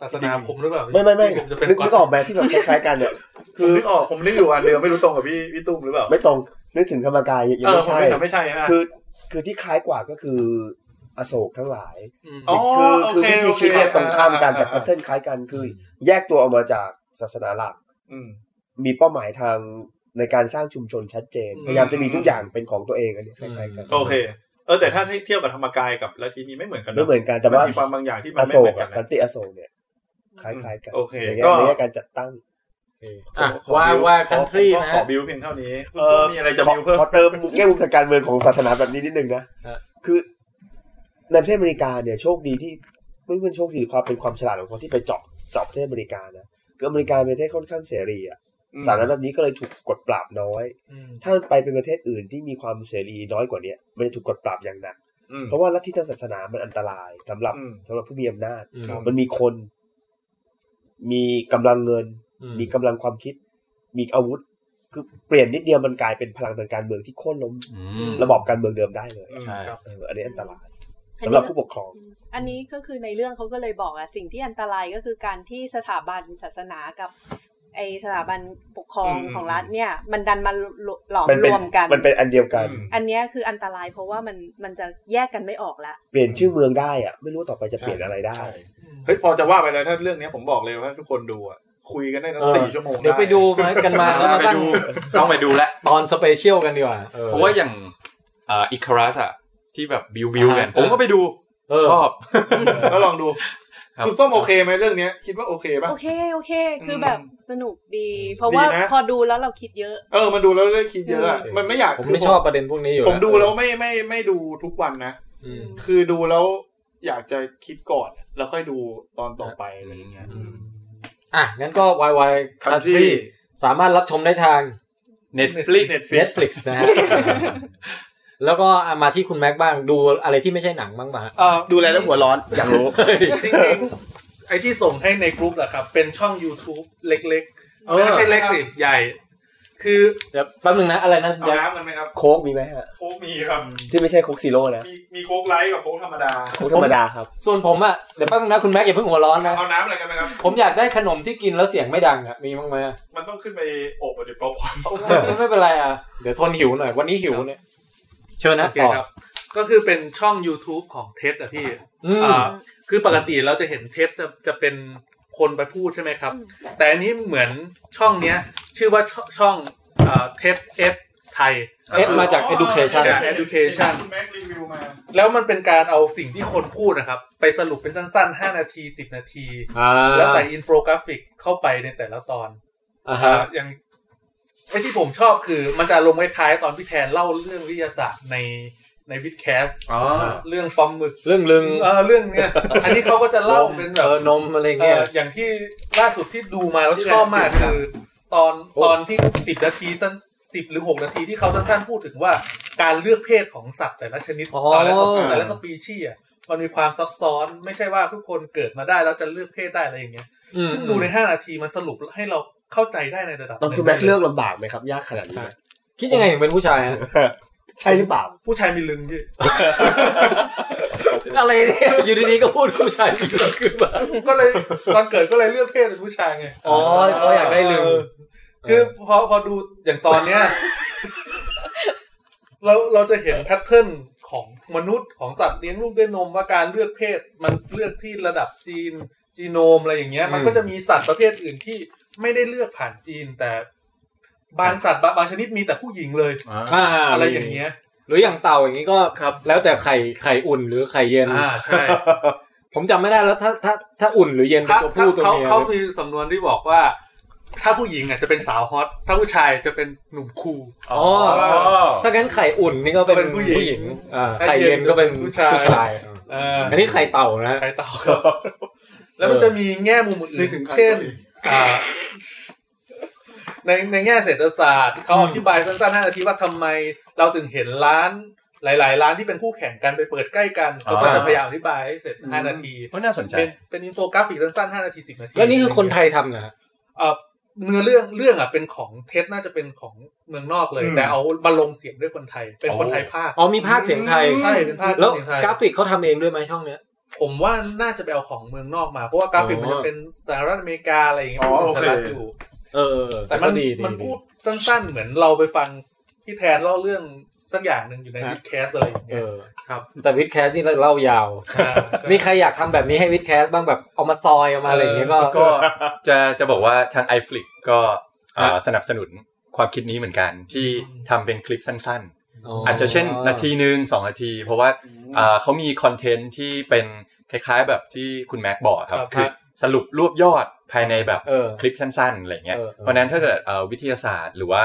Speaker 6: ศาสนาผมหรือเปล่า
Speaker 8: ไม่ไม่ไม่
Speaker 6: ที่ผมจะเป็น
Speaker 8: นึก
Speaker 6: ก๊
Speaker 8: นึกออกไหมที่แบบคล้ายๆกันเนี่ย
Speaker 3: คื
Speaker 8: คือ
Speaker 3: อนึกออกผมนึกอยู่อันเดียวไม่รู้ตรงกับพี่พี่ตุ้มหรือเปล่า
Speaker 8: ไม่ตรงนึกถึงธรรมกายยัง
Speaker 3: เออผม
Speaker 8: ไม่ใช่
Speaker 3: ไม่ทำไม่ใช่ฮะ
Speaker 8: คือคือที่คล้ายกว่าก็คืออโศกทั้งหลาย
Speaker 6: อืม
Speaker 3: อ๋อ
Speaker 8: คือ
Speaker 3: โอ
Speaker 8: คือ
Speaker 3: เค
Speaker 8: วิธี
Speaker 3: โอเค
Speaker 8: คิดเนี่ยตรงข้ามกัน
Speaker 3: อ่
Speaker 8: แต่แพทเทิร์นคล้ายกันคือ แยกตัวออกมาจากศาสนาหลัก
Speaker 3: อืม
Speaker 8: มีเป้าหมายทางในการสร้างชุมชนชัดเจน
Speaker 6: อืม
Speaker 8: พยายามจะมีทุกอย่างเป็นของตัวเองอันนี้คล้ายๆกัน
Speaker 3: โอเค เออแต่ถ้าเทียบกับธรรมกายกับลัทธินี้ไม่เหมือนกันนะ
Speaker 8: ไม่เหมือนกันแต่ว่า
Speaker 3: มีความบางอย่างที่มั
Speaker 8: อน
Speaker 3: ไม่
Speaker 8: โศ
Speaker 3: เหมือ
Speaker 8: ก
Speaker 3: นกั
Speaker 8: อะ
Speaker 3: น
Speaker 8: สัน
Speaker 3: นะ
Speaker 8: ติอโศกเนี่ยคล้ายๆกัน
Speaker 3: โอเค
Speaker 8: ในแง่
Speaker 3: ก็
Speaker 8: ในแง่การจัดตั้ง
Speaker 2: โอเคอ่ะ
Speaker 3: ขอ
Speaker 2: วาย
Speaker 3: บิ้
Speaker 2: วายคันทรี
Speaker 3: ขอ
Speaker 2: นะ
Speaker 3: ขอ
Speaker 2: ฮะ
Speaker 3: บิวเพียงเท่านี้คุณ
Speaker 8: เอ่
Speaker 3: ตุ้
Speaker 8: อ
Speaker 3: มมีอะไรจะบิวเพิ่ม
Speaker 8: ขอขอเติมแง่มุมทางการเมืองของศาสนาแบบนี้นิดนึงนะ
Speaker 2: ฮะ
Speaker 8: คือ ในประเทศอเมริกาเนี่ยโชคดีที่ไม่รู้เป็นโชคดีหรือความเป็นความฉลาดของคนที่ไปเจาะเจาะประเทศอเมริกานะคืออเมริกาเป็นประเทศค่อนข้างเสรีอ่ะ
Speaker 3: อืม
Speaker 8: สารนั้นแบบนี้ก็เลยถูกกดปราบน้อย
Speaker 6: อืม
Speaker 8: ถ้ามันไปเป็นประเทศอื่นที่มีความเสรีน้อยกว่าเนี้ยมันจะถูกกดปราบอย่างหนัก
Speaker 3: อืม
Speaker 8: เพราะว่าลัทธิทางศาสนามันอันตรายสำหรับ
Speaker 3: อืม
Speaker 8: สำหรับผู้มีอำนาจ
Speaker 2: อืม
Speaker 8: มันมีคน มีกำลังเงิน มีกำลังความคิด มีอาวุธ คือเปลี่ยนนิดเดียวมันกลายเป็นพลังทางการเมืองที่โค่นล้ม
Speaker 5: อืม
Speaker 8: ระบอบการเมืองเดิมได้เลย
Speaker 3: อืม
Speaker 5: ใช่
Speaker 3: ครับ
Speaker 8: เอออันนี้อันตรายสำหรับผู้ปกครอง
Speaker 4: อันนี้ก็คือในเรื่องเขาก็เลยบอกอะสิ่งที่อันตรายก็คือการที่สถาบันศาสนากับ ไอสถาบันปกครองของรัฐเนี่ย มันดันมาหลอม
Speaker 8: มัน
Speaker 4: ร
Speaker 8: เป็น
Speaker 4: วมกัน
Speaker 8: มันเป็นอันเดียวกัน
Speaker 3: อืม
Speaker 4: อันเนี้ยคืออันตรายเพราะว่ามันมันจะแยกกันไม่ออกละ
Speaker 8: เปลี่ยนชื่อเมืองได้อะไม่รู้ต่อไปจะเปลี่ยนอะไรได้
Speaker 5: ใช่
Speaker 3: เฮ้ยพอจะว่าไปแล้วถ้าเรื่องเนี้ยผมบอกเลยว่าทุกคนดูอ่ะคุยกันได้ทั้ง
Speaker 2: เออ
Speaker 3: สี่ชั่วโมง
Speaker 2: เดี๋ยวไปดูมากันมาแล้วมา
Speaker 5: ไป
Speaker 2: ตั้ง
Speaker 5: ดูต้องไปดูแหละ
Speaker 2: ตอนสเปเชียลกันดีกว่าออ
Speaker 5: เพราะว่าอย่างเอ่อิคารัสอะที่แบบบิวบิวกัน
Speaker 2: อ่า
Speaker 5: ผมก็ไปดู
Speaker 2: เออ
Speaker 5: ชอบ
Speaker 3: ได้ก็ลองดู
Speaker 5: ครับ
Speaker 3: คุณส้มโอเคไหมเรื่องเนี้ย คิดว่าโอเคป่ะ
Speaker 4: โอเค โอเค คือแบบสนุกดี เพราะ
Speaker 3: ดี
Speaker 4: ว่า
Speaker 3: นะ
Speaker 4: พอดูแล้วเราคิดเยอะ
Speaker 3: เออมันดูแล้วได้คิดเยอะอะ
Speaker 2: เออ
Speaker 3: มันไม่อยาก
Speaker 2: ผม
Speaker 3: คื
Speaker 2: ไม่ชอบประเด็นพวกนี้อยู่
Speaker 3: ผมดูแล้วไม่ไม่ไม่ดูทุกวันนะ
Speaker 2: อืม
Speaker 3: คือดูแล้วอยากจะคิดก่อน แล้วค่อยดูตอนต่อไปอะไรอย่างเงี้ย
Speaker 2: อ่ะงั้นก็วายวายคันท
Speaker 3: Country
Speaker 2: รีสามารถรับชมได้ทาง
Speaker 5: เน็ตฟลิก
Speaker 2: Netflix นะฮะ แล้วก็อ่ะมาที่คุณแม็กบ้างดูอะไรที่ไม่ใช่หนังบ้างปะฮะ
Speaker 6: เออ
Speaker 8: ดูแลแล้วหัวร้อนอยากรู้
Speaker 6: จริงๆ ไอที่ส่งให้ในกรุ๊ปแหละครับ เป็นช่อง YouTube เล็กๆ ไม่ใช่เล็กสิ ใหญ่ คือ
Speaker 2: เดี๋ยวแป๊บนึงนะอะไรนะ
Speaker 3: เอาน้ำกันไหมครับ
Speaker 8: โค้กมีไหมฮะ
Speaker 3: โค้กมีครับ
Speaker 8: ที่ไม่ใช่โค้กซีโร่นะ
Speaker 3: มีมีโค้กไลท์กับโค้กธรรมดา
Speaker 8: โค้กธรรมดาครับ
Speaker 2: ส่วนผมอะเดี๋ยวแป๊บนึงนะคุณแม็กอย่าเพิ่งหัวร้อนนะ
Speaker 3: เอาน้ำอะไรกันไหมครับ
Speaker 2: ผมอยากได้ขนมที่กินแล้วเสียงไม่ดังอะมีบ้างไหมอะ
Speaker 3: มันต้องขึ้นไปโอบเดี๋ยวป๊อปคอร์น
Speaker 2: ไม่ไม่เป็นไรอะเดี๋ยวทนหิวหน่อยวันนี้หิวเนี่ย เชิญนะ
Speaker 6: โอเค
Speaker 2: ต่อ
Speaker 6: ครับ ก็คือเป็นช่อง YouTube ของเท็ดอะพี่
Speaker 2: อืม
Speaker 6: อ่าคือปกติเราจะเห็นเทปจะจะเป็นคนไปพูดใช่ไหมครับ
Speaker 4: อืม
Speaker 6: แต่อันนี้เหมือนช่องเนี้ย ชื่อว่าช่องช่องอ่าเทปเอฟไทย
Speaker 2: เอสมาจาก education
Speaker 6: จาก education
Speaker 3: คุณแม็กรีวิวมา
Speaker 6: แล้วมันเป็นการเอาสิ่งที่คนพูดนะครับ ไปสรุปเป็นสั้นๆ 5 นาที 10 นาที
Speaker 2: อ่า
Speaker 6: แล้วใส่อินโฟกราฟิกเข้าไปในแต่ละตอน
Speaker 2: อ่าฮะ
Speaker 6: อย่างไอ้ที่ผมชอบคือมันจะอารมณ์คล้ายๆตอนพี่แทนเล่าเรื่องวิทยาศาสตร์ในในวิดแคส
Speaker 5: อ๋อ
Speaker 6: เรื่องปลอมหมึก
Speaker 2: เรื่องลึง
Speaker 6: เออเรื่องเนี้ยอันนี้เขาก็จะเล่าเป็นแบ
Speaker 2: เอบ อนมอะไร
Speaker 6: เอ
Speaker 2: เงี้ย
Speaker 6: ออย่างที่ล่าสุดที่ดูมาแล้วชอบมากคือ ตอน
Speaker 2: โอ้
Speaker 6: ตอนที่สิบนาทีสั้นสิบหรือหกนาทีที่เขาสั้นๆพูดถึงว่าการเลือกเพศของสัตว์แต่ละชนิดแต่ละสัตว์แต่ละสปีชีส์อ่ะมันมีความซับซ้อนไม่ใช่ว่าทุกคนเกิดมาได้แล้วจะเลือกเพศได้อะไรอย่างเงี้ย
Speaker 2: อืม
Speaker 6: ซึ่งดูในห้านาทีมันสรุปให้เราเข้าใจได้ในระดับห
Speaker 8: ตอน
Speaker 6: นึ่ง
Speaker 8: คุณแม็กเลือกลำบากไหมครับ ยากขนาดนี้ไหม
Speaker 2: คิดยังไงถึงเป็นผู้ชายฮะ
Speaker 8: ใช่หรือเปล่า
Speaker 6: ผู้ชายมีลึงพี่
Speaker 2: อะไรเนี่ยอยู่ดีๆก็พูดผู้ชายขึ้นมา
Speaker 6: ก็เลยตอนเกิดก็เลยเลือกเพศเป็นผู้ชายไง
Speaker 2: อ๋อเขาอยากได้ลึง
Speaker 6: เออคือพอพอดูอย่างตอนเนี้ย เราเราจะเห็นแพทเทิร์นของมนุษย์ของสัตว์เลี้ยงลูกด้วยนมว่าการเลือกเพศ มันเลือกที่ระดับจีนจีโนมอะไรอย่างเงี้ย มัน
Speaker 2: อืม
Speaker 6: ก็จะมีสัตว์ประเภทอื่นที่ไม่ได้เลือกผ่านจีน แต่บางสัตว์บางบางชนิดมีแต่ผู้หญิงเลย
Speaker 2: อ่า
Speaker 6: อะไรอย่างเงี้ย
Speaker 2: หรืออย่างเต่าอย่างงี้ก็
Speaker 6: ครับ
Speaker 2: แล้วแต่ไข่ไข่อุ่นหรือไข่เย็น
Speaker 6: อ่าใช่
Speaker 2: ผมจำไม่ได้แล้วถ้าถ้าถ้าอุ่นหรือเย็นเป็น
Speaker 6: ถ้า
Speaker 2: ตัว
Speaker 6: ถ้า
Speaker 2: ผู้ตัวเมีย
Speaker 6: เขาเขามีสำนวนที่บอกว่า ถ้าผู้หญิงอ่ะจะเป็นสาวฮอตถ้าผู้ชายจะเป็นหนุ่มคูล
Speaker 2: อ๋อถ้างั้นไข่อุ่นนี่ก็เป็น
Speaker 6: เป็นผู้
Speaker 2: ผู้
Speaker 6: หญิง
Speaker 2: หญิงอ่า
Speaker 6: ไข่
Speaker 2: ไข่
Speaker 6: เย็
Speaker 2: เย็
Speaker 6: น
Speaker 2: นก็เป็น
Speaker 6: เป็นผู้
Speaker 2: ผู้
Speaker 6: ชาย
Speaker 2: ชาย
Speaker 6: เออ
Speaker 2: อันนี้ไข่เต่านะ
Speaker 6: ไข่เต่าครับ แล้วมันจะมีแง่มุมอื่นๆเช่นอ่า ในในแง่เศรษฐศาสตร์เขาอธิบายสั้นๆห้านาทีว่าทำไมเราถึงเห็นร้านหลาย ๆ ร้านที่เป็นคู่แข่งกันไปเปิดใกล้กัน
Speaker 5: อ๋อ
Speaker 6: เขาก็จะพยายามอธิบายให้เสร็จห้านาที
Speaker 5: เพราะน่าสนใจ
Speaker 6: เป็นเป็นอินโฟกราฟิกสั้นๆห้านาทีสิบนาที
Speaker 2: แล้วนี่คือคนไทยทำนะฮะ
Speaker 6: เอ่อเนื้อเรื่องเรื่องอ่ะเป็นของเทสน่าจะเป็นของเมืองนอกเลย แต่เอามาลงเสียงด้วยคนไทย เป็นคนไทยภาค
Speaker 2: อ๋อมีภาคเสียงไทย
Speaker 6: ใช่เป็นภาค
Speaker 2: แล้ว
Speaker 6: เสียงไทย
Speaker 2: กราฟิกเขาทำเองด้วยไหมช่องเนี้ย
Speaker 6: ผมว่าน่าจะไปเอาของเมืองนอกมา เพราะว่ากราฟิก
Speaker 2: อ๋อ
Speaker 6: มันจะเป็นสหรัฐอเมริกาอะไรอย่างเงี้ย
Speaker 3: อ๋อ
Speaker 6: มันเป็นสหรั
Speaker 3: โอ
Speaker 6: ฐ
Speaker 3: เค
Speaker 6: อยู่
Speaker 2: เออเออเออ
Speaker 6: แต่มัน
Speaker 2: ก็ดีดี
Speaker 6: มัน
Speaker 2: ดี
Speaker 6: พูดสั้นๆ เหมือนเราไปฟังพี่แทนเล่าเรื่องสักอย่างหนึ่งอยู่ในวิดแคสอะไรอย่าง
Speaker 2: เอ
Speaker 6: เงี้ย
Speaker 2: อ
Speaker 6: ครับ
Speaker 2: แต่วิดแคสนี่เล่ายาว มีใครอยากทำแบบนี้ให้วิดแคสบ้างแบบเอามาซอยเอามาอะไรอย่างเงี้ยก็
Speaker 5: ก็จะจะบอกว่าทาง iFlix ก็เอ่อสนับสนุนความคิดนี้เหมือนกัน ที่ทำเป็นคลิปสั้น ๆ อาจจะเช่นนาทีหนึ่งสองนาที เพราะว่าเอ่อเขามีคอนเทนต์ที่เป็นคล้ายๆแบบที่คุณแม็กบอกครับคือสรุปรวบยอดภายในแบบ
Speaker 2: เออ
Speaker 5: คลิปสั้นๆอะไรเงี้ย
Speaker 2: เออเออ
Speaker 5: เพราะฉะนั้นถ้าเกิดเอ่อวิทยาศาสตร์หรือว่า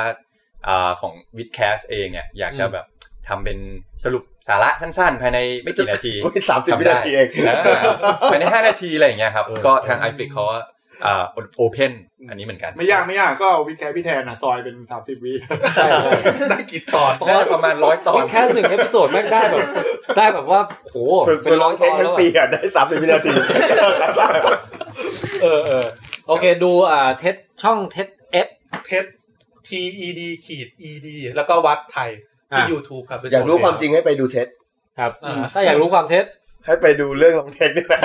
Speaker 5: เอ่อของวิดแคสเองเนี่ยอยากจะ
Speaker 2: อืม
Speaker 5: แบบท ทำเป็นสรุปสาระสั้นๆ ภายในไม่กี่นาที
Speaker 8: อุ๊ย30
Speaker 5: ทำ
Speaker 8: วิ
Speaker 5: ได้
Speaker 8: นาทีเอง
Speaker 5: นะภายใน 5 นาทีอะไรอย่างเงี้ยครับ
Speaker 8: เออ
Speaker 5: ก็ทางไอฟลิกเขาโอเพนอันนี้เหมือนกัน
Speaker 3: ไม่ยากไม่ยากก็วิแคพี่แทนอ่ะ ซอยเป็นสามสิบวิ
Speaker 6: ได้กี่ตอน
Speaker 5: ได้ประมาณร้อยตอน
Speaker 2: แค่หนึ่งเอพิโซดแม่งได้แบบ ได้แบบว่าโห
Speaker 8: ส่วน
Speaker 2: เป็
Speaker 8: ส่วน
Speaker 2: น
Speaker 8: ล
Speaker 2: ร้
Speaker 8: อ
Speaker 2: อง ย
Speaker 8: เท
Speaker 2: ตอ
Speaker 8: คน ทั้
Speaker 2: แล้
Speaker 8: ง
Speaker 2: ว
Speaker 8: ปี
Speaker 2: อะ
Speaker 8: อ่ะได้สามสิบวินาที
Speaker 2: เออเออโอเคดูอ่าเท็ดช่องเท็ดเอฟ
Speaker 6: เพชร T E D ขีด E D แล้วก็วัดไทยที่
Speaker 2: อ่ะ
Speaker 6: YouTube ครับ
Speaker 8: อยากรู้ความจริงให้ไปดูเท็ด
Speaker 2: ครับ ถ้าอยากรู้ความเท็จ
Speaker 8: ให้ไปดูเรื่องลองเทคด้วยนะ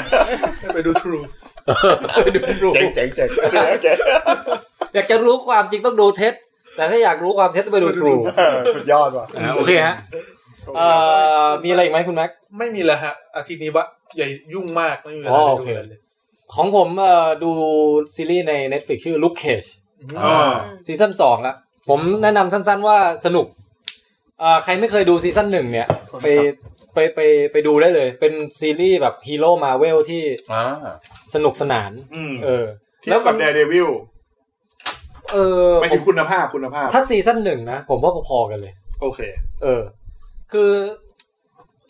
Speaker 6: ไปดู True
Speaker 2: ไปดูดู
Speaker 8: เจ๋งเจ๋งเจ๋งโอเค
Speaker 2: อยากจะรู้ความจริงต้องดูเท็จแต่ถ้าอยากรู้ความเท็จต้องไปดูทรู
Speaker 8: เออสุดยอดว่ะ
Speaker 2: โอเคฮะเอ่อมีอะไรอีกไหมคุณแม็ก
Speaker 6: ไม่มีแล้วฮะ อาทิตย์นี้วะอย่ายุ่งมากไม่มีเว
Speaker 2: อ๋
Speaker 6: ลา
Speaker 2: อ
Speaker 6: ไป
Speaker 2: โอ
Speaker 6: ดู
Speaker 2: เค
Speaker 6: อะไรเลย
Speaker 2: ของผมเอ่อดูซีรีส์ใน Netflix ชื่อ Luke Cage
Speaker 3: อ่า
Speaker 2: ซีซั่นสองละผมแนะนำสั้นๆว่าสนุกเอ่อใครไม่เคยดูซีซั่นหนึ่งเนี่ยไปไปไปไปดูได้เลย เป็นซีรีส์แบบฮีโร่มาเวลที่
Speaker 5: อ่า
Speaker 2: สนุกสนาน
Speaker 3: อืม
Speaker 2: เออ
Speaker 3: ที่
Speaker 2: แล้วมั
Speaker 3: กัน บแดเดวิล
Speaker 2: เออ
Speaker 3: ไม่ถึงคุณภาพคุณภาพ
Speaker 2: ถ้าซีซั่นหนึ่งนะ ผมว่าพอๆกันเลย
Speaker 3: โอเค
Speaker 2: เออ คือ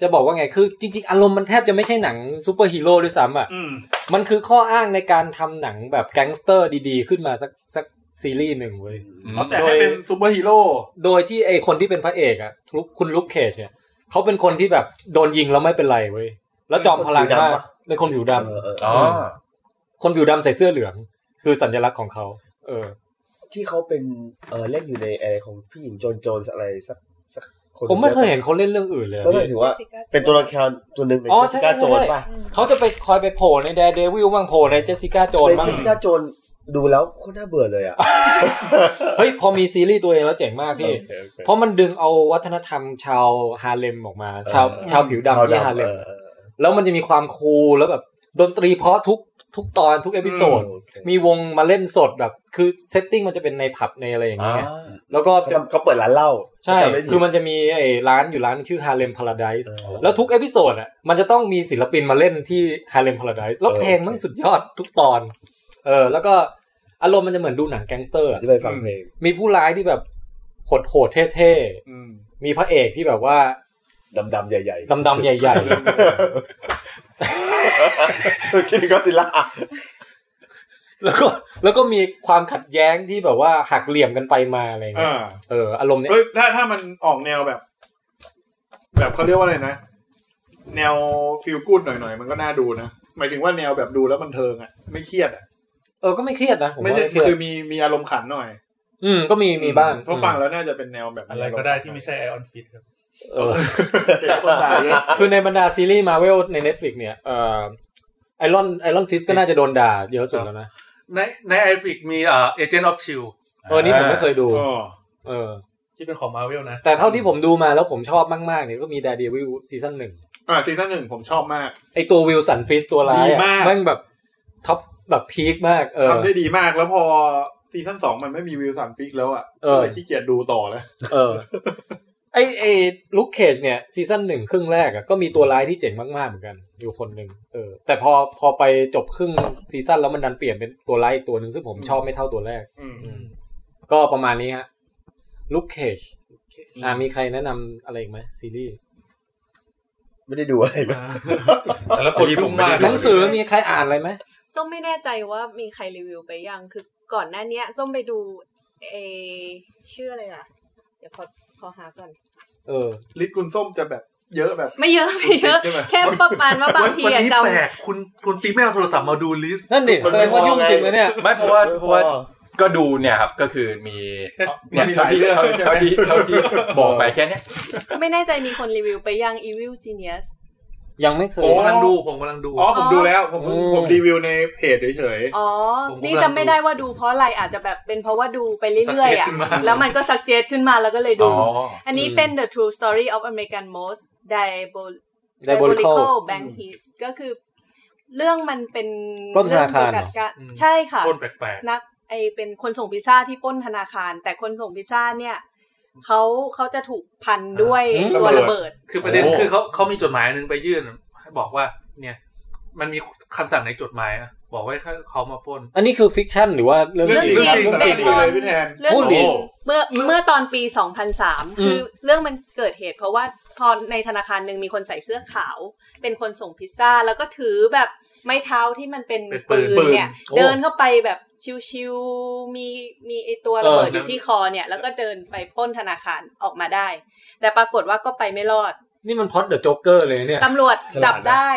Speaker 2: จะบอกว่าไง คือจริง ๆ อารมณ์มันแทบจะไม่ใช่หนังซูเปอร์ฮีโร่ด้วยซ้ำอ่ะ
Speaker 3: อืม
Speaker 2: มันคือข้ออ้างในการทำหนังแบบแก๊งสเตอร์ดีๆ ขึ้นมาสักสักซีรีส์หนึ่งเว้ย
Speaker 3: เอาแต่ให้เป็นซูเปอร์ฮีโร่
Speaker 2: โดยที่ไอคนที่เป็นพระเอกอะลุคคุณลุคเคจเนี่ยเขาเป็นคนที่แบบโดนยิงแล้วไม่เป็นไรเว้ย แล้วจอมพลัง
Speaker 8: เป็นคนผิ
Speaker 2: มาก
Speaker 8: วดำปะ
Speaker 2: เป็นคนผิวดำ
Speaker 8: เออเออ
Speaker 5: อ๋อ
Speaker 2: คนผิวดำใส่เสื้อเหลือง คือสัญลักษณ์ของเขา เออ
Speaker 8: ที่เขาเป็นเออเล่นอยู่ในไอของผู้หญิงโจนโจนอะไรสักสักคน
Speaker 2: ผมไม่เคยเห็นเขาเล่นเรื่องอื่นเลยอะ
Speaker 8: แล้วห
Speaker 2: พี่
Speaker 8: มายถึงว่า เป็นตัวละครตัวหนึ่งใน
Speaker 2: อ๋อ
Speaker 8: เจส
Speaker 2: ใช่
Speaker 8: สิก้า
Speaker 2: ใช่
Speaker 8: โจน
Speaker 2: ใช่
Speaker 8: ป่ะ
Speaker 2: เขาจะไปคอยไปโผล่ในแดเดวิลบ้างโผล่ในเจสสิก้าโจน
Speaker 8: ใน
Speaker 2: บ้าง
Speaker 8: เจสสิก้าโจนดูแล้วโคตรน่าเบื่อเลยอ่ะ
Speaker 2: เฮ้ยพอมีซีรีส์ตัวเองแล้วเจ๋งมากพี่ เพราะมันดึงเอาวัฒนธรรมชาวฮาเลมออกมา ชาวชาวผิวดำที่ฮาเลม
Speaker 8: ออ
Speaker 2: แล้วมันจะมีความคูลแล้วแบบดนตรีเพราะทุกทุกตอนทุกเอพิโซด
Speaker 8: โอเค
Speaker 2: มีวงมาเล่นสดแบบคือเซตติ้งมันจะเป็นในผับในอะไรอย่าง
Speaker 5: อ่า
Speaker 2: เงี้ยแล้วก็
Speaker 8: เขา
Speaker 2: จะ
Speaker 8: ทำเขาเปิดร้านเหล้า
Speaker 2: ใช่
Speaker 8: จำไม่ผิด
Speaker 2: คือมันจะมีไอ้ร้านอยู่ร้านชื่อฮาเลมพาราไดส์
Speaker 8: เออ
Speaker 2: แล้วทุกเอพิโซดอ่ะมันจะต้องมีศิลปินมาเล่นที่ฮาเลมพาราไดส์แล้ว
Speaker 8: เออ
Speaker 2: เพลงมันสุดยอดทุกตอน เออ แล้วก็อารมณ์มันจะเหมือนดูหนังแก๊งสเตอร์อะ
Speaker 8: ที่ไปฟังเพลง
Speaker 2: มีผู้ร้ายที่แบบโหดโหดๆเท่
Speaker 3: อืม
Speaker 2: ๆมีพระเอกที่แบบว่า
Speaker 8: ดำๆใหญ่
Speaker 2: ดำๆใหญ่ ๆ
Speaker 8: ๆคิดถึงก็สิล่า
Speaker 2: แล้วก็แล้วก็มีความขัดแย้งที่แบบว่าหักเหลี่ยมกันไปมาอะไรเงี้
Speaker 3: อ่าย
Speaker 2: เอออารมณ์เนี้ย
Speaker 3: เฮ้ยถ้าถ้ามันออกแนวแบบ แบบเขาเรียกว่าอะไรนะ แนวฟิลกูดหน่อยๆ มันก็น่าดูนะ หมายถึงว่าแนวแบบดูแล้วมันเทิงอ่ะ ไม่เครียดอ่ะ
Speaker 2: เออก็ไม่เครียดนะผม
Speaker 3: ไม่
Speaker 2: ว่า
Speaker 3: ใช่
Speaker 2: ไม่เครียด
Speaker 3: คือมีมีอารมณ์ขันหน่อย
Speaker 2: อืมก็มีมีบ้าง
Speaker 3: เพราะฟังแล้วน่าจะเป็นแนวแบบ
Speaker 6: อะไรก็ได้ที่ไม่ใช่ไอออนฟิตครับ
Speaker 2: เอ อ
Speaker 3: เป็นคนด่าเยอะ
Speaker 2: คือในบรรดาซีรีส์มาเวลใน Netflix เนี่ยเอ่อไอรอนไอรอนฟิสก็น่าจะโดนด่าเยอะสุดแล้วนะ
Speaker 6: ในในไอฟิกมีเอ่อเอเจนต์ออฟชิล
Speaker 2: เออนี่ผมไม่เคยดู
Speaker 3: อ๋อ
Speaker 2: เออ
Speaker 6: ที่เป็นของมาเวลนะ
Speaker 2: แต่เท่าที่ผมดูมาแล้วผมชอบมากๆเนี่ยก็มีดาเดียวิลซีซั่นหนึ่ง
Speaker 3: อ่าซีซั่นหนึ่งผมชอบมาก
Speaker 2: ไอตัววิลสันฟิสตัวร้าย
Speaker 3: ดี
Speaker 2: อะ
Speaker 3: มาก
Speaker 2: แม่งแบบท็อปแบบพีคมากเออ
Speaker 3: ทำได้ดีมากแล้วพอซีซั่นสองมันไม่มีวิลสันฟิกแล้วอ่ะ
Speaker 2: เออ
Speaker 3: ก็เลยขี้เกียจดูต่อแล้ว
Speaker 2: เออ ไอไอลุคเคจเนี่ยซีซั่นหนึ่งครึ่งแรกอะก็มีตัวร้ายที่เจ๋งมากๆเหมือนกัน อยู่คนหนึ่งเออ แต่พอพอไปจบครึ่งซีซั่นแล้วมันดันเปลี่ยนเป็นตัวร้ายอีกตัวหนึ่งซึ่งผมชอบไม่เท่าตัวแรก
Speaker 3: อืม
Speaker 2: อืมก็ประมาณนี้ฮะลุคเคจอ่ามีใครแนะนำอะไรอีกไหมซีรีส์
Speaker 8: ไม่ได้ดูอะไรมา
Speaker 5: แต่ละคนผมไม่ได้ดู
Speaker 2: หนังสือมีใครอ่านอะไรไหม
Speaker 4: ส้มไม่แน่ใจว่ามีใครรีวิวไปยัง คือก่อนหน้าเนี้ยส้มไปดูเอชื่ออะไรอ่ะ เดี๋ยวขอขอหาก่อน
Speaker 2: เออ
Speaker 3: ลิตคุณส้มจะแบบเยอะแบบ
Speaker 4: ไม่เยอะไม่เยอะ
Speaker 3: ใช่ไหม
Speaker 4: แค่ประมาณว่าบางที
Speaker 6: วัน
Speaker 4: อะ
Speaker 6: นี้
Speaker 4: จ
Speaker 6: แปลกคุณคุณติ๊กไม่เอาโทรศัพท์มาดูลิสต์
Speaker 2: นั่นดิแสดงว่ายุ่งจริงเลยเนี่ย
Speaker 5: ไม่เพราะว่าเพราะว่า
Speaker 8: อ๋อ
Speaker 5: ก็ดูเนี่ยครับก็คือมี
Speaker 3: มัน
Speaker 5: เนี่ย
Speaker 3: มีห
Speaker 5: เท่า
Speaker 3: ลาย
Speaker 5: ที่
Speaker 3: เรื่อง
Speaker 5: เท่าที่เท่าที่เท่าที่บอกไปแค่เนี้ย
Speaker 4: ำไม่แน่ใจมีคนรีวิวไปยัง Evil Genius
Speaker 2: ยังไม่เค
Speaker 6: ผ
Speaker 2: ย
Speaker 6: มกำลังดูผมกำลังดู
Speaker 3: อ๋อผมดูแล้วผม
Speaker 2: อืม
Speaker 3: ผมรีวิวในเพจเฉยๆ
Speaker 4: อ๋อ
Speaker 6: ผม
Speaker 4: นี่
Speaker 6: กำลัง
Speaker 4: จำไม่ได้ว่าดูเพราะอะไรอาจจะแบบเป็นเพราะว่าดูไปเรื่อยๆ
Speaker 6: สักเจต
Speaker 4: อ่ะ
Speaker 6: ขึ้นมา
Speaker 4: แล้วมันก็สักเจตขึ้นมาแล้วก็เลยดู
Speaker 5: อ๋อ
Speaker 4: อันนี้เป็น The True Story of American Most Diabol-
Speaker 2: Diabolical
Speaker 4: Bank h i s ก็คือ เรื่องมันเป็น
Speaker 2: ปล้นธนาคารเหรอ
Speaker 4: เองเกี่ยวกับกใช่ค่ะ
Speaker 6: ต้นแปลก
Speaker 4: นักไอเป็นคนส่งพิซซ่าที่ปล้นธนาคาร แต่คนส่งพิซซ่าเนี่ยเขาเขาจะถูกพันด้วย
Speaker 2: อืม
Speaker 4: ตัว
Speaker 3: ระ
Speaker 4: ระ
Speaker 3: เบิด
Speaker 4: เบิด
Speaker 6: ๆ คือประเด็น
Speaker 5: โอ้
Speaker 6: คือเขาเขามีจดหมายหนึ่งไปยื่น บอกว่าเนี่ย มันมีคำสั่งในจดหมายอะบ บอกไว้ให้เขามาปล้น
Speaker 2: อันนี้คือฟิกชั่นหรือว่าเรื่อง
Speaker 3: เรื่องจ
Speaker 2: จ
Speaker 3: ริ
Speaker 2: ริ
Speaker 3: ง
Speaker 2: ง
Speaker 4: เรื่องจริง
Speaker 3: สารคดีเลยพี่แทน
Speaker 4: เรื่อง
Speaker 2: พูด
Speaker 4: จริ
Speaker 2: ดิ
Speaker 4: งเมื่อเมื่อตอนปี 2003 คือเรื่องมันเกิดเหตุ เพราะว่าพอในธนาคารหนึ่งมีคนใส่เสื้อขาว เป็นคนส่งพิซซ่า แล้วก็ถือแบบไม้เท้าที่มันเป็น
Speaker 6: เป็นปื
Speaker 4: ปื
Speaker 6: น
Speaker 4: นเนี่ย
Speaker 2: โอ้
Speaker 4: เดินเข้าไปแบบชิวๆมีมีไอตัวระเบิดอยู่ที่คอเนี่ย แล้วก็เดินไปปล้นธนาคารออกมาได้ แต่ปรากฏว่าก็ไปไม่รอด
Speaker 2: นี่มันพล็อดเดอะโจ๊กเกอร์เลยเนี่ย
Speaker 4: ตำรวจจับได้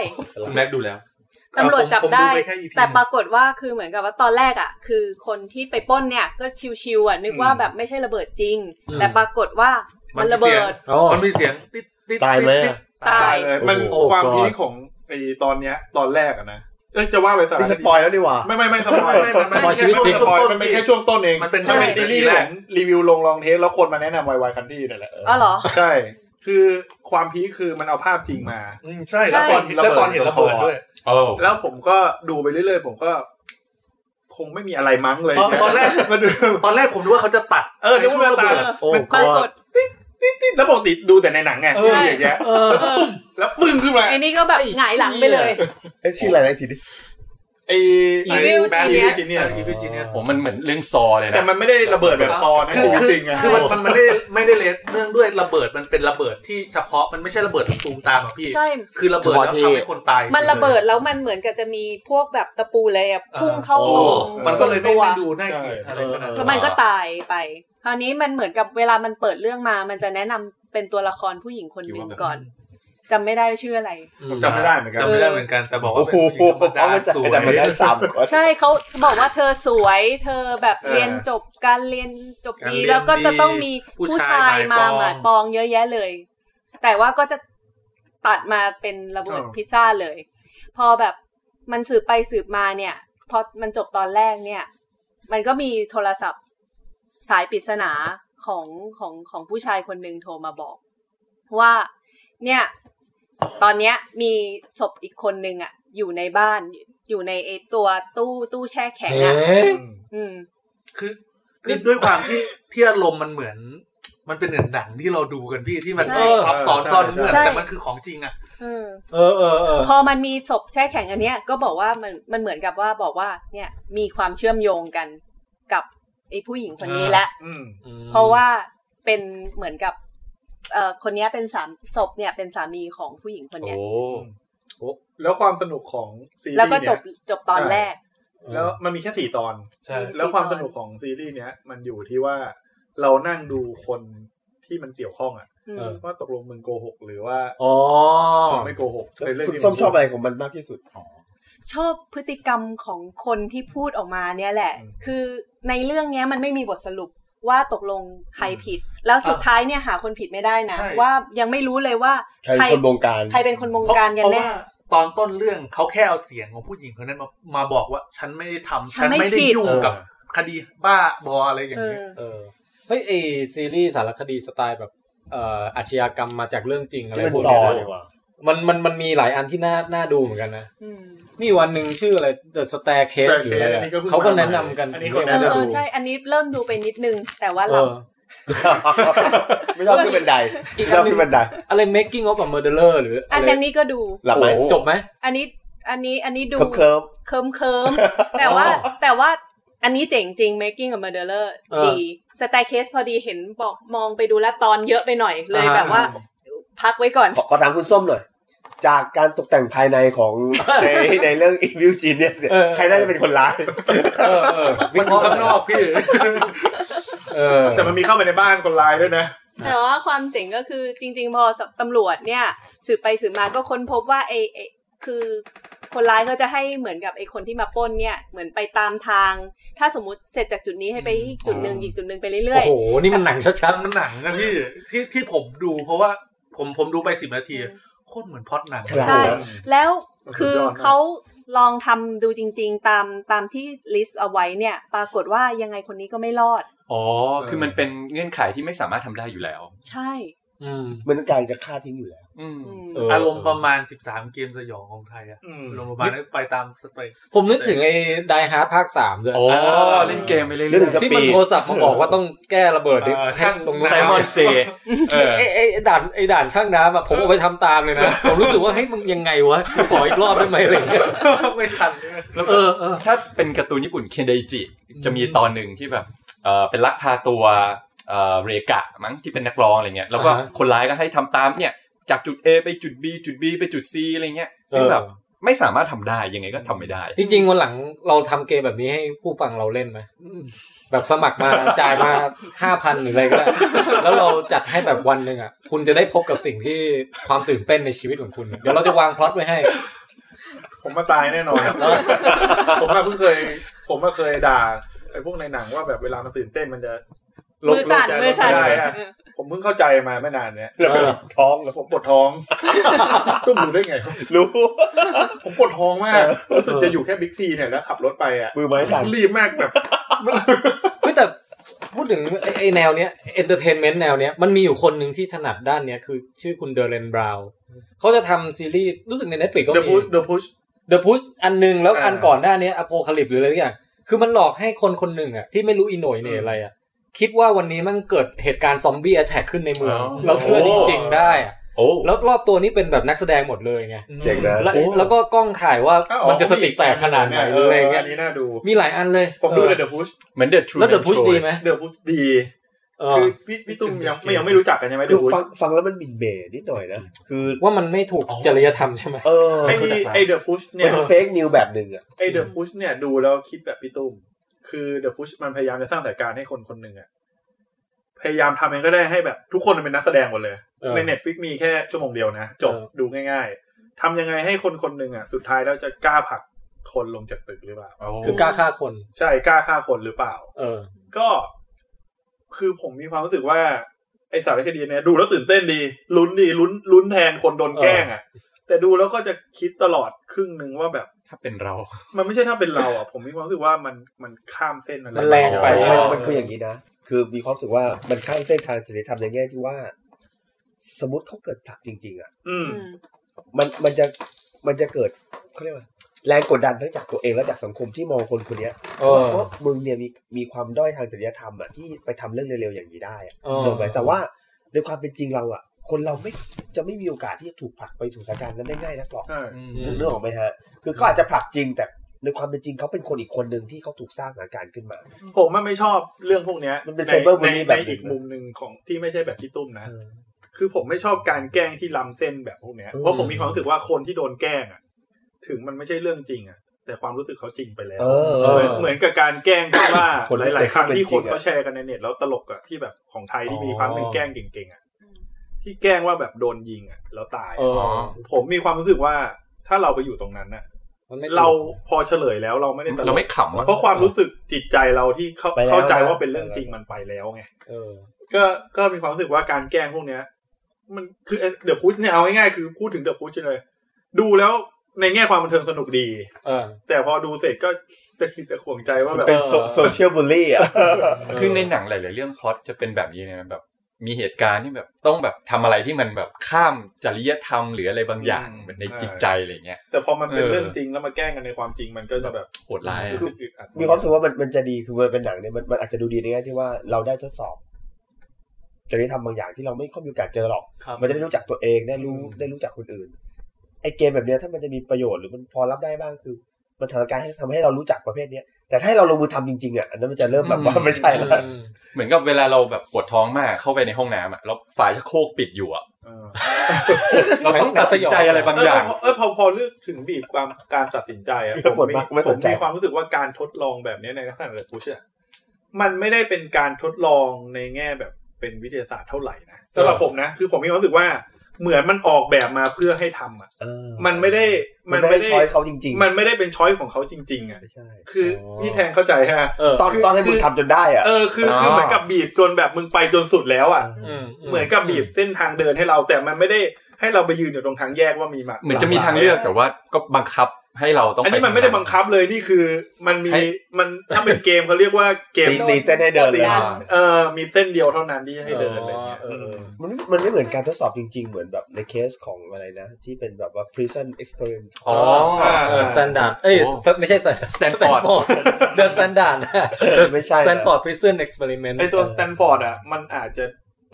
Speaker 5: คุณแม็กดูแล้ว
Speaker 4: ตำรวจจับ
Speaker 6: ผม
Speaker 4: ได้
Speaker 6: ผมดูไปแค่ EP
Speaker 4: แต่ปรากฏว่าคือเหมือนกับว่าตอนแรกอ่ะ คือคนที่ไปปล้นเนี่ยก็ชิวๆอ่ะนึกว่าแบบไม่ใช่ระเบิดจริง
Speaker 2: อืม
Speaker 4: แต่ปรากฏว่ามันระเบิด
Speaker 2: อ๋อ
Speaker 6: มันมีเสียงติดติด
Speaker 8: ตายไหม
Speaker 6: ติด
Speaker 8: อะ
Speaker 4: ตาย
Speaker 3: เลยมัน
Speaker 2: โอ้โห
Speaker 3: ความ
Speaker 2: God
Speaker 3: พีคของไอตอนเนี้ย ตอนแรกอะนะเอ้ยจะว่าไปสาร
Speaker 8: นี่
Speaker 3: ค
Speaker 8: ส
Speaker 3: ดี
Speaker 8: ปอยแล้วดีกว่า
Speaker 3: ไม่ไม่ไม่สปอย
Speaker 6: ไม่ไม่ไม่
Speaker 2: สปอยชีวิตจริง
Speaker 3: สปอยมันเป็นแค่ช่วงต้นเอง
Speaker 6: มันเป็น
Speaker 3: มันเป็น
Speaker 6: แค่
Speaker 3: ซีรีส์
Speaker 6: แร
Speaker 3: ที่ผ
Speaker 6: ก
Speaker 3: มรีวิวลงลองเทสแล้วคนมาแนะนำวายวายคันที่นั่นแหละ
Speaker 4: อ๋อเหรอ
Speaker 3: ใช่ คือความพีคคือมันเอาภาพจริงมา
Speaker 6: อืมใช่แล้วตอน
Speaker 3: ใช่
Speaker 6: แล้วตอนเห็นระเบิดด้วย
Speaker 5: โอ้
Speaker 3: แล้วผมก็ดูไปเรื่อยๆ ผมก็ คงไม่มีอะไรมั้งเลย
Speaker 6: ตอนตอนแรก
Speaker 3: มาดู
Speaker 6: ตอนแรกผมนึกว่าเขาจะตัด
Speaker 3: เออนึกว่ามันตาย
Speaker 2: โอ้
Speaker 3: มัน
Speaker 4: ป
Speaker 2: ก็
Speaker 4: รากฏ
Speaker 3: ติดแล้วปกติดูแต่ในหนังไง
Speaker 4: เออ
Speaker 3: ที่อย่างเงี้ย
Speaker 4: เออ
Speaker 3: แล้วปึ้งขึ้นมา
Speaker 4: ไอ้นี่ก็แบบหงายหลังไปเลย
Speaker 8: เอ๊ะชื่ออะไรนะอีกทีดิ
Speaker 3: ไอ
Speaker 4: Evil
Speaker 3: แบงค์
Speaker 4: Genius
Speaker 3: จีเนีย
Speaker 6: อีวิจิเนียส
Speaker 5: ผมมันเหมือนเรื่องซอเลยนะ
Speaker 3: แต่มันไม่ได้ระเบิดแบบคอนะ
Speaker 6: คื
Speaker 3: ชี
Speaker 6: อ
Speaker 3: วิต
Speaker 6: คือ
Speaker 3: จริงอะ
Speaker 6: คือมันมันไม่ได้ไม่ได้เลสเนื่องด้วยระเบิดมันเป็นระเบิดที่เฉพาะมันไม่ใช่ระเบิดตูมตามอ่ะพี่
Speaker 4: ใช่
Speaker 6: คือระเบิดแล้วทำให้คนตาย
Speaker 4: มันระเบิดแล้วมันเหมือนกับจะมีพวกแบบตะปูเลยอ่ะพุ่งเข้า
Speaker 6: โอ้มันก็เลยไม่
Speaker 4: ตัว
Speaker 6: ไม่ดูน่าเกลียดอะไรขนาด
Speaker 4: แล้วมันก็ตายไปคราวนี้มันเหมือนกับเวลามันเปิดเรื่องมา มันจะแนะนำเป็นตัวละครผู้หญิงคนหนึ่งก่อนจำไม่ได้ว่าชื่ออะไร
Speaker 3: จำไม่ได้เหมือนกัน
Speaker 6: จำไม่ได้เหมือนกันแต่บอกว่า
Speaker 8: โอ้
Speaker 6: เป็น
Speaker 8: โห
Speaker 6: ผู้หญิงธรรมดา
Speaker 8: เอาไป
Speaker 6: ส
Speaker 8: ใส่
Speaker 6: วย
Speaker 8: แต่มันได้สามคน
Speaker 4: ใช่เขาบอกว่าเธอสวย เธอแบบเรียนจบการเรียนจบดีแล้วก็จะต้องมีผู้ชายมาหมาดปองเยอะแยะเลย แต่ว่าก็จะตัดมาเป็นระเบิด
Speaker 3: อ้าว
Speaker 4: พิซซ่าเลย พอแบบมันสืบไปสืบมาเนี่ย พอมันจบตอนแรกเนี่ย มันก็มีโทรศัพท์สายปริศนาของของของผู้ชายคนหนึ่งโทรมาบอก ว่าเนี่ยตอนเนี้ยมีศพอีกคนนึงอ่ะ อยู่ในบ้านอยู่ในไอตัวตู้ตู้แช่แข็ง
Speaker 2: เอ๊
Speaker 4: อ่ะ
Speaker 2: ะ
Speaker 4: อืม
Speaker 6: คือคือด้วยความที่ที่อารมณ์มันเหมือน มันเป็นเหมือนหนังที่เราดูกันพี่ที่มัน
Speaker 4: ใช่
Speaker 6: ซับซ้อน
Speaker 3: ใช่
Speaker 6: ซ้อนเงื่อน
Speaker 4: ใช่
Speaker 6: แต่มันคือของจริงอ่ะ
Speaker 4: เออ
Speaker 2: เออเออเออ
Speaker 4: พอมันมีศพแช่แข็งอันเนี้ยก็บอกว่ามันมันเหมือนกับว่าบอกว่า เนี่ยมีความเชื่อมโยงกันกับไอ้ผู้หญิงคนนี้
Speaker 6: เออ
Speaker 4: และ
Speaker 3: อืม
Speaker 2: อืม
Speaker 4: เพราะว่าเป็นเหมือนกับ เอ่อคนเนี้ยเป็นสามศพเนี่ยเป็นสามีของผู้หญิงคน
Speaker 5: โอ้
Speaker 4: เนี้ย
Speaker 3: แล้วความสนุกของซีรีส์
Speaker 4: แล้วก็จบ
Speaker 3: เนี่ย
Speaker 4: จบตอนแรก
Speaker 3: แล้วมันมีแค่สี่ตอน
Speaker 6: ใช่
Speaker 3: แล้วความสนุกของซีรีส์เนี้ยมันอยู่ที่ว่าเรานั่งดูคนที่มันเกี่ยวข้องอะ
Speaker 4: อืม
Speaker 3: ว่าตกลงมึงโกหกหรือว่า
Speaker 2: อ๋อ
Speaker 3: มึงไม่โกหกในเรื่อง
Speaker 8: คุณ
Speaker 3: ที่
Speaker 8: ส้มชอบอะไรของมันมากที่สุด
Speaker 4: ชอบพฤติกรรมของคนที่พูดออกมาเนี่ยแหละ คือในเรื่องเนี้ยมันไม่มีบทสรุปว่าตกลงใครผิด แล้วสุดท้ายเนี่ยหาคนผิดไม่ได้นะ
Speaker 6: ใช่
Speaker 4: ว่ายังไม่รู้เลยว่า
Speaker 8: ใครเป็นคนบงการ
Speaker 4: ใครเป็นคนบงการกัน
Speaker 6: เพราะ
Speaker 4: แน่
Speaker 6: ว่าตอนต้นเรื่องเขาแค่เอาเสียงของผู้หญิงคนนั้นมามาบอกว่า ฉันไม่ได้ทำ
Speaker 4: ฉันไม่
Speaker 6: ได้
Speaker 4: ผิด
Speaker 6: ยุ่งกับคดีบ้าบออะไรอย่าง
Speaker 4: เอ
Speaker 6: เงี้ย
Speaker 4: อ
Speaker 2: เออเฮ้ยไอซีรีส์สารคดีสไตล์แบบเอ่ออาชญากรรมมาจากเรื่องจริงอะไร
Speaker 8: ที่มัน
Speaker 2: พวก
Speaker 8: ซ
Speaker 2: เนี้
Speaker 8: อย ดี
Speaker 2: นะ
Speaker 8: กว่า
Speaker 2: มันมันมันมีหลายอันที่น่าน่าดูเหมือนกันนะ
Speaker 4: อืม
Speaker 2: นี่วันหนึ่งชื่ออะไร The Staircase หรืออะไรอะเขาก็แนะนำกัน
Speaker 3: อันนี้คน
Speaker 4: เอ
Speaker 3: แนะ
Speaker 4: อเออน
Speaker 3: ำ
Speaker 4: ใช่อันนี้เริ่มดูไปนิดนึง แต่ว่า
Speaker 2: เอ
Speaker 4: เรา
Speaker 2: อ
Speaker 8: ไม่ชอบขึ้นบันได
Speaker 2: อีก
Speaker 8: ไม่
Speaker 2: อั
Speaker 8: ชอน บ
Speaker 2: หนึ่ง
Speaker 8: ขึ้นบันได
Speaker 2: อะไร Making of a Murderer หรืออะ
Speaker 4: อัน
Speaker 2: ไร
Speaker 4: นั้นนี้ก็ดู
Speaker 8: หลับไหม
Speaker 2: โอ้จบไหม
Speaker 4: อันนี้อันนี้อันนี้ดู
Speaker 8: เคลิ้ม
Speaker 4: เคิมเคิมๆ แต่ว่าแต่ว่าอันนี้เจ๋งจริง making a murderer
Speaker 2: เออ
Speaker 4: ดีสแตเคสพอดีเห็นบอกมองไปดูแลวตอนเยอะไปหน่อยเลยแบบว่า พักไว้ก่อน
Speaker 8: ๆขอขอถามคุณส้มหน่อย จากการตกแต่งภายในของในในเรื่อง Evil Genius เนี่ย
Speaker 2: เออ
Speaker 8: ใครน่าจะเป็นคนร้าย
Speaker 2: เออเออวิเคราะห์
Speaker 6: ข้างนอก พี่
Speaker 2: เออ
Speaker 3: แต่มันมีเข้าไปในบ้านคนร้ายด้วยนะ
Speaker 4: แต่ว่าความเจ๋งก็คือจริง ๆ พอตำรวจเนี่ย สืบไปสืบมาก็ค้นพบว่าไอ้ไอ้คือคนร้ายเขาจะให้เหมือนกับไอ้คนที่มาปล้นเนี่ย เหมือนไปตามทาง ถ้าสมมุติเสร็จจากจุดนี้ให้ไปอีกจุดหนึ่งอีกจุดหนึ่งไปเรื่
Speaker 2: โอ้
Speaker 4: อย
Speaker 2: โห นี่มันหนังชัด
Speaker 6: มันหนังนะพี่ที่ที่ผมดูเพราะว่าผมผมดูไปสิบนาทีโคตรเหมือนพล็อดหนัง
Speaker 8: ใช่
Speaker 4: ๆใช่แล้ว
Speaker 3: สุ
Speaker 4: คื
Speaker 3: ด
Speaker 4: อย
Speaker 3: อดมาก
Speaker 4: เขาลองทำดูจริง ๆ ตามตามที่ลิสต์เอาไว้เนี่ย ปรากฏว่ายังไงคนนี้ก็ไม่รอด
Speaker 5: อ๋อ คือมันเป็นเงื่อนไขที่ไม่สามารถทำได้อยู่แล้ว
Speaker 4: ใช่
Speaker 2: อืม
Speaker 8: มันต้องการจะฆ่าทิ้งอยู่แล้ว
Speaker 6: อืม
Speaker 4: ม
Speaker 2: เออ
Speaker 6: อารมณ์ประมาณ 13 เกมสยองของไทยอะ
Speaker 3: อืม
Speaker 6: อารมณ์ประมาณนั้นไปตามสเปรย์
Speaker 2: ผมนึกถึงไอ้ไดฮาร์ดภาคสามด้วย
Speaker 5: โอ้
Speaker 6: อ
Speaker 5: เล่นเกมไปเรื่อ
Speaker 8: เล่นถึง
Speaker 5: ย
Speaker 2: ที่มันโทรศัพท์มาบอกว่าต้องแก้ระเบิดดิ
Speaker 6: เออช่าง
Speaker 2: ตรง
Speaker 5: ๆไซ
Speaker 2: น้ำ
Speaker 5: มอนเซเออ
Speaker 2: ไอ้ไอ้ไอ้ด่านไอ้ด่านช่างน้ำอะผมเอาไปทำตามเลยนะ ผมรู้สึกว่าเฮ้ยมึงยังไงวะกูขออีกรอบได้ไหมอะไรอย่างเงี้ย
Speaker 6: ไม่ทัน
Speaker 2: เออเออ
Speaker 5: ถ้าเป็นการ์ตูนญี่ปุ่นเคนไดจิ จะมีตอนหนึ่งที่แบบเออเป็นลักพาตัวเออเรกะมั้งที่เป็นนักร้องอะไรเงี้ยแล้วก็
Speaker 2: อ่าฮะ
Speaker 5: คนร้ายก็ให้ทำตามเนี่ย จากจุด A ไปจุด B จุด B ไปจุด C อะไรเงี้ยซึ่ง
Speaker 2: เออ
Speaker 5: แบบไม่สามารถทำได้ยังไงก็ทำไม่ได้
Speaker 2: จริงๆวันหลังเราทำเกมแบบนี้ให้ผู้ฟังเราเล่นไหมแบบสมัครมาจ่ายมาห้าพันหรืออะไรก็ได้แล้วเราจัดให้แบบวันหนึ่งอ่ะ คุณจะได้พบกับสิ่งที่ความตื่นเต้นในชีวิตของคุณ เดี๋ยวเราจะวางพล็อตไว้ให้
Speaker 3: ผมมาตายแน่นอนแล้วผมมาเพิ่งเคย ผมมาเคยด่าไอ้พวกในหนังว่าแบบเวลามันตื่นเต้นมันจะ
Speaker 4: มือสั่น
Speaker 3: ใจ
Speaker 4: มือสั่น
Speaker 3: ไม่ได้อะผมเพิ่งเข้าใจมาไม่นานเนี้ย
Speaker 8: แล้วมัน
Speaker 2: เออ
Speaker 8: ท้องแล้ว
Speaker 3: ผมปวดท้อง ตุ้มรู้ได้ไง
Speaker 8: รู้
Speaker 3: ผมปวดท้องมากรู้สึกจะอยู่แค่บิ๊กซีเนี่ยแล้วขับรถไปอ่ะ
Speaker 8: มือไม้สั่น
Speaker 3: รีบมากแบบ
Speaker 2: เฮ้ยแต่พูดถึงไอ้ไอ้แนวเนี้ยเอนเตอร์เทนเมนต์แนวเนี้ยมันมีอยู่คนหนึ่งที่ถนัดด้านเนี้ยคือชื่อคุณเดเรนบราวเขาจะทำซีรีส์รู้สึกใน Netflix ก็
Speaker 3: The
Speaker 2: มี
Speaker 3: Push The Push
Speaker 2: The Push อันหนึ่งแล้วอัน
Speaker 3: อ่า
Speaker 2: ก่อนหน้าเนี้อโพคาลิปหรืออะไรทุกอย่างคือมันหลอกให้คนคนหนึ่งอ่ะที่ไม่รู้อีโหน่อยเหน่อะไรอ่ะคิดว่าวันนี้มันเกิดเหตุการณ์ซอมบี้แอ t แทกขึ้นในเมือง
Speaker 5: อ๋อ
Speaker 2: เราเชื่อจริง ๆ ได้อะ
Speaker 5: โอ้
Speaker 2: แล้วรอบตัวนี้เป็นแบบนักแสดงหมดเลยไง
Speaker 8: เจ๋งนะ
Speaker 2: แล้ว
Speaker 8: โอ้
Speaker 2: แล้วก็กล้องถ่ายว่ามันจะสติแตกขนาดไหนหรืออะไรเงี้ย
Speaker 3: นนี้น่าดู
Speaker 2: มีหลายอันเลย
Speaker 3: ผมดู
Speaker 2: เอ
Speaker 3: แต่
Speaker 2: อ
Speaker 3: The Push
Speaker 5: เหมือนเดอะทรู
Speaker 2: แล้วเดอะพุชดีไหม
Speaker 3: The Push ดี
Speaker 2: เออ
Speaker 3: คือพี่พี่ตุ้มยังไม่ยังไม่รู้จักกันใช่ไหม
Speaker 8: คือ
Speaker 3: The Push
Speaker 8: ฟังฟังแล้วมันหมินเบย์นิดหน่อยนะ คือ
Speaker 2: ว่ามันไม่ถูกจริยธรรมใช่ไหม
Speaker 8: เออ
Speaker 3: ไอ้นี่ไอ้ The Push
Speaker 8: มั
Speaker 3: เนี่
Speaker 8: น
Speaker 3: ย
Speaker 8: เป็นเฟกนิวแบบหนึ่งอ่ะ
Speaker 3: ไอ้ The Push เนี่ยดูแล้วคิดแบบพี่ตุ้ม คือ The Push มันพยายามจะสร้างสถานการณ์ให้คนคนหนึ่งอะพยายามทำเองก็ได้ให้แบบ ทุกคนเป็นนักแสดงหมดเลย
Speaker 2: เออ
Speaker 3: ใน Netflix มีแค่ชั่วโมงเดียวนะ จบ
Speaker 2: เออ
Speaker 3: ดูง่ายๆทำยังไงให้คนคนหนึ่งอะสุดท้ายแล้วจะกล้าผลักคนลงจากตึกหรือเปล่า
Speaker 2: คือกล้าฆ่าคน
Speaker 3: ใช่ กล้าฆ่าคนหรือเปล่า
Speaker 2: เออ
Speaker 3: ก็คือผมมีความรู้สึกว่า ไอสารคดีเนี่ยดูแล้วตื่นเต้นดีลุ้นดีลุ้นลุ้นแทนคนโดนแกล้งอะแต่ดูแล้วก็จะคิดตลอดครึ่งหนึ่งว่าแบบ
Speaker 5: ถ้าเป็นเรา
Speaker 3: มันไม่ใช่ถ้าเป็นเราอ่ะ ผมมีความรู้สึกว่ามันมันข้ามเส้นอะไร
Speaker 2: มันแรงไป
Speaker 8: มัน
Speaker 2: เออ
Speaker 8: มันคืออย่างนี้นะ คือมีความรู้สึกว่ามันข้ามเส้นทางจริยธรรมในแง่ที่ว่า สมมติเขาเกิดผลักจริง ๆ อ่ะ
Speaker 3: อืม
Speaker 4: อืม
Speaker 8: มันมันจะมันจะเกิดเขาเรียกว่า แรงกดดันทั้งจากตัวเองและจากสังคมที่มองคนคนเนี้ย
Speaker 2: เออ
Speaker 8: ว่ามึงเนี่ยมีมีความด้อยทางจริยธรรมอ่ะที่ไปทำเรื่องเร็วๆอย่างนี้ได้อะ
Speaker 2: เออ
Speaker 8: เออแต่ว่าในความเป็นจริงเราอ่ะ คนเราไม่จะไม่มีโอกาสที่จะถูกผลักไปสู่สถานการณ์นั้นได้ง่ายนักหรอก นึกนึกออกไหมฮะ คือก็อาจจะผลักจริงแต่ในความเป็นจริงเขาเป็นคนอีกคนหนึ่งที่เขาถูกสร้างสถานการณ์ขึ้นมา
Speaker 3: ผมมันไม่ชอบเรื่องพวกเนี้ย
Speaker 8: มันเป็น
Speaker 3: ใ
Speaker 8: cyber
Speaker 3: ใน
Speaker 8: bully
Speaker 3: ใน
Speaker 8: แบบหนึ่ง
Speaker 3: อีกมุมหนึ่งของที่ไม่ใช่แบบพี่ตุ้มนะ คือผมไม่ชอบการแกล้งที่ล้ำเส้นแบบพวกเนี้ย เพราะผมมีความรู้สึกว่าคนที่โดนแกล้งอ่ะ ถึงมันไม่ใช่เรื่องจริงอ่ะ แต่ความรู้สึกเขาจริงไปแล้ว
Speaker 8: เออ
Speaker 2: เอ
Speaker 3: เหมือนเหมือนกับการแกล้งที่ว่า
Speaker 8: คน
Speaker 3: ห
Speaker 8: ไม่เคย
Speaker 3: ลาย ๆ ครั้งที่ค
Speaker 8: เป็
Speaker 3: น
Speaker 8: จ
Speaker 3: น
Speaker 8: ริงอะ
Speaker 3: เขาแชร์กันในเน็ตแล้วตลกอ่ะที่แบบของไทยที่มี
Speaker 2: อ๋อ
Speaker 3: พักหนึ่งแกล้งเก่ง ๆ อ่ะ ที่แกล้งว่าแบบโดนยิงอ่ะ แล้วตาย
Speaker 2: เออ
Speaker 3: ผมมีความรู้สึกว่าถ้าเราไปอยู่ตรงนั้นน่ะ
Speaker 2: มันไม่
Speaker 3: เราพอเฉลยแล้วเราไม่ได้ตลก
Speaker 5: เราไม่ขำอะ
Speaker 3: เพราะความรู้สึกจิตใจเราที่เขา
Speaker 8: ไปแล้ว
Speaker 3: เข้าใจว่า
Speaker 8: นะ
Speaker 3: เป็นเรื่องจริงมันไปแล้วไง
Speaker 2: เออ
Speaker 3: ก็ก็มีความรู้สึกว่าการแกล้งพวกเนี้ย มันคือเดอะพุชเนี่ยเอาง่ายๆคือพูดถึงเดอะพุชเลย ดูแล้วในแง่ความบันเทิงสนุกดี
Speaker 2: เออ
Speaker 3: แต่พอดูเสร็จก็จะคิดแต่ขวงใจว่าแบบ
Speaker 2: เป็น
Speaker 8: โซโซเชียลบูลลี่อ่ะ
Speaker 5: คือในหนังหลาย ๆ เรื่องพล็อตจะเป็นแบบนี้เลยนะแบบ มีเหตุการณ์ที่แบบต้องแบบทำอะไรที่มันแบบข้ามจริยธรรมหรืออะไรบางอย่างแบบในจิตใจอะไรเงี้ย
Speaker 3: แต่พอมันเป็น
Speaker 5: เออ
Speaker 3: เรื่องจริงแล้วมาแกล้งกันในความจริงมันก็จะแบบ
Speaker 5: โหดร้ายอะ
Speaker 3: รู้สึกอึดอัด
Speaker 8: มีความรู้สึกว่ามันมันจะดีคือมันเป็นหนังเนี่ยมันมันอาจจะดูดีในแง่ที่ว่าเราได้ทดสอบจริยธรรมบางอย่างที่เราไม่ค่อยมีโอกาสเจอหรอก
Speaker 6: ครับ
Speaker 8: มันจะได้รู้จักตัวเองได้รู้ได้รู้จักคนอื่น ไอเกมแบบเนี้ยถ้ามันจะมีประโยชน์หรือมันพอรับได้บ้างคือ มันสถานการณ์ให้ทำให้เรารู้จักประเภทเนี้ยแต่ถ้าให้เราลงมือทำจริงๆอ่ะอันนั้นมันจะเริ่มแบบว่า
Speaker 5: อืม
Speaker 8: ไม่ใช่แล้ว
Speaker 2: อืม
Speaker 5: เหมือนกับเวลาเราแบบปวดท้องมากเข้าไปในห้องน้ำอะแล้วฝาชักโครกปิดอยู่อะ
Speaker 3: เออ
Speaker 5: เราต้องตัดสินใจอะไรบาง
Speaker 3: เออ
Speaker 5: อย่าง
Speaker 3: พอเออพอพอเลือกถึงบีบความการตัดสินใจอะผม
Speaker 8: กด
Speaker 3: มี
Speaker 8: มากไม่
Speaker 3: ผ
Speaker 8: ส
Speaker 3: ม
Speaker 8: นใจ
Speaker 3: มีความรู้สึกว่าการทดลองแบบเนี้ยในลักษณะเดอะพุชอะมันไม่ได้เป็นการทดลองในแง่แบบเป็นวิทยาศาสตร์เท่าไหร่นะสำหรับผมนะ คือผมมีความรู้สึกว่าเหมือนมันออกแบบมาเพื่อให้ทำอ่ะ
Speaker 8: เออ
Speaker 3: มันไม่ได้
Speaker 8: มั
Speaker 3: มัน น
Speaker 8: ไม่
Speaker 3: ไม่
Speaker 8: ได้
Speaker 3: ได้
Speaker 8: ช้อยเขาจริงๆ
Speaker 3: มันไม่ได้เป็นช้อยของเขาจริง ๆอ่ะ
Speaker 8: ไม่ใช่
Speaker 3: คือพี่แทงเข้าใจฮะ
Speaker 2: เออ
Speaker 8: ตอน
Speaker 3: คือ
Speaker 8: ตอนให้มึงทำจนได้อ่ะ
Speaker 3: เออคือคือเหมือนกับบีบจนแบบมึงไปจนสุดแล้วอ่ะ
Speaker 2: ม
Speaker 3: เหมือนกับบีบเส้นทางเดินให้เราแต่มันไม่ได้ให้เราไปยืนอยู่ตรงทางแยกว่ามีหมัก
Speaker 5: เหมือนจะมีทางเลือกแต่ว่าก็บังคับ ให้เราต้องป
Speaker 3: อันนี้มันไม่ได้บังคับเลยนี่คือ มันมีมันถ้าเป็นเกมเขาเรียกว่าเกม
Speaker 8: ตีตีเส้นให้เดินเลย
Speaker 4: อ่า
Speaker 3: เออมีเส้นเดียวเท่านั้นที่ให้เดินอะไรเงี้ย
Speaker 2: เออเออ
Speaker 8: มันไม่มันไม่เหมือนการทดสอบจริง ๆ เหมือนแบบในเคสของอะไรนะ ที่เป็นแบบว่า prison experiment
Speaker 2: อ๋อเออสแตนดาร์ดเอ้ยไม่ใช่ standard
Speaker 5: Stanford
Speaker 2: The Standard นะ
Speaker 8: ไม่ใช่นะ
Speaker 2: Stanford Prison Experiment
Speaker 3: ไอตัวสแตนฟอร์ดอ่ะมันอาจจะ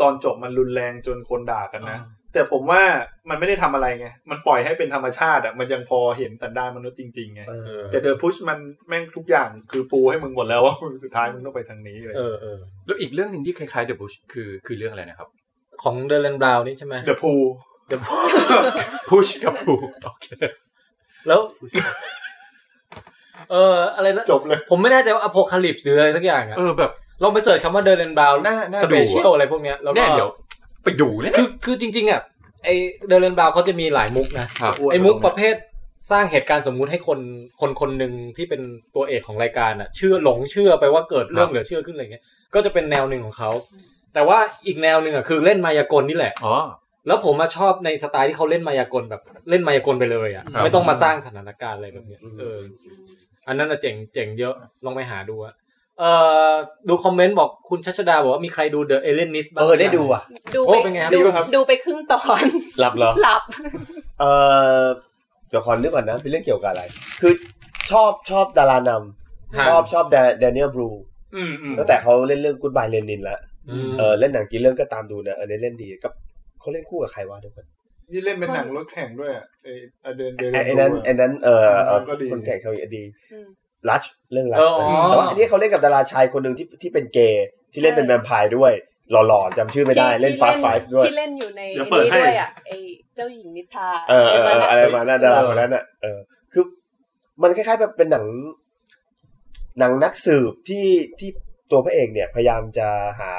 Speaker 3: ตอนจบมันรุนแรงจนคนด่ากันนะ แต่ผมว่ามันไม่ได้ทำอะไรไง มันปล่อยให้เป็นธรรมชาติอ่ะมันยังพอเห็นสันดานมนุษย์จริงๆไง
Speaker 8: เออ
Speaker 3: แต่เดอะพุชมันแม่งทุกอย่างคือปูให้มึงหมดแล้วว่ามึงสุดท้ายมึงต้องไปทางนี้เลย
Speaker 2: เออเออ
Speaker 5: แล้วอีกเรื่องหนึ่งที่คล้ายๆ The Bush คือคือเรื่องอะไรนะครับ
Speaker 2: ของ The Land Brown นี่ใช่ไหม
Speaker 3: เดอะพู
Speaker 2: The
Speaker 5: Push กับ Pull โอเค
Speaker 2: แล้ว เอออะไรนะ
Speaker 3: จบเลย
Speaker 2: ผมไม่แน่ใจว่า Apocalypse หรืออะไรสักอย่างอะ
Speaker 5: เออแบบ
Speaker 2: ลองไปเสิร์ชคำว่า The Land Brown
Speaker 5: น่าน่าดูอะ
Speaker 2: สเปเชียลอะไรพวกเนี้ยแล้วก็
Speaker 5: เนี่ยเดี๋ยวไปดูเลย
Speaker 2: คือ
Speaker 5: นะ
Speaker 2: คือจริงๆอ่ะไอเดอร์เรนบราวน์เขาจะมีหลายมุกนะครับ ไอมุกประเภทสร้างเหตุการณ์สมมุติให้คนคนคนหนึ่งที่เป็นตัวเอกของรายการอ่ะเชื่อหลงเชื่อไปว่าเกิดเรื่องเหลือเชื่อขึ้นอะไรเงี้ยก็จะเป็นแนวหนึ่งของเขาแต่ว่าอีกแนวหนึ่งอ่ะคือเล่นมายากลนี่แหละ
Speaker 5: อ๋อ
Speaker 2: แล้วผมมาชอบในสไตล์ที่เขาเล่นมายากลแบบเล่นมายากลไปเลยอ่ะ
Speaker 5: ครับ
Speaker 2: ไม่ต้องมาสร้างสถานการณ์อะไรแบบเนี้ยเอออันนั้นอะเจ๋งเจ๋งเยอะลองไปหาดูอะเอ่อดูคอมเมนต์บอกคุณชัชดาบอกว่ามีใครดู The Alienist บ้าง
Speaker 8: เออได้ดูอ่ะ
Speaker 4: ดู
Speaker 2: โอ้
Speaker 4: ไป
Speaker 2: เป็นไงครับ
Speaker 4: ดู
Speaker 2: ดีป่ะครับ
Speaker 4: ดูไปครึ่งตอน
Speaker 8: หลับเหรอ
Speaker 4: หลับ
Speaker 8: เออเดี๋ยวขอนึกก่อนนะเป็นเรื่องเกี่ยวกับอะไร คือชอบชอบดาราน
Speaker 2: ฮะ
Speaker 8: ำชอบชอบแดเนียลบรู
Speaker 3: อืมอืม
Speaker 8: ตั้งแต่เขาเล่นเรื่องกูดบายเลนินแล้ว
Speaker 2: อืม
Speaker 8: เออเล่นหนังกี่เรื่องก็ตามดูนะเออเล่นเล่นดีกับเขาเล่นคู่กับใครวะเดี๋ยวก่อน
Speaker 3: ที่เล่นเป็นหนังรถแข่งด้วยอะไออเดินเดิน
Speaker 8: ไอ้ไอ้นั้นไอ้นั้นเออเออ
Speaker 3: ก็ดี
Speaker 8: คนแข่งชาวอินเดีย
Speaker 4: อืม
Speaker 8: ลัชเรื่องลัช
Speaker 2: เอออ๋อ
Speaker 8: แต่ว่าอันนี้เขาเล่นกับดาราชายคนหนึ่งที่ที่เป็นเกย์ที่เล่นเป็นแวมไพร์ด้วย หล่อๆจำชื่อไม่ได้
Speaker 4: ที่
Speaker 8: เล่นฟาสต์ไฟฟ์ด้วย
Speaker 4: ที่เล่นอยู่ใน
Speaker 3: เดี๋ยว
Speaker 4: ไอ้
Speaker 3: เปิด
Speaker 4: นี่
Speaker 3: ให้
Speaker 4: ด้วยอ่ะไอเจ้าหญิงนิทรา
Speaker 8: เออเออเอออะไร
Speaker 4: ไ
Speaker 8: ประมาณนั้นดาราคนนั้นอ่ะเออคือมันคล้ายๆแบบเป็นหนัง หนังนักสืบที่ที่ตัวพระเอกเนี่ย พยายามจะหา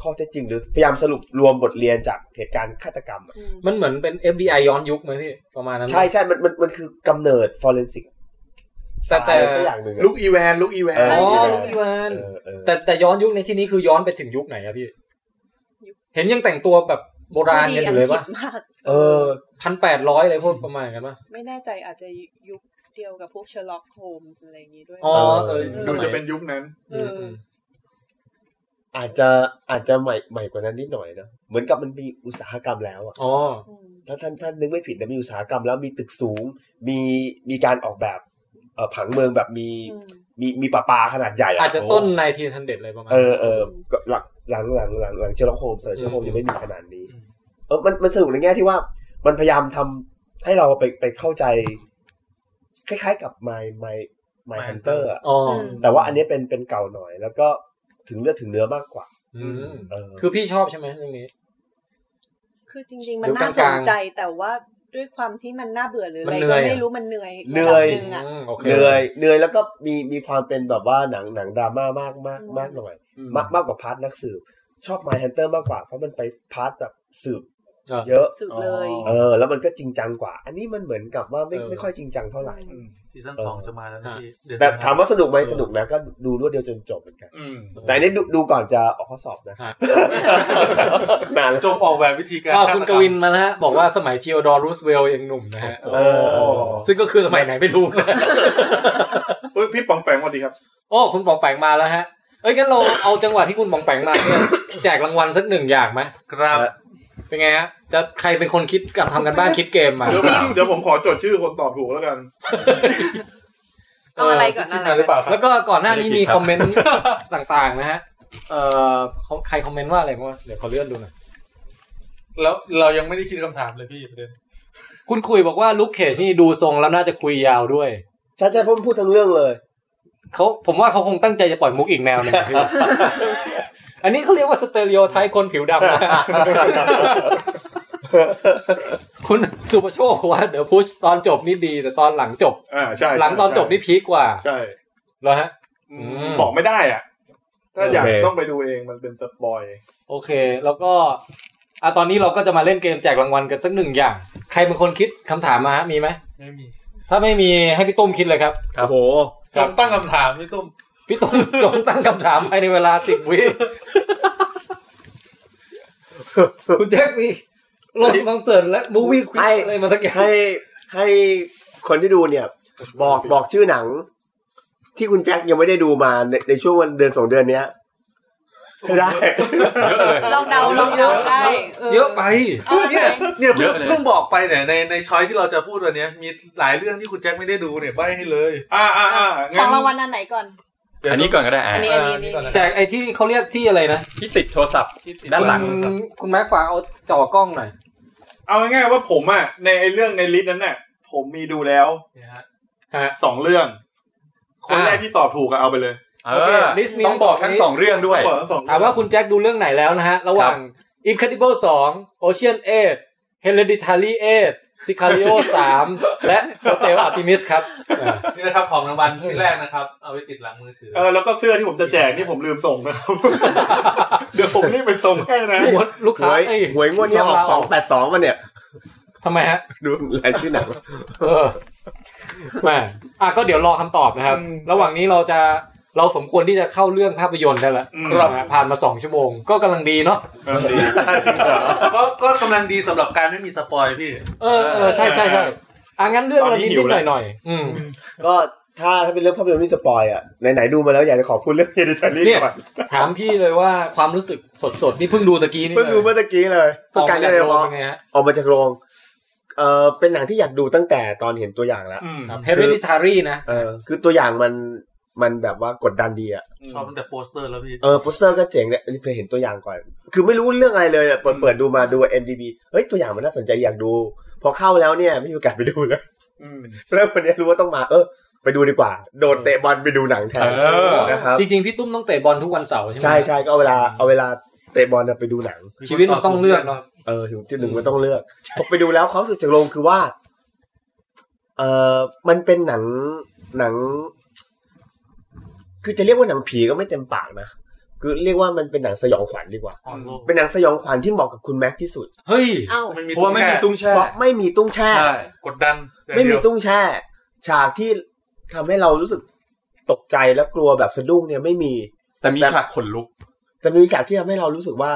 Speaker 8: ข้อเท็จจริง หรือพยายามสรุปรวมบทเรียนจากเหตุการณ์ฆาตกรรมอะ
Speaker 2: มันเหมือนเป็น FBI ย้อนยุคไหมพี่ประมาณนั้นไหม
Speaker 8: ใช่ใช่มันมันมันคือกำเนิดฟอเรนซิก
Speaker 2: แต่แต่
Speaker 8: สักอย่างหนึ่งอะ
Speaker 3: ลูกอีแวนลูกอีแวน
Speaker 8: เอ
Speaker 2: อ๋อ
Speaker 8: ใช่
Speaker 2: ลูกอีวาน
Speaker 8: เออเออ
Speaker 2: แต่แต่ย้อนยุคในที่นี้คือย้อนไปถึงยุคไหนอะพี่ เห็นยังแต่งตัวแบบโบ
Speaker 4: ม่
Speaker 2: ราณ
Speaker 4: ดี
Speaker 2: กันอยู่เลย
Speaker 4: อังกฤ
Speaker 2: ปะ
Speaker 4: ษมาก
Speaker 8: เออ
Speaker 2: พันแปดร้อยอะไรพวกประมาณกันปะ
Speaker 4: ไม่แน่ใจอาจจะยุคเดียวกับพวกเชอร์ล็อกโฮมส์อะไรอย่างงี้ด้วย
Speaker 2: อ๋อเออ
Speaker 8: เออ
Speaker 2: ส
Speaker 3: ดู
Speaker 2: มัย
Speaker 3: จะเป็นยุคนั้น
Speaker 2: อืมอืม
Speaker 8: อาจจะอาจจะใหม่ใหม่กว่านั้นนิดหน่อยนะเหมือนกับมันมีอุตสาหกรรมแล้วอะ
Speaker 2: อ๋อ
Speaker 8: ถ้าท่านท่านนึกไม่ผิดนะมีอุตสาหกรรมแล้วมีตึกสูง มีมีการออกแบบเอ่อผังเมืองแบบมีมีมีป่าปาขนาดใหญ่
Speaker 2: อา
Speaker 8: อะ
Speaker 2: จจะต้นในทีทันเด็ดอะไรประมาณ
Speaker 8: เออเออก็หลังหลังหลังหลังหลังเชลโฮมเซอร์เชลโฮมยังไม่มีขนาดนี้ เออมันมันสนุกในแง่ที่ว่ามันพยายามทำให้เราไปไปเข้าใจ คล้ายๆกับ my my my hunter อะ
Speaker 2: อ๋ออ
Speaker 4: ม
Speaker 8: แต่ว่าอันนี้เป็นเป็นเก่าหน่อย แล้วก็ถึงเลือดถึงเนื้อมากกว่า
Speaker 2: อืม
Speaker 8: เออ
Speaker 2: คือพี่ชอบใช่ไหมเรื่องนี้
Speaker 4: คือจริง ๆ มัน
Speaker 2: ยุคกลา
Speaker 4: น่าง
Speaker 2: ๆ
Speaker 4: สนใจแต่ว่าด้วยความที่มันน่าเบื่อหรืออะไร
Speaker 2: มันเหนื่
Speaker 4: ก็
Speaker 2: อย
Speaker 4: ไม่รู้มันเหนื่อย
Speaker 8: เหนื่อย
Speaker 4: ระดับหนึ่งอะ
Speaker 2: อืมโอเค
Speaker 8: เหนื่อยเหนื่อยแล้วก็มีมีความเป็นแบบว่าหนังหนังดราม่ามากมากมากหน่อย มากมากกว่าพาร์ทนักสืบ ชอบ My Hunter มากกว่า เพราะมันไปพาร์ทแบบสืบเยอะ
Speaker 4: สุดเลย
Speaker 3: อ๋อ
Speaker 8: เออ แล้วมันก็จริงจังกว่า อันนี้มันเหมือนกับว่าไม่ไม่ค่อยจริงจังเท่าไหร่
Speaker 6: ซีซั่นสองจะมาแล้วนะพี่เดือน
Speaker 8: แต่
Speaker 6: สิงห
Speaker 8: ถามว่าสนุกไหมสนุกนะก็ดูรวดเดียวจนจบเหมือนกัน
Speaker 3: อืม
Speaker 8: แต่อันนี้ดูดูก่อนจะออกข้อสอบนะนานแล้ว
Speaker 6: จงออกแบบวิธีการ
Speaker 2: ก็คุณ
Speaker 6: ฆา
Speaker 2: ก
Speaker 6: ตรรม
Speaker 2: วินมาแล้วฮะบอกว่าสมัยทีโอดอร์รูสเวลล์ยังหนุ่มนะฮะ
Speaker 8: เออ
Speaker 2: ซึ่งก็คือสมัยไหนไม่รู้นะ
Speaker 3: เฮ้ยพี่ปองแปงสวัสดีครับ
Speaker 2: โอ้คุณปองแปงมาแล้วฮะ เอ้ยงั้นเราเอาจังหวะที่คุณปองแปงมาเนี่ย แจกรางวัลสักหนึ่งอย่างไหม
Speaker 6: ครับ
Speaker 2: เป็นไงฮะจะใครเป็นคนคิดกับทำกันบ้านคิดเกมมา
Speaker 3: เดี๋ยวผมเดี๋ยวผมขอจดชื่อคนตอบถูกแล้วกัน
Speaker 4: เอาอะไรก่อน
Speaker 6: คิด
Speaker 4: อะไร
Speaker 6: นานหรือเป
Speaker 4: ก่อน
Speaker 6: ล่าครั
Speaker 2: แล้
Speaker 6: บ
Speaker 2: วก็ก่อนหน้านี้มี
Speaker 5: ไม่ได้คิดครับ
Speaker 2: คอมเมนต์ ต่างๆนะฮะ เอ่อเขาใครคอมเมนต์ว่าอะไรบ้างวะเดี๋ยวขอเลื่อนดูหน่อย
Speaker 6: แล้วเรายังไม่ได้คิดคำถามเลยพี่ประเด็น
Speaker 2: คุณคุยบอกว่าลุคเคชนี่ดูทรงแล้วน่าจะคุยยาวด้วย
Speaker 8: ใช่ใช่ผมพูดทั้งเรื่องเลย
Speaker 2: เขาผมว่าเขาคงตั้งใจจะปล่อยมุกอีกแนวหนึ่ง อะพี่ อันนี้เขาเรียกว่าสเตอริโอไทป์คนผิวดำนะ คุณสุประโชคบอกว่าเดี๋ยวพุชตอนจบนี่ดี แต่ตอนหลังจบ
Speaker 3: อ่าใช่
Speaker 2: หลังตอนจบนี่พีคกว่า
Speaker 3: ใช่
Speaker 2: เหรอฮะ
Speaker 3: อืม
Speaker 2: อืม
Speaker 3: บอกไม่ได้อ่ะ ถ้าอยาก
Speaker 5: โอเค
Speaker 3: ต้องไปดูเองมันเป็นสปอย
Speaker 2: โอเค แล้วก็อ่ะตอนนี้เราก็จะมาเล่นเกมแจกรางวัลกันสักหนึ่งอย่าง ใครเป็นคนคิดคำถามมาฮะมีไหม
Speaker 6: ไม่มี
Speaker 2: ถ้าไม่มีให้พี่ตุ้มคิดเลยครับ
Speaker 5: ครับ
Speaker 8: โอ้โห
Speaker 6: จงตั้งคำถามพี่ตุ้ม
Speaker 2: พี่ตุ้ม จงตั้งคำถามภายในเวลาสิบวิ คุณแจ็คมีลองลองเสิร์ชและมูวี่ควิ
Speaker 8: ให้
Speaker 2: อะไรมาสักอย่าง
Speaker 8: ให้ให้คนที่ดูเนี่ย บอกบอกชื่อหนัง ที่คุณแจ็คยังไม่ได้ดูมาในในช่วงวันเดือนสองเดือนเนี้ยไม่ได้
Speaker 4: ลองเดาลองเดาได้
Speaker 2: เยอะไป
Speaker 4: เอาไป
Speaker 6: เนี่ยเนี่ย
Speaker 5: เย
Speaker 6: เพิ่ง
Speaker 5: อะเลย
Speaker 6: เพิ่งบอกไปเนี่ยในในช้อยที่เราจะพูดวันเนี้ยมีหลายเรื่องที่คุณแจ็คไม่ได้ดูเนี่ยใบให้เลย
Speaker 3: อ่าอ่าอ่า
Speaker 4: ข
Speaker 3: งั้
Speaker 4: อน งรางวัลอันไหนก่อน
Speaker 5: อันนี้ก่อนก็ได้อ่ะ
Speaker 4: อันนี้อันนี้อันนี้
Speaker 2: แจกไอ้ที่เขาเรียกที่อะไรนะ
Speaker 5: ที่ติดโทรศัพท์ ด้านหลัง
Speaker 2: คุณคุณแม็กฝากเอาจ่อกล้องหน่อย
Speaker 3: เอาง่ายๆว่าผมอ่ะในไอ้เรื่องในลิสต์นั้นน่ะ ผมมีดูแล้ว
Speaker 6: เนี่ยฮะ
Speaker 3: สองเรื่อง คนแรกที่ตอบถูกก็เอาไปเลย
Speaker 5: เอ
Speaker 2: โอเค
Speaker 5: อ
Speaker 2: ลิสต์นี้
Speaker 5: ต้องบอกทั้งสองเรื่องด้วย
Speaker 3: บอกทั้งสอง
Speaker 2: ถามว่าคุณแจ็คดูเรื่องไหนแล้วนะฮะ ระหว่าง Incredible 2 Ocean 8 Hereditary 8 Sicario 3 และ Hotel Artemis ครับ
Speaker 6: นี่นะครับของรางวัลชิ้นแรกนะครับ เอาไว้ติดหลังมือถือ
Speaker 3: เออแล้วก็เสื้อที่ผมจะแจกนี่ผมลืมส่ง นะครับ เดี๋ยวผมรีบไปส่งให้นะ
Speaker 2: หมดลูก
Speaker 8: ห
Speaker 2: ค้า
Speaker 8: วย
Speaker 2: เอ้ย
Speaker 8: หวยงวดเนี้ยออกส
Speaker 2: ลา
Speaker 8: องแปดสองมาเนี่ย
Speaker 2: ทำไมฮะ
Speaker 8: ดูรายชื่อหนัง
Speaker 2: เอ อแหม่อ่ะก็เดี๋ยวรอคำตอบนะครับ
Speaker 3: อืม
Speaker 2: ระหว่างนี้เราจะเราสมควรที่จะเข้าเรื่องภาพยนตร์ได้แล้ว
Speaker 3: อืม
Speaker 2: นะฮะผ่านมาสองชั่วโมง ก็กำลังดีเนาะ
Speaker 3: เออดี
Speaker 6: ก็ก็กำลังดีสำหรับการไม่มีสปอยพี่
Speaker 2: เออเออใช่ใช่ใช่อ่ะงั้นเรื่องละนิดนิดหน่อยหน่อยๆอืม
Speaker 8: ก็ถ้าถ้าเป็นเรื่องภาพยนตร์ที่สปอยอ่ะไหนๆดูมาแล้วอยากจะขอพูดเรื่องเฮดิทารี
Speaker 2: เนี่ย
Speaker 8: ก่อน
Speaker 2: ถามพี่เลยว่าความรู้สึกสดๆนี่เพิ่งดูตะกี้นี่
Speaker 8: เพิ่งดู
Speaker 2: ล
Speaker 8: เมื่
Speaker 2: ย
Speaker 8: อตะกี้เลย
Speaker 2: ออก
Speaker 8: การ
Speaker 2: มาจาก
Speaker 8: เรีย
Speaker 2: โร
Speaker 8: กร้อง
Speaker 2: เป็
Speaker 8: ง
Speaker 2: นไงฮะ
Speaker 8: ออกมาจากโรงเออเป็นหนังที่อยากดูตั้งแต่ตอนเห็นตัวอย่างแล้ว
Speaker 3: อืม
Speaker 2: ครับ Hereditary นะ
Speaker 8: เออคือตัวอย่างมันมันแบบว่ากดดันดีอ่ะ
Speaker 6: ชอบตั้งแต่โปสเตอร์แล้วพี่
Speaker 8: เออโปสเตอร์ก็เจ๋งเนี่ยอันนี้เคยเห็นตัวอย่างก่อน คือไม่รู้เรื่องอะไรเลยอะเปิดเปิดดูมาดู MDB เฮ้ยตัวอย่างมันน่าสนใจอยากดู พอเข้าแล้วเนี่ยไม่มีโอกาสไปดูเลย แล้ววันเนี้ยรู้ว่าต้องมา เออ ไปดูดีกว่า โดดเตะบอลไปดูหนังแทน
Speaker 5: เออ
Speaker 8: นะครับ
Speaker 2: จริงๆ พี่ตุ้มต้องเตะบอลทุกวันเสาร์ใช่ไหม
Speaker 8: ใช่ใช่ก็เอาเวลาเอาเวลาเตะบอลน่ะไปดูหนัง
Speaker 2: ชีวิตมันต้องเลือกเนาะ
Speaker 8: เออถึงจุดหนึ่งมันต้องเลือกพอไปดูแล้วความรู้สึกจากโรงคือว่า เออมันเป็นหนังหนัง คือจะเรียกว่าหนังผีก็ไม่เต็มปากนะคือเรียกว่ามันเป็นหนังสยองขวัญดีกว่า
Speaker 6: อ่อนโลก
Speaker 8: เป็นหนังสยองขวัญที่เหมาะกับคุณแม็กซ์ที่สุด
Speaker 2: เฮ้ย
Speaker 4: เอ้า
Speaker 6: ไม่มี
Speaker 5: เพราะว่าไม่มี
Speaker 6: ตุ้ง
Speaker 5: ตุ้งแช่
Speaker 8: เพราะไม่มีตุ้งแช่
Speaker 5: ใช่
Speaker 6: กดดันอย่าง
Speaker 8: ไม่
Speaker 6: เดี
Speaker 8: มี
Speaker 6: ยว
Speaker 8: ตุ้งแช่ ฉากที่ทำให้เรารู้สึกตกใจและกลัวแบบสะดุ้งเนี่ยไม่มี
Speaker 5: แต่มีฉากขนลุก
Speaker 8: แต่มีฉากที่ทำให้เรารู้สึกว่า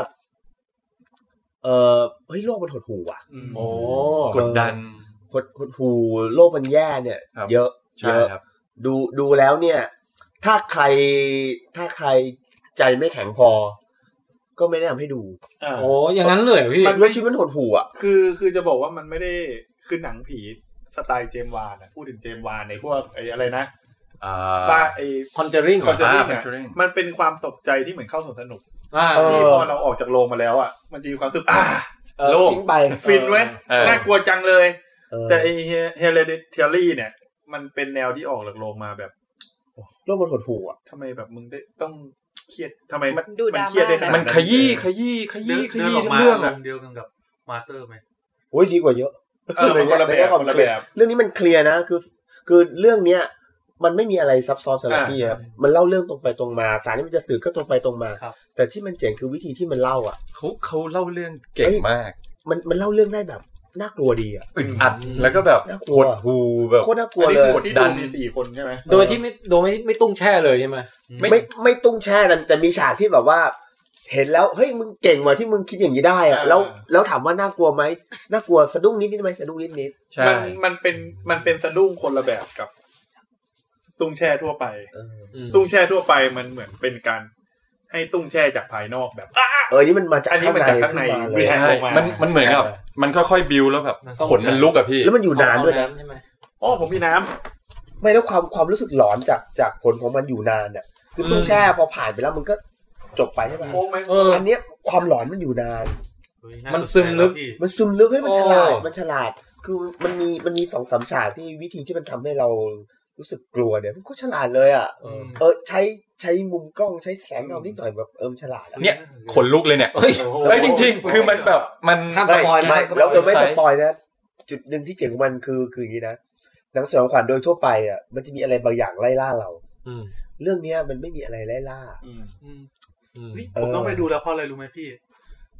Speaker 8: เออเฮ้ยโลกมันหดหูว่ะ
Speaker 2: โอ้
Speaker 5: กดดัน
Speaker 8: หดหดหูโลกมันแย่เนี่ย
Speaker 5: ครับ
Speaker 8: เยอะ
Speaker 5: ใช่
Speaker 8: เยอะ
Speaker 5: ครับ
Speaker 8: ดูดูแล้วเนี่ย ถ้าใครถ้าใครใจไม่แข็งพอ ก็ไม่แนะนำให้ดู
Speaker 3: อ่า
Speaker 2: โอ้ อย่างนั้นเลยเหรอพี่
Speaker 8: ด้วยชีวิตมันหดหูอ่ะ
Speaker 3: คือคือจะบอกว่ามันไม่ได้คือหนังผีสไตล์เจมส์วานอะพูดถึงเจมส์วานในพวกไอ้อะไรนะ
Speaker 5: อ่า
Speaker 3: บ้าไอ้
Speaker 2: Conjuring เหร
Speaker 3: คอ
Speaker 2: อน
Speaker 3: เจอริ่ง
Speaker 5: อ่า
Speaker 3: อะ
Speaker 5: Conjuring
Speaker 3: มันเป็นความตกใจที่เหมือนเข้าสวนสนุก
Speaker 2: อ่า
Speaker 8: เอ
Speaker 3: ที่พอเราออกจากโรงมาแล้วอ่ะมันจะมีความรู้สึกอ่า
Speaker 8: เออ
Speaker 5: โลก
Speaker 8: ทิ้งไป
Speaker 3: ฟินเว้ย
Speaker 5: เออ
Speaker 3: น่ากลัวจังเลย
Speaker 8: เออ
Speaker 3: แต่ไอ้เฮเลเดเทอรี่เนี่ย มันเป็นแนวที่ออกจากโรงมาแบบ
Speaker 8: โลกมันหดหูอ่ะ
Speaker 3: ทำไมแบบมึงได้ต้องเครียดทำไม
Speaker 5: มัน
Speaker 4: ดูดราม่ามั
Speaker 3: เครียดได้ขนาด
Speaker 5: มันขยี้ขยี้ข
Speaker 6: เดิ
Speaker 5: ยี้
Speaker 6: น
Speaker 5: ข
Speaker 6: เดิน
Speaker 5: ยี้
Speaker 6: ออก
Speaker 5: ทั้ง
Speaker 6: มา
Speaker 5: เรื่อง
Speaker 6: ล
Speaker 5: อะ
Speaker 6: งเดียวกันกับมาเตอร์ไหม
Speaker 8: โอ้ยดีกว่าเยอะ
Speaker 3: เออมันคนละแบบ
Speaker 8: ใแง่ขอ
Speaker 3: ค
Speaker 8: ง
Speaker 3: นละ
Speaker 8: เค
Speaker 3: แบ
Speaker 8: ยร์
Speaker 3: บ
Speaker 8: เรื่องนี้มันเคลียร์นะคือ คือเรื่องเนี้ย มันไม่มีอะไรซับซ้อนสำหรับ
Speaker 3: อ่า
Speaker 8: พี่ครับมันเล่าเรื่องตรงไปตรงมา สารที่มันจะสื่อก็ตรงไปตรงมา แต่ที่มันเจ๋งคือวิธีที่มันเล่าอ่ะ
Speaker 5: เขาเขาเล่าเรื่องเก่งมาก
Speaker 8: มันมันเล่าเรื่องได้แบบน่ากลัวดีอ่ะ
Speaker 5: อึดอัดแล้วก็แบบ
Speaker 8: น่าก
Speaker 5: ป
Speaker 8: ลัว
Speaker 5: วดหูแบบ
Speaker 8: โคตรน่ากลัว
Speaker 3: อันนี้
Speaker 8: เล
Speaker 3: คื
Speaker 8: ย
Speaker 3: อคนที่
Speaker 5: ดั
Speaker 3: ดู
Speaker 5: น
Speaker 3: มีสี่คนใช่ไหม
Speaker 2: โดยที่ไม่ โดยไม่ไม่ตุ้งแช่เลยใช่ไหม
Speaker 5: ไม่
Speaker 8: ไม่ไม่ตุ้งแช่นะแต่มีฉากที่แบบว่า เห็นแล้วเฮ้ยมึงเก่งว่ะที่มึงคิดอย่างนี้ได้อะแล้วแล้วถามว่าน่ากลัวไหมน่ากลัวสะดุ้งนิดนิดไหมสะดุ้งนิดนิด
Speaker 5: ใช่
Speaker 3: มันมันเป็นมันเป็นสะดุ้งคนละแบบกับ ตุ้งแช่ทั่วไป
Speaker 2: อืม
Speaker 3: ตุ้งแช่ทั่วไปมันเหมือนเป็นการ ให้ตุ้งแช่จากภายนอกแบบ
Speaker 8: เออนี่มันมาจาก
Speaker 3: อันนี้
Speaker 8: ข้าง
Speaker 3: มัน
Speaker 8: ใน
Speaker 3: จากข้างใน
Speaker 8: ขึ้นมาเล
Speaker 3: วิ
Speaker 8: ย
Speaker 3: แฮะ
Speaker 5: ใช่มันมันเหมือนกับมันค่อยๆบิวแล้วแบบขนมันลุกอะพี่
Speaker 8: แล้วมันอยู่นานด้วยนะ
Speaker 2: เอเอใช่ไหม
Speaker 3: อ๋อผมมีน้ำ
Speaker 8: ไม่แล้วความความรู้สึกหลอนจากจากผลของมันอยู่นานอ่ะคือตุ้งแช่พอผ่านไปแล้วมันก็จบไปใช่ไหม
Speaker 3: โค้งไหม
Speaker 2: เออ
Speaker 8: อันเนี้ยความหลอนมันอยู่นาน
Speaker 6: เฮ้ยา
Speaker 2: มัน
Speaker 6: สใจ
Speaker 2: ซึมลึก
Speaker 6: นะพี่
Speaker 8: มันซึมลึกให้ยมันฉลาด
Speaker 2: โอ้
Speaker 8: มันฉลาด คือมันมีมันมีสองสามฉากที่วิธีที่มันทำให้เรารู้สึกกลัวเนี่ยมันก็ฉลาดเลยอ่ะ
Speaker 2: เออ
Speaker 8: เออใช้ใช้มุมกล้องใช้แสงเงานิดหน่อยแบบเอิมฉลาดอะ
Speaker 5: เนี่ย ขนลุกเลยเนี่ย
Speaker 2: เฮ้ย
Speaker 5: เอ้ยจริง ๆ คือมันแบบมัน
Speaker 2: ห้ามส
Speaker 8: ไม่
Speaker 2: ปอยนะส
Speaker 8: ไม่
Speaker 2: ปอย
Speaker 8: แล้วเออไม่
Speaker 5: ไซ
Speaker 8: ส
Speaker 5: ส์
Speaker 8: ปอยนะ จุดหนึ่งที่เจ๋งของมันคือคืออย่างนี้นะหนังสยองขวัญโดยทั่วไปอ่ะมันจะมีอะไรบางอย่างไล่ล่าเรา
Speaker 2: อืม
Speaker 8: เรื่องเนี้ยมันไม่มีอะไรไล่ล่า
Speaker 3: อืม
Speaker 6: อืม
Speaker 2: อืม
Speaker 6: เฮ้ยผมต้องไปดูแล้วเพราะอะไรรู้ไหมพี่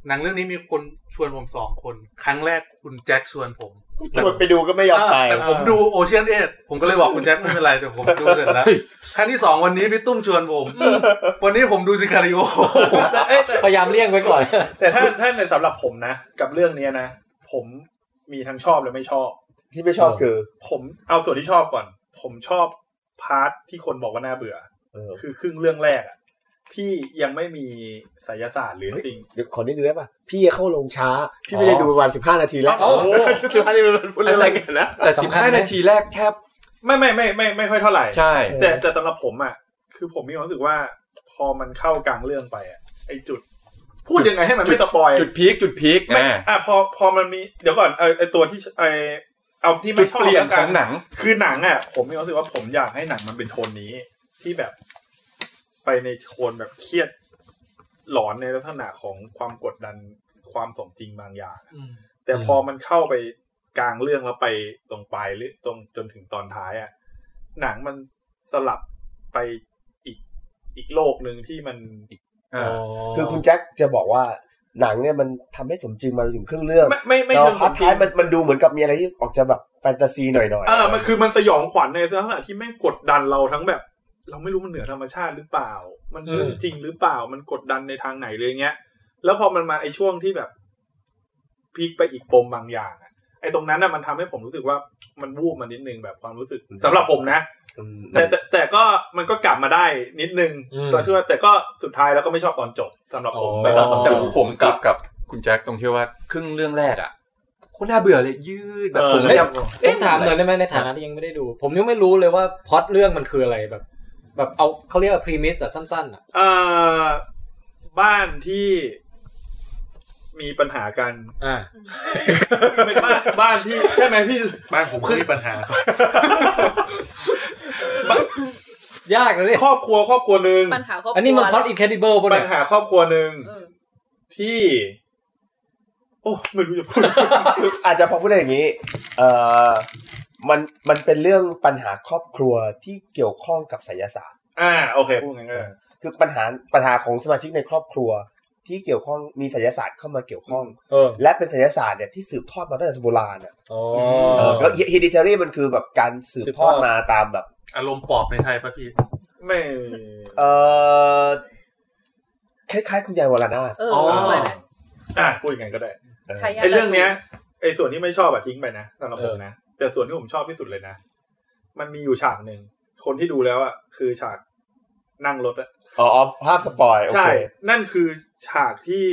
Speaker 6: หนังเรื่องนี้มีคนชวนผมสองคน ครั้งแรกคุณแจ็คชวนผม
Speaker 8: ชวนไปดูก็ไม่ยอมไป
Speaker 6: แต่ผมดูโอเชียนเอ็ดผมก็เลยบอกคุณแจ็คไม่เป็นไรเดี๋ยวผมดูเสร็จแล้วครั้งที่สองวันนี้พี่ตุ้มชวนผม วันนี้ผมดูซิคาริโอ
Speaker 2: พยายามเลี่ยงไว้ก่อน
Speaker 3: แต่ถ้าถ้าในสำหรับผมนะ กับเรื่องเนี้ยนะ ผมมีทั้งชอบและไม่ชอบ
Speaker 8: ที่ไม่ชอบคือ
Speaker 3: ผมเอาส่วนที่ชอบก่อน ผมชอบพาร์ทที่คนบอกว่าน่าเบื่อ
Speaker 8: เออ
Speaker 3: คือครึ่งเรื่องแรกอะที่ยังไม่มีไสยศาสตร์หรือสิ่ง
Speaker 8: เดี๋ยวขอนิดนึงได้ป่ะ พี่เข้าลงช้า พี่ไม่ได้ดูประมาณสิบห้านาทีแล้ว
Speaker 3: โอ้โห
Speaker 8: สิบห้านาทีมันพูดเรื่องอะไรกันนะ
Speaker 5: แต่
Speaker 2: สำคัญไหม
Speaker 5: 15นาทีแรกแทบ
Speaker 3: ไม่ไม่ไม่ไม่ไม่ค่อยเท่าไหร่
Speaker 5: ใช่
Speaker 3: แต่แต่สำหรับผมอ่ะ คือผมมีความรู้สึกว่า พอมันเข้ากลางเรื่องไปอ่ะไอจุด พูดยังไงให้มันไม่สปอย
Speaker 5: จุดพีคจุดพีค
Speaker 3: ไม่
Speaker 5: อ่า
Speaker 3: อ่ะพอพอมันมีเดี๋ยวก่อนไอไอตัวที่ไอเอาที่
Speaker 5: จุ
Speaker 3: ไม่
Speaker 5: ด
Speaker 3: ชอบ
Speaker 5: เปลี่ยน
Speaker 3: แว
Speaker 5: ข
Speaker 3: กั
Speaker 5: องหนัง
Speaker 3: คือหนังอ่ะผมมีความรู้สึกว่าผมอยากให้หนังมันเป็นโทนนี้ที่แบบ ไปในโทนแบบเครียดหลอนในลักษณะของความกดดันความสมจริงบางอย่างอะแต่พอมันเข้าไปกลางเรื่องแล้วไปตรงปลายหรือตรงจนถึงตอนท้ายอ่ะ หนังมันสลับไปอีกอีกโลกหนึ่งที่มัน
Speaker 5: อ่า
Speaker 8: คือคุณแจ็คจะบอกว่าหนังเนี่ยมันทำให้สมจริงมาถึงครึ่งเรื่อง
Speaker 3: ไม่ไม่ไม่
Speaker 8: แต่
Speaker 3: เชิง
Speaker 8: พาร์ทท้ายมันมันดูเหมือนกับมีอะไรที่ออกจะแบบแฟนตาซีหน่อยๆ
Speaker 3: เออมันคือมันสยองขวัญในลักษณะที่แม่งกดดันเราทั้งแบบ เราไม่รู้มันเหนือธรรมชาติหรือเปล่า มันเรื่องจริงหรือเปล่า มันกดดันในทางไหนเลยเงี้ย แล้วพอมันมาไอ้ช่วงที่แบบพลิกไปอีกปมบางอย่างอะไอ้ตรงนั้นน่ะมันทำให้ผมรู้สึกว่ามันวูบมานิดนึงแบบความรู้สึกสำหรับผมนะ
Speaker 8: ม
Speaker 3: แต่แต่แต่ก็มันก็กลับมาได้นิดนึง
Speaker 2: อืม
Speaker 3: ตอนที่ว่าแต่ก็สุดท้ายแล้วก็ไม่ชอบตอนจบสำหรับผมไม่ชอบตอน
Speaker 5: แต่
Speaker 3: จบ
Speaker 5: ผมกลับกับคุณแจ็คตรงที่ว่าครึ่งเรื่องแรกอ่ะโคนน่าเบื่อเลยยืดแบบ
Speaker 3: เออ
Speaker 5: ผม
Speaker 3: แล้ว
Speaker 5: ไม่
Speaker 3: ยัง
Speaker 2: ผมถามหน่อยได้ไหมในฐานะที่ยังไม่ได้ดู ผมยังไม่รู้เลยว่าพล็อตเรื่องมันคืออะไรแบบ แบบเอาเขาเรียกว่าพรีมิสแต่สั้นๆอ่ะ
Speaker 3: เอ่อบ้านที่มีปัญหากัน
Speaker 2: อ่า
Speaker 3: เป็นบ้านบ้านที่ใช่ไหมพี่
Speaker 6: บ้านผมก็มีปัญหา
Speaker 2: ยากเลยดิ
Speaker 3: ครอบครัวครอบครัวหนึ่ง
Speaker 4: ปัญหาครอบครัว
Speaker 2: อันนี้มันพล็อตอินเครดิเบิลป่ะ
Speaker 3: ปั
Speaker 2: เนี่
Speaker 3: ญ
Speaker 2: ย
Speaker 3: หาครอบครัวหนึ่ง
Speaker 4: เออ
Speaker 3: ที่ โอ้ไม่รู้ จะพูด
Speaker 8: คืออาจจะพอพูดได้อย่างนี้เออมันมันเป็นเรื่องปัญหาครอบครัวที่เกี่ยวข้องกับไสยศาสตร์
Speaker 3: อ่าโอเคพูดงั้นก็ได้
Speaker 8: คือปัญหาปัญหาของสมาชิกในครอบครัว ที่เกี่ยวข้องมีไสยศาสตร์เข้ามาเกี่ยวข้อง
Speaker 2: เออ
Speaker 8: และเป็นไสยศาสตร์เนี่ยที่สืบทอดมาตั้งแต่โบราณอ่ะ
Speaker 2: อ๋อ
Speaker 8: เออแล้ว hereditary มันคือแบบการสืบ
Speaker 2: สืบ
Speaker 8: ท
Speaker 2: ท
Speaker 8: อ
Speaker 2: อ
Speaker 8: ด
Speaker 2: ด
Speaker 8: มาตามแบบ
Speaker 6: อารมณ์ปอบในไทยป่ะพี่
Speaker 3: ไม่
Speaker 8: เออคล้ายๆ คุณยายวรนาถ
Speaker 4: เออเออเลยนะ
Speaker 3: อ่าพูดงั้นก็ได้
Speaker 4: ใช้ยา
Speaker 3: ไอ้เรื่องเนี้ยไอ้ส่วนที่ไม่ชอบอะทิ้งไปนะสำหรับผม
Speaker 2: เออ
Speaker 3: นะแต่ส่วนที่ผมชอบที่สุดเลยนะมันมีอยู่ฉากหนึ่งคนที่ดูแล้วอะคือฉากนั่งรถอะ
Speaker 8: อ๋อภาพสปอยโอ
Speaker 3: ใช่
Speaker 8: เค
Speaker 3: นั่นคือฉากที่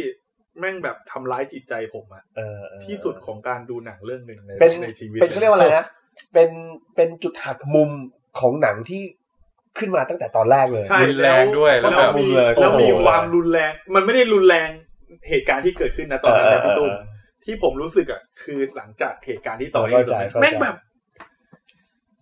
Speaker 3: แม่งแบบทำร้ายจิตใจผมอะ
Speaker 8: เออเออ
Speaker 3: ที่สุดของการดูหนังเรื่องหนึ่งใน
Speaker 8: เป็น
Speaker 3: ในชีวิต
Speaker 8: เป็นเขาเรียกว่าอะไรนะ เป็นเป็นจุดหักมุมของหนังที่ขึ้นมาตั้งแต่ตอนแรกเลย
Speaker 3: ใช่
Speaker 5: รุนแรงด้วยแล้
Speaker 3: แล้ว ว
Speaker 5: แบ
Speaker 3: แล้ว
Speaker 5: บ
Speaker 3: มี
Speaker 8: เลย
Speaker 3: แล้วมี
Speaker 8: โอ้โห
Speaker 3: ความรุนแรง มันไม่ได้รุนแรงเหตุการณ์ที่เกิดขึ้นนะตอนนั้นนะพี่ตุ้มที่ผมรู้สึกอะคือหลังจากเหตุการณ์ที่ต่อเนื่องตรงนั้นแม่งแบบ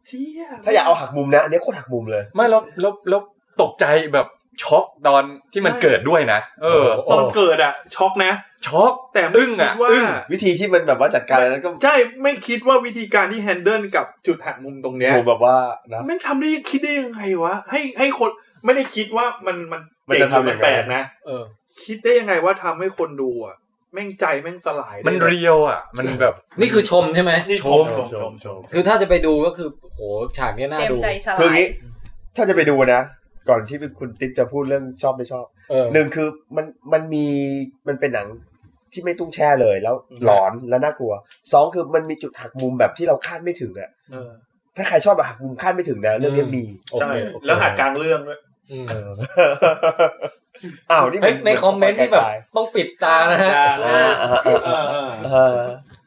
Speaker 3: เชี่ย
Speaker 8: ถ้าอยากเอาหักมุมนะอันนี้โคตรหักมุมเลย
Speaker 5: ไม่แล้วแล้วแล้วตกใจแบบช็อกตอนที่มันเกิดด้วยนะ เออ
Speaker 3: ตอนเกิดอะช็อกนะ
Speaker 5: ช็อก
Speaker 3: แต่ไม่
Speaker 5: อึ้ง
Speaker 3: คิด
Speaker 5: อ่ะ
Speaker 3: ว่า
Speaker 5: อึ้ง
Speaker 8: วิธีที่มันแบบว่าจัดการอะไรนั้นก็
Speaker 3: ใช่ไม่คิดว่าวิธีการที่แฮนเดิลกับจุดหักมุมตรงเนี้ย
Speaker 8: โหแบบว่านะ
Speaker 3: แม่งทำได้คิดได้ยังไงวะ ให้ให้คนไม่ได้คิดว่ามันมัน
Speaker 8: มันจะทำ
Speaker 3: หรือ
Speaker 8: ยังไง
Speaker 3: แปลกนะ
Speaker 2: เออ
Speaker 3: คิดได้ยังไงว่าทำให้คนดูอ่ะแม่งใจแม่งสลายได้
Speaker 5: มันเรียวอ่ะ มันแบบ
Speaker 2: นี่คือชมใช่ไหม
Speaker 3: นี่ชมชมชมชม
Speaker 2: คือถ้าจะไปดูก็คือโหฉากเนี้ยน่า
Speaker 4: เต็ม
Speaker 2: ดู
Speaker 4: ใจสลา
Speaker 8: คืออย่าง
Speaker 4: ย
Speaker 8: นี้ ถ้าจะไปดูนะ ก่อนที่คุณติ๊บจะพูดเรื่องชอบไม่ชอบ
Speaker 2: เออ
Speaker 8: หนึ่งคือมันมันมีมันเป็นหนังที่ไม่ตุ้งแช่เลยแล้วหลอนและน่ากลัวสองคือมันมีจุดหักมุมแบบที่เราคาดไม่ถึงอะ
Speaker 3: เออ
Speaker 8: ถ้าใครชอบแบบหักมุมคาดไม่ถึงนะเรื่องนี้มี
Speaker 2: โอเค
Speaker 3: ใช่แล้วหักกลางเรื่องด้วย
Speaker 2: อืม
Speaker 8: เอออ้าวนี่
Speaker 2: เฮ้ยในคอมเมนต์ที่แบบต้องปิดตานะฮะ
Speaker 8: เออเออเออ
Speaker 3: เออเออ
Speaker 8: เออ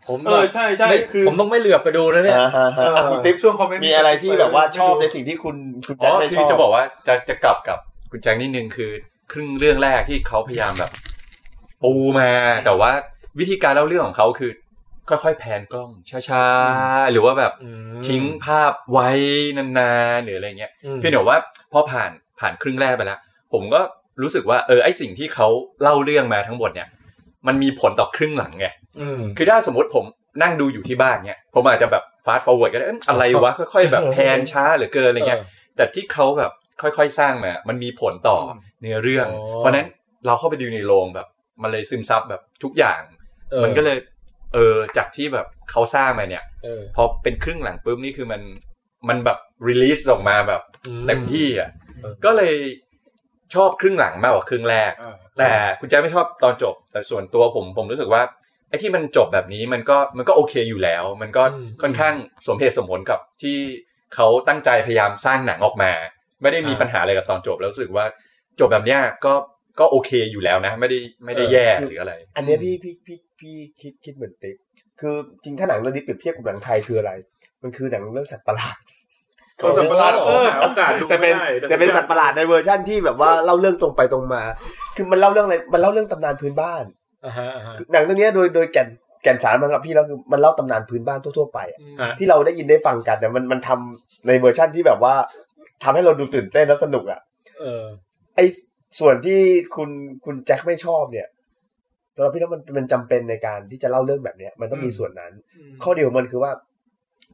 Speaker 2: ผม
Speaker 3: เอ
Speaker 2: แบ
Speaker 3: อบ ใช่ใช่
Speaker 2: ไม่
Speaker 3: คือ
Speaker 2: ผมต้องไม่เหลือบไปดูนะเนี่ย
Speaker 8: อ่าฮะฮะ
Speaker 3: เออ
Speaker 6: คุณติ๊บช่วงคอมเมนต์
Speaker 8: มีอะไรที่แบบว่าชอบในสิ่งที่คุณคุณ
Speaker 5: อ๋
Speaker 8: แจ็ค
Speaker 5: อ
Speaker 8: ไม่
Speaker 5: คื
Speaker 8: ช
Speaker 5: อ
Speaker 8: อบ
Speaker 5: จะบอกว่าจะจะกลับกับคุณแจ็คนิดนึงคือ ครึ่งเรื่องแรกที่เขาพยายามแบบ ปูมา แต่ว่าวิธีการเล่าเรื่องของเขาคือ ค่อยๆแพนกล้องช้าๆหรือว่าแบบ
Speaker 2: อืม
Speaker 5: ทิ้งภาพไว้นานๆหรืออะไรเงี้ย
Speaker 2: อืม
Speaker 5: เพียงแต่ว่าพอผ่านผ่านครึ่งแรกไปแล้ว ผมก็รู้สึกว่าเออไอสิ่งที่เขาเล่าเรื่องมาทั้งหมดเนี่ย มันมีผลต่อครึ่งหลังไง
Speaker 2: อืม
Speaker 5: คือถ้าสมมติผมนั่งดูอยู่ที่บ้านเนี่ยผมอาจจะแบบฟาสต์ฟอร์เวิร์ดก็ได้เอ้ยอะไรวะ ค่อยๆ แบบแพนช้าเหลือเกินอะไรเงี้ย แต่ที่เขาแบบค่อยๆ สร้างมา มันมีผลต่อเนื้อเรื่อง
Speaker 2: อ๋อ
Speaker 5: เพราะฉะนั้นเราเข้าไปดูในโรงแบบ มันเลยซึมซับแบบทุกอย่าง
Speaker 2: ออ
Speaker 5: มันก็เลย เออจากที่แบบเขาสร้างมาเนี่ย
Speaker 2: เออ
Speaker 5: พอเป็นครึ่งหลังปุ๊บนี่คือมันมันแบบรีลีสออกมาแบบ
Speaker 2: อืม
Speaker 5: เต็มที่อ่ะก็เลยชอบครึ่งหลังมากกว่าครึ่งแรก
Speaker 3: เออ
Speaker 5: แต่คุณแจ๊คไม่ชอบตอนจบ แต่ส่วนตัวผมผมรู้สึกว่าไอ้ที่มันจบแบบนี้มันก็มันก็โอเคอยู่แล้ว มันก็
Speaker 2: อืม
Speaker 5: ค่อนข้างสมเหตุสมผลกับที่ เขาตั้งใจพยายามสร้างหนังออกมา ไม่ได้มี
Speaker 2: อ่า
Speaker 5: ปัญหาอะไรกับตอนจบแล้วรู้สึกว่าจบแบบเนี้ยก็ก็โอเคอยู่แล้วนะ ไม่ได้ไม่ได้แย่หรืออะไร
Speaker 8: อันเนี้ยพี่พี่พี่พี่คิดคิดเหมือนติ๊กคือจริงถ้าหนังเรื่องนี้เปรียบเทียบกับหนังไทยคืออะไร มันคือหนังเรื่องสัตว์ประหลาด
Speaker 3: เขาสัมภาษณ์เออหาโอกาสดู
Speaker 8: แต่
Speaker 3: ไม่
Speaker 8: เป็น
Speaker 3: ได้
Speaker 8: แต่เป็นสัตว์ประหลาดในเวอร์ชั่นที่แบบว่าเล่าเรื่องตรงไปตรงมา คือมันเล่าเรื่องอะไร มันเล่าเรื่องตำนานพื้นบ้าน
Speaker 2: อ่าฮะอ่าฮะ
Speaker 8: คือหนังเรื่องเนี้ยโดยโดยแก่นแก่นสารมันกับพี่แล้วคือมันเล่าตำนานพื้นบ้านทั่วๆไปอะ
Speaker 2: อ่ะ
Speaker 8: ที่เราได้ยินได้ฟังกันแต่มันมันทำในเวอร์ชั่นที่แบบว่าทำให้เราดูตื่นเต้นและสนุกอ่ะ
Speaker 2: เออ
Speaker 8: ไอ้ส่วนที่คุณคุณแจ็คไม่ชอบเนี่ยสำหรับพี่แล้วมันมันจำเป็นในการที่จะเล่าเรื่องแบบเนี้ย มันต้องมีส่วนนั้น ข้อเดียวมันคือว่า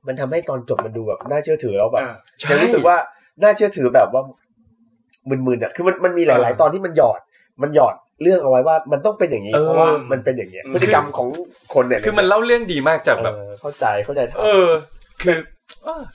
Speaker 8: มันทำให้ตอนจบมันดูแบบน่าเชื่อถือแล้วแบบ
Speaker 3: อ่า
Speaker 8: ยังรู้สึกว่าน่าเชื่อถือแบบว่ามึนๆอ่ะคือมันมันมีหลาย ๆ ตอนที่มันหยอด มันหยอดเรื่องเอาไว้ว่า มันต้องเป็นอย่างนี้
Speaker 5: เออ
Speaker 8: เพราะว่ามันเป็นอย่างเงี้ย
Speaker 3: อืม
Speaker 8: พฤติกรรมของคนเนี่ย
Speaker 5: คือมันเล่าเรื่องดีมากจากแบบ
Speaker 8: เออเข้าใจเข้าใจ
Speaker 5: เออคือ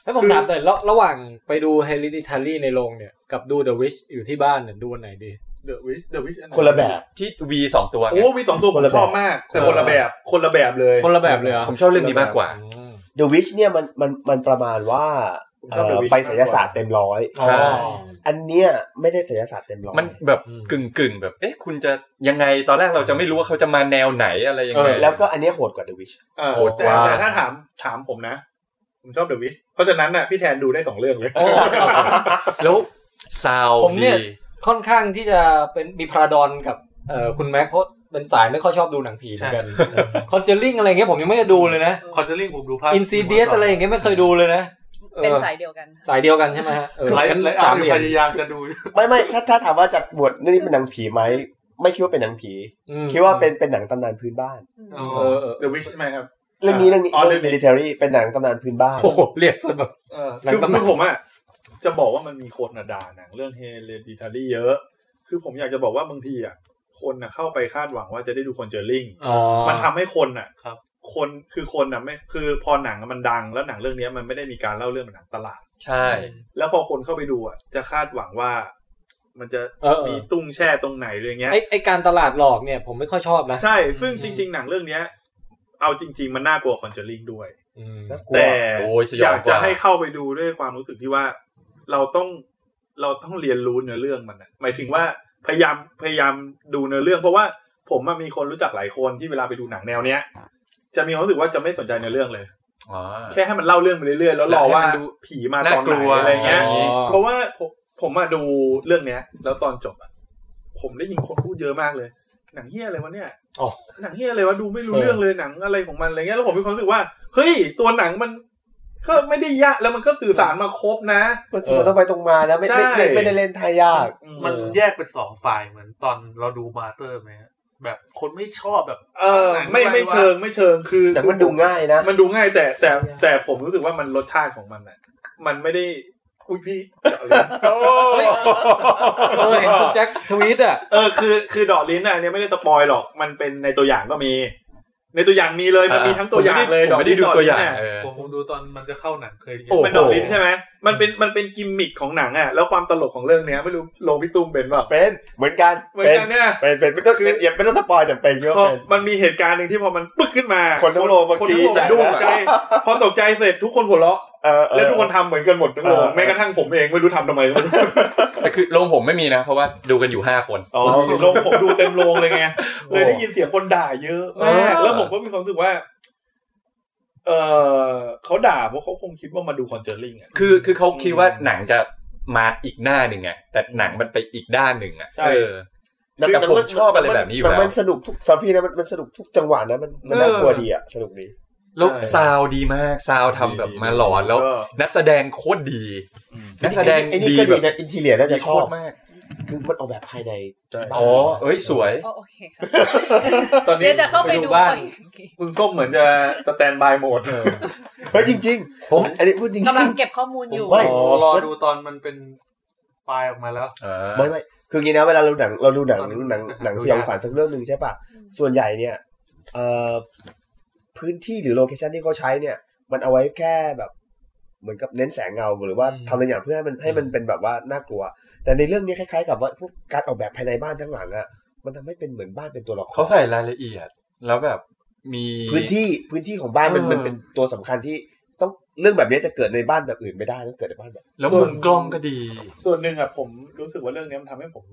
Speaker 2: ให้ผมถามแต่อยระระหว่างไปดู Hereditary ในโรงเนี่ย กับดู The Witch อยู่ที่บ้านเนี่ยดูอันไหนดี
Speaker 3: เดอะวิชเดอะวิช
Speaker 8: คนละแบบ
Speaker 5: ที่วีสองตัวไง
Speaker 3: โอ้มีสองตัวผมชอบมาก แต่คนละแบบคนละแบบเลย
Speaker 2: คนละแบบเลยเหรอ
Speaker 5: ผมชอบเรื่องนี้มากกว่า
Speaker 2: อืม
Speaker 8: The Witch เนี่ยมันมันมันประมาณว่า
Speaker 3: ผมชอบ The
Speaker 8: เอ่อ
Speaker 3: Witch
Speaker 8: ไปศิลศาสตร์เต็มร้อย
Speaker 5: ใช่
Speaker 8: อันเนี้ยไม่ได้ศิลศาสตร์เต็มร้อย
Speaker 5: มันแบบ
Speaker 2: อืม
Speaker 5: กึ่งกึ่งๆแบบ เอ๊ะ คุณจะยังไงตอนแรกเราจะไม่รู้ว่าเขาจะมาแนวไหนอะไรยังไง
Speaker 8: แล้วก็อันเนี้ยโหดกว่า The Witch
Speaker 3: เออ
Speaker 5: โหด
Speaker 3: แต่
Speaker 5: กว่า
Speaker 3: แต่ถ้าถามถามผมนะ ผมชอบเดอะวิชเพราะฉะนั้นน่ะพี่แทนดูได้สองเรื่องเลย
Speaker 5: แล้วซาวด์
Speaker 2: ผมเนี่ย
Speaker 5: ดี
Speaker 2: ค่อนข้างที่จะเป็นมีพาราดอนกับเอ่อคุณแม็กเพราะเป็นสายไม่ค่อยชอบดูหนังผีเหมือนกันคอนเจลลิ่งอะไรเงี้ยผมยังไม่ได้ดูเลยนะ
Speaker 6: คอนเจอริงผมดูภาพ
Speaker 2: อินซีเดียสอะไรอย่างเงี้ยไม่เคยดูเลยนะออ
Speaker 4: เป็นสายเดียวกันค่ะ
Speaker 2: สายเดียวกันใช่ไหมฮะเออ
Speaker 6: ไล
Speaker 2: งั้น
Speaker 6: ฟ์ไลฟ์
Speaker 2: สา
Speaker 6: สาม ม
Speaker 2: เหลี่ย
Speaker 6: พ
Speaker 2: ม
Speaker 6: ยายามจะดู
Speaker 8: ไม่ไม่ถ้าถ้าถามว่าจากบทเรื่องนี้เป็นหนังผีไหมไม่คิดว่าเป็นหนังผี
Speaker 2: อืม
Speaker 8: คิดว่าเป็นเป็นหนังตำนานพื้นบ้าน
Speaker 2: เออเออ
Speaker 3: เดอะวิชใช่ไหมครับ
Speaker 8: เรื่องนี้เรื่องนี้
Speaker 3: อ๋อ
Speaker 8: เรื่อง
Speaker 3: เรื่องนี้
Speaker 8: military เป็นหนังตำนานพื้นบ้าน
Speaker 2: โอ้โหเรียกซะแบบ
Speaker 3: เออ
Speaker 2: หนัง
Speaker 3: คือ
Speaker 2: ตำนาน
Speaker 3: คือผมอ่ะจะบอกว่ามันมีคนน่ะด่าหนังเรื่องเฮเลดิทารี่เยอะ คือผมอยากจะบอกว่าบางทีอ่ะคนน่ะเข้าไปคาดหวังว่าจะได้ดูคอนเจอริง
Speaker 2: อ๋อ
Speaker 3: มันทำให้คนน่ะ
Speaker 6: ครับ
Speaker 3: คนคือคนน่ะไม่คือพอหนังมันดัง แล้วหนังเรื่องเนี้ยมันไม่ได้มีการเล่าเรื่องเหมือนหนังตลาด
Speaker 5: ใช่
Speaker 3: แล้วพอคนเข้าไปดูอ่ะจะคาดหวังว่า มันจะ
Speaker 2: เออเอ
Speaker 3: มี
Speaker 2: อ
Speaker 3: ตุ้งแช่ตรงไหนเลยางเงี้ย
Speaker 2: ไอไอการตลาดหลอกเนี่ย ผมไม่ค่อยชอบนะ
Speaker 3: ใช่ ซึ่งจริง ๆ หนังเรื่องเนี้ย เอาจริง ๆ มันน่ากลัวคอนเจอริงด้วย
Speaker 2: อืม
Speaker 8: น่ากลัว
Speaker 3: แต่
Speaker 5: โอ้ยส
Speaker 3: อย
Speaker 5: องกว่า
Speaker 3: ยากจะให้เข้าไปดูด้วยความรู้สึกที่ว่า เราต้องเราต้องเรียนรู้เนื้อเรื่องมันนะหมายถึงว่าพยายามพยายามดูเนื้อเรื่อง เพราะว่าผมอะมีคนรู้จักหลายคนที่เวลาไปดูหนังแนวเนี้ย จะมีความรู้สึกว่าจะไม่สนใจเนื้อเรื่องเลย
Speaker 5: อ๋อ
Speaker 3: แค่ให้มันเล่าเรื่องไปเรื่อยๆแล้วรอว่า
Speaker 5: แล้วให้มันดู
Speaker 3: ผีมาตอนไห
Speaker 5: น่ากลั
Speaker 3: น
Speaker 5: ว
Speaker 3: อะไรเงี้ย
Speaker 2: อ๋อ
Speaker 3: เพราะว่าผมผมมาดูเรื่องเนี้ย แล้วตอนจบอะผมได้ยินคนพูดเยอะมากเลย หนังเฮี้ยอะไรวะเนี่ย
Speaker 2: อ๋อ
Speaker 3: หนังเฮี้ยอะไรวะดูไม่รู้
Speaker 2: เออ
Speaker 3: เรื่องเลยหนังอะไรของมันอะไรเงี้ยแล้วผมมีความรู้สึกว่าเฮ้ยตัวหนังมันก็ไม่ได้ยากแล้วมันก็สื่อสารมาครบนะ
Speaker 8: มันสื่อสารต้องไปตรงมานะไม่ไม่
Speaker 3: ใช่
Speaker 8: ไม่ไม่ได้เล่นทายยาก
Speaker 6: มันแยกเป็นสองฝ่ายเหมือนตอนเราดูมาสเตอร์ไหมฮะแบบคนไม่ชอบแบบ
Speaker 3: เออ
Speaker 6: หนัง
Speaker 3: ไม่ไม่
Speaker 6: วะ
Speaker 3: เชิงไม่เชิงคือ
Speaker 8: แต่มันดูง่ายนะ
Speaker 3: มันดูง่ายแต่แต่แต่ผมรู้สึกว่ามันรสชาติของมันน่ะมันไม่ได้อุ้ยพี่
Speaker 2: เออเห็นคุณแจ็คทวีตอ่ะ
Speaker 3: เออคือคือดอกลิ้นอ่ะเนี่ยไม่ได้สปอยหรอกมันเป็นในตัวอย่างก็มี ในตัวอย่างมีเลยมันมีทั้งตัวอย่างเลย
Speaker 5: ผมไม่ได้
Speaker 3: ลิ้น
Speaker 5: ดูตัวอ
Speaker 3: ลิ้น
Speaker 5: ย่าง
Speaker 3: น่ะ
Speaker 5: เออ
Speaker 6: ผมผมดูตอนมันจะเข้าหนังเคยเห็น
Speaker 5: โอ้
Speaker 3: มันดอกลิ้นใช่ไหมมันเป็นมันเป็นกิมมิคของหนังอ่ะแล้วความตลกของเรื่องเนี้ยไม่รู้โลงพี่ตุ้มเป็นเปล่า
Speaker 8: เป็นเหมือนกัน
Speaker 3: เหมือนกันเนี่ย
Speaker 8: เป็นเป็นเป็นไม่ต้องเป็นอย่าไม่ต้องสปอยแต่เป็นเยอะ
Speaker 3: พอ
Speaker 8: เป็น
Speaker 3: มันมีเหตุการณ์หนึ่งที่พอมันปึ๊กขึ้นมา
Speaker 8: คนทั้งโลก
Speaker 3: คนทั้งโลก
Speaker 8: กรี๊ด
Speaker 3: สะดุ้งใจพอตกใจเสร็จทุกคนหัวเราะ
Speaker 8: เออเออ
Speaker 3: แล้วทุกคนทำเหมือนกันหมดทั้งโลก
Speaker 8: เออ
Speaker 3: แม้กระทั่งผมเองไม่รู้ทำทำไมก็ไม่รู้
Speaker 5: แต่คือโรงผมไม่มีนะ เพราะว่าดูกันอยู่ห้าคน
Speaker 3: อ๋อโรงผมดูเต็มโรงเลยไงเลยได้ยินเสียงคนด่าเยอะมาก
Speaker 5: เออ
Speaker 3: แล้วผมก็มีความรู้สึกว่า เออเขาด่าเพราะเขาคงคิดว่ามาดูคอนเจอริงอ่ะ
Speaker 5: คือคือเขาคิดว่าหนังจะมาอีกหน้าหนึ่งไงแต่หนังมันไปอีกด้านหนึ่งอ่ะ
Speaker 3: ใช่
Speaker 5: เออ แต่ผมชอบอะไรแบบนี้อยู่แล้ว
Speaker 8: ต่มันสนุกทุกสำหรับพี่นะมันมันสนุกทุกจังหวะนะมันมันน่ากลัวดีอ่ะสนุกดี
Speaker 5: แล้วซาวด์ดีมากซาวด์ทำแบบมาหลอนแล้ว
Speaker 3: ก็
Speaker 5: นักแสดงโคตรดี
Speaker 3: อืม
Speaker 5: นักแสดง
Speaker 8: ไอ้นี่
Speaker 5: ดี
Speaker 8: ก็
Speaker 5: แบ
Speaker 8: ดี
Speaker 5: บ
Speaker 8: นะอินทีเลียน่า
Speaker 5: ดี
Speaker 8: จะ
Speaker 5: โค
Speaker 8: ชอบ
Speaker 5: ตรมาก
Speaker 8: คือมันออกแบบภายในบ้าน
Speaker 5: อ๋อ เอ้ยสวย
Speaker 4: อ๋อโอเคค่ะ
Speaker 3: ตอนนี้
Speaker 4: เดี๋ยวจะเข้าไปดู
Speaker 2: ไปดูบ้าน
Speaker 4: ก่อน
Speaker 3: คุณส้มเหมือนจะสแตนบายโหมด
Speaker 8: เฮ้ยจริงๆ ผมอันนี้พูดจริงๆ
Speaker 4: กำลังเก็บข้อมูลอยู่
Speaker 8: ผมว่า
Speaker 6: อ๋อรอดูตอนมันเป็นไฟล์ออกมาแล้ว
Speaker 8: ไม่ไม่คืออย่างนี้นะเวลาเราหนังเราดูหนัง
Speaker 6: ตอนนี้
Speaker 8: หนัง
Speaker 6: จะหาดู
Speaker 8: หนังสยอง
Speaker 6: ยาก
Speaker 8: ขวัญสักเรื่องหนึ่งใช่ปะส่วนใหญ่เนี่ยเอ่อพื้นที่หรือโลเคชันที่เขาใช้เนี่ย มันเอาไว้แค่แบบเหมือนกับเน้นแสงเงาหรือว่า
Speaker 2: อืม
Speaker 8: ทำอะไรอย่างเพื่อให้มันให้มันเป็นแบบว่าน่ากลัว แต่ในเรื่องนี้คล้ายๆ กับว่าพวกการออกแบบภายในบ้านทั้งหลังอะมันทำให้เป็นเหมือนบ้านเป็นตัวละคร
Speaker 5: เขาใส่รายละเอียด แล้วแบบมี
Speaker 8: พื้นที่พื้นที่ของบ้านมัน
Speaker 5: เออ
Speaker 8: มันเป็นตัวสำคัญที่ ต้องเรื่องแบบนี้จะเกิดในบ้านแบบอื่นไม่ได้ต้องเกิดในบ้านแบบ
Speaker 5: แล้วมุมกล้องก็ดี
Speaker 3: ส่วนหนึ่งอะผมรู้สึกว่าเรื่องเนี้ยมันทำให้ผม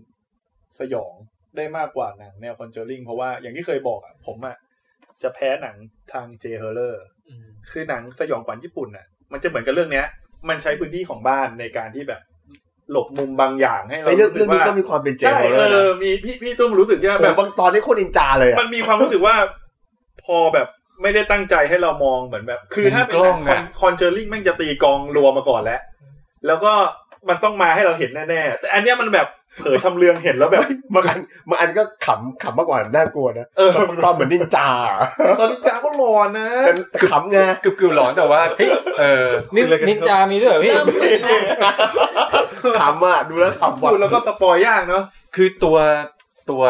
Speaker 3: สยองได้มากกว่าหนังแนวคอนเจอริงเพราะว่าอย่างที่เคยบอกอะผมอะจะแพ้หนังทางเจเฮอร์เลอร์คือหนังสยองขวัญญี่ปุ่นอะมันจะเหมือนกับเรื่องเนี้ย มันใช้พื้นที่ของบ้านในการที่แบบ หลบมุมบางอย่างให้เรา
Speaker 8: ไอ้เรื่อง
Speaker 3: สึ
Speaker 8: เรื่องนี้
Speaker 3: ว่า
Speaker 8: ก็มีความเป็นเจ
Speaker 3: ใช่
Speaker 8: มส์
Speaker 3: เอ
Speaker 8: เลยนะ
Speaker 3: อมีพี่พี่ตุ้มรู้สึกใช่ไหม
Speaker 8: แบ
Speaker 3: แบบ บ
Speaker 8: บางตอนนี้โคตรอินจาเลยอะ
Speaker 3: มันมีความรู้สึกว่าพอแบบไม่ได้ตั้งใจให้เรามองเหมือนแบบ คือถ้าเป็น
Speaker 5: มุมกล้องอะ
Speaker 3: คอนเจอริงแม่งจะตีกองรัวมาก่อนแล้ว แล้วก็มันต้องมาให้เราเห็นแน่ๆ แต่อันเนี้ยมันแบบเผลอชำเลืองเห็นแล้วแบบ
Speaker 8: บางอันบางอันก็ขำขำมากกว่าน่ากลัวนะ
Speaker 3: เออ
Speaker 8: บางตอนเหมือนนินจา
Speaker 3: ตอนนี้จ้าก็รอนนะ
Speaker 8: แต่แต่ขำไง
Speaker 5: กึบกึบหลอนแต่ว่าเฮ้ยเออ
Speaker 2: นินนินจามีด้วยเหรอพี่
Speaker 4: เริ่มเปิดแล้ว
Speaker 8: ขำอ่ะดูแล้วขำว่ะ
Speaker 3: ดูแล้วก็สปอยยากเนาะ
Speaker 5: คือตัวตัว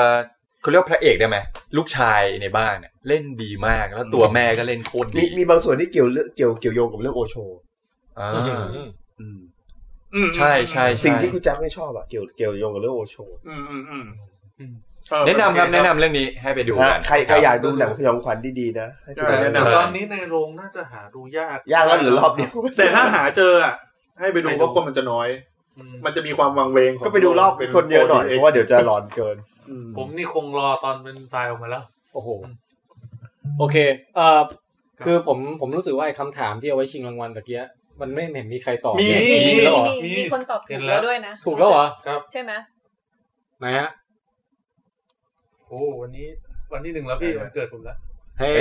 Speaker 5: เขาเรียกว่าพระเอกได้ไหมลูกชายในบ้านเนี่ยเล่นดีมากแล้วตัวแม่ก็เล่นโคตร
Speaker 8: มี
Speaker 5: ดี
Speaker 8: มีบางส่วนที่เกี่ยวเรื่องเกี่ยวเกี่ยวโยงกับเรื่องโอโช
Speaker 5: อ่า
Speaker 8: อืม
Speaker 3: อืม
Speaker 5: ใช่ใช่
Speaker 8: สิ่ง
Speaker 5: ใช่
Speaker 8: ที่คุณแจ็คไม่ชอบอ่ะเกี่ยวเกี่ยวโยงกับเรื่องโอโช
Speaker 3: อืมอืมอืม
Speaker 5: แนะนำครับแนะนำเรื่องนี้ให้ไปดู
Speaker 8: นะ
Speaker 5: กัน
Speaker 8: ใครใครอยากดูหนังสยองขวัญดีๆนะให้ดู
Speaker 3: ใช่แนะน
Speaker 6: แต่ตอนนี้ในโรงน่าจะหาดูยาก
Speaker 8: ยากแล้วเหรือรอบเดียว
Speaker 3: ำแต่ถ้าหาเจออ่ะ ให้ไปดู
Speaker 6: ไปดู
Speaker 3: ว่าคนมันจะน้อย มันจะมีความวังเวงของ
Speaker 8: ก็ไปดูรอบ
Speaker 3: เป็
Speaker 8: คนเยอะหน่อยเพราะว่าเดี๋ยวจะร้อนเกิน
Speaker 3: อืม
Speaker 6: ผมนี่คงรอตอนเป็นไฟล์ออกมาแล้ว
Speaker 2: โอ้โห โอเค เอ่อ คือผม ผมรู้สึกว่าไอ้คำถามที่เอาไว้ชิงรางวัลตะเกียมันไม่เห็นมีใครตอบ
Speaker 3: มี
Speaker 2: เลยมีแล้ว
Speaker 4: มี
Speaker 2: เหรอ
Speaker 4: มีมีคนตอบถูกแล้วด้วยนะ
Speaker 2: ถูกแล้วเหรอ
Speaker 4: ใช่ไหม
Speaker 2: ไหนฮะ
Speaker 6: โอ้วันนี้วันที่หนึ่งแล้วพี่วันเกิดผมแล้ว
Speaker 2: เฮ้ย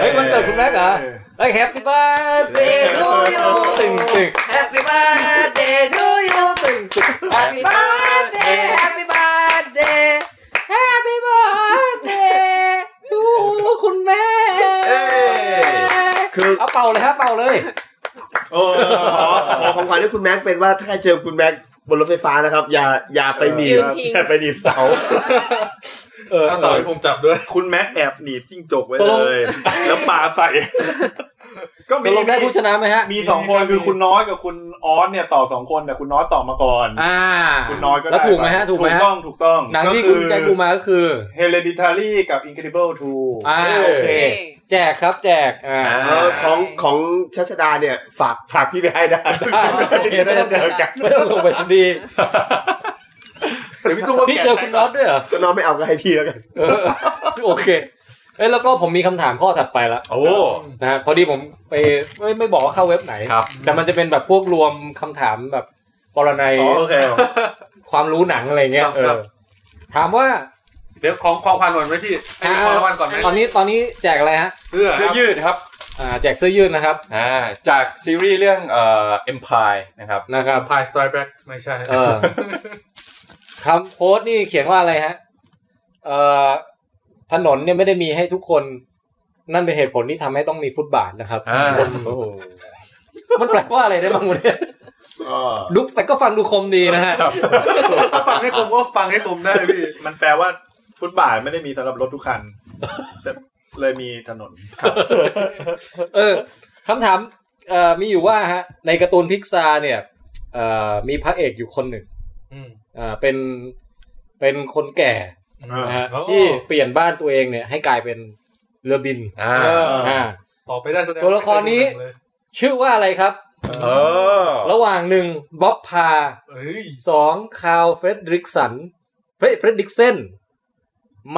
Speaker 2: เฮ้ย มันเกิดคุณแม็กเหรอเฮ้ยแฮปปี้เบิร์ดเดย์ทูยูตึงตึก
Speaker 7: Happy birthday to you
Speaker 2: ตึงตึก
Speaker 7: Happy birthday Happy birthday Happy birthday to คุณแม่
Speaker 8: คือ
Speaker 2: เอาเป่าเลยฮะเป่าเลย
Speaker 3: โอ้
Speaker 8: ขอขอของขวัญให้คุณแม็กเป็นว่าถ้าใครเจอคุณแม็กบนรถไฟฟ้านะครับ อย่าอย่าไปหนีบ
Speaker 4: ยืนพิง
Speaker 8: อย่าไปหนีบเสา
Speaker 2: เออ
Speaker 6: ถ้าเสาร์ให้ผมจับด้วย
Speaker 3: คุณแม็กแอบหนีบจิ้งจกไว้เลย แล้วปาใส่ ก็
Speaker 2: ต
Speaker 3: มี
Speaker 2: กลงได้ผู้ชนะไหมฮะ
Speaker 3: มีสองคนคือคุณน้อยกับคุณออสเนี่ยต่อสองคนแต่คุณน้อยต่อมาก่อน
Speaker 2: อ่า
Speaker 3: คุณน้อยก็ได้
Speaker 2: แล้วถูกไหมฮะ ถูกไหม
Speaker 3: ถู
Speaker 2: ฮะ
Speaker 3: กต้องถูกต้อง
Speaker 2: หนังที่
Speaker 3: ก็
Speaker 2: คุณแจ็คดูมาก็คือ
Speaker 3: Hereditary กับ Incredible 2
Speaker 2: อ่าโอเค แจกครับแจก อ่า
Speaker 8: เออของของชัชดาเนี่ย ฝากฝากพี่ไปให้ได้เดี๋ยวน่าจะเจอกัน
Speaker 2: ไม่ต้องส่งไปสดีย์
Speaker 6: เดี๋ยวพี่ตุ้มว่า
Speaker 2: พี่
Speaker 6: แกะ
Speaker 2: เจอคุณน็อตด้วยเหรอ
Speaker 8: น้องไม่เอาก็ให้พี่แล้วกัน
Speaker 2: เออโอเคเอ้ยแล้วก็ผมมีคำถามข้อถัดไปละ
Speaker 5: โอ้
Speaker 2: นะฮะพอดีผมไปไม่ไม่บอกว่าเข้าเว็บไหน
Speaker 5: ครับ
Speaker 2: แต่มันจะเป็นแบบพวกรวมคำถามแบบปรนัย
Speaker 3: อ๋อโอเค
Speaker 2: ความรู้หนังอะไรเงี้ยเออถามว่า
Speaker 6: เดี๋ยวของของขวัญก่อนไหมพี่ให้ของขวัญก่อนไหม
Speaker 2: ตอนนี้ตอนนี้แจกอะไรฮะ
Speaker 6: เสื้อค
Speaker 5: เสื้อ
Speaker 6: รับ
Speaker 5: ยืดครับ
Speaker 2: อ่าแจกเสื้อยืดนะครับ
Speaker 5: อ่าจากซีรีส์เรื่องเอ่อ Empire นะครับ
Speaker 2: นะครับ
Speaker 6: พายสไตร์แบ็กไม่ใช่
Speaker 2: เออคำโพสต์นี่เขียนว่าอะไรฮะเอ่อถนนเนี่ยไม่ได้มีให้ทุกคน นั่นเป็นเหตุผลที่ทำให้ต้องมีฟุตบาทนะครับ
Speaker 5: อ่า
Speaker 2: มันแปลว่าอะไรได้บ้างวะเนี่ยดูแต่ก็ฟังดูคมดีนะฮะ
Speaker 6: ถ้าฟังให้คมก็ฟังให้คมได้พี่
Speaker 3: มันแปลว่าฟุตบาทไม่ได้มีสำหรับรถทุกคันแต่เลยมีถนน
Speaker 2: เออคำถามเอ่อมีอยู่ว่าฮะ ในการ์ตูนพิกซาเนี่ยเอ่อมีพระเอกอยู่คนหนึ่ง
Speaker 6: อืม
Speaker 2: เอ่อเป็นเป็นคนแก่นะฮะ
Speaker 6: อ๋อ
Speaker 2: ที่เปลี่ยนบ้านตัวเองเนี่ยให้กลายเป็นเรือบิน
Speaker 5: อ่า
Speaker 2: อ่า
Speaker 6: ต่อไปได้แสดง
Speaker 2: ตัวละครนี้ ชื่อว่าอะไรครับ
Speaker 5: เออ
Speaker 2: ระหว่างหนึ่งบ๊อบพา
Speaker 6: เอ้ย
Speaker 2: สองคาร์ลเฟรดริกสันเฟรเฟรดริกเซน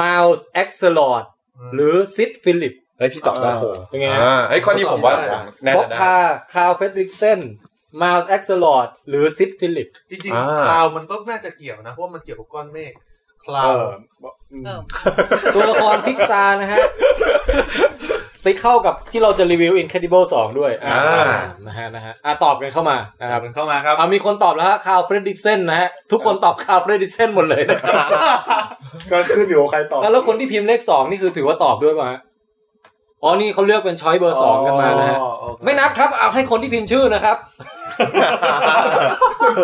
Speaker 2: มาลส์แอ็กเซลอดหรือซิดฟิลิป
Speaker 8: เฮ้ย พี่ตอบได้โห
Speaker 2: เป็นไงฮะ
Speaker 5: อ่าไอ้ยข้อนี้ผมว่าน่า
Speaker 2: บ็อ
Speaker 5: จะ
Speaker 2: บ
Speaker 5: ได้
Speaker 2: คาร์คาร์เฟดริกเซนมาลส์แอ็กซ์ลอดหรือซิดฟิลิป
Speaker 6: จริง
Speaker 5: อ่า
Speaker 6: ๆคลาวมันก็น่าจะเกี่ยวนะเพราะมันเกี่ยวกับก้อนเมฆคลา
Speaker 3: เอ
Speaker 6: ว
Speaker 3: อ
Speaker 4: เออ
Speaker 2: ตัวละครพิกซานะ ฮะ ไปเข้ากับที่เราจะรีวิว Incredible 2 ด้วยอ่า
Speaker 5: อ่า
Speaker 2: นะฮะนะฮะอ่ะตอบกันเข้ามานะครับ
Speaker 6: มันเข้ามาครับ
Speaker 2: เอามีคนตอบแล้วฮะคาร์เฟดริกเซนนะฮะ ทุกคนตอบคาร์เฟดริกเซนหมดเลยนะครับ
Speaker 3: ก็ขึ้นอยู่กับใครตอบ
Speaker 2: แล้วคนที่พิมพ์เลข 2 นี่คือถือว่าตอบด้วยป่ะฮะอ๋อนี่เขาเลือกเป็นช้อยเบอร์สองกันมานะฮะ
Speaker 3: อ๋อโอเค
Speaker 2: ไม่นับครับเอาให้คนที่พิมพ์ชื่อนะครับ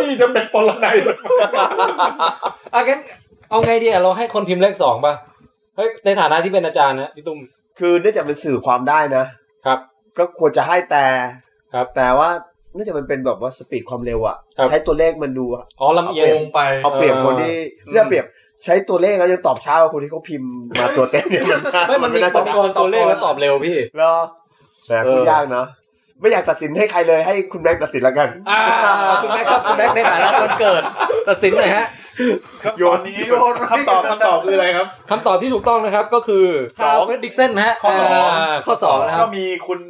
Speaker 3: นี่จะเป็นปรนัย
Speaker 2: อางั้นเอาไงดีอะเราให้คนพิมพ์เลขสองป่ะเฮ้ยในฐานะที่เป็นอาจารย์นะพี่ตุ้ม
Speaker 8: คือเนื่องจากเป็นสื่อความได้นะครับ ก็ควรจะให้แต่
Speaker 2: ครับ
Speaker 8: แต่ว่าเนื่องจากมันเป็นแบบว่าสปีดความเร็วอ่ะ
Speaker 2: ครับ
Speaker 8: ใช้ตัวเลขมันดูอะ
Speaker 2: อ๋อลำเอียง
Speaker 6: ลงไป
Speaker 8: เอาเปรียบคนที่
Speaker 2: เออ
Speaker 8: เรียกเปรียบใช้ตัวเลขแล้วยังตอบช้ากว่าคนที่เขาพิมพ์มาตัวเต็มเนี่ย
Speaker 2: ไม่มันมี
Speaker 8: น่า
Speaker 2: ต
Speaker 8: จะ
Speaker 2: อบก่อนตัวเลขแล้วตอบเร็วพี่
Speaker 8: แล้วแต่
Speaker 2: เออ
Speaker 8: พูดยากเนาะ ไม่อยากตัดสินให้ใครเลยให้คุณแม็กซ์ตัดสินแล้วกัน
Speaker 2: อ่าคุณแม็กครับคุณแม็กในฐานะคนเกิดตัดสินหน่อยฮะ
Speaker 3: ครับ
Speaker 8: โย
Speaker 3: ตอน นนี้
Speaker 8: โยน
Speaker 3: คำตอบคำตอบคืออะไรครับ
Speaker 2: คำตอบที่ถูกต้องนะครับก็คือ
Speaker 3: ส
Speaker 2: ข้า
Speaker 3: อง
Speaker 2: วเฟรดิกเซนนะฮะ
Speaker 3: ข้อสอง
Speaker 2: าข้อสองนะค
Speaker 3: ก็
Speaker 2: รับ
Speaker 3: มีคุณ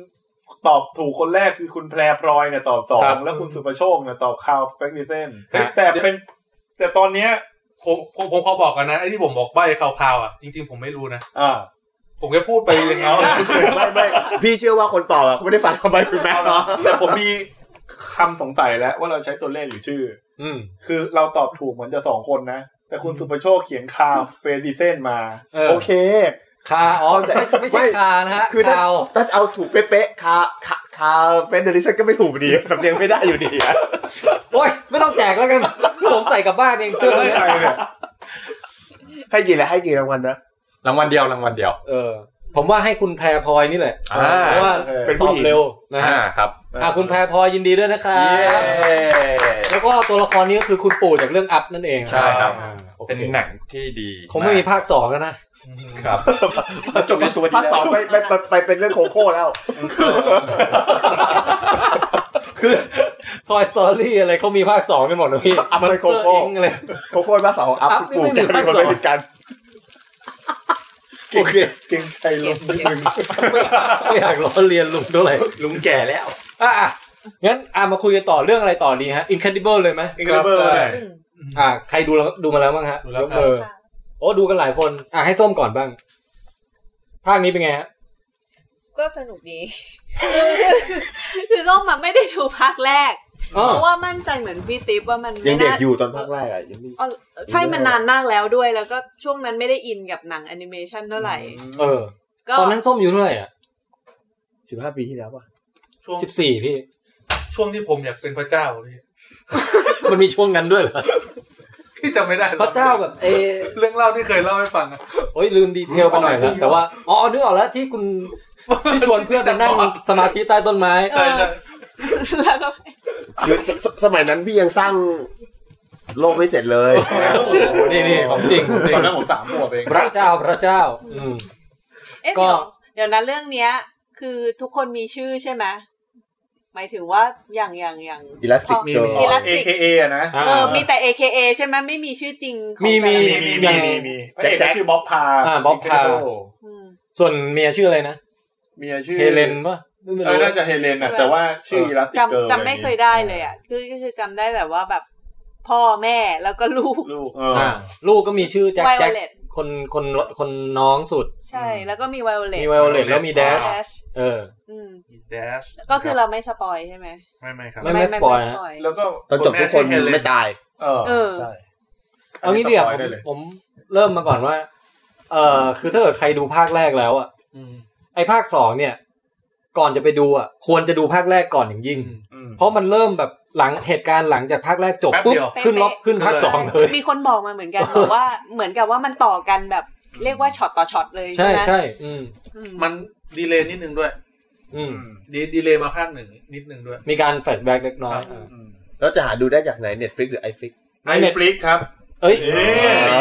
Speaker 3: ตอบถูกคนแรกคือคุณแพรพลอยเนี่ยตอบสอ
Speaker 2: ครั
Speaker 3: ง
Speaker 2: บ
Speaker 3: แล้วคุณสุประโชคเนี่ยตอบคาวแฟกดิเซนแต่เป็น แต่ตอนเนี้ย
Speaker 6: ผมผมผมขอบอกกันนะไอ้ที่ผมบอกใบ้คร่าวๆอ่ะจริงๆผมไม่รู้นะ
Speaker 3: อ่า
Speaker 6: ผมแค่พูดไปอย่างเอา
Speaker 8: ไม่ไม่พี่เชื่อว่าคนตอบอะเขาไม่ได้ฟังทำไมคุณแม็กซ์เนาะ
Speaker 3: แต่ผมมีคำสงสัยแล้วว่าเราใช้ตัวเลขหรือชื่อ
Speaker 2: อืม
Speaker 3: คือเราตอบถูกเหมือนจะสองคนนะ แต่คุณสุประโชคเขียนคาวเฟดิเซนมา
Speaker 2: เออ
Speaker 8: โอเค
Speaker 2: คาอ๋อไม่ไม่ใช่
Speaker 8: ไม่
Speaker 2: คานะฮะ
Speaker 8: คือถ้า
Speaker 2: คาว
Speaker 8: ถ้าจะเอาถูกเป๊ะๆคาคาคาเฟนเดอริสันก็ไม่ถูกอยู่ดีสำเนียงไม่ได้อยู่ดีอะ
Speaker 2: โอ๊ยไม่ต้องแจกแล้วกันผมใส่กลับบ้านเองเครื่องนี้
Speaker 8: ให้กี่แหละให้กี่รางวัลนะ
Speaker 5: รางวัลเดียวรางวัลเดียว
Speaker 2: เออ ผมว่าให้คุณแพรพลอยนี่แหละ
Speaker 5: อ่า
Speaker 2: เพราะว่า
Speaker 8: เป็น
Speaker 2: ต
Speaker 8: ผู้
Speaker 2: อบ
Speaker 8: หญิง
Speaker 2: เร็วนะฮะ
Speaker 5: อ่าครับ
Speaker 2: อ่าคุณแพรพลอยยินดีด้วยนะครั
Speaker 5: เย้
Speaker 2: บแล้วก็ตัวละครนี้ก็คือคุณปู่จากเรื่องอัพนั่นเองนะ
Speaker 5: ใช่ครับ
Speaker 2: อ่าโอค
Speaker 5: เป็นหนังที่ดี
Speaker 2: คงไม่มีภาคสองแล้วนะ
Speaker 5: ครับจบเป็นตัวดี
Speaker 8: ภาคสองไปไปไปไปเป็นเรื่องโคโค่แล้ว
Speaker 2: คือ Toy Story อะไรเขามีภาคสองกันหมดนะพี่
Speaker 8: อัพไป
Speaker 2: Monster
Speaker 8: โคโค่
Speaker 2: Inc. อะไร
Speaker 8: โคโค่ภาคสองอัพ
Speaker 2: อัพ
Speaker 8: ปลูก
Speaker 2: นี่
Speaker 8: กัน
Speaker 2: ไม่
Speaker 8: เป็
Speaker 2: มีภาค
Speaker 8: นคน
Speaker 2: สอง
Speaker 8: ไม่ติดกัน
Speaker 3: เก่งเก่งใจลมนิดนึง
Speaker 2: ไม่อยากล้อเรียนลุงเท่าไหร่
Speaker 5: ลุงแก่แล้ว
Speaker 2: อ่ะอ่ะงั้นอ่ะมาคุยกันต่อเรื่องอะไรต่อดีฮะ Incredible เลยไหม
Speaker 3: อิงเกอร์เบอร์เลย
Speaker 2: อ่ะใครดูแล้วดูมาแล้วบ้างฮะ
Speaker 6: ดูแล้ว
Speaker 2: ยก
Speaker 6: ครั
Speaker 2: เอบ อโอ้ดูกันหลายคนอ่ะให้ส้มก่อนบ้าง ภาคนี้เป็นไงฮะ
Speaker 7: ก็สนุกดี
Speaker 4: คือส้มอะไม่ได้ดูภาคแรก
Speaker 2: อ๋อ
Speaker 4: เพราะว่ามั่นใจเหมือนพี่ติ๊บว่ามัน
Speaker 8: ยังเด็ก
Speaker 4: ไม่า
Speaker 8: อยู่ตอนภาคแรกอะยังไม่
Speaker 4: อ๋อใช่มันนานมากแล้วด้วย แล้วก็ช่วงนั้นไม่ได้อินกับหนังแอนิเมชันเท่าไหร่
Speaker 2: เออ
Speaker 4: ก็
Speaker 2: ตอนนั้นส้มอยู่เท่าไหร่อ่ะ
Speaker 8: สิบห้าปีที่แล้วป่ะ
Speaker 6: ช่วง
Speaker 2: สิบสี่พี่
Speaker 6: ช่วงที่ผมอยากเป็นพระเจ้าพี่
Speaker 2: มันมีช่วงนั้นด้วยเหรอ
Speaker 6: พี่จำไม่ได้หอ
Speaker 2: พระเจ้าแบบเออ
Speaker 6: เรื่องเล่าที่เคยเล่าให้ฟังอะ
Speaker 2: โอ้ยลืมดีเทลไปหน่อยแล้วแต่ว่าอ๋อนึกออกแล้วที่คุณที่ชวนเพื่อนไปนั่งสมาธิใต้ต้นไม้
Speaker 6: ใช่ใช่
Speaker 4: แล้วก็
Speaker 8: คือสสสมัยนั้นพี่ยังสร้างโลกไม่เสร็จเลย
Speaker 2: นี่นี่ของจริงของจริง
Speaker 3: ตอนนั้นผมสามขวบเอง
Speaker 2: พระเจ้าพระเจ้า อืม
Speaker 4: เอ๊ะ
Speaker 2: ก็
Speaker 4: เดี๋ยวเดี๋ยวนะเรื่องเนี้ย คือทุกคนมีชื่อใช่ไหมหมายถึงว่าอย่างอย่างอย่าง
Speaker 8: อิลาสติก
Speaker 6: มี
Speaker 8: โจ
Speaker 6: มี
Speaker 4: มีละ
Speaker 3: AKA อะนะ
Speaker 2: อ่า
Speaker 4: เออมีแต่ AKA ใช่ไหมไม่มีชื่อจริงของ
Speaker 2: มีมี
Speaker 4: แต่ละ
Speaker 3: มีมีมีมีมีพระเอกก็ชื่อบ๊อบพา
Speaker 2: อ่าบ๊อบพา
Speaker 4: อืม
Speaker 2: ส่วนเมียชื่ออะไรนะ
Speaker 3: เมียชื่อ
Speaker 2: เฮเลนปะไม่
Speaker 3: เออ
Speaker 2: รู้
Speaker 3: น่าจะเฮเลนอะแต่ว่าชื่ออิลาสติกเกอร์
Speaker 4: จำจำไม่เคยได้เลยอ่ะ คือก็คือจำได้แบบว่าแบบพ่อแม่แล้วก็ลูก
Speaker 3: ลูกเอ
Speaker 2: อ่า
Speaker 3: อ
Speaker 2: ลูกก็มีชื่อแจ็คแจ็ค
Speaker 4: Violet
Speaker 2: คนคนคนน้องสุด
Speaker 4: ใช่ แล้วก็มีไวโอเลต
Speaker 2: มีไวโอเลตแล้วมีแดช เออ
Speaker 4: อืม
Speaker 6: แดช
Speaker 4: ก็คือเราไม่สปอยใช่ไหม
Speaker 6: ไม่ไม่ครับ
Speaker 2: ไม่ spoil ฮะ
Speaker 3: แล้วก็
Speaker 8: ตอนจบทุกคนไม่ตาย
Speaker 3: เออ
Speaker 4: เออ
Speaker 3: ใช่
Speaker 2: เอางี้ดีกว่า
Speaker 3: สป
Speaker 2: ผ
Speaker 3: ย
Speaker 2: ม
Speaker 3: ไเลย
Speaker 2: ผมเริ่มมาก่อนว่า เออคือถ้าเกิดใครดูภาคแรกแล้วอ่ะไอภาคสองเนี่ย ก่อนจะไปดูอ่ะ ควรจะดูภาคแรกก่อนอย่างยิ่ง
Speaker 6: อืม
Speaker 3: อืม
Speaker 2: เพราะมันเริ่มแบบหลังเหตุการณ์หลังจากภาคแรกจบ
Speaker 6: แป๊บ
Speaker 2: ปุ๊บ
Speaker 6: เดียว
Speaker 2: ขึ้นล็อกขึ้นภาคสองเลย
Speaker 4: มีคนบอกมาเหมือนกันบอกว่าเหมือนกับว่ามันต่อกันแบบเรียกว่าช็อตต่อช็อตเลย
Speaker 2: ใช่
Speaker 4: ใช่ไหม
Speaker 2: ใช่อืม
Speaker 4: อืม
Speaker 6: มันดีเลย์นิดนึงด้วย
Speaker 2: อืม
Speaker 6: ดีดีเลย์มาภาคหนึ่งนิดนึงด้วย
Speaker 2: มีการแฟลชแบ็กเล็กน้อ
Speaker 6: ค
Speaker 2: ย
Speaker 6: รับ
Speaker 2: เออ
Speaker 8: แล้วจะหาดูได้จากไหน Netflix หรือ iFlix
Speaker 3: ในเน็ตฟลิกครับ
Speaker 2: เอ้ย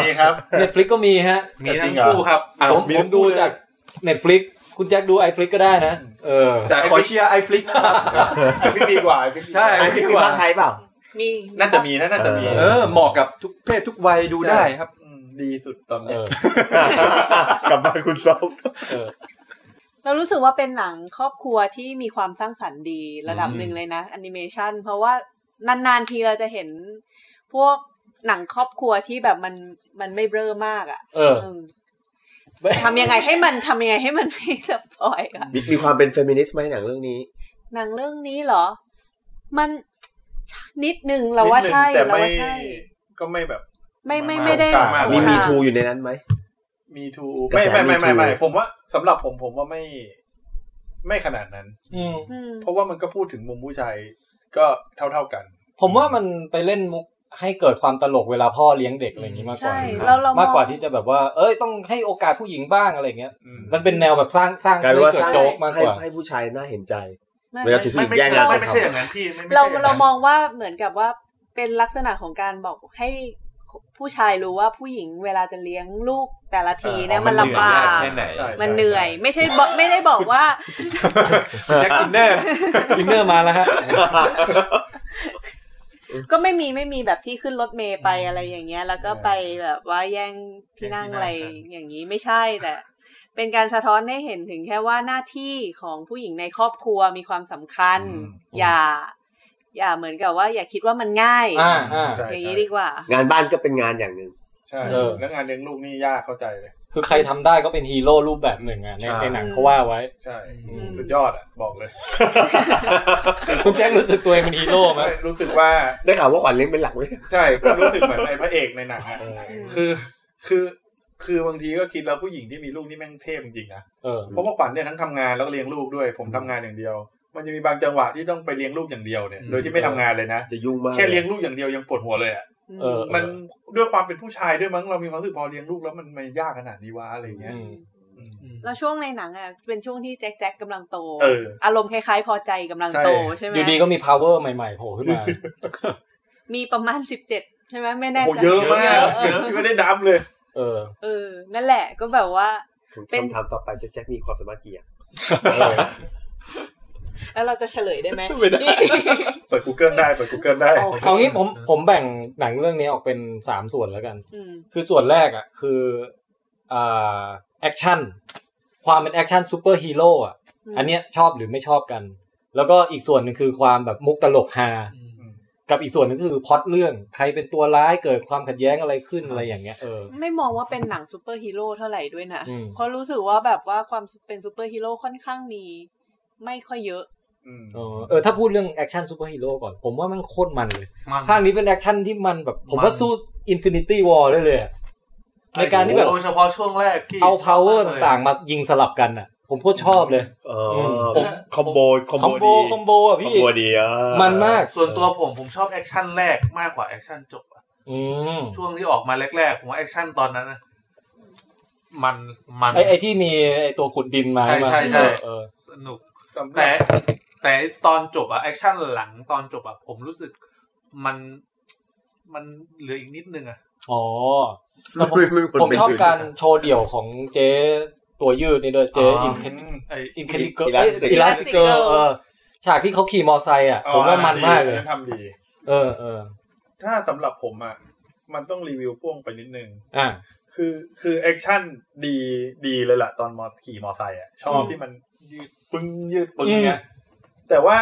Speaker 3: นี่ครับ
Speaker 2: n น t f l i x ก็มีฮะ
Speaker 6: มี
Speaker 3: จริ
Speaker 6: ทั้
Speaker 3: ง
Speaker 6: ง
Speaker 3: เหรอ
Speaker 6: คู่ครับ
Speaker 2: อ่ะผม
Speaker 5: มี
Speaker 2: ผ
Speaker 5: ทั้
Speaker 2: ม
Speaker 5: ง
Speaker 2: ดู
Speaker 5: คู่เลย
Speaker 2: จาก Netflix คุณแจ็คดู iFlix ก็ได้นะ เออ
Speaker 5: แต่ขอเชียร์ไอฟลิกนะครับ
Speaker 3: ไอพิกดีกว่าไอพิก
Speaker 5: ใช่
Speaker 8: iFlix มีภาคไทยเปล่า
Speaker 4: มี
Speaker 3: น่าจะมีนะน่าจะมี
Speaker 5: เออเหมาะกับทุกเพศทุกวัยดูได้ครับ
Speaker 3: มดีสุดตอน
Speaker 2: เอ
Speaker 3: เนี้ย
Speaker 2: อก
Speaker 8: ลับมาคุณซอม
Speaker 2: เออ
Speaker 4: เรารู้สึกว่าเป็นหนังครอบครัวที่มีความสร้างสรรค์ดีระดับหนึ่งเลยนะแอนิเมชันเพราะว่านานๆทีเราจะเห็น พวกหนังครอบครัวที่แบบมันมันไม่เบ้อมากอ่ะ
Speaker 2: เออ
Speaker 4: เออ ทำยังไงให้มันทำยังไงให้มันไม่สปอย ล์อะ
Speaker 8: มีมีความเป็นเฟมินิสต์ไหมหนังเรื่องนี้
Speaker 4: หนังเรื่องนี้เหรอ มันนิดนึงเราว่าใช่
Speaker 3: นิดนึงแต่
Speaker 4: เรา
Speaker 3: ไม่
Speaker 4: ว่าใช่
Speaker 3: ก็ไม่แบบ
Speaker 4: ไม่ไม่
Speaker 3: ไม่
Speaker 4: ไม่ได้
Speaker 3: ฉากมาก
Speaker 8: มีมี
Speaker 4: ฉาก
Speaker 8: ทูอยู่ในนั้นไหม
Speaker 3: มีทู
Speaker 8: กระ
Speaker 3: ไม่
Speaker 8: แส
Speaker 3: ไม่ไม่
Speaker 8: Me
Speaker 3: ไม่
Speaker 8: Too
Speaker 3: ไม่ ผมว่าสำหรับผมผมว่าไม่ ไม่ขนาดนั้น
Speaker 2: อืม
Speaker 4: อืม
Speaker 3: เพราะว่ามันก็พูดถึงมุมผู้ชายก็เท่าเท่าๆกัน
Speaker 2: ผมว่ามันไปเล่นมุกให้เกิดความตลกเวลาพ่อเลี้ยงเด็กอะไรอย่างนี้มากกว่า
Speaker 4: ใช่เราเราม
Speaker 2: มา
Speaker 4: อก ง
Speaker 2: กว่าที่จะแบบว่า เอ้ยต้องให้โอกาสผู้หญิงบ้างอะไรอย่างเงี้ย
Speaker 3: อืม
Speaker 2: มันเป็นแนวแบบสร้างสร้าง
Speaker 8: กลายเป็นว่า
Speaker 2: ให้เกิด
Speaker 8: สร้าง
Speaker 2: โจ๊กมาก
Speaker 8: ให้
Speaker 2: กว่า
Speaker 8: ให้ผู้ชายน่าเห็นใจ
Speaker 4: ไม่
Speaker 8: เวลาถูกผู้
Speaker 6: ไม่ไม่
Speaker 8: หญิงแย่ง
Speaker 6: ใช่
Speaker 8: งาน
Speaker 6: ไม่
Speaker 8: กั
Speaker 6: ไม่
Speaker 8: น
Speaker 6: ใช่อย่างนั้นพี่ไม่ไม่
Speaker 4: เรา
Speaker 6: ใช่อย่งนั้น
Speaker 4: เรามองว่าเหมือนกับว่าเป็นลักษณะของการบอกให้ ผู้ชายรู้ว่าผู้หญิงเวลาจะเลี้ยงลูกแต่ละทีเนี่ย
Speaker 5: เออ
Speaker 4: มันลำบาก
Speaker 5: แค่ไหน
Speaker 3: ใช่
Speaker 4: มันเหนื่อย ไม่ใช่บอกไม่ได้บอกว่า
Speaker 5: แจ็คอินเนอร์
Speaker 2: อินเนอร์มาแล้วฮะ
Speaker 4: ก็ไม่มีไม่มีแบบที่ขึ้นรถเมย์ไปอะไรอย่างเงี้ย แล้วก็ไปแบบว่าแย่งที่นั่งอะไรอย่างนี้ไม่ใช่แต่ เป็นการสะท้อนให้เห็นถึงแค่ว่าหน้าที่ของผู้หญิงในครอบครัวมีความสำคัญ อย่า อย่าเหมือนกับว่า อย่าคิดว่ามันง่าย
Speaker 2: อ่าอ่า
Speaker 3: ใช่
Speaker 4: อย่างนี้ดีกว่า
Speaker 8: งานบ้านก็เป็นงานอย่างหนึ่ง
Speaker 3: ใช่
Speaker 2: เออ
Speaker 3: แล้วงานเลี้ยงลูกนี่ยากเข้าใจเลย
Speaker 2: คือใครทำได้ก็เป็นฮีโร่รูปแบบหนึ่งอ่ะในในหนังเขาว่าไว้
Speaker 3: ใช่
Speaker 4: อืม
Speaker 3: สุดยอดอ่ะ บอกเลย
Speaker 2: คุณแจ็ครู้สึกตัวเองเป็นฮีโร่ไหม
Speaker 3: รู้สึกว่า
Speaker 8: ได้ข่าวว่าขวัญเลี้ยงเป็นหลักเว้ย
Speaker 3: ใช่ก็รู้สึกเหมือนในพระเอกในหนังอะคือ คือ คือบางทีก็คิดแล้วผู้หญิงที่มีลูกนี่แม่งเทพจริงๆนะ
Speaker 2: เออ
Speaker 3: เพราะว่าขวัญเนี่ยทั้งทำงานแล้วก็เลี้ยงลูกด้วย ผมทำงานอย่างเดียว มันจะมีบางจังหวะที่ต้องไปเลี้ยงลูกอย่างเดียวเนี่ย โดยที่ไม่ทำงานเลยนะ
Speaker 8: จะยุ่งมาก
Speaker 3: แค่เลี้ยงลูกอย่างเดียวยังปวดหัวเลยอ่ะ
Speaker 2: เออ
Speaker 3: มันด้วยความเป็นผู้ชายด้วยมั้งเรามีความรู้สึกพอเลี้ยงลูกแล้วมันมันยากขนาดนี้วะอะไรเงี้ย
Speaker 2: อืม
Speaker 4: แล้วช่วงในหนังอ่ะเป็นช่วงที่แจ็คแจ็คกำลังโต
Speaker 3: เอออ
Speaker 4: อารมณ์คล้ายๆ พอใจกำลังโต
Speaker 3: ใช่
Speaker 4: ใช่ไหม
Speaker 2: อยู่ดีก็มี power ใหม่ๆโผล่ขึ้นมา
Speaker 4: มีประมาณสิบเจ็ดใช่ไหมไม่แน่
Speaker 3: โห
Speaker 4: ใจ
Speaker 3: เยอะมาก
Speaker 4: เออ
Speaker 3: ไม่ได้ดับเลย
Speaker 2: เออ
Speaker 4: เออ นั่นแหละก็แบบว่า เป็น
Speaker 8: คำถามต่อไปจะแจ็คมีความสามารถเกี่ยาง
Speaker 4: แล้วเราจะเฉลยได้ไหม
Speaker 3: เปิด Google ได้ เปิด Google ได้
Speaker 2: เอางี้ผมผมแบ่งหนังเรื่องนี้ออกเป็นสามส่วนแล้วกัน
Speaker 4: อืม
Speaker 2: คือส่วนแรกอ่ะคืออ่าแอคชั่นความเป็นแอคชั่นซูเปอร์ฮีโร่อ่ะ
Speaker 4: อืม
Speaker 2: อันเนี้ยชอบหรือไม่ชอบกัน แล้วก็อีกส่วนหนึ่งคือความแบบมุกตลกฮากับอีกส่วนหนึงคือพล็อตเรื่องใครเป็นตัวร้ายเกิดความขัดแย้งอะไรขึ้นอะไรอย่างเงี้ยเออ
Speaker 4: ไม่มองว่าเป็นหนังซูเปอร์ฮีโร่เท่าไหร่ด้วยนะ
Speaker 2: อืม
Speaker 4: เพราะรู้สึกว่าแบบว่าความเป็นซูเปอร์ฮีโร่ค่อนข้างมี ไม่ค่อยเยอะ
Speaker 2: เออเออถ้าพูดเรื่องแอคชั่นซูเปอร์ฮีโร่ก่อน ผมว่ามันโคตรมันเลย
Speaker 6: มัน
Speaker 2: ภาคนี้เป็นแอคชั่นที่มันแบบ ผมว่า
Speaker 6: มัน
Speaker 2: สู้อินฟินิตี้วอลได้เลยอะในการที่แบบ
Speaker 6: โดยเฉพาะช่วงแรกที่
Speaker 2: เอา power ต่างๆ มายิงสลับกันอ่ะ ผมโคตรชอบเลย
Speaker 8: เอ
Speaker 2: อืม
Speaker 8: อผมคอมโบคอม
Speaker 2: คอมโบ
Speaker 8: โบ
Speaker 2: คอมโบอ่ะ
Speaker 8: ดีคอม
Speaker 2: พี่
Speaker 8: โบดีอ่ะ
Speaker 2: มันมาก
Speaker 6: ส่วนตัวผมผมชอบแอคชั่นแรกมากกว่าแอคชั่นจบอะ
Speaker 2: อืม
Speaker 6: ช่วงที่ออกมาแรกๆผมว่าแอคชั่นตอนนั้นนะมันมัน
Speaker 2: ไอไอที่มีไอตัวขุดดินมา
Speaker 6: ใช่ใช่ใช่
Speaker 2: เออ
Speaker 6: สนุก
Speaker 3: สำหรั
Speaker 6: แต่
Speaker 3: บ
Speaker 6: แต่ตอนจบอะแอคชั่นหลังตอนจบอะผมรู้สึกมันมันเหลืออีกนิดนึงอะ
Speaker 2: อ๋อ
Speaker 8: มันไม่ไม่ควร
Speaker 2: ผม
Speaker 8: เป็น
Speaker 2: ชอบการโชว์เดี่ยวของเจ๊ตัวยืดนี่ด้วยเจ๊อิน
Speaker 3: อืม
Speaker 6: ไอ
Speaker 2: อินเคดิเกอร์อิลาสติเกอ
Speaker 4: Elastical
Speaker 2: ร์เออฉากที่เขาขี่มอไซค์อ่ะ ผมว่ามันมากเลย
Speaker 3: อันนั้นทำดี
Speaker 2: เออเออ
Speaker 3: ถ้าสำหรับผมอ่ะ มันต้องรีวิวพ่วงไปนิดนึง
Speaker 2: อ่ะ
Speaker 3: คือคือแอคชั่นดีดีเลยล่ะ ตอนมอขี่มอไซค์อ่ะ ชอบ
Speaker 2: อืม
Speaker 3: ที่มันยืดปึ้งยืดปึ้ง
Speaker 2: อืม
Speaker 3: เนี้ย แต่ว่า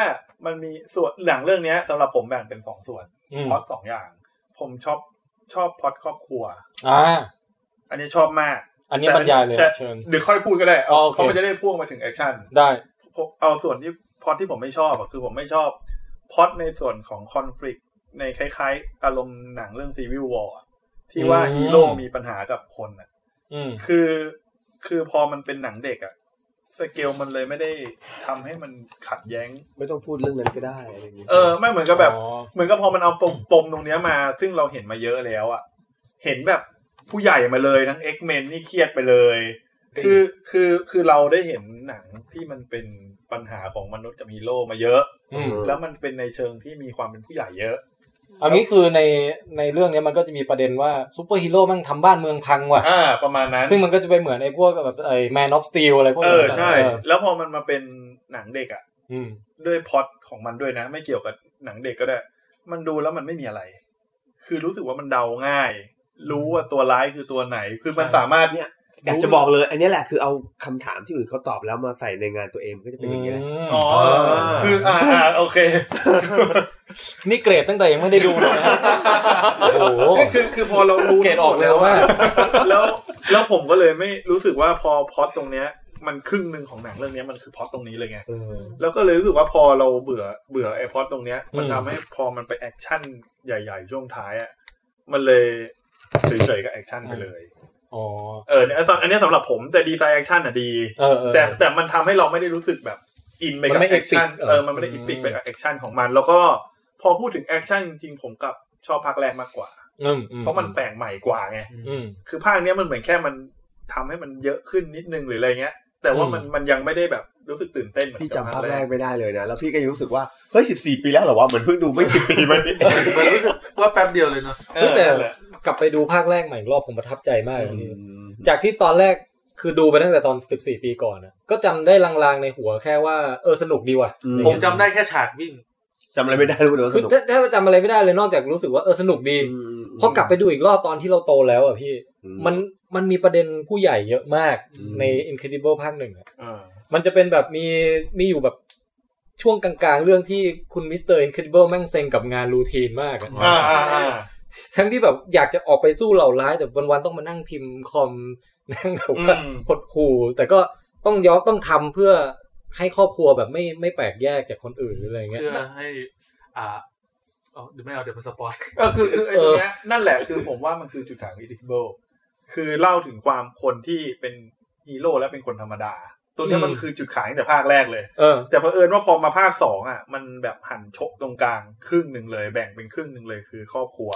Speaker 3: มันมีส่วนหนังเรื่องเนี้ยสำหรับผมแบ่งเป็นสองส่วน
Speaker 2: อืม
Speaker 3: พล็อดสองอย่าง ผมชอบชอบพล็อดครอบครัว
Speaker 2: อ่า
Speaker 3: อันนี้ชอบมาก
Speaker 2: อันนี้บรรยายเลย
Speaker 3: แต่
Speaker 2: เชิญ
Speaker 3: เดี๋ยวค่อยพูดก็ได้
Speaker 2: อ๋
Speaker 3: เอา
Speaker 2: อโอเค
Speaker 3: เขาะมันจะได้พ่วงมาถึงแอคชั่น
Speaker 2: ได้
Speaker 3: ผมเอาส่วนที่พล็อตที่ผมไม่ชอบอะคือผมไม่ชอบพล็อตในส่วนของคอน FLICT ในคล้ายๆ อารมณ์หนังเรื่องซีวิ l วอร์ที่ว่า
Speaker 2: อืม
Speaker 3: ฮีโร่มีปัญหากับคนอ่ะ
Speaker 2: อืม
Speaker 3: คือคือพอมันเป็นหนังเด็กอ่ะ สเกลมันเลยไม่ได้ทำให้มันขัดแย้ง
Speaker 8: ไม่ต้องพูดเรื่องนั้นก็ได้อะไรอย่างเงี้ย
Speaker 3: เออ ไม่เหมือนกับแบบ
Speaker 2: อ๋อ
Speaker 3: เหมือนกับพอมันเอาปมปมตรงเนี้ยมา ซึ่งเราเห็นมาเยอะแล้วอ่ะ เห็นแบบผู้ใหญ่มาเลยทั้ง X-Men นี่เครียดไปเลย คือคือคือเราได้เห็นหนังที่มันเป็นปัญหาของมนุษย์กับฮีโร่มาเยอะ
Speaker 2: อืม
Speaker 3: แล้วมันเป็นในเชิงที่มีความเป็นผู้ใหญ่เยอะ
Speaker 2: อันนี้คือในในเรื่องเนี้ยมันก็จะมีประเด็นว่าซูเปอร์ฮีโร่แมันทำบ้านเมืองพังว่ะ
Speaker 3: อ่า ประมาณนั้น
Speaker 2: ซึ่งมันก็จะไปเหมือนไอ้พวกแบบไอ้แมนออฟสตีลอะไรพวก
Speaker 3: เอ
Speaker 2: นี้
Speaker 3: อ ใช่
Speaker 2: เออ
Speaker 3: แล้วพอมันมาเป็นหนังเด็กอ่ะ
Speaker 2: อืม
Speaker 3: ด้วยพล็อตของมันด้วยนะ ไม่เกี่ยวกับหนังเด็กก็ได้ มันดูแล้วมันไม่มีอะไร คือรู้สึกว่ามันเดาง่าย รู้ว่าตัวร้ายคือตัวไหน คือมันสามารถเนี่ย
Speaker 8: อยากจะบอกเลย อันเนี้ยแหละคือเอาคำถามที่อื่นเขาตอบแล้วมาใส่ในงานตัวเองมันก็จะเป็นอย่างเงี้ยแหละ
Speaker 3: อ๋อ คืออ่าอ่าโอเค
Speaker 2: นี่เกรดตั้งแต่ยังไม่ได้ดูเลยนะโอ้โห
Speaker 3: นี่คือคือพอเรารู้
Speaker 2: เกรดออกเลยว่า
Speaker 3: แล้วแล้วผมก็เลยไม่รู้สึกว่าพอพล็อตตรงเนี้ย มันครึ่งหนึ่งของหนังเรื่องเนี้ยมันคือพล็อตตรงนี้เลยไง
Speaker 8: เออ
Speaker 3: แล้วก็เลยรู้สึกว่าพอเราเบื่อเบื่อไอพอดตรงเนี้ย มันทำให้พอมันไปแอคชั่นใหญ่ๆ ช่วงท้ายอ่ะมันเลยเฉยๆกับแอคชั่นไปเลย
Speaker 2: อ๋อ
Speaker 3: เออเนี่ยอันสำอันเนี้ยสำหรับผมแต่ดีไซน์แอคชั่นอ่ะดี
Speaker 2: เออเออ
Speaker 3: แต่แต่มันทำให้เราไม่ได้รู้สึกแบบอินไป
Speaker 2: มั
Speaker 3: กั
Speaker 2: น
Speaker 3: บ
Speaker 2: ไม่
Speaker 3: แอคชั่น
Speaker 2: epic เออ
Speaker 3: เออมันไม่ได้อิปิก
Speaker 2: อืม
Speaker 3: ไปกับแอคชั่นของมัน แล้วก็พอพูดถึงแอคชั่นจริงๆผมกลับชอบภาคแรกมากกว่า
Speaker 2: อืมอื
Speaker 3: เพราะมันแปลกใหม่กว่าไง
Speaker 2: อืม
Speaker 3: คือภาคเนี้ยมันเหมือนแค่มันทำให้มันเยอะขึ้นนิดนึงหรืออะไรเงี้ย แต่ว่ามันมันยังไม่ได้แบบรู้สึกตื่นเต้นเหมือน
Speaker 8: พี่
Speaker 3: บ
Speaker 8: จำภาค
Speaker 3: ภ
Speaker 8: แรกไม่ได้เลยนะ แล้วพี่ก็ยังรู้สึกว่า เฮ้ย 14 ปีแล้วเหรอวะ เหมือนเพิ่งดูไม่กี่ปีมานี้
Speaker 6: มันรู้สึกว่าแป๊บเดียวเลยเนาะ
Speaker 3: เอ
Speaker 2: ตั้
Speaker 3: อง
Speaker 2: แต่
Speaker 3: นั่นแหละ
Speaker 2: กลับไปดูภาคแรกใหม่อีกรอบผมประทับใจมากเลยจากที่ตอนแรกคือดูไปตั้งแต่ตอน 14 ปีก่อนนะก็จำได้ลางๆในหัวแค่ว่าเออสนุกดีว่ะ
Speaker 8: อืม
Speaker 6: ผมจำได้แค่ฉากวิ่ง
Speaker 8: จำอะไรไม่ได้รู้แต่ว่า
Speaker 2: คื
Speaker 8: ส
Speaker 2: อ
Speaker 8: นุก
Speaker 2: ถ้าถ้าจำอะไรไม่ได้เลยนอกจากรู้สึกว่าเออสนุกดีพอกลับไปดูอีกรอบตอนที่เราโตแล้วอ่ะพี่
Speaker 8: อื
Speaker 2: มันมันมีประเด็นผู้ใหญ่เยอะมาก
Speaker 8: อืม
Speaker 2: ใน Incredible ภาคหนึ่งอะ
Speaker 3: เออ
Speaker 2: มันจะเป็นแบบมีมีอยู่แบบช่วงกลางๆ เรื่องที่คุณมิสเตอร์ Incredible แม่งเซ็งกับงานรูทีนมากอะ
Speaker 3: อ่าอ่าอ่า
Speaker 2: ทั้งที่แบบอยากจะออกไปสู้เหล่าร้าย แต่วันๆต้องมานั่งพิมพ์คอม นั่งแบบว่าหดหู่แต่ก็ต้องยอมต้องทำเพื่อให้ครอบครัวแบบไม่ไม่แปลกแยกจากคนอื่นหรืออะไรเงี้ย
Speaker 6: เพื่อให้ อ่าเอาเดี๋ยวไม่เอาเดี๋ยวมันสปอย
Speaker 3: ก็คือคือไอ้ตรงเนี้ยนั่นแหละคือผมว่ามันคือจุดขายของ Invisible คือเล่าถึงความคนที่เป็นฮีโร่และเป็นคนธรรมดา ตัวเนี้ยมัน
Speaker 2: อืม
Speaker 3: คือจุดขายตั้งแต่ภาคแรกเลย
Speaker 2: เออ
Speaker 3: แต่เผอิญว่าพอมาภาคสองอ่ะ มันแบบหันชกตรงกลางครึ่งหนึ่งเลย แบ่งเป็นครึ่งหนึ่งเลยคือครอบครัว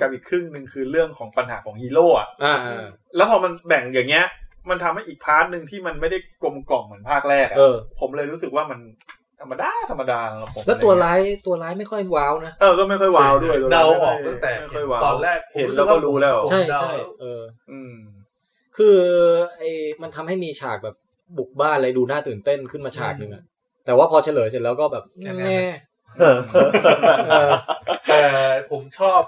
Speaker 3: กับอีกครึ่งหนึ่งคือเรื่องของปัญหาของฮีโร่อ่ะ
Speaker 2: อ่า
Speaker 3: แล้วพอมันแบ่งอย่างเงี้ย มันทำให้อีกพาร์ทหนึ่งที่มันไม่ได้กลมกล่อมเหมือนภาคแรกอะ
Speaker 2: เออ
Speaker 3: ผมเลยรู้สึกว่ามันธรรมดาธรรมดาสำหรับผม
Speaker 2: แล้วตัว
Speaker 3: อะไรเงี้ย
Speaker 2: ร้ายตัวร้ายไม่ค่อยว้าวนะ
Speaker 3: เออก็ไม่ค่อยว้าวด้วยตัวร้ย
Speaker 6: เดาออกตั้งแต่
Speaker 3: ไม่ค่อยว้าว
Speaker 6: ตอนแรก
Speaker 3: เห็นแล้วก็รู้แล้ว
Speaker 2: ใช่ใช่เออ
Speaker 3: อืม
Speaker 2: คือไอ้มันทำให้มีฉากแบบบุกบ้านอะไรดูน่าตื่นเต้นขึ้นมาฉากหนึ่งอะแต่ว่าพอเฉลยเสร็จแล้วก็แบบแน่เออ
Speaker 6: แต่ผมชอบ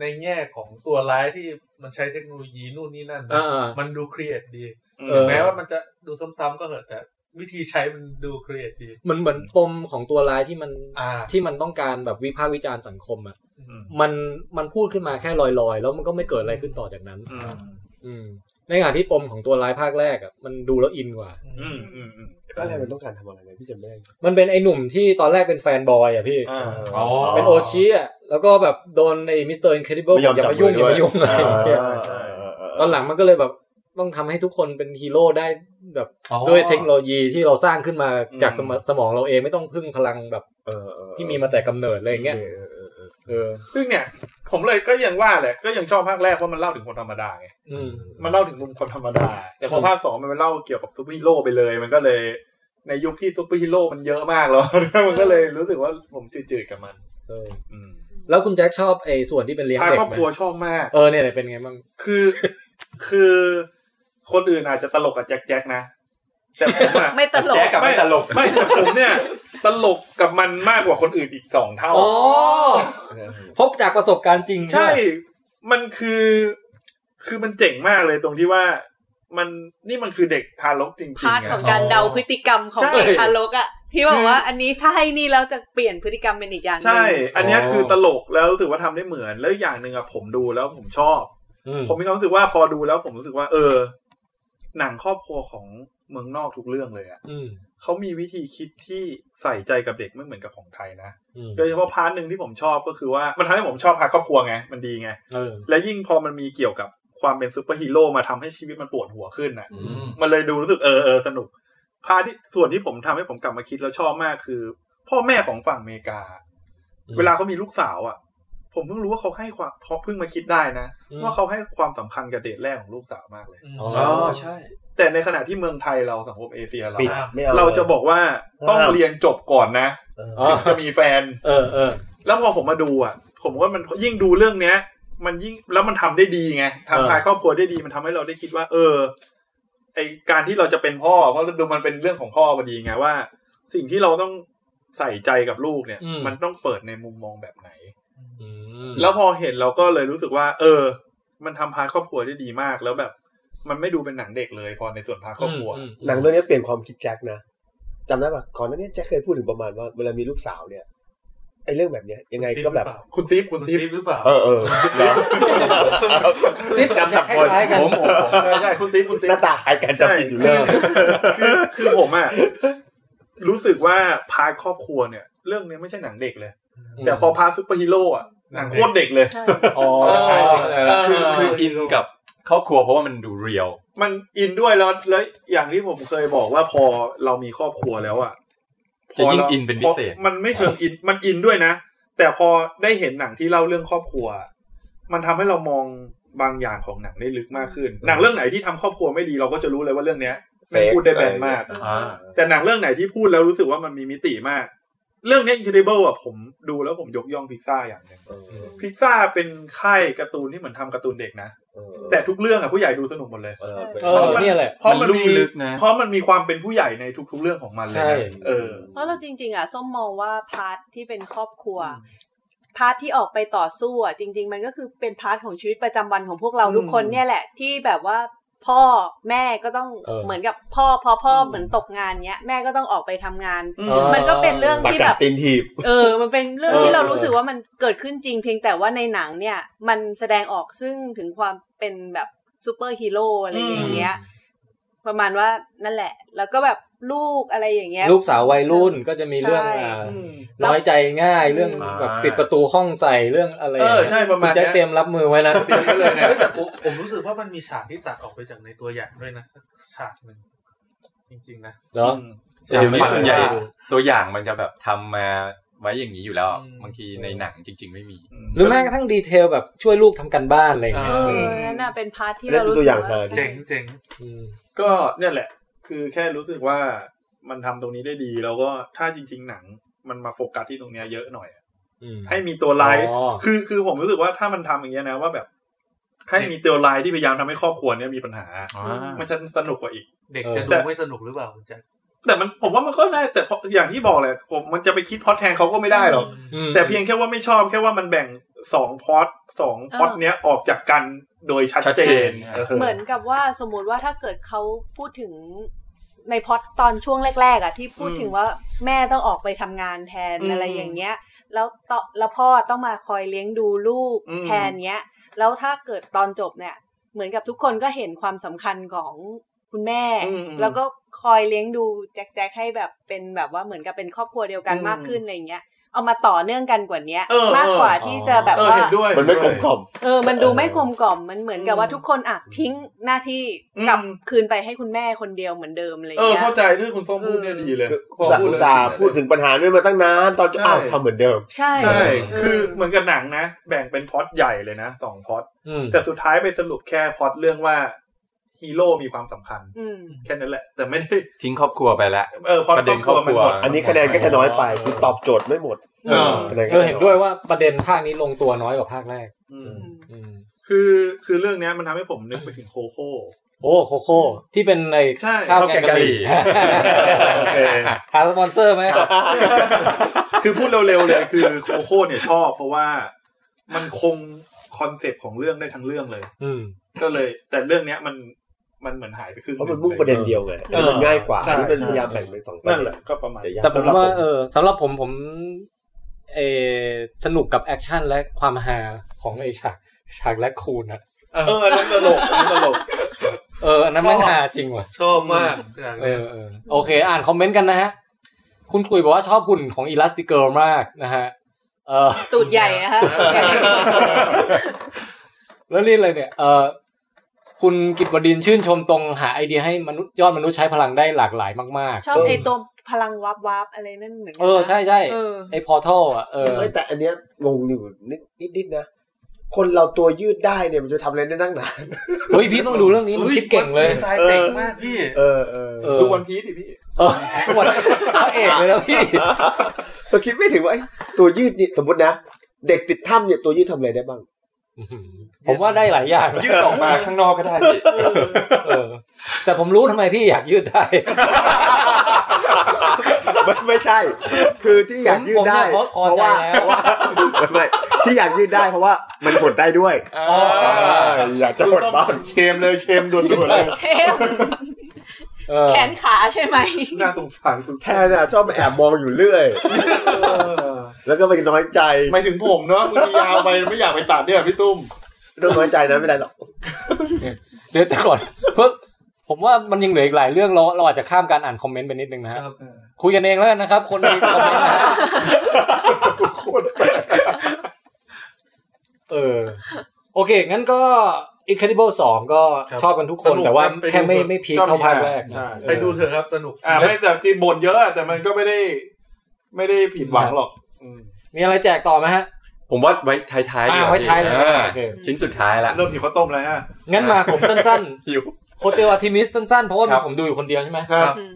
Speaker 6: ในแง่ของตัวร้ายที่มันใช้เทคโนโลยีนู่นนี่นั่นนะ
Speaker 2: อ่าๆ
Speaker 6: มันดูครีเอทดี
Speaker 3: อืม
Speaker 6: ถึงแม้ว่ามันจะดูซ้ำๆก็เหอะแต่ วิธีใช้มันดูครีเอทดี
Speaker 2: เหมือนเหมือนปมของตัวร้ายที่มัน
Speaker 6: อ่า
Speaker 2: ที่มันต้องการแบบวิพากษ์วิจารณ์สังคมอ่ะ
Speaker 3: อืม
Speaker 2: มันมันพูดขึ้นมาแค่ลอยๆ แล้วมันก็ไม่เกิดอะไรขึ้นต่อจากนั้น
Speaker 3: อืม
Speaker 2: อืม ในขณะที่ปมของตัวร้ายภาคแรกอ่ะมันดูแล้วอินกว่า
Speaker 3: อืมอืมอืม
Speaker 8: แล้วอะไรมันต้องการทำอะไรนะพี่จำไม่ได้
Speaker 2: มันเป็นไอ้หนุ่มที่ตอนแรกเป็นแฟนบอยอ่ะพี่
Speaker 3: อ่า
Speaker 6: อ๋อ
Speaker 2: เป็นโอชิอ่ะ แล้วก็แบบโดนไอ้มิสเตอร์อินเครดิเบิลอย่ามายุ่งอย่ามายุ่งอะไรอย่างเงี้ยตอนหลังมันก็เลยแบบต้องทำให้ทุกคนเป็นฮีโร่ได้แบบ
Speaker 6: อ๋อ
Speaker 2: ด้วยเทคโนโลยีที่เราสร้างขึ้นมาจากสมสมองเราเองไม่ต้องพึ่งพลังแบบที่มีมาแต่กำเนิดอะไรอย่างเงี้ย เออ
Speaker 3: ซึ่งเนี่ย ผมเลยก็ยังว่าแหละก็ยังชอบภาคแรกเพราะมันเล่าถึงคนธรรมดาไง
Speaker 2: อืม
Speaker 3: มันเล่าถึงมุมคนธรรมดา แต่พอภาคสองมันเล่าเกี่ยวกับซูเปอร์ฮีโร่ไปเลย มันก็เลยในยุคที่ซูเปอร์ฮีโร่มันเยอะมากแล้ว มันก็เลยรู้สึกว่าผมจืดๆกับมัน
Speaker 2: เออ
Speaker 3: อืม
Speaker 2: แล้วคุณแจ็คชอบไอ้ส่วนที่เป็นเลี้ยง
Speaker 3: พา
Speaker 2: เด็ก
Speaker 3: ครอบ
Speaker 2: ไหม
Speaker 3: ครัวชอบมาก
Speaker 2: เออเนี่ยเป็นไงบ้าง
Speaker 3: คือคือคนอื่นอาจจะตลกกับแจ็คแจ็คนะ แต่ผมอะ
Speaker 4: ไม่ตลก
Speaker 5: แจ๊กกับไม่ตลก
Speaker 3: ไม่แต่ผมเนี่ย ตลกกับมันมากกว่าคนอื่นอีกสองเท่า
Speaker 2: อ๋อ พบจากประสบการณ์จริง
Speaker 3: ใช่
Speaker 2: ไหม
Speaker 3: มันคือ คือมันเจ๋งมากเลยตรงที่ว่ามันนี่มันคือเด็กทารกจริงๆ
Speaker 4: พาร์ท
Speaker 3: อะ
Speaker 4: ของการเดาพฤติกรรมของ
Speaker 3: ใช่
Speaker 4: เด็กทารกอะที่บอกว่าอันนี้ถ้าให้นี่แล้วจะเปลี่ยนพฤติกรรมเป็นอีกอย่างหนึ่
Speaker 3: ใช่
Speaker 4: ง
Speaker 3: อันเนี้ยคือตลกแล้วรู้สึกว่าทำได้เหมือน แล้วอีกอย่างหนึ่งอะผมดูแล้วผมชอบ
Speaker 2: อืม
Speaker 3: ผมมีความรู้สึกว่าพอดูแล้วผมรู้สึกว่า เออ หนังครอบครัวของเมืองนอกทุกเรื่องเลยอะ
Speaker 2: อืม
Speaker 3: เขามีวิธีคิดที่ใส่ใจกับเด็กไม่เหมือนกับของไทยนะ
Speaker 2: อืม
Speaker 3: โดยเฉพาะพาร์ทหนึ่งที่ผมชอบก็คือว่ามันทำให้ผมชอบพาครอบครัวไง มันดีไง
Speaker 2: เออ
Speaker 3: และยิ่งพอมันมีเกี่ยวกับความเป็นซูเปอร์ฮีโร่มาทำให้ชีวิตมันปวดหัวขึ้นน่ะ
Speaker 5: อืม
Speaker 3: มันเลยดูรู้สึกเออเออสนุก พาร์ทที่ส่วนที่ผมทำให้ผมกลับมาคิดแล้วชอบมากคือ พ่อแม่ของฝั่งอเมริกา
Speaker 2: อืม
Speaker 3: เวลาเขามีลูกสาวอ่ะ ผมเพิ่งรู้ว่าเขาให้ความเพราะเพิ่งมาคิดได้นะ
Speaker 2: อืม
Speaker 3: ว่าเขาให้ความสำคัญกับเดทแรกของลูกสาวมากเลย
Speaker 2: อ๋อ
Speaker 5: อ๋อใช่
Speaker 3: แต่ในขณะที่เมืองไทยเราสังคมเอเชียเรา
Speaker 8: ปิด
Speaker 3: อะ
Speaker 8: ไม่เอา
Speaker 3: เราจะบอกว่าต้องเรียนจบก่อนนะ
Speaker 8: เออ
Speaker 2: อ๋อ
Speaker 3: ถึงจะมีแฟน
Speaker 2: เออเออ
Speaker 3: แล้วพอผมมาดูอ่ะ ผมว่ามันยิ่งดูเรื่องเนี้ย มันยิ่งแล้วมันทำได้ดีไง
Speaker 2: เออ
Speaker 3: ทำพายครอบครัวได้ดีมันทำให้เราได้คิดว่า เออ ไอการที่เราจะเป็นพ่อ เพราะดูมันเป็นเรื่องของพ่อพอดีไงว่า สิ่งที่เราต้องใส่ใจกับลูกเนี่ย
Speaker 2: อืม
Speaker 3: มันต้องเปิดในมุมมองแบบไหน
Speaker 2: อืม
Speaker 3: แล้วพอเห็นเราก็เลยรู้สึกว่า เออ มันทำพาครอบครัวได้ดีมากแล้วแบบ มันไม่ดูเป็นหนังเด็กเลย พอในส่วนพาครอบครัว
Speaker 2: มม
Speaker 8: หนังเรื่องนี้เปลี่ยนความคิดแจ็คนะจำได้ปะก่อนหน้านี้แจ็คเคยพูดถึงประมาณว่าเวลามีลูกสาวเนี่ยไอ้เรื่องแบบเนี้ยยังไงก็แบบ
Speaker 3: คุณติ๊บ
Speaker 6: คุ
Speaker 3: คุณ ณ
Speaker 6: ติ๊
Speaker 3: ติ๊
Speaker 6: บบหรือเปล่า
Speaker 8: เออเออนะ
Speaker 2: ติ๊บจำสับคล้ายๆกัน
Speaker 3: ผมผมผมใช่ใช่คุณติ๊บคุณติ๊
Speaker 8: ห
Speaker 3: บ
Speaker 8: น้าตาคล้ายกันจำผิดอยู่เรื่อย
Speaker 3: คือคือผมอะรู้สึกว่าพาร์ทครอบครัวเนี่ย เรื่องเนี้ยไม่ใช่หนังเด็กเลย
Speaker 2: อืม
Speaker 3: แต่พอพาร์ทซูเปอร์ฮีโร่อะหนังโคตรเด็กเลย
Speaker 4: ใช่
Speaker 2: อ๋อ
Speaker 3: ใช่
Speaker 2: เออ
Speaker 5: คือคืออินกับครอบครัวเพราะว่ามันดูเรียล
Speaker 3: มันอินด้วยแล้วแล้วอย่างที่ผมเคยบอกว่าพอเรามีครอบครัวแล้วอะ
Speaker 5: จะยิ่ง
Speaker 3: พรา
Speaker 5: อินเป็นพิเศษ
Speaker 3: พราะมันไม่เชิงอินมันอินด้วยนะ แต่พอได้เห็นหนังที่เล่าเรื่องครอบครัว มันทำให้เรามองบางอย่างของหนังได้ลึกมากขึ้น หนังเรื่องไหนที่ทำครอบครัวไม่ดีเราก็จะรู้เลยว่าเรื่องเนี้ย แม่งพูดได้แบนมาก
Speaker 5: อ่า
Speaker 3: แต่หนังเรื่องไหนที่พูดแล้วรู้สึกว่ามันมีมิติมาก เรื่องเนี้ย Incredible อ่ะผมดูแล้วผมยกย่องพิซซ่าอย่างหนึงพิซซ่าเป็นค่ายการ์ตูนที่เหมือนทำการ์ตูนเด็กนะ แต่ทุกเรื่องอ่ะผู้ใหญ่ดูสนุกหมดเลย
Speaker 8: เออ
Speaker 2: เออเนี่ยแหละ
Speaker 3: เพราะมัน
Speaker 5: มัน
Speaker 3: มี
Speaker 5: ลุ่มลึกนะ
Speaker 3: เพราะมันมีความเป็นผู้ใหญ่ในทุก ๆ เรื่องของมันเล
Speaker 2: ใช่
Speaker 3: ยเออ
Speaker 4: เพราะเราจริง ๆ อ่ะส้มมองว่าพาร์ทที่เป็นครอบครัว พาร์ทที่ออกไปต่อสู้อ่ะจริง ๆ มันก็คือเป็นพาร์ทของชีวิตประจำวันของพวกเราทุกคนเนี่ยแหละที่แบบว่าพ่อแม่ก็ต้อง
Speaker 2: เออ
Speaker 4: เหมือนกับพ่อพอพ่อเหมือนตกงานเนี้ยแม่ก็ต้องออกไปทำงาน
Speaker 3: อื
Speaker 2: เออ
Speaker 4: มันก็เป็นเรื่อง
Speaker 8: ปาก
Speaker 4: ที่
Speaker 8: กั
Speaker 4: แบ
Speaker 8: ด
Speaker 4: บ
Speaker 8: ตีนถีบ
Speaker 4: เออ มันเป็นเรื่อง
Speaker 2: เออ
Speaker 4: ที่เรารู้สึกว่ามันเกิดขึ้นจริงเพียงแต่ว่าในหนังเนี่ย มันแสดงออกซึ่งถึงความเป็นแบบซูเปอร์ฮีโร่อะไรอย่างเงี้ย ประมาณว่านั่นแหละ แล้วก็แบบลูกอะไรอย่างเงี้ย
Speaker 2: ลูกสาววัยรุ่นก็จะมีเรื่อง
Speaker 4: ใช่
Speaker 2: อ่า
Speaker 3: อืม
Speaker 2: น้อยใจง่ายเรื่อง
Speaker 5: อ่า
Speaker 2: แบบปิดประตูห้องใส่เรื่องอะไร
Speaker 3: เออใช่ประมาณ
Speaker 2: คุณแจะ
Speaker 3: เนี้ย
Speaker 2: เตรียมรับมือไว้นะ
Speaker 6: เฮ้ยแต่ผมผมรู้สึกว่ามันมีฉากที่ตัดออกไปจากในตัวอย่างด้วยนะฉากหนึ่งจริงๆนะ
Speaker 2: เหรอ
Speaker 5: แต่เดี๋ยวนี้ส่วนใหญ่
Speaker 2: ใช่
Speaker 5: ตัวอย่างมันจะแบบทำมาไว้อย่างนี้อยู่แล้ว
Speaker 6: อืม
Speaker 5: บางทีในหนังจริง ๆ ไม่มี
Speaker 2: หรือแม้กระทั่งดีเทลแบบช่วยลูกทำกันบ้านอะไรอย่าง
Speaker 4: เอ
Speaker 2: เงี้ย
Speaker 4: อนั่นน่ะเป็นพาร์ทที่เรารู้สึกว่า
Speaker 8: เล่นเป็นตัวอย่างมา
Speaker 6: เจ๋งเจ๋ง
Speaker 2: ม
Speaker 3: ก็เนี่ยแหละ คือแค่รู้สึกว่ามันทำตรงนี้ได้ดี แล้วก็ถ้าจริง ๆ หนังมันมาโฟกัสที่ตรงเนี้ยเยอะหน่อย
Speaker 2: อืม
Speaker 3: ให้มีตัวลาย
Speaker 2: อ๋อ
Speaker 3: คือคือผมรู้สึกว่าถ้ามันทำอย่างเงี้ยนะว่าแบบ ให้มีตัวลายที่พยายามทำให้ครอบครัวเนี้ยมีปัญหา มันจะสนุกกว่าอีก
Speaker 6: เด็กจะดู
Speaker 3: แต่
Speaker 6: ไม่สนุกหรือเปล่าคุณแจ็ค
Speaker 3: แต่มันผมว่ามันก็ได้แต่เพราะอย่างที่บอกแหละผมมันจะไปคิดพล็อดแทนเขาก็ไม่ได้หรอก
Speaker 2: อืม
Speaker 3: แต่เพียงแค่ว่าไม่ชอบแค่ว่ามันแบ่งสองพล็อดสองพล็อดเนี้ยออกจากกันโดยชัด
Speaker 5: ชัด
Speaker 3: เจ
Speaker 5: เจ
Speaker 3: น
Speaker 5: น
Speaker 4: เหมือนกับว่าสมมุติว่าถ้าเกิดเขาพูดถึงในพล็อดตอนช่วงแรก ๆ อ่ะ ที่พูดถึงว่าแม่ต้องออกไปทำงานแทนอะไรอย่างเงี้ย แล้วต่อแล้วพ่อต้องมาคอยเลี้ยงดูลูกแทนเงี้ย แล้วถ้าเกิดตอนจบเนี่ย เหมือนกับทุกคนก็เห็นความสำคัญของคุณแม่ แล้วก็คอยเลี้ยงดูแจ็คแจ็คๆให้แบบเป็นแบบว่าเหมือนกับเป็นครอบครัวเดียวกันมากขึ้นอะไรอย่างเงี้ย เอามาต่อเนื่องกันกว่าเนี้ย
Speaker 3: เออ
Speaker 4: มากกว่า
Speaker 3: เออ
Speaker 4: ที่จะแบบ
Speaker 3: เออ
Speaker 4: ว่า
Speaker 3: เห็นด้วย
Speaker 8: มันไม่กลมกล่อม
Speaker 4: เออ มันดูไม่กลมกล่อม มันเหมือนกับว่าทุกคนอ่ะทิ้งหน้าที่กลับคืนไปให้คุณแม่คนเดียวเหมือนเดิมอะไรอย่า
Speaker 3: เอง อ
Speaker 4: เงี้ย
Speaker 3: เข้าใจด้วยคุณส้มพูดเนี่ยดีเลย
Speaker 8: คืออุตส่าห์อุตส่าห์พูดถึงปัญหาด้วยมาตั้งนาน ตอนจะ
Speaker 3: ใช่
Speaker 8: อ้าวทำเหมือนเดิม
Speaker 4: ใช่
Speaker 3: ใช่
Speaker 4: เออ
Speaker 3: คือเหมือนกับหนังนะ แบ่งเป็นพล็อดใหญ่เลยนะสองพล็อด
Speaker 2: อืม
Speaker 3: แต่สุดท้ายไปสรุปแค่พล็อดเรื่องว่าฮีโร่มีความสำคัญ
Speaker 4: อืม
Speaker 3: แค่นั้นแหละ แต่ไม่ได้
Speaker 5: ทิ้งครอบครัวไปแล้ว
Speaker 3: เออพล็อด
Speaker 5: ประเด็นครอบครัว
Speaker 3: มันหมด
Speaker 8: อันนี้คะแนนก็จะน้อยไปคือตอบโจทย์ไม่หมด
Speaker 3: เออ
Speaker 8: คะแนน
Speaker 2: เอ
Speaker 8: ก็
Speaker 2: อ
Speaker 8: จะ
Speaker 2: เห็นด้วยว่าประเด็นภาคนี้ลงตัวน้อยกว่าภาคแรก
Speaker 3: อืม
Speaker 2: อืม
Speaker 3: คือคือเรื่องเนี้ยมันทำให้ผมนึกไปถึงโคโค่
Speaker 2: โอ้โคโค่ที่เป็นใน
Speaker 3: ใช่
Speaker 2: ข้าว
Speaker 5: ข้าว
Speaker 2: แก
Speaker 5: แก
Speaker 2: ง
Speaker 5: ง
Speaker 2: กะ
Speaker 5: กะ
Speaker 2: ห
Speaker 5: หรี่
Speaker 2: รี่
Speaker 8: โอเค
Speaker 2: หาสปอนเซอร์ไหม
Speaker 3: คือพูดเร็วๆเลยคือโคโค่เนี่ยชอบ เพราะว่ามันคงคอนเซปต์ของเรื่องได้ทั้งเรื่องเลย
Speaker 2: อืม
Speaker 3: ก็เลย แต่เรื่องเนี้ยมันมันเหมือนหายไปครึ่งห
Speaker 8: เพ
Speaker 3: นึ่ง
Speaker 8: ราะมันมุ่งประเด็นเดียวไง
Speaker 3: เออ
Speaker 8: มันง่ายกว่า
Speaker 3: ใช่
Speaker 8: อันนี้มันพยายามแบ่งเป็นสองประ
Speaker 3: นั่น
Speaker 8: เด็
Speaker 3: แห
Speaker 8: น
Speaker 3: ละก็ประมาณ
Speaker 8: จะยก
Speaker 2: แต่ผม
Speaker 8: สำหรับ
Speaker 2: ว่าเออสำหรับผมผมเออสนุกกับแอคชั่นและความฮาของไอฉากฉากและคูนอะ
Speaker 3: เอออันนั้นตลกอันนั้นตลก
Speaker 2: เอออันนั้นมันฮาจริงว่ะ
Speaker 6: ชอบมากฉาก
Speaker 2: เอ
Speaker 6: เนี้ย
Speaker 2: อเออโอเค อ่านคอมเมนต์กันนะฮะ คุณคุยบอกว่าชอบหุ่นของอีล s สติเกิลมากนะฮะ เออ
Speaker 4: ตูดใหญ่อะฮะใหญ่
Speaker 2: แล้วนี่อะไรเนี่ย เออคุณกิตบดินทร์ชื่นชมตรงหาไอเดียให้มนุษย์ยอดมนุษย์ใช้พลังได้หลากหลายมาก
Speaker 4: ชอบไอ้ตัวพลังวับวับอะไรนั่นเหมือน
Speaker 2: ๆ
Speaker 4: กัน
Speaker 2: เออ
Speaker 4: นะ
Speaker 2: ใช่ใช่
Speaker 4: เออ
Speaker 2: ไอพอร์ทัลอ่ะเออ
Speaker 8: เอ้ยแต่อันเนี้ยงงอยู่นิดนิดนิดนะ คนเราตัวยืดได้เนี่ยมันจะทำอะไรได้นั่งหนา
Speaker 2: เฮ้ย พี่ต้องดูเรื่องนี้มันคิดเก่งเลย
Speaker 6: ดีไซน์เจ๋งมากพี่
Speaker 8: เออเออ
Speaker 2: เออ
Speaker 3: ดูวันพีซดิพี่
Speaker 2: เออวันพระเอกเลยนะพี่
Speaker 8: เราคิดไม่ถึงว่าไอ้ตัวยืดนี่สมมตินะ เด็กติดถ้ำเนี่ยตัวยืดทำอะไรได้บ้าง
Speaker 2: ผมว่าได้หลายอย่างนะ
Speaker 5: ยืดออกมาข้างนอกก็ได้พี่
Speaker 2: เออ แต่ผมรู้ทำไมพี่อยากยืดได้
Speaker 8: ไม่ไม่ใช่ คือที่อยากยืดได้
Speaker 2: ผมเนี่ยพอพอใจแล้ว
Speaker 8: ว่า ไม่ไม่ที่อยากยืดได้เพราะว่ามันหดได้ด้วย
Speaker 2: อ๋อ
Speaker 8: อยากจะหดบ้างเชมเลยเชมด่วนๆเลย
Speaker 4: เทป
Speaker 2: เออ
Speaker 4: แขนขาใช่ไหม
Speaker 3: น่าสงสารคุณ
Speaker 8: แทนอ่ะชอบมาแอบมองอยู่เรื่อย แล้วก็ไปน้อยใจ
Speaker 3: หมายถึงผมเนาะบางทียาวไปไม่อยากไปตัดเนี่ยพี่ตุ้ม
Speaker 8: ต้องน้อยใจนะไม่ได้หรอก
Speaker 2: เดี๋ยวจะก่อนเพิ่งผมว่ามันยังเหลืออีกหลายเรื่องเราเราอาจจะข้ามการอ่านคอมเมนต์ไปนิดนึงนะฮะ
Speaker 6: ครับ
Speaker 2: คุยกันเองแล้วกันนะครับ คนในคอมเมนต์นะฮะ
Speaker 8: โคตรแปลก
Speaker 2: เออ โอเค งั้นก็ Incredible 2 ก็
Speaker 6: ครับ
Speaker 2: ชอบกันทุกคน
Speaker 6: สนุก
Speaker 2: แต่ว่า
Speaker 6: ครับไปดู
Speaker 2: แค่ไม่ไม่พีคเท่าภาคแรก
Speaker 3: ใช่
Speaker 2: นะ
Speaker 6: ไปดูเถอะครับสนุก
Speaker 3: อ่าไม่แต่กินบ่นเยอะอะแต่มันก็ไม่ได้ ไม่ได้ผิดหวังหรอกอืม
Speaker 2: มีอะไรแจกต่อไหมฮะ
Speaker 5: ผมว่าไว้ท้ายๆดีก
Speaker 2: อ่า
Speaker 5: ว่า
Speaker 2: ไว้ท้ายเลย
Speaker 5: อ่า
Speaker 2: โอเค
Speaker 5: ชิ้นสุดท้ายละ
Speaker 3: เริ่มหิวข้าวต้มแล้วฮะ
Speaker 2: งั้นมาผมสั้น
Speaker 5: หิว
Speaker 2: ๆ โคเทลอาทิมิสสั้นๆ เพราะว่า
Speaker 5: ครับ
Speaker 2: ผมดูอยู่คนเดียวใช่ไหม
Speaker 6: ครับ
Speaker 4: อืม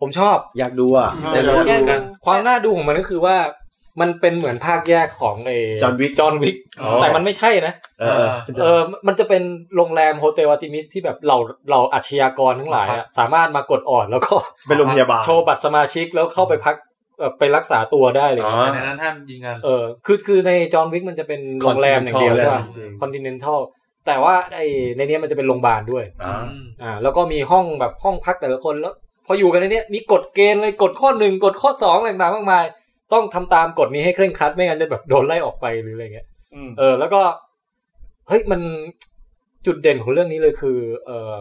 Speaker 2: ผมชอบ
Speaker 8: อยากดูอ่ะ
Speaker 6: เดี๋ยวเรา
Speaker 4: อยาก
Speaker 6: ดู
Speaker 4: ดู
Speaker 6: กัน
Speaker 2: ความน่าดูของมันก็คือว่ามันเป็นเหมือนภาคแยกของไอ้
Speaker 8: John Wick
Speaker 2: จอห์นวิก
Speaker 6: อ๋อ
Speaker 2: แต่มันไม่ใช่นะ
Speaker 8: เออ
Speaker 2: เออมันจะเป็นโรงแรมโฮเทลอาติมิสที่แบบเราเราอาชญากรทั้งหลายอะสามารถมากดออดแล้วก็
Speaker 8: เป็นโรงพยาบาล
Speaker 2: โชว์บัตรสมาชิกแล้วเข้าไปพักเอ่อไปรักษาตัวได้เลย
Speaker 5: อ๋อ
Speaker 6: แต่ในนั้นห้ามยิงกัน
Speaker 2: เออคือคือในจอห์นวิกมันจะเป็นโรงแรมอย่างเดียวใช่ป่ะ
Speaker 8: Continental จริง
Speaker 2: คอนติเนนทัลแต่ว่าไอในเนี้ยมันจะเป็นโรงพยาบาลด้วย
Speaker 5: อ่า
Speaker 2: อ่าแล้วก็มีห้องแบบห้องพักแต่ละคนแล้ว พออยู่กันในเนี้ยมีกฎเกณฑ์เลยกฎข้อหนึ่งกฎข้อสองอะไรต่างๆมากมาย ต้องทำตามกฎนี้ให้เคร่งครัดไม่งั้นจะแบบโดนไล่ออกไปหรืออะไรเงี้ย
Speaker 3: อืม
Speaker 2: เออแล้วก็เฮ้ยมันจุดเด่นของเรื่องนี้เลยคือ เออ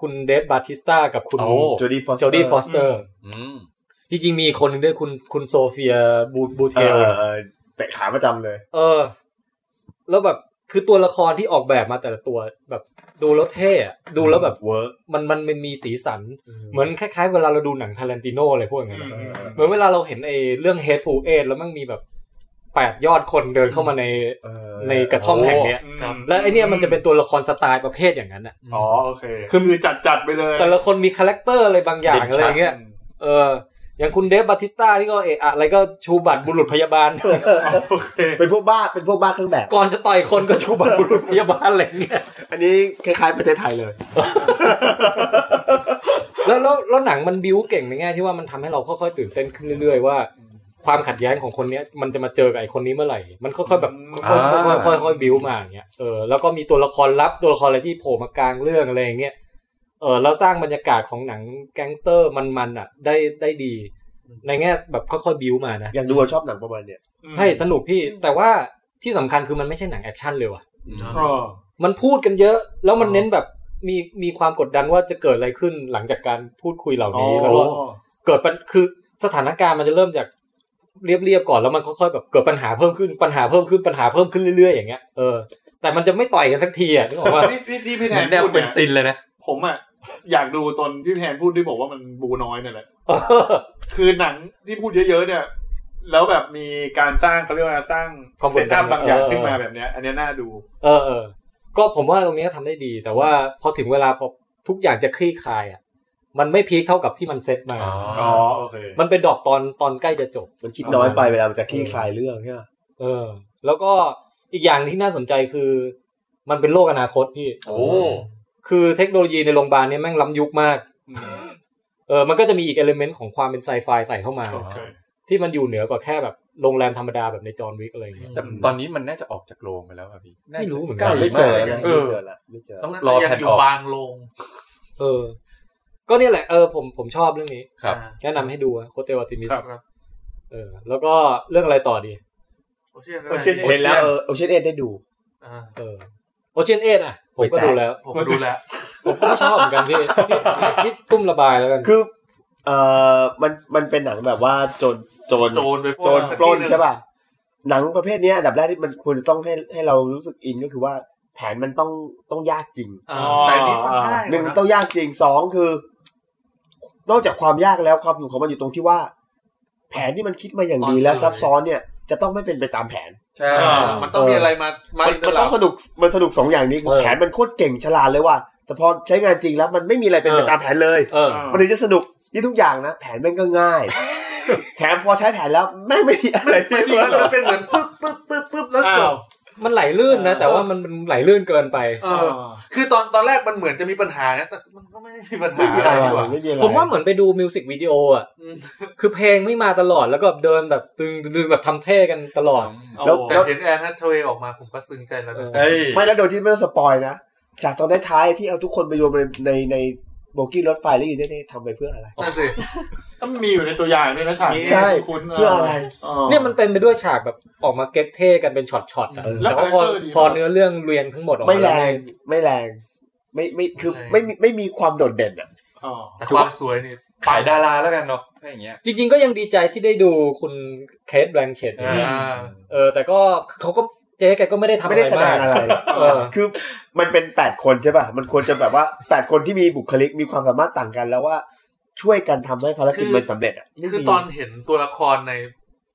Speaker 2: คุณเดฟบาติสตากับคุณ
Speaker 5: โอ้
Speaker 8: โจดี้ฟอส
Speaker 2: โจดี้ฟอสเตอร์
Speaker 5: อืม
Speaker 2: จริงๆมีอีกคนหนึ่งด้วยคุณคุณโซเฟียบูบูเท
Speaker 8: เอ
Speaker 2: ล
Speaker 8: อเออแต่ขาประจำเลย
Speaker 2: เออ แล้วแบบคือตัวละครที่ออกแบบมาแต่ละตัวแบบดูแล้วเท่อะดูแล้วแบบ
Speaker 8: เวิร์ก
Speaker 2: มันมันมันมีสีสัน เหมือนคล้ายๆ เวลาเราดูหนังทารันติโนอะไรพวกอย่าง
Speaker 3: อื
Speaker 2: เงี้ย
Speaker 3: มอืม
Speaker 2: เหมือนเวลาเราเห็นไอ้เรื่อง Hateful Eight แล้วมันมีแบบแปดยอดคนเดินเข้ามาในในกระท่อมแห่งเนี้ย
Speaker 3: อืม
Speaker 2: และไอเนี่ยมันจะเป็นตัวละครสไตล์ประเภทอย่างนั้นอะ
Speaker 3: อ๋อโอเค
Speaker 2: คื
Speaker 3: คือ อจัดจัดๆไปเลย
Speaker 2: แต่ละคนมีคาแรคเตอร์อะไรบางอย่างอะไรอย่างเงี้ย เออ อย่างคุณเดฟบาติสต้านี่ก็เอะอะอะไรก็ชูบัตรบุรุษพยาบาล
Speaker 3: โอเค
Speaker 8: เป็นพวกบ้าเป็นพวกบ้าเครื่องแบบ
Speaker 2: ก่อนจะต่อยคนก็ชูบัตรบุรุษพยาบาลอะไรอย่างเงี้ย
Speaker 8: อันนี้คล้ายๆประเทศไทยเลย
Speaker 2: แล้วแล้วแล้วหนังมันบิวเก่งในแง่ที่ว่ามันทำให้เราค่อยๆตื่นเต้นขึ้นเรื่อยๆ ว่า ความขัดแย้งของคนเนี้ยมันจะมาเจอกับไอ้คนนี้เมื่อไหร่ มันค่อยๆแบบค่อยๆค่อยๆค่อยๆบิวมาอย่างเงี้ย เออ แล้วก็มีตัวละครลับตัวละครอะไรที่โผล่มากลางเรื่องอะไรอย่างเงี้ย เออแล้วสร้างบรรยากาศของหนังแก๊งสเตอร์มันๆอ่ะ ได้ได้ดี ในแง่แบบค่อยๆบิวมานะ
Speaker 8: อยากดูอะชอบหนังประมาณเนี้ย
Speaker 2: ใช่สนุกพี่แต่ว่าที่สำคัญคือมันไม่ใช่หนังแอคชั่นเลยว่ะ
Speaker 3: อ๋อ
Speaker 2: มันพูดกันเยอะ แล้วมันเน้นแบบมีมีความกดดันว่าจะเกิดอะไรขึ้นหลังจากการพูดคุยเหล่า
Speaker 3: อ๋อ
Speaker 2: นี้แล้วก็เกิดปัญคือสถานการณ์มันจะเริ่มจากเรียบๆก่อนแล้วมันค่อยๆแบบเกิดปัญหาเพิ่มขึ้นปัญหาเพิ่มขึ้นปัญหาเพิ่มขึ้นเรื่อยๆอย่างเงี้ยเออแต่มันจะไม่ต่อยกันสักทีอ่ะนึ กออกว่า
Speaker 3: พี่พี่พี่พี่
Speaker 5: เห
Speaker 3: แท
Speaker 5: มือน นแนว
Speaker 3: พูด
Speaker 5: ควิ
Speaker 3: เนี่
Speaker 5: น
Speaker 3: ย
Speaker 5: ตินเลยนะ
Speaker 3: ผมอ่ะอยากดูตอนพี่แทนพูดที่บอกว่ามันบูน้อยเนี่ยแหละ คือหนังที่พูดเยอะๆเนี่ย แล้วแบบมีการสร้างเขาเรียกว่าสร้าง
Speaker 2: ความก
Speaker 3: เซ
Speaker 2: ด
Speaker 3: ต
Speaker 2: ดั
Speaker 3: อั
Speaker 2: น
Speaker 3: พบางอย่างขึ้นมาแบบเนี้ย อันเนี้ยน่าดู
Speaker 2: เออเออ ก็ผมว่าตรงนี้ก็ทำได้ดี แต่ว่าพอถึงเวลาพอทุกอย่างจะคลี่คลายอ่ะมันไม่พีคเท่ากับที่มันเซตมา
Speaker 3: อ๋อโอเค
Speaker 2: มันไปดรอปตอนตอนใกล้จะจบ
Speaker 8: มันคิดน้อยไปเวลามันจะคลี่คลายเรื่องใช่ไหม
Speaker 2: เออ แล้วก็อีกอย่างที่น่าสนใจคือ มันเป็นโลกอนาคตพี่
Speaker 5: โอ้
Speaker 2: คือเทคโนโลยีในโรงพยาบาลเนี่ยแม่งล้ำยุคมาก
Speaker 3: อืม
Speaker 2: เออ มันก็จะมีอีกเอลเมนต์ของความเป็นไซไฟใส่เข้ามา
Speaker 3: โอเค
Speaker 2: ที่มันอยู่เหนือกว่าแค่แบบโรงแรมธรรมดาแบบในจอห์นวิกอะไรอย่างเงี้ย
Speaker 5: แต่ตอนนี้มันน่าจะออกจากโรงไปแล้วอะพี่าจะ
Speaker 2: ไม่รู้เหมือนกั
Speaker 5: ใก
Speaker 2: น
Speaker 5: ล้
Speaker 8: ไม่
Speaker 5: มา
Speaker 8: เจอก นะ
Speaker 5: เอ
Speaker 8: ไม่
Speaker 5: อ
Speaker 8: เจอละไม่เจอ
Speaker 6: ต้อง
Speaker 5: ร
Speaker 6: ร
Speaker 5: อ
Speaker 6: อ
Speaker 5: แผ่
Speaker 6: แผ่
Speaker 5: น
Speaker 6: น
Speaker 5: อ
Speaker 6: อ
Speaker 5: อ
Speaker 6: อก กบางลง
Speaker 2: เออ ก็เนี่ยแหละ เออผมผมชอบเรื่องนี้
Speaker 5: ครับ
Speaker 2: แนะนำให้ดูโคเตวัติมิส
Speaker 6: ครับ
Speaker 2: เออ แล้วก็เรื่องอะไรต่อดี
Speaker 6: โอเชียน
Speaker 3: โอเค
Speaker 8: เห็นแล้วเออโอเชียนเอ็ดได้ดู
Speaker 6: อ่า
Speaker 2: เออโอเชียนเอ็ดอ่ะ ผมก็ดูแล้ว
Speaker 6: ผมดูแล้ว
Speaker 2: ผมก็ไม่ชอบเหมือนกันพี่พี่พี่ตุ้มระบายแล้วกัน
Speaker 8: คือเออมันมันเป็นหนังแบบว่าโจรโจร
Speaker 6: โจรไป
Speaker 8: โจร
Speaker 6: สัก
Speaker 8: ปล้น
Speaker 6: ที่หง
Speaker 8: ใช่ป่ะหนังประเภทเนี้ยอันดับแรกที่มันควรจะต้องให้ให้เรารู้สึกอินก็คือว่าแผนมันต้องต้องยากจริง
Speaker 6: อ่าแต่นี่มันได้
Speaker 8: หนึ่งต้องยากจริงสองคือ นอกจากความยากแล้วความสนุกของมันอยู่ตรงที่ว่า แผนที่มันคิดมาอย่างดีและซับซ้อนเนี่ย จะต้องไม่เป็นไปตามแผน
Speaker 5: ใช่
Speaker 6: อ่ามันต้องมีอะไรมามา
Speaker 8: มันมันต้องสนุกมันสนุกสองอย่างนี้คือ
Speaker 2: เออ
Speaker 8: แผนมันโคตรเก่งฉลาดเลยว่ะแต่พอใช้งานจริงแล้วมันไม่มีอะไรเป็นไปตามแผนเลย
Speaker 2: เออ
Speaker 8: มันถึงจะสนุกนี่ทุกอย่างนะ แผนแม่งก็ง่าย แถมพอใช้แผนแล้วแม่งไม่มีอะไร
Speaker 6: ไม่ดีแล้วมันเป็นเหมือนปึ๊บปึ๊บปึ๊บปึ๊บแล้วจบ
Speaker 2: มันไหลลื่นนะ แต่ว่ามันมันไหลลื่นเกินไป
Speaker 6: เออ คือตอนตอนแรกมันเหมือนจะมีปัญหานะแต่มันก็ไม่ได้มีปัญหา
Speaker 8: ไม่มี
Speaker 6: อะ
Speaker 8: อะไร ไร
Speaker 6: ดีกว่า
Speaker 8: ไม่มีอะไร
Speaker 2: ผมว่าเหมือนไปดูมิวสิกวิดีโออ่ะ
Speaker 6: อืม
Speaker 2: คือเพลงไม่มาตลอดแล้วก็เดินแบบตึงดึงแบบทำเท่กันตลอด
Speaker 8: แล้ว
Speaker 6: แต่
Speaker 8: แล้ว
Speaker 6: เห็นแอนฮัทเทเวย์ออกมาผมก็ซึ้งใจแล้วนะ
Speaker 5: เฮ้ย
Speaker 8: ไม่แล้วโดยที่ไม่ต้องสปอยนะฉากตอนท้ายๆที่เอาทุกคนไปรวมในในในโบกี้รถไฟแล้วอยู่เนี่ยทำไปเพื่ออะไร
Speaker 6: นั่นสิ
Speaker 3: ต้องมีอยู่ในตัวอย่างด้วยนะฉากนี้
Speaker 8: ใช่
Speaker 3: คุณ
Speaker 8: เพื่ออะไร
Speaker 2: เนี่ยมันเป็นไปด้วยฉากแบบออกมาเก๊กเท่กันเป็นช็อตๆอ่ะ
Speaker 8: เออ
Speaker 2: แต่ว่าพอพอเนื้อเรื่องเรียนทั้งหมดออกมา
Speaker 8: ไม่แร
Speaker 2: ล้ว
Speaker 8: ง
Speaker 2: เนี่ย
Speaker 8: ไม่แรง ไม่ไม่คือ
Speaker 6: ไม่แรง
Speaker 8: ไม่มีไม่มีความโดดเด่นอ่ะ
Speaker 3: อ๋อ
Speaker 6: แต่ความสวยนี่
Speaker 5: ขายดาราแล้วกันเนาะถ้าอย่างเงี้ย
Speaker 2: จริง ๆ ก็ยังดีใจที่ได้ดูคุณเคทแบงเชต
Speaker 5: อ่า
Speaker 2: เออ แต่ก็เขาก็เจ๊แกก็ไม่ได้ทำอะ
Speaker 8: ไม่
Speaker 2: ไร
Speaker 8: ได้แสด
Speaker 2: มาง ก
Speaker 8: อะไร
Speaker 2: เออ
Speaker 8: คือมันเป็นแปดคนใช่ป่ะ มันควรจะแบบว่าแปดคนที่มีบุคลิกมีความสามารถต่างกันแล้วว่าช่วยกันทำให้ภารกิจมันสำเร็จอ่ะไม่
Speaker 6: คือ
Speaker 8: มี
Speaker 6: ตอนเห็นตัวละครใน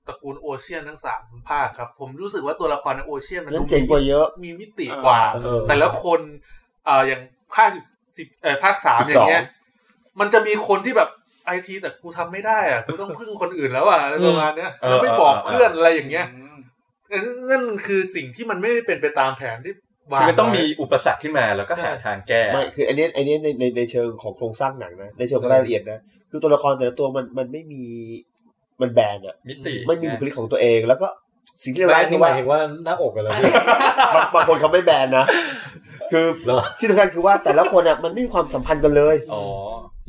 Speaker 6: ตระกูลโอเชียนทั้งสามภาคครับ ผมรู้สึกว่าตัวละครในโอเชียนมัน
Speaker 8: เรื่
Speaker 6: ดู
Speaker 8: องเจ๋งกว่าเยอะ
Speaker 6: มีมิติกว่า
Speaker 8: เออ
Speaker 6: แต่ละคนเอ่ออย่างภาค สิบเออภาคสามอย่างเงี้ยมันจะมีคนที่แบบไอทีแต่กูทำไม่ได้อ่ะกูต้องพึ่งคนอื่นแล้วอ่ะอะไรประมาณเนี้ย
Speaker 5: เออ
Speaker 6: แล้วไม่บอก
Speaker 5: เออ
Speaker 6: เพื่อนอะไรอย่างเงี้ยเออนั่นคือสิ่งที่มันไม่ได้เป็นไปตามแผนที่วาง
Speaker 5: คือมันต้อง
Speaker 6: ไว้
Speaker 5: มีอุปสรรคขึ้นมาแล้วก็หาทางแก้
Speaker 8: ไม่คืออันเนี้ยอันเนี้ยในในในเชิงของโครงสร้างหนังนะในเชิงของรายละเอียดนะคือตัวละครแต่ละตัวมันมันไม่มีมันแบนอะ
Speaker 5: มิติ
Speaker 8: มันมีบุคลิกของตัวเอง แล้วก็สิ่งที่เลว
Speaker 2: แบ
Speaker 8: ร้าย
Speaker 2: น
Speaker 8: คื
Speaker 2: นี่
Speaker 8: อ
Speaker 2: หมา
Speaker 8: ว่าย
Speaker 2: ถึงว่าหน้า อกอะไรเหรอบ
Speaker 8: างบางคนเขาไม่แบนนะคือ
Speaker 2: เหรอ
Speaker 8: ที่สำคัญคือว่าแต่ละคนอะมันไม่มีความสัมพันธ์กันเลย
Speaker 5: อ๋อ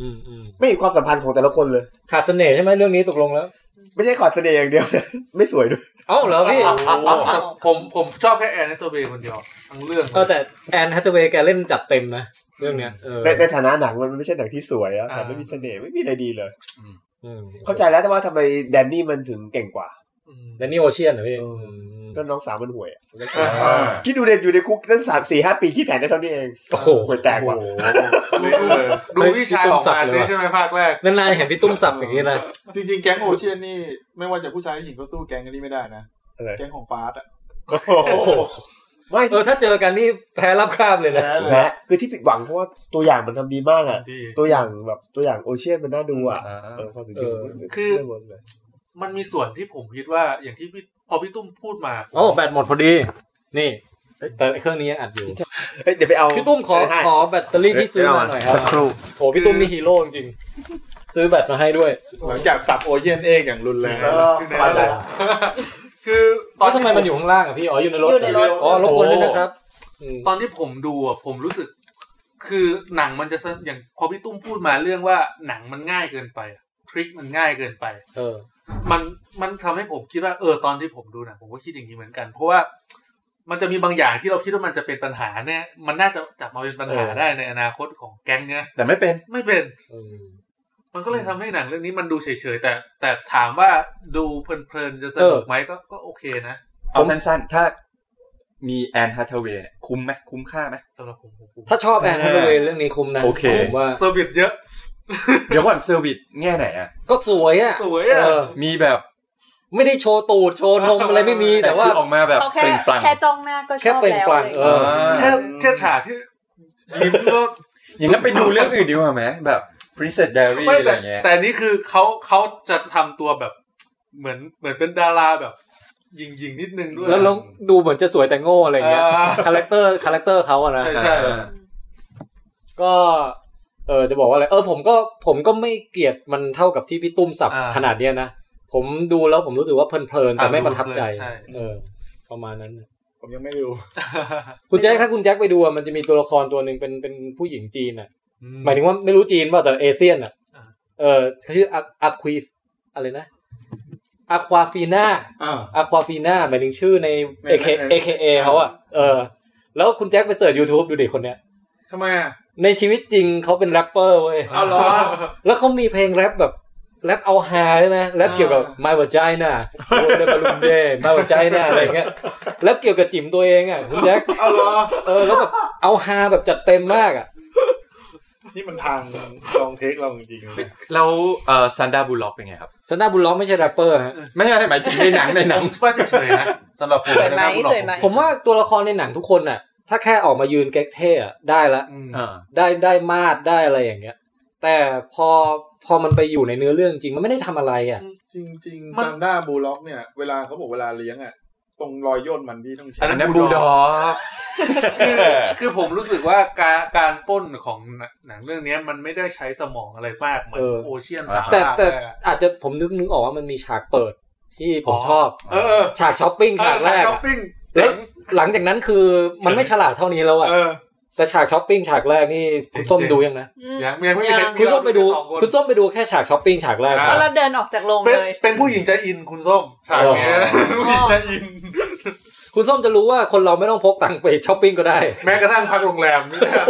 Speaker 2: อืมอืม
Speaker 8: ไม่เห็นความสัมพันธ์ของแต่ละคนเลย
Speaker 2: ขาดเสน่ห์ใช่ไหมเรื่องนี้ตกลงแล้ว
Speaker 8: ไม่ใช่ขอดเสน่ห์อย่างเดียว นะไม่สวยด้วย
Speaker 2: เอ้าเหรอพี่
Speaker 6: แต่ผมผมชอบแค่แอนนิโตเบย์คนเดียวทั้งเรื่อง
Speaker 2: เออแต่แอนฮัตเทเวย์แกเล่นจัดเต็มนะเรื่องเนี้ยเออ
Speaker 8: ในในฐานะหนังมันไม่ใช่หนังที่สวยอะแต่ไม่มีเสน่ห์ไม่มีอะไรดีเลย
Speaker 2: อืม
Speaker 8: เข้าใจแล้วแต่ว่าทำไมแดนนี่มันถึงเก่งกว่า
Speaker 2: แดนนี่โอเชียนเหรอพี่
Speaker 8: เออ
Speaker 2: ม
Speaker 8: ก็น้องสาวมันห่วยอะ
Speaker 5: อ่า
Speaker 8: คิดดูเด็กอยู่ในคุกตั้งสามสี่ห้าปีที่แผนได้เท่านี้เอง
Speaker 2: โอ้โห
Speaker 8: ห่วยแตกว่ะ
Speaker 6: ดูดูวิชายออกมาซิใช่ไหมภาคแรก
Speaker 2: นานๆเห็นพี่ตุ้มสับอย่างนี้นะ
Speaker 3: จริงๆ แก๊งโอเชียนนี่ ไม่ว่าจะผู้ชายหรือหญิงก็สู้แก๊งกันนี้ไม่ได้นะ
Speaker 8: อะไร
Speaker 3: แก๊งของฟาสต์อะ
Speaker 8: โอ้โหไม่
Speaker 2: เออถ้าเจอกันนี่แพ้รับคาบเลยนะ
Speaker 8: แพ้คือที่ผิดหวังเพราะว่าตัวอย่างมันทำดีมากอ่ะ
Speaker 6: ดี
Speaker 8: ตัวอย่างแบบตัวอย่างโอเชียนมันน่าดูอ่ะ
Speaker 5: อ่า
Speaker 8: เออพอถึงจุดนั้น
Speaker 6: คือ
Speaker 8: ไม่เวิร์กเลย
Speaker 6: มันมีส่วนที่ผมคิดว่าอย่างที่พี่พอพี่ตุ้มพูดมา
Speaker 2: โอ้แบตหมดพอดี นี่เอ้ยแต่เครื่องนี้ยังอัดอยู่
Speaker 8: เฮ้ยเดี๋ยวไปเอา
Speaker 2: พี่ตุ้มขอ
Speaker 8: ให้
Speaker 2: ขอแบตเตอรี่ที่ซื้อมาหน่อยครับ
Speaker 8: สักครู่
Speaker 2: โอ้พี่ตุ้มนี่ฮีโร่จริงๆซื้อแบตมาให้ด้วย
Speaker 3: หลังจากสับโอเชียนเอกอย่างรุนแรง
Speaker 8: สบายใจละ
Speaker 6: คือต
Speaker 2: แล้
Speaker 6: อน
Speaker 2: วทำไมมันอยู่ข้างล่างอ่ะพี่อ๋ออยู่ในรถ
Speaker 7: อยู่ในรถ
Speaker 2: อ๋อรบกวนด้วยนะครับอืม
Speaker 6: ตอนที่ผมดูอ่ะผมรู้สึก คือหนังมันจะสนอย่างพอพี่ตุ้มพูดมาเรื่องว่าหนังมันง่ายเกินไปอะทริคมันง่ายเกินไป
Speaker 2: เออ
Speaker 6: มันมันทำให้ผมคิดว่าเออตอนที่ผมดูหนะผมก็คิดอย่างนี้เหมือนกัน เพราะว่ามันจะมีบางอย่างที่เราคิดว่ามันจะเป็นปัญหาเนี่ยมันน่าจะจับมาเป็นปัญหา
Speaker 2: เออ
Speaker 6: ได้ในอนาคตของแก๊งเนี่ย
Speaker 5: แต่ไม่เป็น
Speaker 6: ไม่เป็น
Speaker 2: เออ
Speaker 6: มันก็เลยทำให้หนังเรื่องนี้มันดูเฉยๆแต่ แต่ถามว่าดูเพลินๆจะสนุกไหมก็ก็โอเคนะ
Speaker 5: เอาสั้นๆ ถ้ามีแอนฮัทเวย์เนี่ยคุ้มไหมคุ้มค่าไหม
Speaker 6: สำหรับผมผมผม
Speaker 2: ถ้าชอบแอนฮัทเวย์เรื่องนี้คุ้มนะ
Speaker 5: โอเค
Speaker 2: ผมว่า
Speaker 6: เซอร์วิสเยอะ
Speaker 5: เดี๋ยวก่อนเซอร์วิสแง่ไหนอ่ะ
Speaker 2: ก็สวยอ่ะ
Speaker 6: สวยอะ
Speaker 2: เ
Speaker 5: มีแบบ
Speaker 2: ไม่ได้โชว์ตูดโชว์นมอะไรไม่มีแต่ว่า
Speaker 5: คือออกมาแบบ
Speaker 4: เขาแค่
Speaker 5: เปล่งปลั่ง
Speaker 4: แค่จ้องหน้าก็ช
Speaker 2: แค่
Speaker 4: อบ
Speaker 2: เปล่ง
Speaker 4: แล้ว
Speaker 2: ปลั่ง
Speaker 4: เลย
Speaker 2: เออ
Speaker 5: อ่า
Speaker 6: แค่แค่ฉากที่ยิ้มก็
Speaker 5: อย่างนั้นไปดูเรื่องอื่นดีกว่าไหมแบบ Princess Diary
Speaker 6: ไม่
Speaker 5: อะไร
Speaker 6: แต่
Speaker 5: เงี้ย
Speaker 6: แต่นี่คือเขาเขาจะทำตัวแบบเหมือนเหมือนเป็นดาราแบบยิงยิงๆนิดนึงด้วย
Speaker 2: แล้วแล้วดูเหมือนจะสวยแต่โง่อะไรเงี้ย
Speaker 6: อ่า
Speaker 2: คาแรคเตอร์คาแรคเตอร์เขาอะนะ
Speaker 6: ใช่ใช่
Speaker 5: อ่า
Speaker 2: ก็ เออจะบอกว่าอะไร เออผมก็ผมก็ไม่เกลียดมันเท่ากับที่พี่ตุ้มสับ
Speaker 6: อ่า
Speaker 2: ขนาดเนี้ยนะ ผมดูแล้วผมรู้สึกว่าเพลินๆแต่ไม่ประทับใจ
Speaker 6: ใช่
Speaker 2: เออ ประมาณนั้นน่ะ
Speaker 3: ผมยังไม่ดู
Speaker 2: คุณแจ็คถ้าคุณแจ็คไปดูอะมันจะมีตัวละครตัวหนึ่งเป็นเป็นผู้หญิงจีนอ่ะ
Speaker 6: อื
Speaker 2: หมายถึงว่าไม่รู้จีนเปล่าแต่เอเชียนอ่ะ
Speaker 6: อ่า
Speaker 2: เออเขาชื่ออะควีอะไรนะอะควาฟีน่า อะควาฟีน่าหมายถึงชื่อใน AK
Speaker 3: ใน
Speaker 2: AKA เขาอ่ะ เออ แล้วคุณแจ็คไปเสิร์ช YouTube ดูเด็กคนเนี้ย
Speaker 3: ทำไมอ่ะ
Speaker 2: ในชีวิตจริงเขาเป็นแรปเปอร์เว้ย
Speaker 3: เอาเหรอ
Speaker 2: แล้วเขามีเพลงแรปแบบแรปเอาฮาด้วยนะแรปเกี่ยวกับ My Vagina โอ้เดบาลุมเด My Vagina อะไรเงี้ยแรปเกี่ยวกับจิ๋มตัวเองอ่ะคุณแจ็ค
Speaker 3: เอาเหรอ
Speaker 2: เออแล้วแบบเอาฮาแบบจัดเต็มมากอ่ะ
Speaker 3: นี่มันทางลองเทคเราจริงๆนะ
Speaker 5: แล้วเอ่อซันดาบูล็อกเป็นไงครับ
Speaker 2: ซันดาบุลล็อกไม่ใช่แรปเปอร์ฮะ
Speaker 5: ไม่ใช่หมายถึงในหนังในหนัง
Speaker 6: ผมว่าเฉยๆนะสำหรับผม
Speaker 7: สวยไหม
Speaker 6: นะคุณอก
Speaker 7: สวยไหม
Speaker 2: ผมว่าตัวละครในหนังทุกคนอ่ะ ถ้าแค่ออกมายืนเก๊กเท่อะได้ละ
Speaker 6: อืม
Speaker 5: อ่า
Speaker 2: ได้ได้มาดได้อะไรอย่างเงี้ย แต่พอพอมันไปอยู่ในเนื้อเรื่องจริงมันไม่ได้ทำอะไรอ่ะ
Speaker 3: จริงๆซันด้าบูล็อกเนี่ย เวลาเขาบอกเวลาเลี้ยงอ่ะ ตรงรอยย่นมันพี่ต้อง
Speaker 5: อั
Speaker 3: ใช้
Speaker 5: นนั้นบูดอก
Speaker 6: คือคือผมรู้สึกว่าการการปล้นของหนังเรื่องเนี้ยมันไม่ได้ใช้สมองอะไรมาก เหมือน
Speaker 2: เออ
Speaker 6: โอเชียนสาม
Speaker 2: แต่
Speaker 6: ภาค
Speaker 2: แต่
Speaker 6: แรกอะ
Speaker 2: อาจจะผมนึกนึกออกว่ามันมีฉากเปิดที่ผม
Speaker 6: อ๋อ
Speaker 2: ชอบ
Speaker 6: เออเออ
Speaker 2: ฉากช้อปปิ้งฉากแรก
Speaker 6: ช้อป
Speaker 2: อะ
Speaker 6: ปิ้ง
Speaker 2: แล้ว
Speaker 6: เจ๋ง
Speaker 2: หลังจากนั้นคือมันไม่ฉลาดเท่านี้แล้วอะ
Speaker 3: เออ
Speaker 2: แต่ฉากช้อปปิ้งฉากแรกนี่คุณส้ม
Speaker 6: จริงๆ
Speaker 2: ดูยังนะ
Speaker 6: ยังยังไม่มีใร
Speaker 2: คุณส้มไปดู
Speaker 6: สองคน
Speaker 2: คุณส้มไปดูแค่ฉากช้อปปิ้งฉากแรก
Speaker 6: อ่ะ
Speaker 2: อะ
Speaker 7: แล้วเดินออกจากโรง
Speaker 6: เป็น
Speaker 7: เลย
Speaker 6: เป็นผู้หญิงใจอินคุณส้มฉากเนี้ย
Speaker 2: อ๋อ
Speaker 6: ผู้หญิงใจอิน
Speaker 2: คุณส้มจะรู้ว่าคนเราไม่ต้องพกตังค์ไปช้อปปิ้งก็ได้
Speaker 6: แม้กระทั่งพักโรงแร มนี่นะ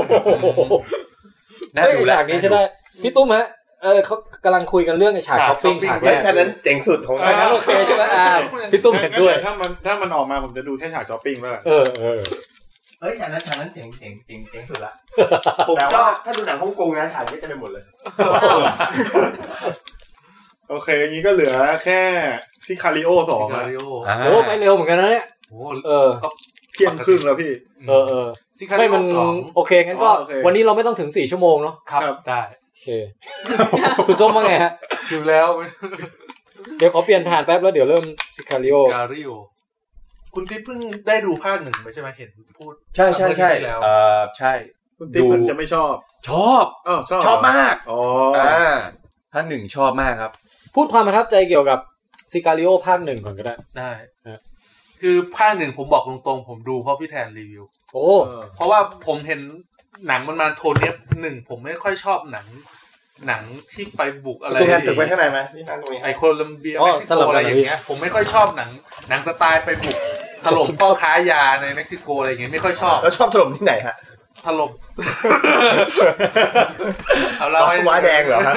Speaker 5: น่า
Speaker 2: เฮ้ย
Speaker 5: ดู
Speaker 2: ไอ้
Speaker 5: แหละ
Speaker 2: ฉากนี้ใช่ไหมพี่ตุ้มฮะเออเขากำลังคุยกันเรื่องไอ้ฉากช้อปปิ้งฉากแร
Speaker 8: และ
Speaker 2: ก
Speaker 8: ฉะนั้นเจ๋งสุดของ
Speaker 2: อันนั้นโอเคใช่ไหมอ่าพี่ตุ้มเห็นด้วย
Speaker 3: ถ้ามันถ้ามันออกมาผมจะดูแค่ฉากช้อปปิ้งแล้วแหละ
Speaker 2: เออเออ
Speaker 8: เฮ้ยฉากนั้นฉากนั้นเจ๋งเจ๋งเจ๋งเจ๋งสุดละ
Speaker 6: ผม
Speaker 8: แต่
Speaker 6: ชอ
Speaker 8: ว่า
Speaker 6: บ
Speaker 8: ถ้าดูหนังฮ่องกงนะฉากนี้จะไปหมดเลย
Speaker 3: โอเคอย่างนี้ก็เหลือแค่ซิคาริโอสอง
Speaker 6: มา
Speaker 3: อะ
Speaker 6: ริโอ
Speaker 5: อ่า
Speaker 2: โอ้ไปเร็วเหมือนกันนะเนี่ย
Speaker 6: โอ้โห
Speaker 2: เออ
Speaker 3: พ ที่ยงครึ่งแล้วพี่
Speaker 2: เออเออ
Speaker 6: ซิงคัน
Speaker 2: ไม่มัน
Speaker 6: สอง
Speaker 2: โอเคงั้นก็
Speaker 3: อ๋อโอเค
Speaker 2: วันนี้เราไม่ต้องถึงสี่ชั่วโมงเนาะ
Speaker 6: ครับ ได้
Speaker 2: โอเคคุณส้มว่าไงฮะ
Speaker 6: อยู่แล้ว
Speaker 2: เดี๋ยวขอเปลี่ยนฐานแป๊บแล้วเดี๋ยวเริ่มซิคาริโอ
Speaker 6: การิโอคุณติ๊บเพิ่งได้ดูภาคหนึ่งไปใช่ไหมเห็นพูด
Speaker 5: ใช่ใช่ใช่
Speaker 6: แล้ว
Speaker 5: เออใช่
Speaker 3: คุณติ๊ก
Speaker 5: ดู
Speaker 3: มันจะไม่ชอบ
Speaker 5: ชอบ
Speaker 3: อ๋อชอบ
Speaker 5: ชอบมาก
Speaker 3: อ๋อ
Speaker 5: อ่าท่านหนึ่งชอบมากครับ
Speaker 2: พูดความประทับใจเกี่ยวกับซิคาริโอภาคหนึ่งก่อนก็ได้
Speaker 6: ได้
Speaker 2: ฮะ
Speaker 6: คือภาคหนึ่งผมบอกตรงๆ ผมดูเพราะพี่แทนรีวิว
Speaker 2: โอ้
Speaker 3: เออ
Speaker 6: เพราะว่าผมเห็นหนังมันมาโทนเนี้ยหนึ่งผมไม่ค่อยชอบหนัง หนังที่ไปบุกอะไร
Speaker 8: ตัวแทนตึกไว้ข้างในไหมนี่ข้างตรงนี้
Speaker 6: ไอโคลัมเบีย
Speaker 2: อ๋อ
Speaker 6: เม็กซิ
Speaker 2: ส
Speaker 6: โก
Speaker 2: ลับกัน
Speaker 6: อะไรอย่างเงี้ยผมไม่ค่อยชอบหนัง หนังสไตล์ไปบุกถล่มพ่อค้ายาในเม็กซิโกอะไรอย่างเงี้ยไม่ค่อยชอบ
Speaker 8: แล้วชอบถล่มที่ไหนฮะ
Speaker 6: ถ ล่ม เอาเราให้
Speaker 8: ว้าแดงเหรอ ฮะ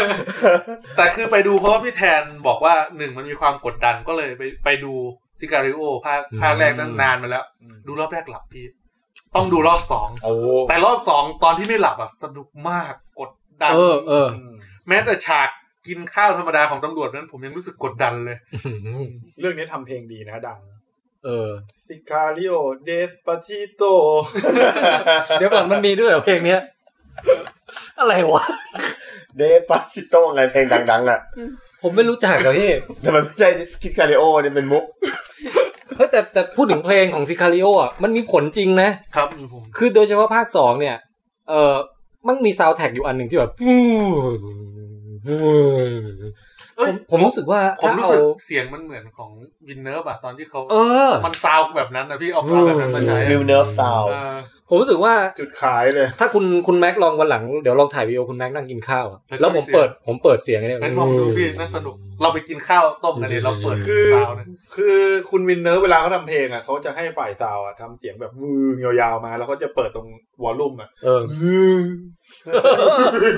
Speaker 6: แต่คือไปดูเพราะว่าพี่แทนบอกว่าหนึ่งมันมีความกดดันก็เลยไปไปดูซิการิโอภาคภาคแรกนั้นนานมาแล้ว ดูรอบแรกหลับพี่ ต้องดูรอบสอง
Speaker 5: โอ้
Speaker 6: แต่รอบสองตอนที่ไม่หลับอ่ะสนุกมากกดดัน
Speaker 2: เออเออ
Speaker 6: แม้แต่ฉากกินข้าวธรรมดาของตำรวจนั้น ผมยังรู้สึกกดดันเลย
Speaker 3: เรื่องนี้ทำเพลงดีนะดัง
Speaker 2: เออ
Speaker 3: ซิคาริโอเดสปาชิโต
Speaker 2: เดี๋ยวก่อนมันมีด้วยเหรอเพลงเนี้ย อะไรวะ
Speaker 8: เดปาซิโตไงเพลงดังๆอ่ะ
Speaker 2: ผมไม่รู้จักเหรอพี่
Speaker 8: แต่มันไม่ใช่ดิสคิคาริโอเนี่ยเป็นมุก
Speaker 2: เฮ้ยแต่แต่พูดถึงเพลงของซิคาริโออ่ะมันมีผลจริงนะ
Speaker 6: ครับผม
Speaker 2: คือโดยเฉพาะภาคสองเนี่ย เออมันมีซาวด์แท็กอยู่อันหนึ่งที่แบบฟูฟูผ
Speaker 6: เอ้ย
Speaker 2: มผมรู้สึกว่า
Speaker 6: ผม
Speaker 2: ถ้า
Speaker 6: รู้
Speaker 2: เอา
Speaker 6: สึกเสียงมันเหมือนของวินเนอร์ป่ะตอนที่เขา
Speaker 2: เออ
Speaker 6: มันซาวแบบนั้นนะพี่เอาซาวแบบนั้นมาใช้อะ
Speaker 8: วิลเนอร์ฟซาว
Speaker 6: เออ
Speaker 2: ผมรู้สึกว่า
Speaker 3: จุดขายเลย
Speaker 2: ถ้าคุณคุณแม็กลองวันหลังเดี๋ยวลองถ่ายวีดีโอคุณแม็กนั่งกินข้าวอะ
Speaker 6: แล้วก็
Speaker 2: แล้วผม
Speaker 6: มีเสียง
Speaker 2: เปิดผมเปิดเสียงเนี่ย
Speaker 6: งั้นลองดูพี่น่าสนุก เราไปกินข้าวต้มกันเลยเราเปิด
Speaker 3: คือ
Speaker 6: ซาวนะ
Speaker 3: คือคุณวินเนอร์เวลาเขาทำเพลงอ่ะเขาจะให้ฝ่ายซาวอ่ะทำเสียงแบบวืงยาวๆมา แล้วเขาจะเปิดตรงวอลลุ่มอ่ะ
Speaker 2: เออ
Speaker 3: วืง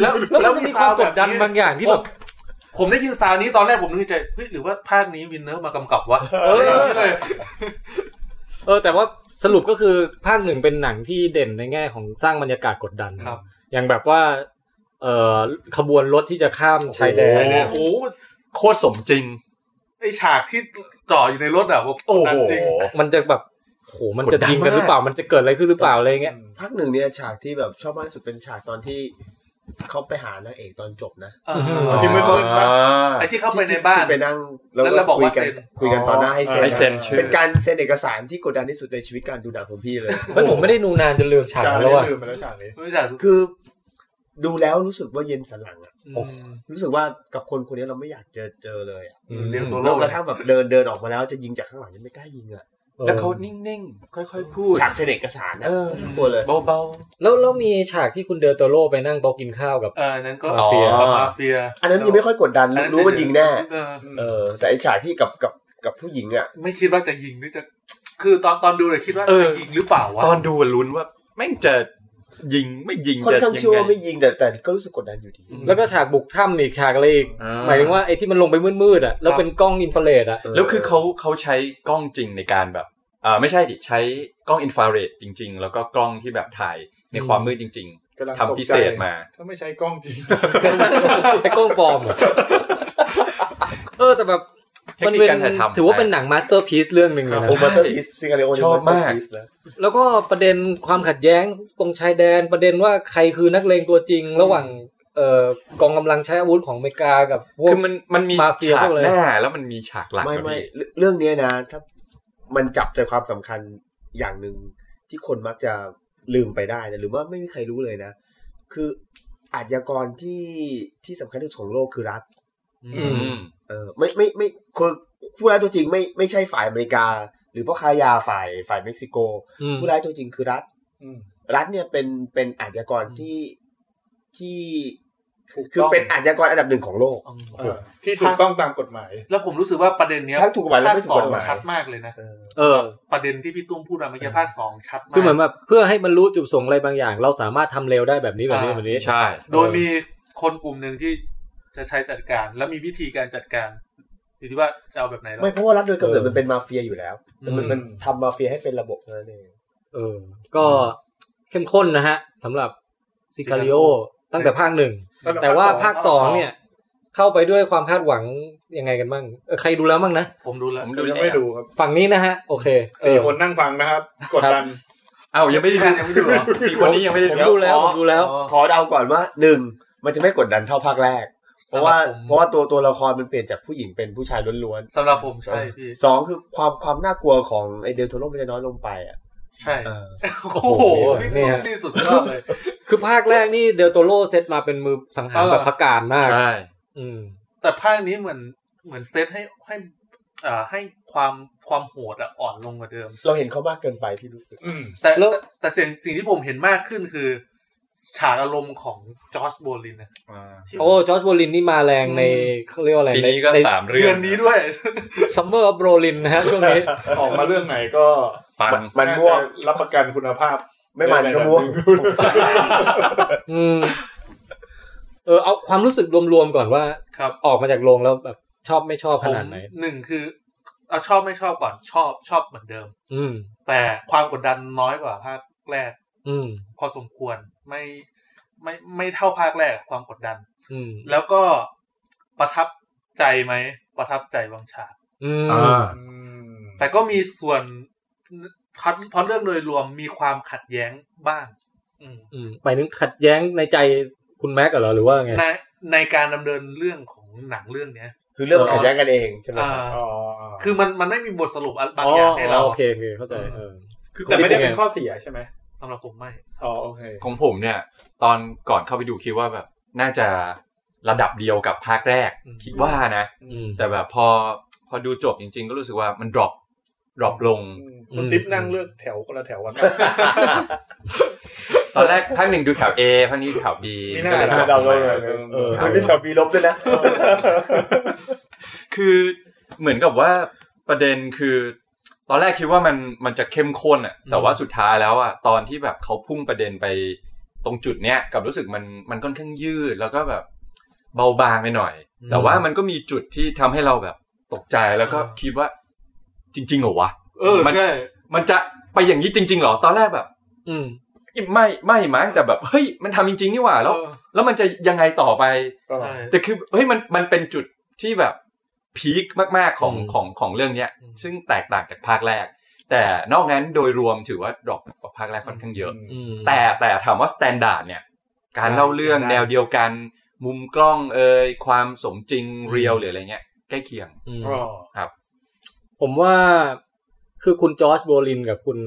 Speaker 6: แล้ว
Speaker 2: แล้วมันมีความกดดันบางอย่างที่แบบ
Speaker 6: ผมผมได้ยินซาวนี้ตอนแรกผมนึกในใจเฮ้ยหรือว่าภาคนี้วินเนอร์มากำกับวะเออเลย
Speaker 2: เออแต่ว่าสรุปก็คือภาคหนึ่งเป็นหนังที่เด่นในแง่ของสร้างบรรยากาศกดดัน
Speaker 6: ครับ
Speaker 2: อย่างแบบว่า เอ่อขบวนรถที่จะข้ามชายแดน
Speaker 6: โอ้
Speaker 2: เนี่ย
Speaker 6: โห
Speaker 5: โคตรสมจริง
Speaker 6: ไอฉากที่จ่ออยู่ในรถอ่ะผม
Speaker 5: โอ้
Speaker 6: กดดัน
Speaker 5: โห
Speaker 6: จริง
Speaker 2: มันจะแบบโหมันจะยิงกันหรือเปล่ามันจะเกิดอะไรขึ้นหรือเปล่าอะไรเงี้ย
Speaker 8: ภาคหนึ่งเนี่ยฉากที่แบบชอบมากที่สุดเป็นฉากตอนที่เขาไปหานางเอกตอนจบนะ
Speaker 6: เออ
Speaker 8: ที่มันก็
Speaker 5: อ่า
Speaker 6: ไอ้ที่เข้าไปในบ้าน
Speaker 8: ที่ไปนั่ง
Speaker 6: แล้วเราบอก
Speaker 8: คุย
Speaker 6: ว่า
Speaker 8: กัน
Speaker 6: เซ็น
Speaker 8: คุยกันตอนหน้าให้เซ็น
Speaker 5: ให้เซ็นชื่อ
Speaker 8: เป็นการเซ็นเอกสารที่กดดันที่สุดในชีวิตการดูหนังของพี่เลย
Speaker 2: เฮ้ยผมไม่ได้นูนานจนลืมฉาก
Speaker 3: จาน
Speaker 2: นั้นแล้ว
Speaker 3: นี้
Speaker 2: อ่ะ
Speaker 3: ลืมไปแล้วฉากนี้
Speaker 6: รู้จักสุด
Speaker 8: คือดูแล้วรู้สึกว่าเย็นสันหลังอะ
Speaker 6: โอ้โห
Speaker 8: รู้สึกว่ากับคนคนนี้เราไม่อยากเจอเจอเลยอะ
Speaker 6: เรียงตัว
Speaker 8: แล้
Speaker 6: โล
Speaker 8: ว
Speaker 6: ก
Speaker 8: กระทั่งแบบเดินเดินออกมาแล้วจะยิงจากข้างหลังยังไม่กล้ายิงอะ
Speaker 5: แล้วเขานิ่งๆ ค่อยๆ พูด
Speaker 8: ฉากเซ็นเอกสารนะ
Speaker 2: เออ
Speaker 8: ตัวเลย
Speaker 5: เบา
Speaker 2: แล้วแล้วมีฉากที่คุณเดลโตโรไปนั่งโต๊ะกินข้าวกับ
Speaker 6: เออนั้นก็
Speaker 2: มาเฟีย
Speaker 6: กับมาเฟีย
Speaker 8: อันนั้นยังไม่ค่อยกดดัน
Speaker 6: อันนั้น
Speaker 8: รู้รู้ว่ายิงแน่
Speaker 6: เออ
Speaker 8: เออ แต่ไอฉากที่กับกับกับผู้หญิงอะ
Speaker 6: ไม่คิดว่าจะยิงหรือจะ คือตอนตอนดูเลยคิดว่า
Speaker 5: เออ
Speaker 6: จะยิงหรือเปล่าวะ
Speaker 5: ๆ ตอนดูอะลุ้นว่า แม่งจะยิงไม่ยิง
Speaker 8: ค่อน
Speaker 5: จะ
Speaker 8: ข้าง
Speaker 5: ยั
Speaker 8: เชื่อว่า
Speaker 5: ไง
Speaker 8: ไม่ยิงแต่แต่ก็รู้สึกกดดันอยู่ดี
Speaker 2: แล้วก็ฉากบุกถ้ำอีกฉากอะไรอีก
Speaker 5: อ่า
Speaker 2: หมายถึงว่าไอ้ที่มันลงไปมืดๆอ่ะแล้วเป็นกล้องอินฟราเรดอ่ะ
Speaker 5: แล้วคือเขาเขาใช้กล้องจริงในการแบบเอ่าไม่ใช่ดิ ใช้กล้องอินฟราเรดจริง ๆ แล้วก็กล้องที่แบบถ่ายในความมืดจริง
Speaker 3: กำลังตกใจ
Speaker 5: ๆทำพิเศษมา
Speaker 3: ถ้าไม่ใช้กล้องจริง
Speaker 2: ใช้กล้องปลอมเหรอเออแต่แบบ
Speaker 5: เทคนิคการถ่ายทำ
Speaker 2: ถือว่าเป็นหนังมาสเตอร์พี e เรื่องหนึ่งเลยนะ
Speaker 8: โอ้มาสเตอร์พีซซิงคาริโอ
Speaker 5: ชอบมาก
Speaker 2: แล้วก็ประเด็นความขัดแย้งตรงชายแดนประเด็นว่าใครคือนักเลงตัวจริง ระหว่างเอ่อกองกำลังใช้อาวุธของอเมริกากับพวก
Speaker 5: คือมันมันมี
Speaker 2: มาเฟีย
Speaker 5: ฉา
Speaker 2: พ
Speaker 5: ก
Speaker 2: วกอะไร
Speaker 5: หน้าแล้วมันมีฉากหลัง
Speaker 8: ไม่
Speaker 5: อะ
Speaker 8: ไม่
Speaker 5: พี่
Speaker 8: เรื่องเรื่องเนี้ยนะ ถ้ามันจับใจความสำคัญอย่างหนึ่งที่คนมักจะลืมไปได้นะหรือว่าไม่มีใครรู้เลยนะ คืออาชญากรที่ที่สำคัญที่สุดของโลกคือรัฐ
Speaker 5: อืม
Speaker 8: เออไม่ไม่ไม่คือผู้ร้ายตัวจริงไม่ไม่ใช่ฝ่ายอเมริกา หรือพ่อค้ายาฝ่ายฝ่ายเม็กซิโก
Speaker 2: อืม
Speaker 8: ผู้ร้ายตัวจริงคือรัฐ
Speaker 3: อืม
Speaker 8: รัฐเนี่ยเป็นเป็นอาชญากรที่ที่
Speaker 3: ถูก
Speaker 8: คือ
Speaker 3: ต้อง
Speaker 8: เป็นอาชญากรอันดับหนึ่งของโลก
Speaker 3: เออที่ถูกต้องตามกฎหมาย
Speaker 6: แล้วผมรู้สึกว่าประเด็นเนี้ย
Speaker 8: ทั้งถูกกฎหมายและไม่ถูกกฎหมาย
Speaker 6: ภคสองชัดมากเลยนะ
Speaker 8: เออ
Speaker 2: เออ
Speaker 6: ประเด็นที่พี่ตุ้มพูดมาเมื่อกี้ภาคสองชัดมาก
Speaker 2: คือเหมือนแบบเพื่อให้มันรู้จุดประสงค์อะไรบางอย่าง เราสามารถทำเร็วได้แบบนี้แบบนี้
Speaker 6: อ่า
Speaker 2: แบบนี้
Speaker 5: ใช่
Speaker 6: โดยมีคนกลุ่มหนึ่งที่จะใช้จัดการ และมีวิธีการจัดการ อยู่ที่ว่าจะเอาแบบไหนล่ะ
Speaker 8: ไม่เพราะว่ารัฐโดยกำเนิด
Speaker 2: เออ
Speaker 8: มันเป็นมาเฟียอยู่แล้วแต่มัน
Speaker 3: อืม
Speaker 8: มันทำมาเฟียให้เป็นระบบเท่านั้นเอง
Speaker 2: เออ ก็เข้มข้นนะฮะสำหรับซิคาริโอตั้งแต่ภาคหนึ่ง แต่ว่าภาคสองเนี่ย เข้าไปด้วยความคาดหวังยังไงกันบ้างเออใครดูแล้วบ้างนะ
Speaker 6: ผมดูแล้ว
Speaker 5: ผม
Speaker 3: ดู
Speaker 5: ดู
Speaker 3: ยั
Speaker 5: ยัง ง
Speaker 3: ไม่
Speaker 5: ไม่ดู
Speaker 3: ดูครับ
Speaker 2: ฝั่งนี้นะฮะ โอเคเออ
Speaker 3: สี่คนนั่งฟังนะครับ กดดัน
Speaker 5: อ้าวยังไม่ได้ดูยังไม่ดูเหรอสี่คนนี้ยังไม่ได้
Speaker 2: ผม
Speaker 5: ดู
Speaker 2: ดูแล้วผมดูแล้ว
Speaker 8: ขอเดาก่อนว่าหนึ่งมันจะไม่กดดันเท่าภาคแรก เพราะว่า
Speaker 2: สำหรับผม
Speaker 8: เพราะว่าตัวตัวละครมันเปลี่ยนจากผู้หญิงเป็นผู้ชายล้วน
Speaker 6: สำหรับผมใช่พี่
Speaker 8: ๆสองคือความความน่ากลัวของไอเดลโทโร่มันจะน้อยลงไปอ่ะ
Speaker 6: ใช่
Speaker 8: เออ
Speaker 6: โอ้โหนี่
Speaker 2: เนี่ย
Speaker 6: นี่สุดยอดเลย
Speaker 2: คือภาคแรกนี่เดลโตโรเซตมาเป็นมือสังหาร
Speaker 6: เออ
Speaker 2: แบบพระการมาก
Speaker 5: ใช่
Speaker 2: อืม
Speaker 6: แต่ภาคนี้เหมือนเหมือนเซตให้ให้อ่าให้ความความโหดอะอ่อนลงกว่าเดิม
Speaker 8: เราเห็นเขามากเกินไปที่รู้สึก
Speaker 3: อืม
Speaker 6: แต่
Speaker 2: แล้ว
Speaker 6: แต่แต่สิ่งสิ่งที่ผมเห็นมากขึ้นคือ ฉากอารมณ์ของจอร์จโบลินนะ
Speaker 5: อ่า
Speaker 6: ที่
Speaker 2: โอ้จอร์จโบลินนี่มาแรงในเขาเรียกว่าอะไร
Speaker 5: ปีนี้ก็สามเรื่
Speaker 6: เดื
Speaker 5: อ
Speaker 6: องนนี้ด้วย
Speaker 2: ซัมเมอร์ออฟโรลินนะฮะช่วงนี้
Speaker 3: ออกมาเรื่องไหนก็
Speaker 5: ปัง
Speaker 8: มันม่วง
Speaker 3: าจะรับประกันคุณภาพ
Speaker 8: ไม่มันก็ม่วง
Speaker 2: อืม เออเอาความรู้สึกรวมๆก่อนว่า
Speaker 6: ครับ
Speaker 2: ออกมาจากโรงแล้วแบบชอบไม่ชอบ
Speaker 6: ผ
Speaker 2: ข
Speaker 6: ม
Speaker 2: นาดไหน
Speaker 6: หนึ่งคือเอาชอบไม่ชอบก่อนชอบชอบเหมือนเดิม
Speaker 2: อืม
Speaker 6: แต่ความกดดันน้อยกว่าภาคแรก
Speaker 2: อืม
Speaker 6: พอสมควรไม่ไม่ไม่เท่าภาคแรกอะความกดดัน
Speaker 2: อืม
Speaker 6: แล้วก็ประทับใจไหมประทับใจบางฉาก
Speaker 2: อืม
Speaker 5: อ่า
Speaker 3: อืม
Speaker 6: แต่ก็มีส่วนพัดพอดเรื่องโดยรวมมีความขัดแย้งบ้าง อืม
Speaker 2: อืมหมายถึงขัดแย้งในใจคุณแม็กเหรอหรือว่าไง
Speaker 6: ในในการดำเนินเรื่องของหนังเรื่องเนี้ย
Speaker 8: คือเรื่องมันขัดแย้งกันเองใช่ไหม
Speaker 6: อ่า
Speaker 3: อ๋อ
Speaker 6: คือมันมันไม่มีบทสรุปอะไรบาง
Speaker 2: อ๋อ
Speaker 6: อย่างให้เรา
Speaker 2: โอเคโอเคเข้าใจเออ
Speaker 3: คือแต่ไม่ได้เป็นข้อเสียใช่ไหม
Speaker 6: สำหรับผมไม่
Speaker 3: อ๋อโอเค
Speaker 5: ของผมเนี่ย ตอนก่อนเข้าไปดูคิดว่าแบบ น่าจะระดับเดียวกับภาคแรก คิดว่านะ
Speaker 2: อืม
Speaker 5: แต่แบบพอพอดูจบจริง ๆ ก็รู้สึกว่ามัน drop drop ลง
Speaker 3: อืม
Speaker 2: อืม
Speaker 3: คุณติ๊บนั่งเลือกแถวคนละแถวกัน
Speaker 5: ตอนแรกภาคหนึ่งดูแถว A ภาคนี้ดูแถว B
Speaker 3: นี่
Speaker 5: ก็
Speaker 3: น่า
Speaker 5: เลย
Speaker 3: จะ
Speaker 5: ดร
Speaker 8: เรา
Speaker 5: อปล
Speaker 8: เรา
Speaker 5: ง
Speaker 8: เล
Speaker 5: มาย
Speaker 3: เออ
Speaker 8: มันไม่แถวบีลบด้วยนะ
Speaker 5: คือเหมือนกับว่าประเด็นคือ ตอนแรกคิดว่ามันมันจะเข้มข้นอ่ะแต่ว่าสุดท้ายแล้วอ่ะตอนที่แบบเขาพุ่งประเด็นไปตรงจุดเนี้ยกับรู้สึกมันมันค่อนข้างยืดแล้วก็แบบเบาบางไปหน่อย
Speaker 2: อืม
Speaker 5: แต่ว่ามันก็มีจุดที่ทำให้เราแบบตกใจแล้วก็คิดว่าจริงๆเหรอวะ
Speaker 6: เออ
Speaker 5: มัน
Speaker 6: ใช่
Speaker 5: มันจะไปอย่างนี้จริง ๆเหรอตอนแรกแบบ
Speaker 2: อืม
Speaker 5: ไม่ไม่มั้งแต่แบบเฮ้ยมันทำจริงๆนี่หว่าแล้ว
Speaker 6: เออ
Speaker 5: แล้วมันจะยังไงต่อไป
Speaker 6: ใช่
Speaker 5: แต่คือเฮ้ยมันมันเป็นจุดที่แบบพีคมากๆของ
Speaker 2: อืม
Speaker 5: ของของเรื่องเนี้ย
Speaker 6: อืม
Speaker 5: ซึ่งแตกต่างจากภาคแรก แต่นอกนั้นโดยรวมถือว่าดรอปกว่าภาคแรกค่อนข้างเยอะ
Speaker 2: อืม
Speaker 5: แต่แต่ถามว่าสแตนดาร์ดเนี่ย การเล่าเรื่องแนวเดียวกัน มุมกล้องเอ่ยความสมจริงเรียลหรืออะไรเงี้ยใกล้เคียง
Speaker 2: อืม
Speaker 3: อ๋อ
Speaker 2: ผมว่าคือคุณจอร์จโบลินกับคุณ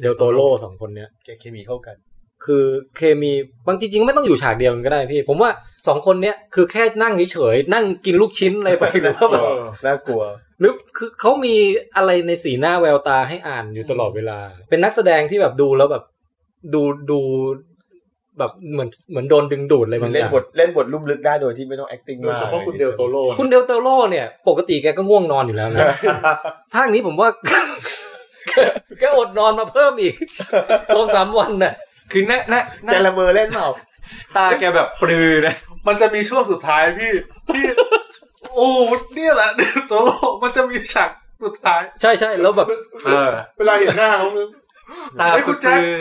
Speaker 2: เดลโตโรสองคนเนี้ย
Speaker 8: เคมีเข้ากัน
Speaker 2: คือเคมีบางจริงๆไม่ต้องอยู่ฉากเดียวกันก็ได้พี่ ผมว่าสองคนเนี้ยคือแค่นั่งเฉยๆนั่งกินลูกชิ้นอะไรไป หรือว่าแบบ
Speaker 3: เออ
Speaker 8: น่ากลัว
Speaker 2: หรือคือเขามีอะไรในสีหน้าแววตาให้อ่านอยู่ตลอดเวลา เป็นนักแสดงที่แบบดูแล้วแบบดูดูแบบเหมือนเหมือนโดนดึงดูดอะไรบางอ
Speaker 8: เล่น
Speaker 2: ย่าง
Speaker 8: บทเล่นบทลุ่มลึกได้โดยที่ไม่ต้อง acting
Speaker 3: โด
Speaker 8: มาย ก
Speaker 3: เฉพาะคุณเดลโตโรเนย
Speaker 2: คุณเดลโตโรเนี่ย ปกติแกก็ง่วงนอนอยู่แล้วนะ ภาคนี้ผมว่า แกอดนอนมาเพิ่มอี กสองสามวันน่ะ
Speaker 5: คือหน้าหน้าหน้า
Speaker 8: แกละเมอเล่นเปล่า
Speaker 5: ตาแกแบบปลือนะ
Speaker 6: มันจะมีช่วงสุดท้ายพี่ที่ โอ้เนี่ยแหละ ตัวโลกมันจะมีฉากสุดท้าย
Speaker 2: ใช่ใช่แล้วแบบ
Speaker 5: เออ
Speaker 3: เวลาเห็นหน้าเขา
Speaker 5: ตา
Speaker 6: เฮ้ย
Speaker 5: ป
Speaker 6: คุณแจ็ค
Speaker 5: ลือ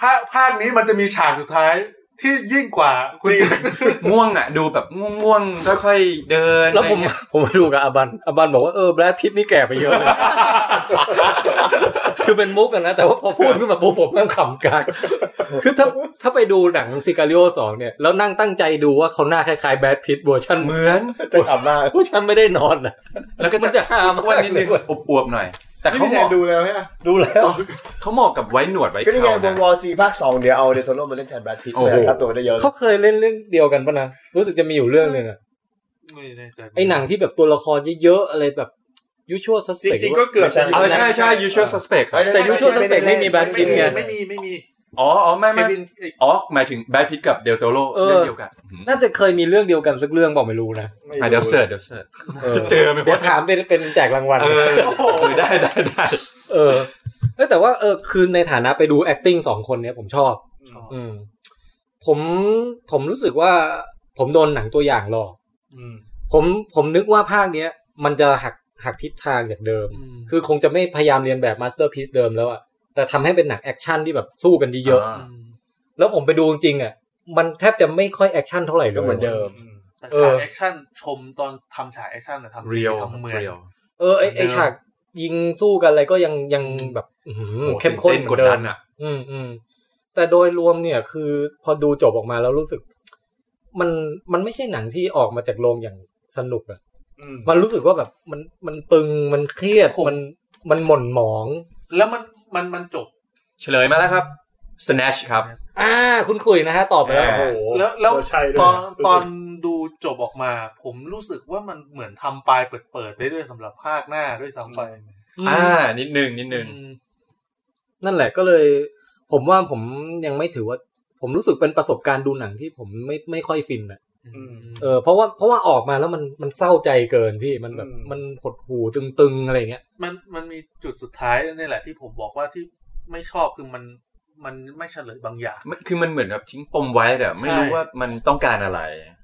Speaker 6: ภาคภาคนี้มันจะมีฉากสุดท้ายที่ยิ่งกว่าคุณจะ
Speaker 5: ๆง่วงอ่ะ ดูแบบง่วงๆค่อยๆเดิน
Speaker 2: แล้วผม
Speaker 5: อะไรเงี้ย
Speaker 2: ผมมาดูกับอาบันอาบันบอกว่าเออแบรดพิตนี่แก่ไปเยอะ เลย คือเป็นมุกกันนะ แต่ว่าพอพูดขึ้นมาปุ๊บผมนั่งขำกากคือถ้าถ้าไปดูหนังซิกา r ิโอสองเนี่ย แล้วนั่งตั้งใจดูว่าเขาหน้าคล้ายๆแบรดพิตเวอร์ชัน
Speaker 5: เหมือน
Speaker 8: จะขำมาก
Speaker 2: เวอร์ชันไม่ได้นอนนะ
Speaker 5: แล้วก็
Speaker 2: มันจะหามาก
Speaker 5: อ้วนนิดนึง
Speaker 2: เลย
Speaker 5: อวบๆหน่อย แต่
Speaker 3: นี่
Speaker 5: เขา
Speaker 3: พี่
Speaker 5: เห
Speaker 3: แท
Speaker 5: มาะ
Speaker 3: นดูแล้วใช่ไหม
Speaker 2: ดูแล้ว
Speaker 5: เขาเหมาะกับไว้หนวดไว้
Speaker 8: ก็นี่ไง
Speaker 5: เขา
Speaker 8: ว
Speaker 5: นะ
Speaker 8: งวอซีภาคสองเดี๋ยวเอาเดลโทโร่มาเล่นแทนแบทพิต
Speaker 5: โอ้โห
Speaker 8: ค่าตัวได้เยอะ
Speaker 2: เขาเคยเล่นเรื่องเดียวกันปะนะ รู้สึกจะมีอยู่เรื่องหนึ่งอะ
Speaker 6: ไม่แน่ใจ
Speaker 2: ไอหนังที่แบบตัวละครเยอะๆอะไรแบบยูชัวซัส
Speaker 3: จ
Speaker 2: เต็
Speaker 3: ริงๆก็เกือบจะ
Speaker 5: เออใช่ใช่ usual suspect ครับ
Speaker 2: แต่ Usual Suspect ไม่มี Brad
Speaker 6: ไม่
Speaker 2: Pitt
Speaker 6: มี
Speaker 2: ไง
Speaker 6: ไม่มีไม่มี
Speaker 5: อ๋ออ๋อไม่
Speaker 6: เค
Speaker 5: ไม่
Speaker 6: วินไอ้
Speaker 5: อ๋อหมายถึงแบทพิทกับเดลโตโร
Speaker 2: เออ
Speaker 5: เรื่องเดียวกันอืม
Speaker 2: น่าจะเคยมีเรื่องเดียวกันสักเรื่องบอกไม่รู้นะ
Speaker 5: อ่ะเดี๋ยวเสิร์ชเดี๋ยวเสิร์ชจะเจอไหม
Speaker 2: เดี๋ยว
Speaker 5: วะ
Speaker 2: ถามเป็นเป็นแจกรางวัล
Speaker 5: เออเออได้ได้ได้
Speaker 2: เออเอ้ยแต่ว่าเออคือในฐานะไปดู acting สองคนเนี้ยผมชอบ อืม ผมผมรู้สึกว่าผมโดนหนังตัวอย่างหลอก
Speaker 6: อืม
Speaker 2: ผมผมนึกว่าภาคเนี้ย มันจะหักหักทิศทางจากเดิม
Speaker 6: อืม
Speaker 2: คือคงจะไม่พยายามเรียนแบบ masterpiece เดิมแล้วอะแต่ทำให้เป็นหนังแอคชั่นที่แบบสู้กันเยอะ
Speaker 5: อ่า
Speaker 2: ๆแล้วผมไปดูจริงๆอะมันแทบจะไม่ค่อยแอคชั่นเท่าไหร่เลย
Speaker 8: ก็เหมือนเดิม
Speaker 6: แต่
Speaker 2: เอ
Speaker 6: ฉาก
Speaker 2: อ
Speaker 6: แอคชั่นชมตอนทำฉากแอคชั่นนะทำ
Speaker 5: เรียว
Speaker 6: ทำเหมือน
Speaker 5: เรียว
Speaker 2: เออไอไอฉากยิงสู้กันอะไรก็ยังยังแบบอื้อหือ
Speaker 5: โอ้
Speaker 2: เข้มข้น
Speaker 5: ตื่นเต้น
Speaker 2: เหมือนเดิ
Speaker 5: กดดั
Speaker 2: ม
Speaker 5: นอะ
Speaker 2: อืมอืมแต่โดยรวมเนี่ยคือพอดูจบออกมาแล้วรู้สึก มันมันไม่ใช่หนังที่ออกมาจากโรงอย่างสนุกอะ
Speaker 3: อืม
Speaker 2: มันรู้สึกว่าแบบมันมันตึงมันเครียด
Speaker 6: ผม
Speaker 2: มันมันหม่นหมอง
Speaker 6: แล้วมันมันมันจบ
Speaker 5: เฉลยมาแล้วครับ snatch ครับ
Speaker 2: อ่าคุณคุยนะฮะตอบไปแล้ว
Speaker 5: เออ
Speaker 2: โอ้โห
Speaker 6: แล้วแล้ว
Speaker 3: ใช่ด้วย
Speaker 6: ตอน
Speaker 3: รู้สึก
Speaker 6: ตอนดูจบออกมา ผมรู้สึกว่ามันเหมือนทำปลายเปิดเปิดๆไปด้วยสำหรับภาคหน้าด้วยซ้ำไป
Speaker 5: อ่า นิดหนึ่งนิดหนึ่ง
Speaker 6: อืม
Speaker 2: นั่นแหละก็เลย ผมว่าผมยังไม่ถือว่า ผมรู้สึกเป็นประสบการณ์ดูหนังที่ผมไม่ไม่ค่อยฟินอะ
Speaker 3: อืม
Speaker 2: เออเพราะว่าเพราะว่าออกมาแล้วมันมันเศร้าใจเกินพี่มันแบบ
Speaker 3: อืม
Speaker 2: มันหดหูตึงๆอะไรอย่างเงี้ย
Speaker 6: มันมันมีจุดสุดท้ายนี่แหละที่ผมบอกว่าที่ไม่ชอบคือมันมันไม่เฉลยบางอย่าง
Speaker 5: มันคือมันเหมือนแบบทิ้งปมไว้แต่ไม่รู้
Speaker 6: ใช่
Speaker 5: ว่ามันต้องการอะไร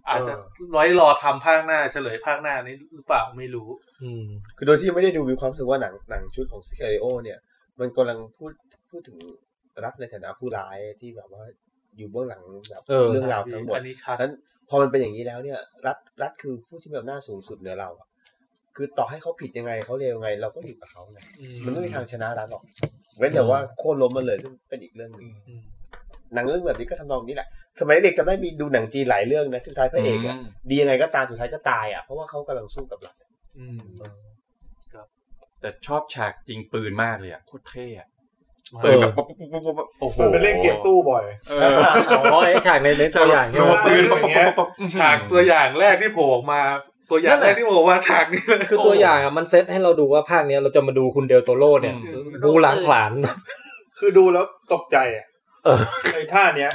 Speaker 6: อาจจะร้อยรอทำภาคหน้าเฉลยภาคหน้านี้หรือเปล่าไม่รู้
Speaker 2: อืม
Speaker 8: คือโดยที่ไม่ได้ดูมีความรู้สึกว่าหนังหนังชุดของซิคาริโอเนี่ย มันกำลังพูดพูดถึงรักในฐานะผู้ร้ายที่แบบว่าอยู่เบื้องหลังแบบ
Speaker 2: เออ
Speaker 8: เรื่องราวทั้งหมด
Speaker 6: อันนี้ชัด
Speaker 8: นั้นพอมันเป็นอย่างนี้แล้วเนี่ยรัฐรัฐคือผู้ที่มีอำนาจสูงสุดเหนือเราอะคือต่อให้เขาผิดยังไงเขาเลวยังไง เราก็อยู่กับเขาไงมันไม่มีทางชนะรัฐหรอก เว้นแต่ว่าโค่นล้มมันเลยซึ่งเป็นอีกเรื่องหนึง
Speaker 6: อืม
Speaker 8: หนังเรื่องแบบนี้ก็ทำนองนี้แหละ สมัยเด็กจำได้มีดูหนังจีนหลายเรื่องนะสุดท้ายพระเอกอะ
Speaker 5: อืม
Speaker 8: ดียังไงก็ตามสุดท้ายก็ตายอะเพราะว่าเขากำลังสู้กับรัฐ
Speaker 6: อืม
Speaker 5: แต่ชอบฉากจริงปืนมากเลยอ่ะโคตรเท่อะ
Speaker 2: เอ
Speaker 5: ปืน
Speaker 2: อ
Speaker 5: แบบปุ๊บปุ๊บปุ๊บปุ๊บปุ๊บโอ้โห
Speaker 3: มันเป็นเล่นเกมตู้บ่อย
Speaker 5: เออ
Speaker 2: อ๋อไอฉากในในตัวอย่าง
Speaker 5: นั
Speaker 2: ใช่ไห
Speaker 5: ว
Speaker 2: ม
Speaker 5: ปืนปุ๊บปุ๊บปุ๊บปุ๊บ
Speaker 6: ฉากตัวอย่างแรกที่โผล่ออกมา ตัวอย่า
Speaker 2: นั่
Speaker 6: ง
Speaker 2: นแห
Speaker 6: แร
Speaker 2: ละ
Speaker 6: กที่โผล่ออกมาฉากนี้เลย
Speaker 2: คือตัวอย่างอ่ะมันเซตให้เราดูว่าภาคเนี้ยเราจะมาดูคุณเดลโตโรเนี่ยบูหลังผลาน
Speaker 3: คือดูแล้วตกใจอ่ะ
Speaker 2: เออ
Speaker 3: ไอ้ท่าเนี้ย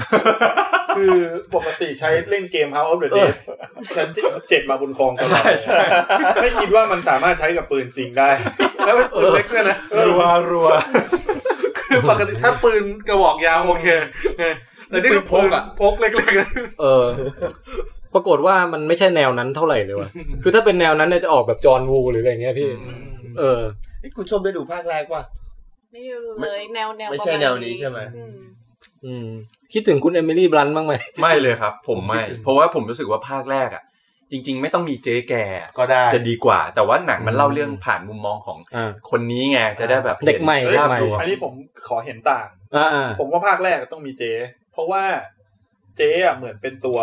Speaker 3: คือปกติใช้เล่นเกม House of the Dead ฉันเจ็ดมาบุญครองตลอดไม่คิดว่ามันสามารถใช้กับปืนจริงได้
Speaker 6: แล้วเป็นปืนเล็กด้วยนะ
Speaker 8: รัวรัว
Speaker 6: คือปกติถ้าปืนกระบอกยาวโอเคเออแต่นี่คือปืนพกเล็ก
Speaker 2: เออ ปรากฏว่ามันไม่ใช่แนวนั้นเท่าไหร่เลยว่ะคือถ้าเป็นแนวนั้นเนี่ยจะออกแบบจอห์นวูหรืออะไรเงี้ยพี่ เออ
Speaker 8: ไอ้ยคุณชมได้ดูภาคแรกว่า
Speaker 4: ไม่รู้เลยแนวแนว
Speaker 8: ไม่
Speaker 4: ป
Speaker 8: ใช่
Speaker 4: ระาณ
Speaker 8: แนวนี้ใช่ไหม
Speaker 4: อื
Speaker 2: อืม คิดถึงคุณเอมิลี่บลันต์บ้างไหม
Speaker 5: ไม่เลยครับ ผมไม่ เพราะว่าผมรู้สึกว่าภาคแรกอ่ะ จริง ๆ ไม่ต้องมีเจ๊แก่
Speaker 6: ๆ ก็ได้
Speaker 5: จะดีกว่า แต่ว่าหนังมันเล่าเรื่องผ่านมุมมองของ
Speaker 2: อ่า
Speaker 5: คนนี้ไงจะได้แบบน
Speaker 2: เด็กใหม่เด็ก
Speaker 5: ภาพ
Speaker 2: ใหม่
Speaker 5: รวม
Speaker 3: อันนี้ผมขอเห็นต่าง
Speaker 2: อ่าอ่า
Speaker 3: ผมว่าภาคแรกต้องมีเจ๊เพราะว่าเจ๊อะเหมือนเป็นตัว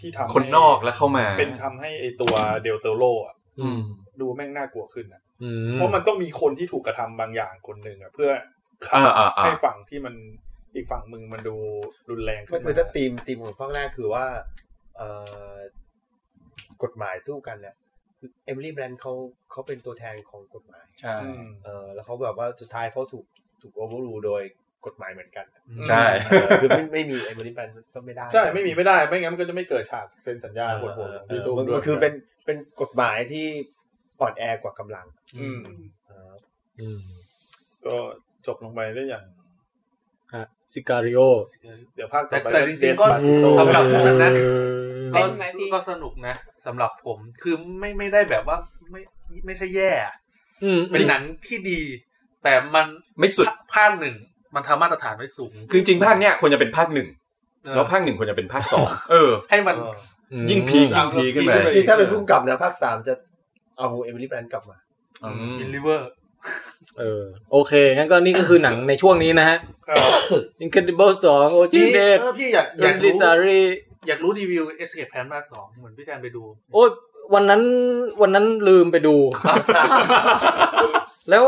Speaker 3: ที่ทำให้
Speaker 5: คนนอกแล้วเข้ามา
Speaker 3: เป็นทำให้ไอตัวเดลเตโรอะ
Speaker 5: อืม
Speaker 3: ดูแม่งน่ากลัวขึ้นอะ
Speaker 2: อืม
Speaker 3: เพราะมันต้องมีคนที่ถูกกระทำบางอย่างคนหนึ่งอะเพื่อขับ
Speaker 5: อ่าอ่าอ่า
Speaker 3: ให้ฝั่งที่มันอีกฝั่งมึงมันดูรุนแรงขึ้
Speaker 8: ก็
Speaker 3: น
Speaker 8: คือถ้าตีมตีมของภาคแรกคือว่าเอ่อกฎหมายสู้กันเนี่ยคือเอมิลี่แบรนด์เขาเขาเป็นตัวแทนของกฎหมาย
Speaker 5: ใช่
Speaker 3: อืม
Speaker 8: เออแล้วเขาแบบว่าสุดท้ายเขาถูกถูกโอเวอร์รูโดยกฎหมายเหมือนกัน
Speaker 5: ใช่
Speaker 8: เออคือไม่ไม่มีไอ้บริษัทก็ไม่ได้
Speaker 3: ใช่ไม่มีไม่ได้ไม่งั้นมันก็จะไม่เกิดฉากเซ็นสัญญา
Speaker 8: เออ
Speaker 3: โหดๆของ
Speaker 8: เออเอ
Speaker 3: พี่
Speaker 8: อ
Speaker 3: ตุ้ม
Speaker 8: มัน
Speaker 3: ด้วย
Speaker 8: มันคือเป็นเป็นกฎหมายที่อ่อนแอกว่ากำลัง
Speaker 3: อืม
Speaker 8: เออ
Speaker 2: อืม
Speaker 3: ก็จบลงไปได้อย่าง
Speaker 2: ฮะซิการิโอ
Speaker 3: เดี๋ยวภาคต่
Speaker 6: แต่
Speaker 3: อไป
Speaker 6: แต่จริงๆก็
Speaker 3: เดสบัสโต
Speaker 6: สำหรับผมนะ
Speaker 4: ม
Speaker 6: ก็
Speaker 4: เป็นไหมพี่
Speaker 6: ก็สนุกนะสำหรับผมคือไม่ไม่ได้แบบว่าไม่ไม่ใช่แย่อะ
Speaker 2: อืม
Speaker 6: เป็นหนังที่ดี แต่มัน
Speaker 5: ไม่สุด
Speaker 6: ภาคหนึ่งมันทำมาตรฐานไว้สูง
Speaker 5: คือจริงๆภาคเนี้ยควรจะเป็นภาคหนึ่ง
Speaker 6: เออ
Speaker 5: แล้วภาคหนึ่งควรจะเป็นภาคสองเออ
Speaker 6: ให้มัน
Speaker 2: อืม
Speaker 5: ยิ่งพีคยิ่งพีคขึ้นไป
Speaker 6: เออ
Speaker 8: นี่ถ้าเป็นผู้กำกับนะภาคสามจะเอาเอมิลี่แบรนด์กลับมา
Speaker 5: อืม
Speaker 6: อินลิเวอร์
Speaker 2: เออ โอเค งั้นก็นี่ก็คือหนังในช่วงนี้นะฮะ
Speaker 3: ครับ
Speaker 2: Incredible 2 OG
Speaker 6: พี่
Speaker 2: Dead
Speaker 6: เออพี่อยากอยากรู้
Speaker 2: Hereditary
Speaker 6: อยากรู้รีวิว Escape Plan ภาคสองเหมือนพี่แทนไปดู
Speaker 2: โอ้ยวันนั้นวันนั้นลืมไปดู แล้ว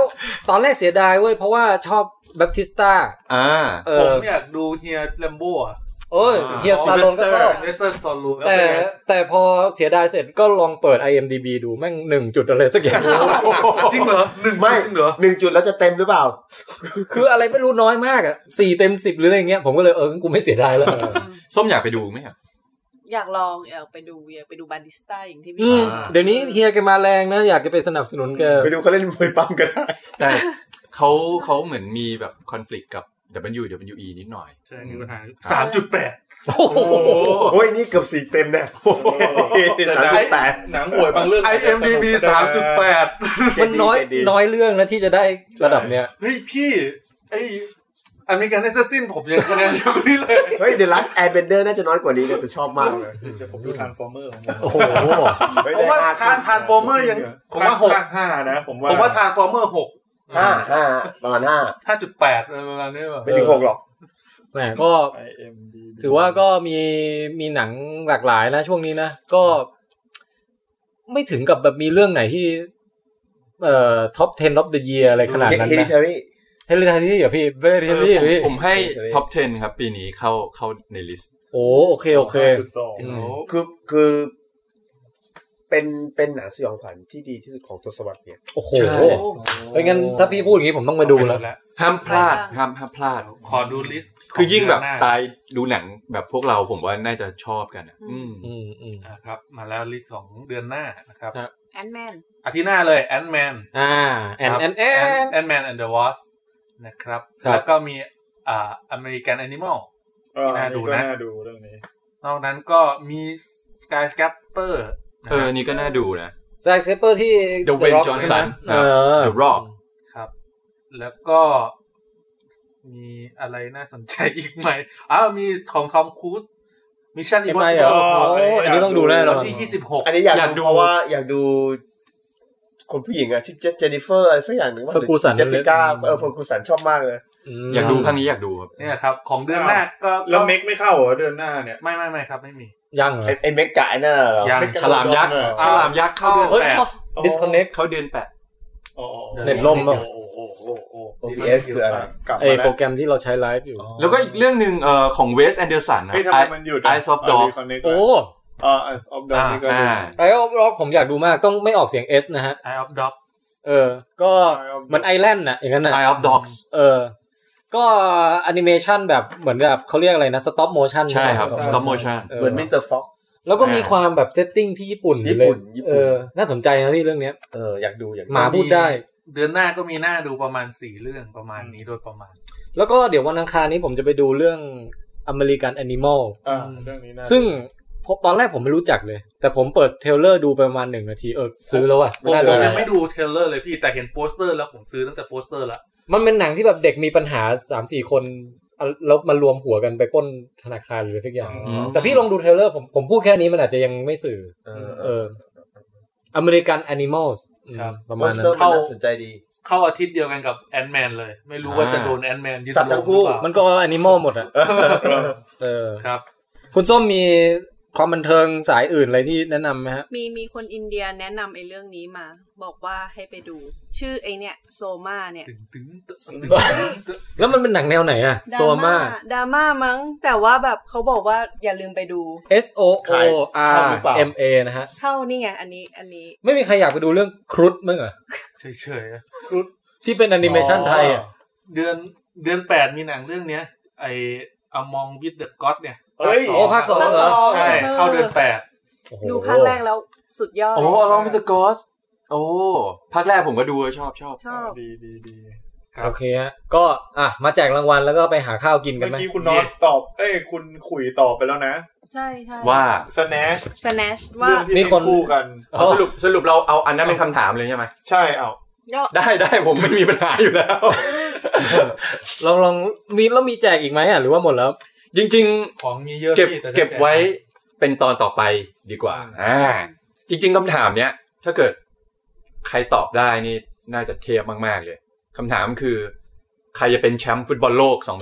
Speaker 2: ตอนแรกเสียดายเว้ย เพราะว่าชอบ Baptista
Speaker 5: อ่า
Speaker 2: เอ
Speaker 6: ผม
Speaker 2: อ
Speaker 6: อยากดูเฮียแลมโบ้อะ
Speaker 2: โอ้ย
Speaker 5: อ่า
Speaker 2: เฮียซาลอนก็ชอบ
Speaker 6: เลสเตอร์สตอรู
Speaker 2: แต่แต่พอเสียดายเสร็จก็ลองเปิด IMDB ดูแม่งหนึ่งจุดอะไรสัก อย่าง
Speaker 6: จริงเหรอหนึ่ง
Speaker 8: ไม่
Speaker 6: จริงเหรอ
Speaker 8: หนึ่งจุดแล้วจะเต็มหรือเปล่า
Speaker 2: คืออะไรไม่รู้น้อยมากอ่ะสี่เต็มสิบหรืออะไรเงี้ย ผมก็เลยเอองั้นกูไม่เสียดายแล้ว
Speaker 5: ส้มอยากไปดูไหมครับ
Speaker 4: อยากลองอยากไปดูอยากไปดูบาริสต้าอย่างที่
Speaker 2: อื
Speaker 4: พี่
Speaker 2: ม
Speaker 5: อ่า
Speaker 2: เดี๋ยวนี้เฮียแกมาแรงนะ อยากจะไปสนับสนุนแก
Speaker 8: ไปดูเขาเล่นมวยปั้มกันได้
Speaker 5: แต่เขาเขาเหมือนมีแบบคอน FLICT กับ WWE นิดหน่อย
Speaker 6: ใช่มีปัญหาสามจุดแปด
Speaker 2: โอ้โห
Speaker 8: โอ้ยนี่เกือบสี่เต็มแน่สามจุดแปด
Speaker 3: หนังห่วยบางเรื่อง
Speaker 6: ไอเอ็มดีบีสามจุดแปด
Speaker 2: มันน้อย
Speaker 8: เจดีย์
Speaker 2: น้อยเรื่องนะที่จะได้ระดับเนี้ย
Speaker 6: เฮ้ยพี่ ไอ อเมริกันเอสซินผมยังคะแนนเดียวกันนี่เลย
Speaker 9: เฮ้ย The Last Airbender น่าจะน้อยกว่านี้นะแต่ชอบมากเลย
Speaker 3: เดี๋ยวผมดูทาร์ฟอร์เมอร์
Speaker 2: โอ้โห
Speaker 9: เฮ้ย
Speaker 6: ผมว่า
Speaker 9: ได้
Speaker 6: ทานทานโฟเมอร์ยัง ผมว่าหก
Speaker 3: ห้านะผมว่า
Speaker 6: ผมว่าทานโฟเมอร์หก
Speaker 9: ห้าห้าประมาณห้า
Speaker 6: ห้าจุดแปดอะไรประมาณนี้แบบ
Speaker 9: ไม่ถึงหกหรอก
Speaker 2: แหมก็
Speaker 3: ไอเอ็มดี
Speaker 2: ถือว่าก็มีมีหนังหลากหลายนะช่วงนี้นะ ก็ ไม่ถึงกับแบบมีเรื่องไหนที่ เอ่อท็อป 10 of the year อะไรขนาดนั้นนะ
Speaker 9: Hereditary
Speaker 2: เฮลิทารี่เหรอพี่เฮลิทารี่เหรอพี่
Speaker 5: ผมให้ท็อป 10 ครับปีนี้เข้าเข้าในลิสต์
Speaker 2: โอ้โอเค โอเค
Speaker 3: จุดสอง
Speaker 2: อืม
Speaker 9: คือคือเป็นเป็นหนังสยองขวัญที่ดีที่สุดของทศวรรษเนี่ย
Speaker 2: โอ้โห
Speaker 5: ใช่
Speaker 2: เพราะงั้นถ้าพี่พูดอย่างนี้ผมต้องมาดูแล้ว
Speaker 5: ห้ามพลาดห้ามห้ามพลาด
Speaker 6: ขอดูลิสต์
Speaker 5: คือยิ่งแบบ
Speaker 6: ข
Speaker 5: ส
Speaker 6: เดืนห
Speaker 5: ไต
Speaker 6: น้า
Speaker 5: ล์ดูหนังแบบพวกเราผมว่าน่าจะชอบกันอะอืม
Speaker 2: อืมอืม
Speaker 6: อ่ะครับ มาแล้วลิสต์ของเดือนหน้านะครับ
Speaker 2: ครับ
Speaker 4: แอนแมน
Speaker 6: อาทิตย์หน้าเลยแอนแมน
Speaker 2: อ่าแอนแอนแอน
Speaker 6: แอนแมนแอนเดอะวอสนะครับ
Speaker 2: ครับ
Speaker 6: แล้วก็มีอ่าอเมริกันแอนิมอล
Speaker 3: เออ
Speaker 6: น่าดูนะ
Speaker 3: ก็น่าดูเรื่องนี้
Speaker 6: นอกนั้นก็มีสกายสแคปเปอร์
Speaker 5: เออนี่ก็น่าดูนะ
Speaker 2: แซ็กเซเปอร์ที่
Speaker 5: The Wayne
Speaker 2: Rock
Speaker 5: Johnson
Speaker 2: ใช่ไหม
Speaker 5: ครั
Speaker 2: เอบ อ
Speaker 5: The Rock
Speaker 6: ครับ แล้วก็มีอะไรน่าสนใจอีกไหมอ้าวมีของทอมครูซมิชชั่นอี
Speaker 2: เอ็ม
Speaker 6: พอ
Speaker 2: ไอ
Speaker 6: สิ
Speaker 2: เหร
Speaker 6: เบิ
Speaker 2: อ
Speaker 6: ล
Speaker 2: โอ้อันนี้ต้องดูแน่นอน
Speaker 6: วันที่ 26
Speaker 9: อันนี้อยาก
Speaker 5: อยากดู
Speaker 9: ดูเพราะว่าอยากดู คนผู้หญิงอะชื่อเจนนิเฟอร์อะไรสักอย่างหนึ่งว่า
Speaker 2: Ferguson
Speaker 9: เจสสิก้าเออเฟอร์กูสันชอบมากเลย
Speaker 2: ม
Speaker 5: อยากดูภาคนี้อยากดูครับ
Speaker 6: เนี่ยครับ ของเดือนหน้าก็
Speaker 3: แล้วเมกไม่เข้าเหรอเดือนหน้าเนี่ย
Speaker 6: ไม่ไม่ไม่ครับ ไม่มี
Speaker 2: ยังเหรอ
Speaker 9: ไอ้ไอ้เมกกะไอ้นั่นน่ะเหรอ
Speaker 6: ยัง
Speaker 9: เกกะ
Speaker 5: ฉลามยักษ์
Speaker 9: ดอนน่ะเหรอ
Speaker 5: ฉลามยักษ์เข้า
Speaker 2: เฮ้ย
Speaker 6: แปด
Speaker 2: disconnect
Speaker 5: เขาเดือนแปด
Speaker 3: อ๋ออ๋ออ๋อ
Speaker 2: เน็ตล่ม
Speaker 3: โอ้
Speaker 2: ป่ะ
Speaker 3: โหโอ้โหโอ้โห
Speaker 9: โอบีเอสคืออะไร
Speaker 3: กลับ
Speaker 2: ไอ
Speaker 3: มา
Speaker 2: โปรแกรมที่เราใช้ไลฟ์อยู่
Speaker 5: แล้วก็อีกเรื่องหนึ่งเอ่อของเวสแอนเดอร์สันนะ
Speaker 3: เฮ้ยทำไมมันหยุดะ
Speaker 5: ไอซ์ออฟดอก
Speaker 3: Reconnect
Speaker 2: โอ้
Speaker 3: อ่า Eyes of Dog นี่ก็ดู
Speaker 5: อ่า
Speaker 2: ไอออฟร็อกผมอยากดูมากต้องไม่ออกเสียง S นะฮะ
Speaker 6: Eye of Dog
Speaker 2: เออ ก็
Speaker 3: Eye of Dog
Speaker 2: เหมือนไอแลนด์น่ะ อย่างนั้นน่ะ
Speaker 5: ไอออฟด็อกส์
Speaker 2: เออ ก็แอนิเมชันแบบเหมือนแบบเขาเรียกอะไรนะ สต็อปโมชั่น
Speaker 5: ใช่ครับ
Speaker 3: ใช่
Speaker 5: สต็อปโมชั่น
Speaker 9: เหมือนมิสเตอร์ฟ็อก
Speaker 2: แล้วก็มีความแบบเซตติ้งที่ญี่ปุ่นอยู่
Speaker 9: ญี่ปุ่น
Speaker 2: เลย
Speaker 9: ญี่ปุ่น
Speaker 2: เออ น่าสนใจนะพี่เรื่องเนี้ย
Speaker 9: เอออยากดูอยากดู
Speaker 2: หมาพูดได้
Speaker 6: เดือนหน้าก็มีหน้าดูประมาณ 4 เรื่องประมาณนี้โดยประมาณ
Speaker 2: แล้วก็เดี๋ยววันอังคารนี้ผมจะไปดูเรื่องอเมริกันแอนิมอล
Speaker 3: อ่าเรื่องนี้น่าดู
Speaker 2: ซึ่งผมตอนแรกผมไม่รู้จักเลย แต่ผมเปิดเทรลเลอร์ดูไปประมาณหนึ่งนาที เออ ซื้อแล้วอ่ะ
Speaker 6: ผม
Speaker 2: น่า
Speaker 6: ผ
Speaker 2: ดู
Speaker 6: มยังไม่ดูเทรลเลอร์เลยพี่แต่เห็นโปสเตอร์แล้วผมซื้อตั้งแต่โปสเตอร์ละ
Speaker 2: มันเป็นหนังที่แบบเด็กมีปัญหาสามสี่คนอ่ะแล้วมารวมหัวกันไปปล้นธนาคารหรือสักอย่าง
Speaker 5: ม
Speaker 2: แต่พี่ลองดูเทรลเลอร์ผมผมพูดแค่นี้มันอาจจะยังไม่สื่อ
Speaker 9: เออเอ
Speaker 2: เอ
Speaker 9: อ
Speaker 2: ออเมริกันแอนิมอลส์ประ
Speaker 9: โป
Speaker 2: มาณ
Speaker 9: ส
Speaker 2: นั้
Speaker 9: เตอร์
Speaker 2: น
Speaker 9: มันน่าสนใจดี
Speaker 6: เข้าอาทิตย์เดียวกันกับแอนแมนเลย ไม่รู้ว่าจะโดนแอนแมนยึด
Speaker 9: สัตว์ทั้งคู่
Speaker 6: หรือเปล่า
Speaker 2: มันก็แอนิมอลหมดอ่ะเออ
Speaker 6: ครับ
Speaker 2: คุณส้มมีความบันเทิงสายอื่นอะไรที่แนะนำไหมฮะ
Speaker 4: มีมีคนอินเดียแนะนำไอ้เรื่องนี้มา บอกว่าให้ไปดู ชื่อไอเนี่ยโซมาเนี่ย
Speaker 6: ตึงตึงตึงตึง
Speaker 2: แล้วมันเป็นหนังแนวไหนอะโซมา
Speaker 4: ดราม่ามั้ง แต่ว่าแบบเขาบอกว่าอย่าลืมไปดู
Speaker 2: ่ S O O
Speaker 9: ขายเข้า
Speaker 2: R
Speaker 9: หรือเปล่า
Speaker 2: M A นะฮะ
Speaker 4: เช่านี่ไงอันนี้อันนี้
Speaker 2: ไม่มีใครอยากไปดูเรื่องครุฑมั้งเหรอ
Speaker 6: เฉยๆอะ
Speaker 2: ที่เป็นแอนิเมชันไทยอะ
Speaker 6: เดือนเดือนแปดมีหนังเรื่องเนี้ย ไออมองวิดเดอะก็อดเนี่ย
Speaker 3: เฮ้ย
Speaker 2: โอ้ภาคสองเหรอ
Speaker 6: ใช่เข้าเดือนแปด
Speaker 2: โอ้โห
Speaker 4: ดูภาคแรกแล้วสุดยอด
Speaker 5: โอ้อลองมิสเตอร์กอสโอ้ภาคแรกผมก็ดูชอบชอบ
Speaker 4: ชอบ
Speaker 3: ดีดีดี
Speaker 2: โอเคฮะ ก็อ่ะมาแจกรางวัลแล้วก็ไปหาข้าวกินกัน
Speaker 3: เมื่อ
Speaker 2: ไหม
Speaker 3: กี้คุณน็อตตอบ เอ้ยคุณขุยตอบไปแล้วนะ
Speaker 4: ใช่ใช่
Speaker 5: ว่า
Speaker 3: Snatch
Speaker 4: Snatch ว่า
Speaker 3: เรื่องที่เป็นคู่กัน
Speaker 5: เอาสรุปสรุปเราเอาอันนั้นเป็นคำถามเลยใช่ไหม
Speaker 3: ใช่เอา
Speaker 4: ยอด
Speaker 5: ได้ได้ผมไม่มีปัญหาอยู่แล้ว
Speaker 2: ลองลองมีแล้วมีแจกอีกไหมอะหรือว่าหมดแล้ว
Speaker 5: จริง
Speaker 6: ของมีเยอะ
Speaker 5: ๆ เก็บ
Speaker 6: พี่แต่ถ้า
Speaker 5: เก็บไว้เป็นตอนต่อไปดีกว่าอ่าจริง ๆคำถามเนี้ย ถ้าเกิดใครตอบได้นี่น่าจะเทพมากๆเลยคำถามคือ ใครจะเป็นแชมป์ฟุตบอลโลก
Speaker 3: อ๋อ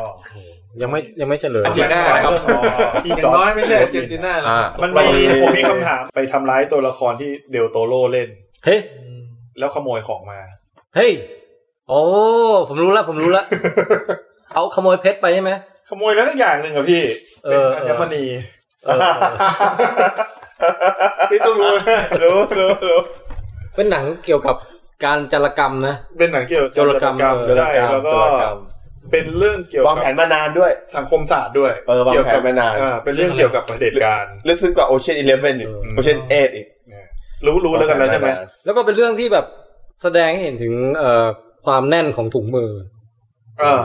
Speaker 5: 2018
Speaker 2: ยังไม่ยังไม่เฉลย
Speaker 5: อาทิตย์หน้าครับ
Speaker 3: อ๋อที่
Speaker 6: อย่า
Speaker 3: จองร์
Speaker 6: น้อย
Speaker 3: จ
Speaker 6: ไม่ใช่อาร์เจนติน่าหรอก
Speaker 5: อ่า
Speaker 3: มันมีผมมีคำถามไปทำร้ายตัวละครที่เดลโตโรเล่น
Speaker 2: เฮ้ย
Speaker 3: แล้วขโมยของมา
Speaker 2: เฮ้ยโอ้ผมรู้ละผมรู้ละเอาขโมยเพชรไปใช่ไหม
Speaker 3: ขโมยแล้วทุกอย่างหนึ่งอะพี่
Speaker 2: เอ
Speaker 3: เป็น
Speaker 2: อ
Speaker 3: อั
Speaker 2: เออ
Speaker 3: ญมณีนี่ต้องรู้ นะรู้รู้รู้
Speaker 2: เป็นหนังเกี่ยวกับการจารกรรมนะ
Speaker 3: เป็นหนังเกี่ยวกับ
Speaker 2: โจรกรรม
Speaker 3: โจใช่แล้ว
Speaker 9: โจ
Speaker 3: ก็
Speaker 9: รกรรม
Speaker 3: เป็นเรื่องเกี่ยว
Speaker 9: วาง
Speaker 3: กับ
Speaker 9: แผนมานานด้วย
Speaker 3: สังคมศาสตร์ด้วย
Speaker 9: เออวางแผน
Speaker 3: กี่ยกับ
Speaker 9: ไว้นาน
Speaker 3: อ่เป็นเรื่องเกี่ยวกับประเผด็จการ
Speaker 9: ลึกซึ้งกว่าโอเชียนอีเลฟเว่นอีกโอเชียนเอทอีก
Speaker 3: รู้รู้แล้วกันแล้วใช่ไหม
Speaker 2: แล้วก็เป็นเรื่องที่แบบแสดงให้เห็นถึงเอ่อความแน่นของถุงมือ
Speaker 3: เออ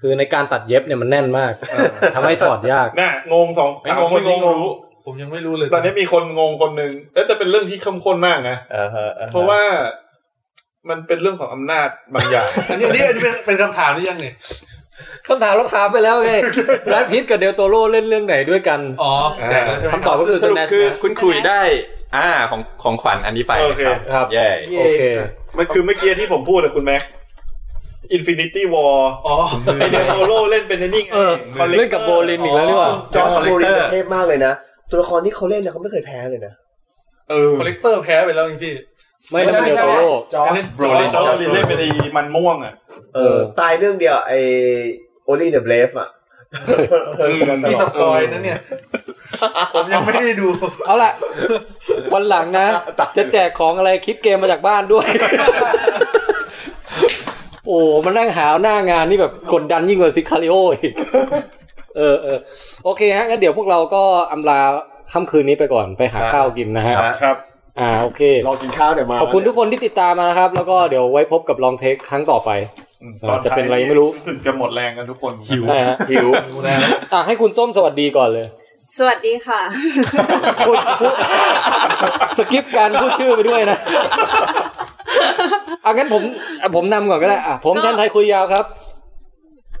Speaker 2: คือในการตัดเย็บเนี่ยมันแน่น มาก
Speaker 3: เออ
Speaker 2: ทำให้ถอดยาก
Speaker 3: น่ะงงสอง
Speaker 6: ไม่
Speaker 3: สาม
Speaker 6: งง
Speaker 3: ค
Speaker 6: ไม่
Speaker 3: น
Speaker 6: ง
Speaker 3: นี้
Speaker 6: ง
Speaker 3: งง
Speaker 6: รู้ ผมยังไม่รู้เลย
Speaker 3: ตอนนี้มีคนงงคนหนึ่งเอ๊ะแต่เป็นเรื่องที่เข้มข้นมากนะ
Speaker 9: อ่าฮอ่ฮ
Speaker 3: เพราะว่ามันเป็นเรื่องของอำนาจบางอย่าง
Speaker 6: อันนี้อันนี้เป็นเป็นคำถามหรือยังเนี่ย
Speaker 2: คำถามเราถามไปแล้วไงแบรดพิตกับเดลโตโรเล่นเรื่องไหนด้วยกัน
Speaker 6: อ๋อแจกแล้วใช่ไหม
Speaker 2: คำตอบก็คือ
Speaker 5: ส
Speaker 2: ส
Speaker 5: รุป
Speaker 2: แนช
Speaker 5: คือ
Speaker 2: นะ
Speaker 5: คุณคุยได้ อ่าของของขวัญอันนี้ไป
Speaker 3: โอเค
Speaker 5: ครับ
Speaker 2: ครับ
Speaker 5: เย่
Speaker 2: โอเค
Speaker 3: มันคือเมื่อกี้ที่ผมพูดอะคุณแม็กอินฟินิตี้วอล
Speaker 6: อ๋อ
Speaker 3: ไอเดนโตโรเล่นเป็นไอ้นี่ไง
Speaker 2: เออ
Speaker 3: คอลเลกตอร์
Speaker 2: เล่นกับโบลินอีกแล้วหรือเปล่า
Speaker 8: จอร์จโบรินเทพมากเลยนะ ตัวละครที่เขาเล่นเนี่ยเขาไม่เคยแพ้เลยนะ
Speaker 3: เออ
Speaker 6: คอลเลกเตอร์แพ้ไปแล้วนี่พี่
Speaker 2: ไม่ใช่เดลโตโร
Speaker 8: จอร์จ
Speaker 5: โบรลิน
Speaker 3: จอร์จโบลินเล่นเป็นไอ้มันม่วงอ่ะ
Speaker 8: เออตายเรื่องเดียวไอโอลีเดอะเบลฟอ่ะ
Speaker 6: พี่สปอยนะเนี่ย ผมยังไม่ได้ดู
Speaker 2: เอาล่ะ วันหลัง นะ จะแจกของอะไรคิดเกมมาจากบ้านด้วย โอ้มันนั่งหาหน้างานนี่แบบกดดันยิ่งกว่าซิคาริโออีก เออเออโอเคฮะงั้นเดี๋ยวพวกเราก็อำลาค่ำคืนนี้ไปก่อนไปหาข้าวกินนะฮะ
Speaker 3: ครับ
Speaker 2: อ่าโอเค
Speaker 8: รอกินข้าวเนี่อยมา
Speaker 2: ขอบคุณทุกคนที่ติดตามมานะครับ แล้วก็เดี๋ยวไว้พบกับลองเทคครั้งต่อไป
Speaker 3: ตอน
Speaker 2: จะเป็นอะไรไม่รู้
Speaker 3: สึกจะหมดแรงกันทุกคน
Speaker 5: หิว
Speaker 2: ได้ฮะ
Speaker 5: หิว
Speaker 2: อ่ะให้คุณส้มสวัสดีก่อนเลย
Speaker 4: สวัสดีค่ะ
Speaker 2: พูดพูดสกิปการพูดชื่อไปด้วยนะ อ่ะงั้นผมอ่ะผมนำก่อนก็ได้อ่ะผม
Speaker 4: ก็
Speaker 2: ท่านไทยคุยยาวครับ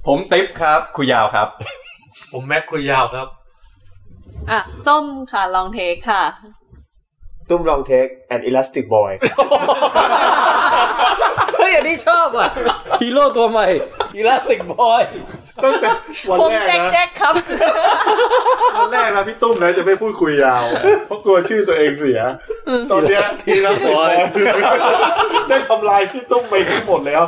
Speaker 5: ผมติ๊บครับ คุยยาวครับ
Speaker 6: ผมแม็กคุยยาวครับ
Speaker 4: อ่ะ ส้มค่ะลองเทคค่ะ
Speaker 8: ตุ้มลองเทคแอนด์อิลาสติกบอย
Speaker 2: เฮ้ย อันนี้ชอบอ่ะ ฮีโร่ตัวใหม่อีลาสติกบอย
Speaker 4: ผมแจ็คแจ็คครับ
Speaker 9: วันแรกนะพี่ตุ้มนะจะไม่พูดคุยยาว เพราะกลัวชื่อตัวเองเสีย ตอนเนี้ยทีละคนได้ทำลายพี่ตุ้มไปทั้งหมดแล้ว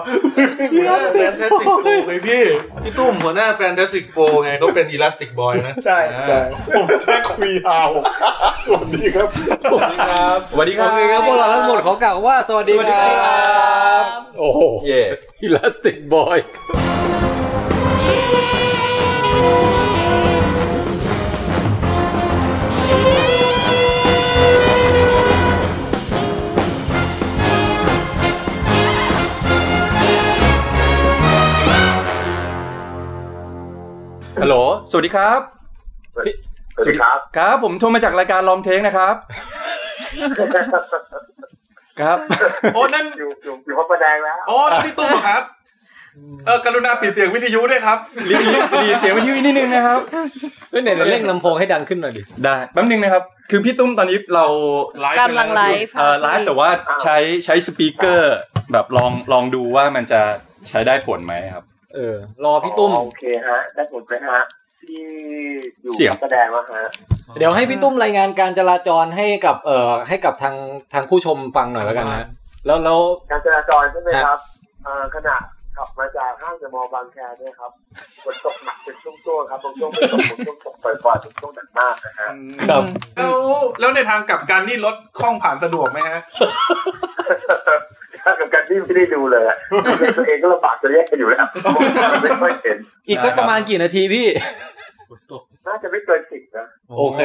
Speaker 6: หัวหน้าแฟนตาสติกโฟไงพี่ พี่ตุ้มหัวหน้าแฟนตาสติกโฟไงเขาเป็นอีลาสติกบอยนะ
Speaker 9: ใช่ใช่ผมแค่คุยยาวสวัสดีครับ
Speaker 6: ครับ
Speaker 5: สวัสดีค
Speaker 2: โอ
Speaker 5: รับ
Speaker 2: เคครับ พวกเราทั้งหมดขอกล่าวว่า สวัสดีครับโอ้โห
Speaker 5: เย่
Speaker 2: อีลาสติกบอย
Speaker 5: ฮัลโหล สวัสดีครับ สวัสดีครับ ครับ ผมโทรมาจากรายการลองเทงนะครับ ครับ
Speaker 3: โอ้นั่นอยู่อยู่พระประแดงแล้วอ๋อนั่นพี่ตุ้มเหรอครับ เออกรุณาปิดเสียงวิทยุด้วยครับ
Speaker 5: รีบรีบรีบเสียงไปที่นิดนึงนะครับ
Speaker 2: เฮ้ยไหนเราเร่งลำโพงให้ดังขึ้นหน่อยดิ
Speaker 5: ได้ แป๊บนึงนะครับ คือพี่ตุ้มตอนนี้เรา
Speaker 6: ไลฟ์
Speaker 4: กำลังไลฟ์
Speaker 5: เอ่อไลฟ์แต่ว่าใช้ใช้สปีกเกอร์ แบบลองลองดูว่ามันจะใช้ได้ผลไหมครับ
Speaker 2: เออ รอพี่ตุ้ม
Speaker 10: โอเคฮะ ได้ผลไหมฮะ ที่อยู่
Speaker 5: เสียง
Speaker 10: พระประแสดงวะฮะ
Speaker 2: เดี๋ยวให้พี่ตุ้มรายงานการจราจรให้กับเอ่อให้กับทางทางผู้ชมฟังหน่อยแล้วกันนะ แล้วแล้ว
Speaker 10: การจราจรใช่ไหมครับเอ่อขณะขับมาจากห้างเดอะมอลล์บางแคเนี่ยครับฝนตกหนักเป็นช่วงๆครับบางช่วงไม่ตกบางช่วงตกปล่อยๆบางช่วงหนักมากนะฮะ
Speaker 2: ครับ
Speaker 3: แล้วแล้วในทางกลับกันนี่รถคล่องผ่านสะดวกไหมฮะ
Speaker 10: ถ้ากับการที่ไม่ได้ดูเลยอะ ตัวเองก็ลำบากจะแยกกันอยู่แล้ว ไม่ค่อยเห็น
Speaker 2: อีกสักประมาณกี่นาทีพี่
Speaker 6: ฝนตก
Speaker 10: น่าจะไม่เกินสิบนะ
Speaker 2: โอเค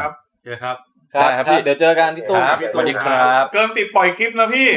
Speaker 3: ครับ
Speaker 6: โอเคครับ
Speaker 2: ครับ
Speaker 5: ได้ค
Speaker 2: ครั
Speaker 5: รับพี่
Speaker 2: บ เดี๋ยวเจอกันพี่ตุ้ม
Speaker 5: ครับ สวัสดีครับ
Speaker 3: เกินสิบปล่อยคลิปนะพี่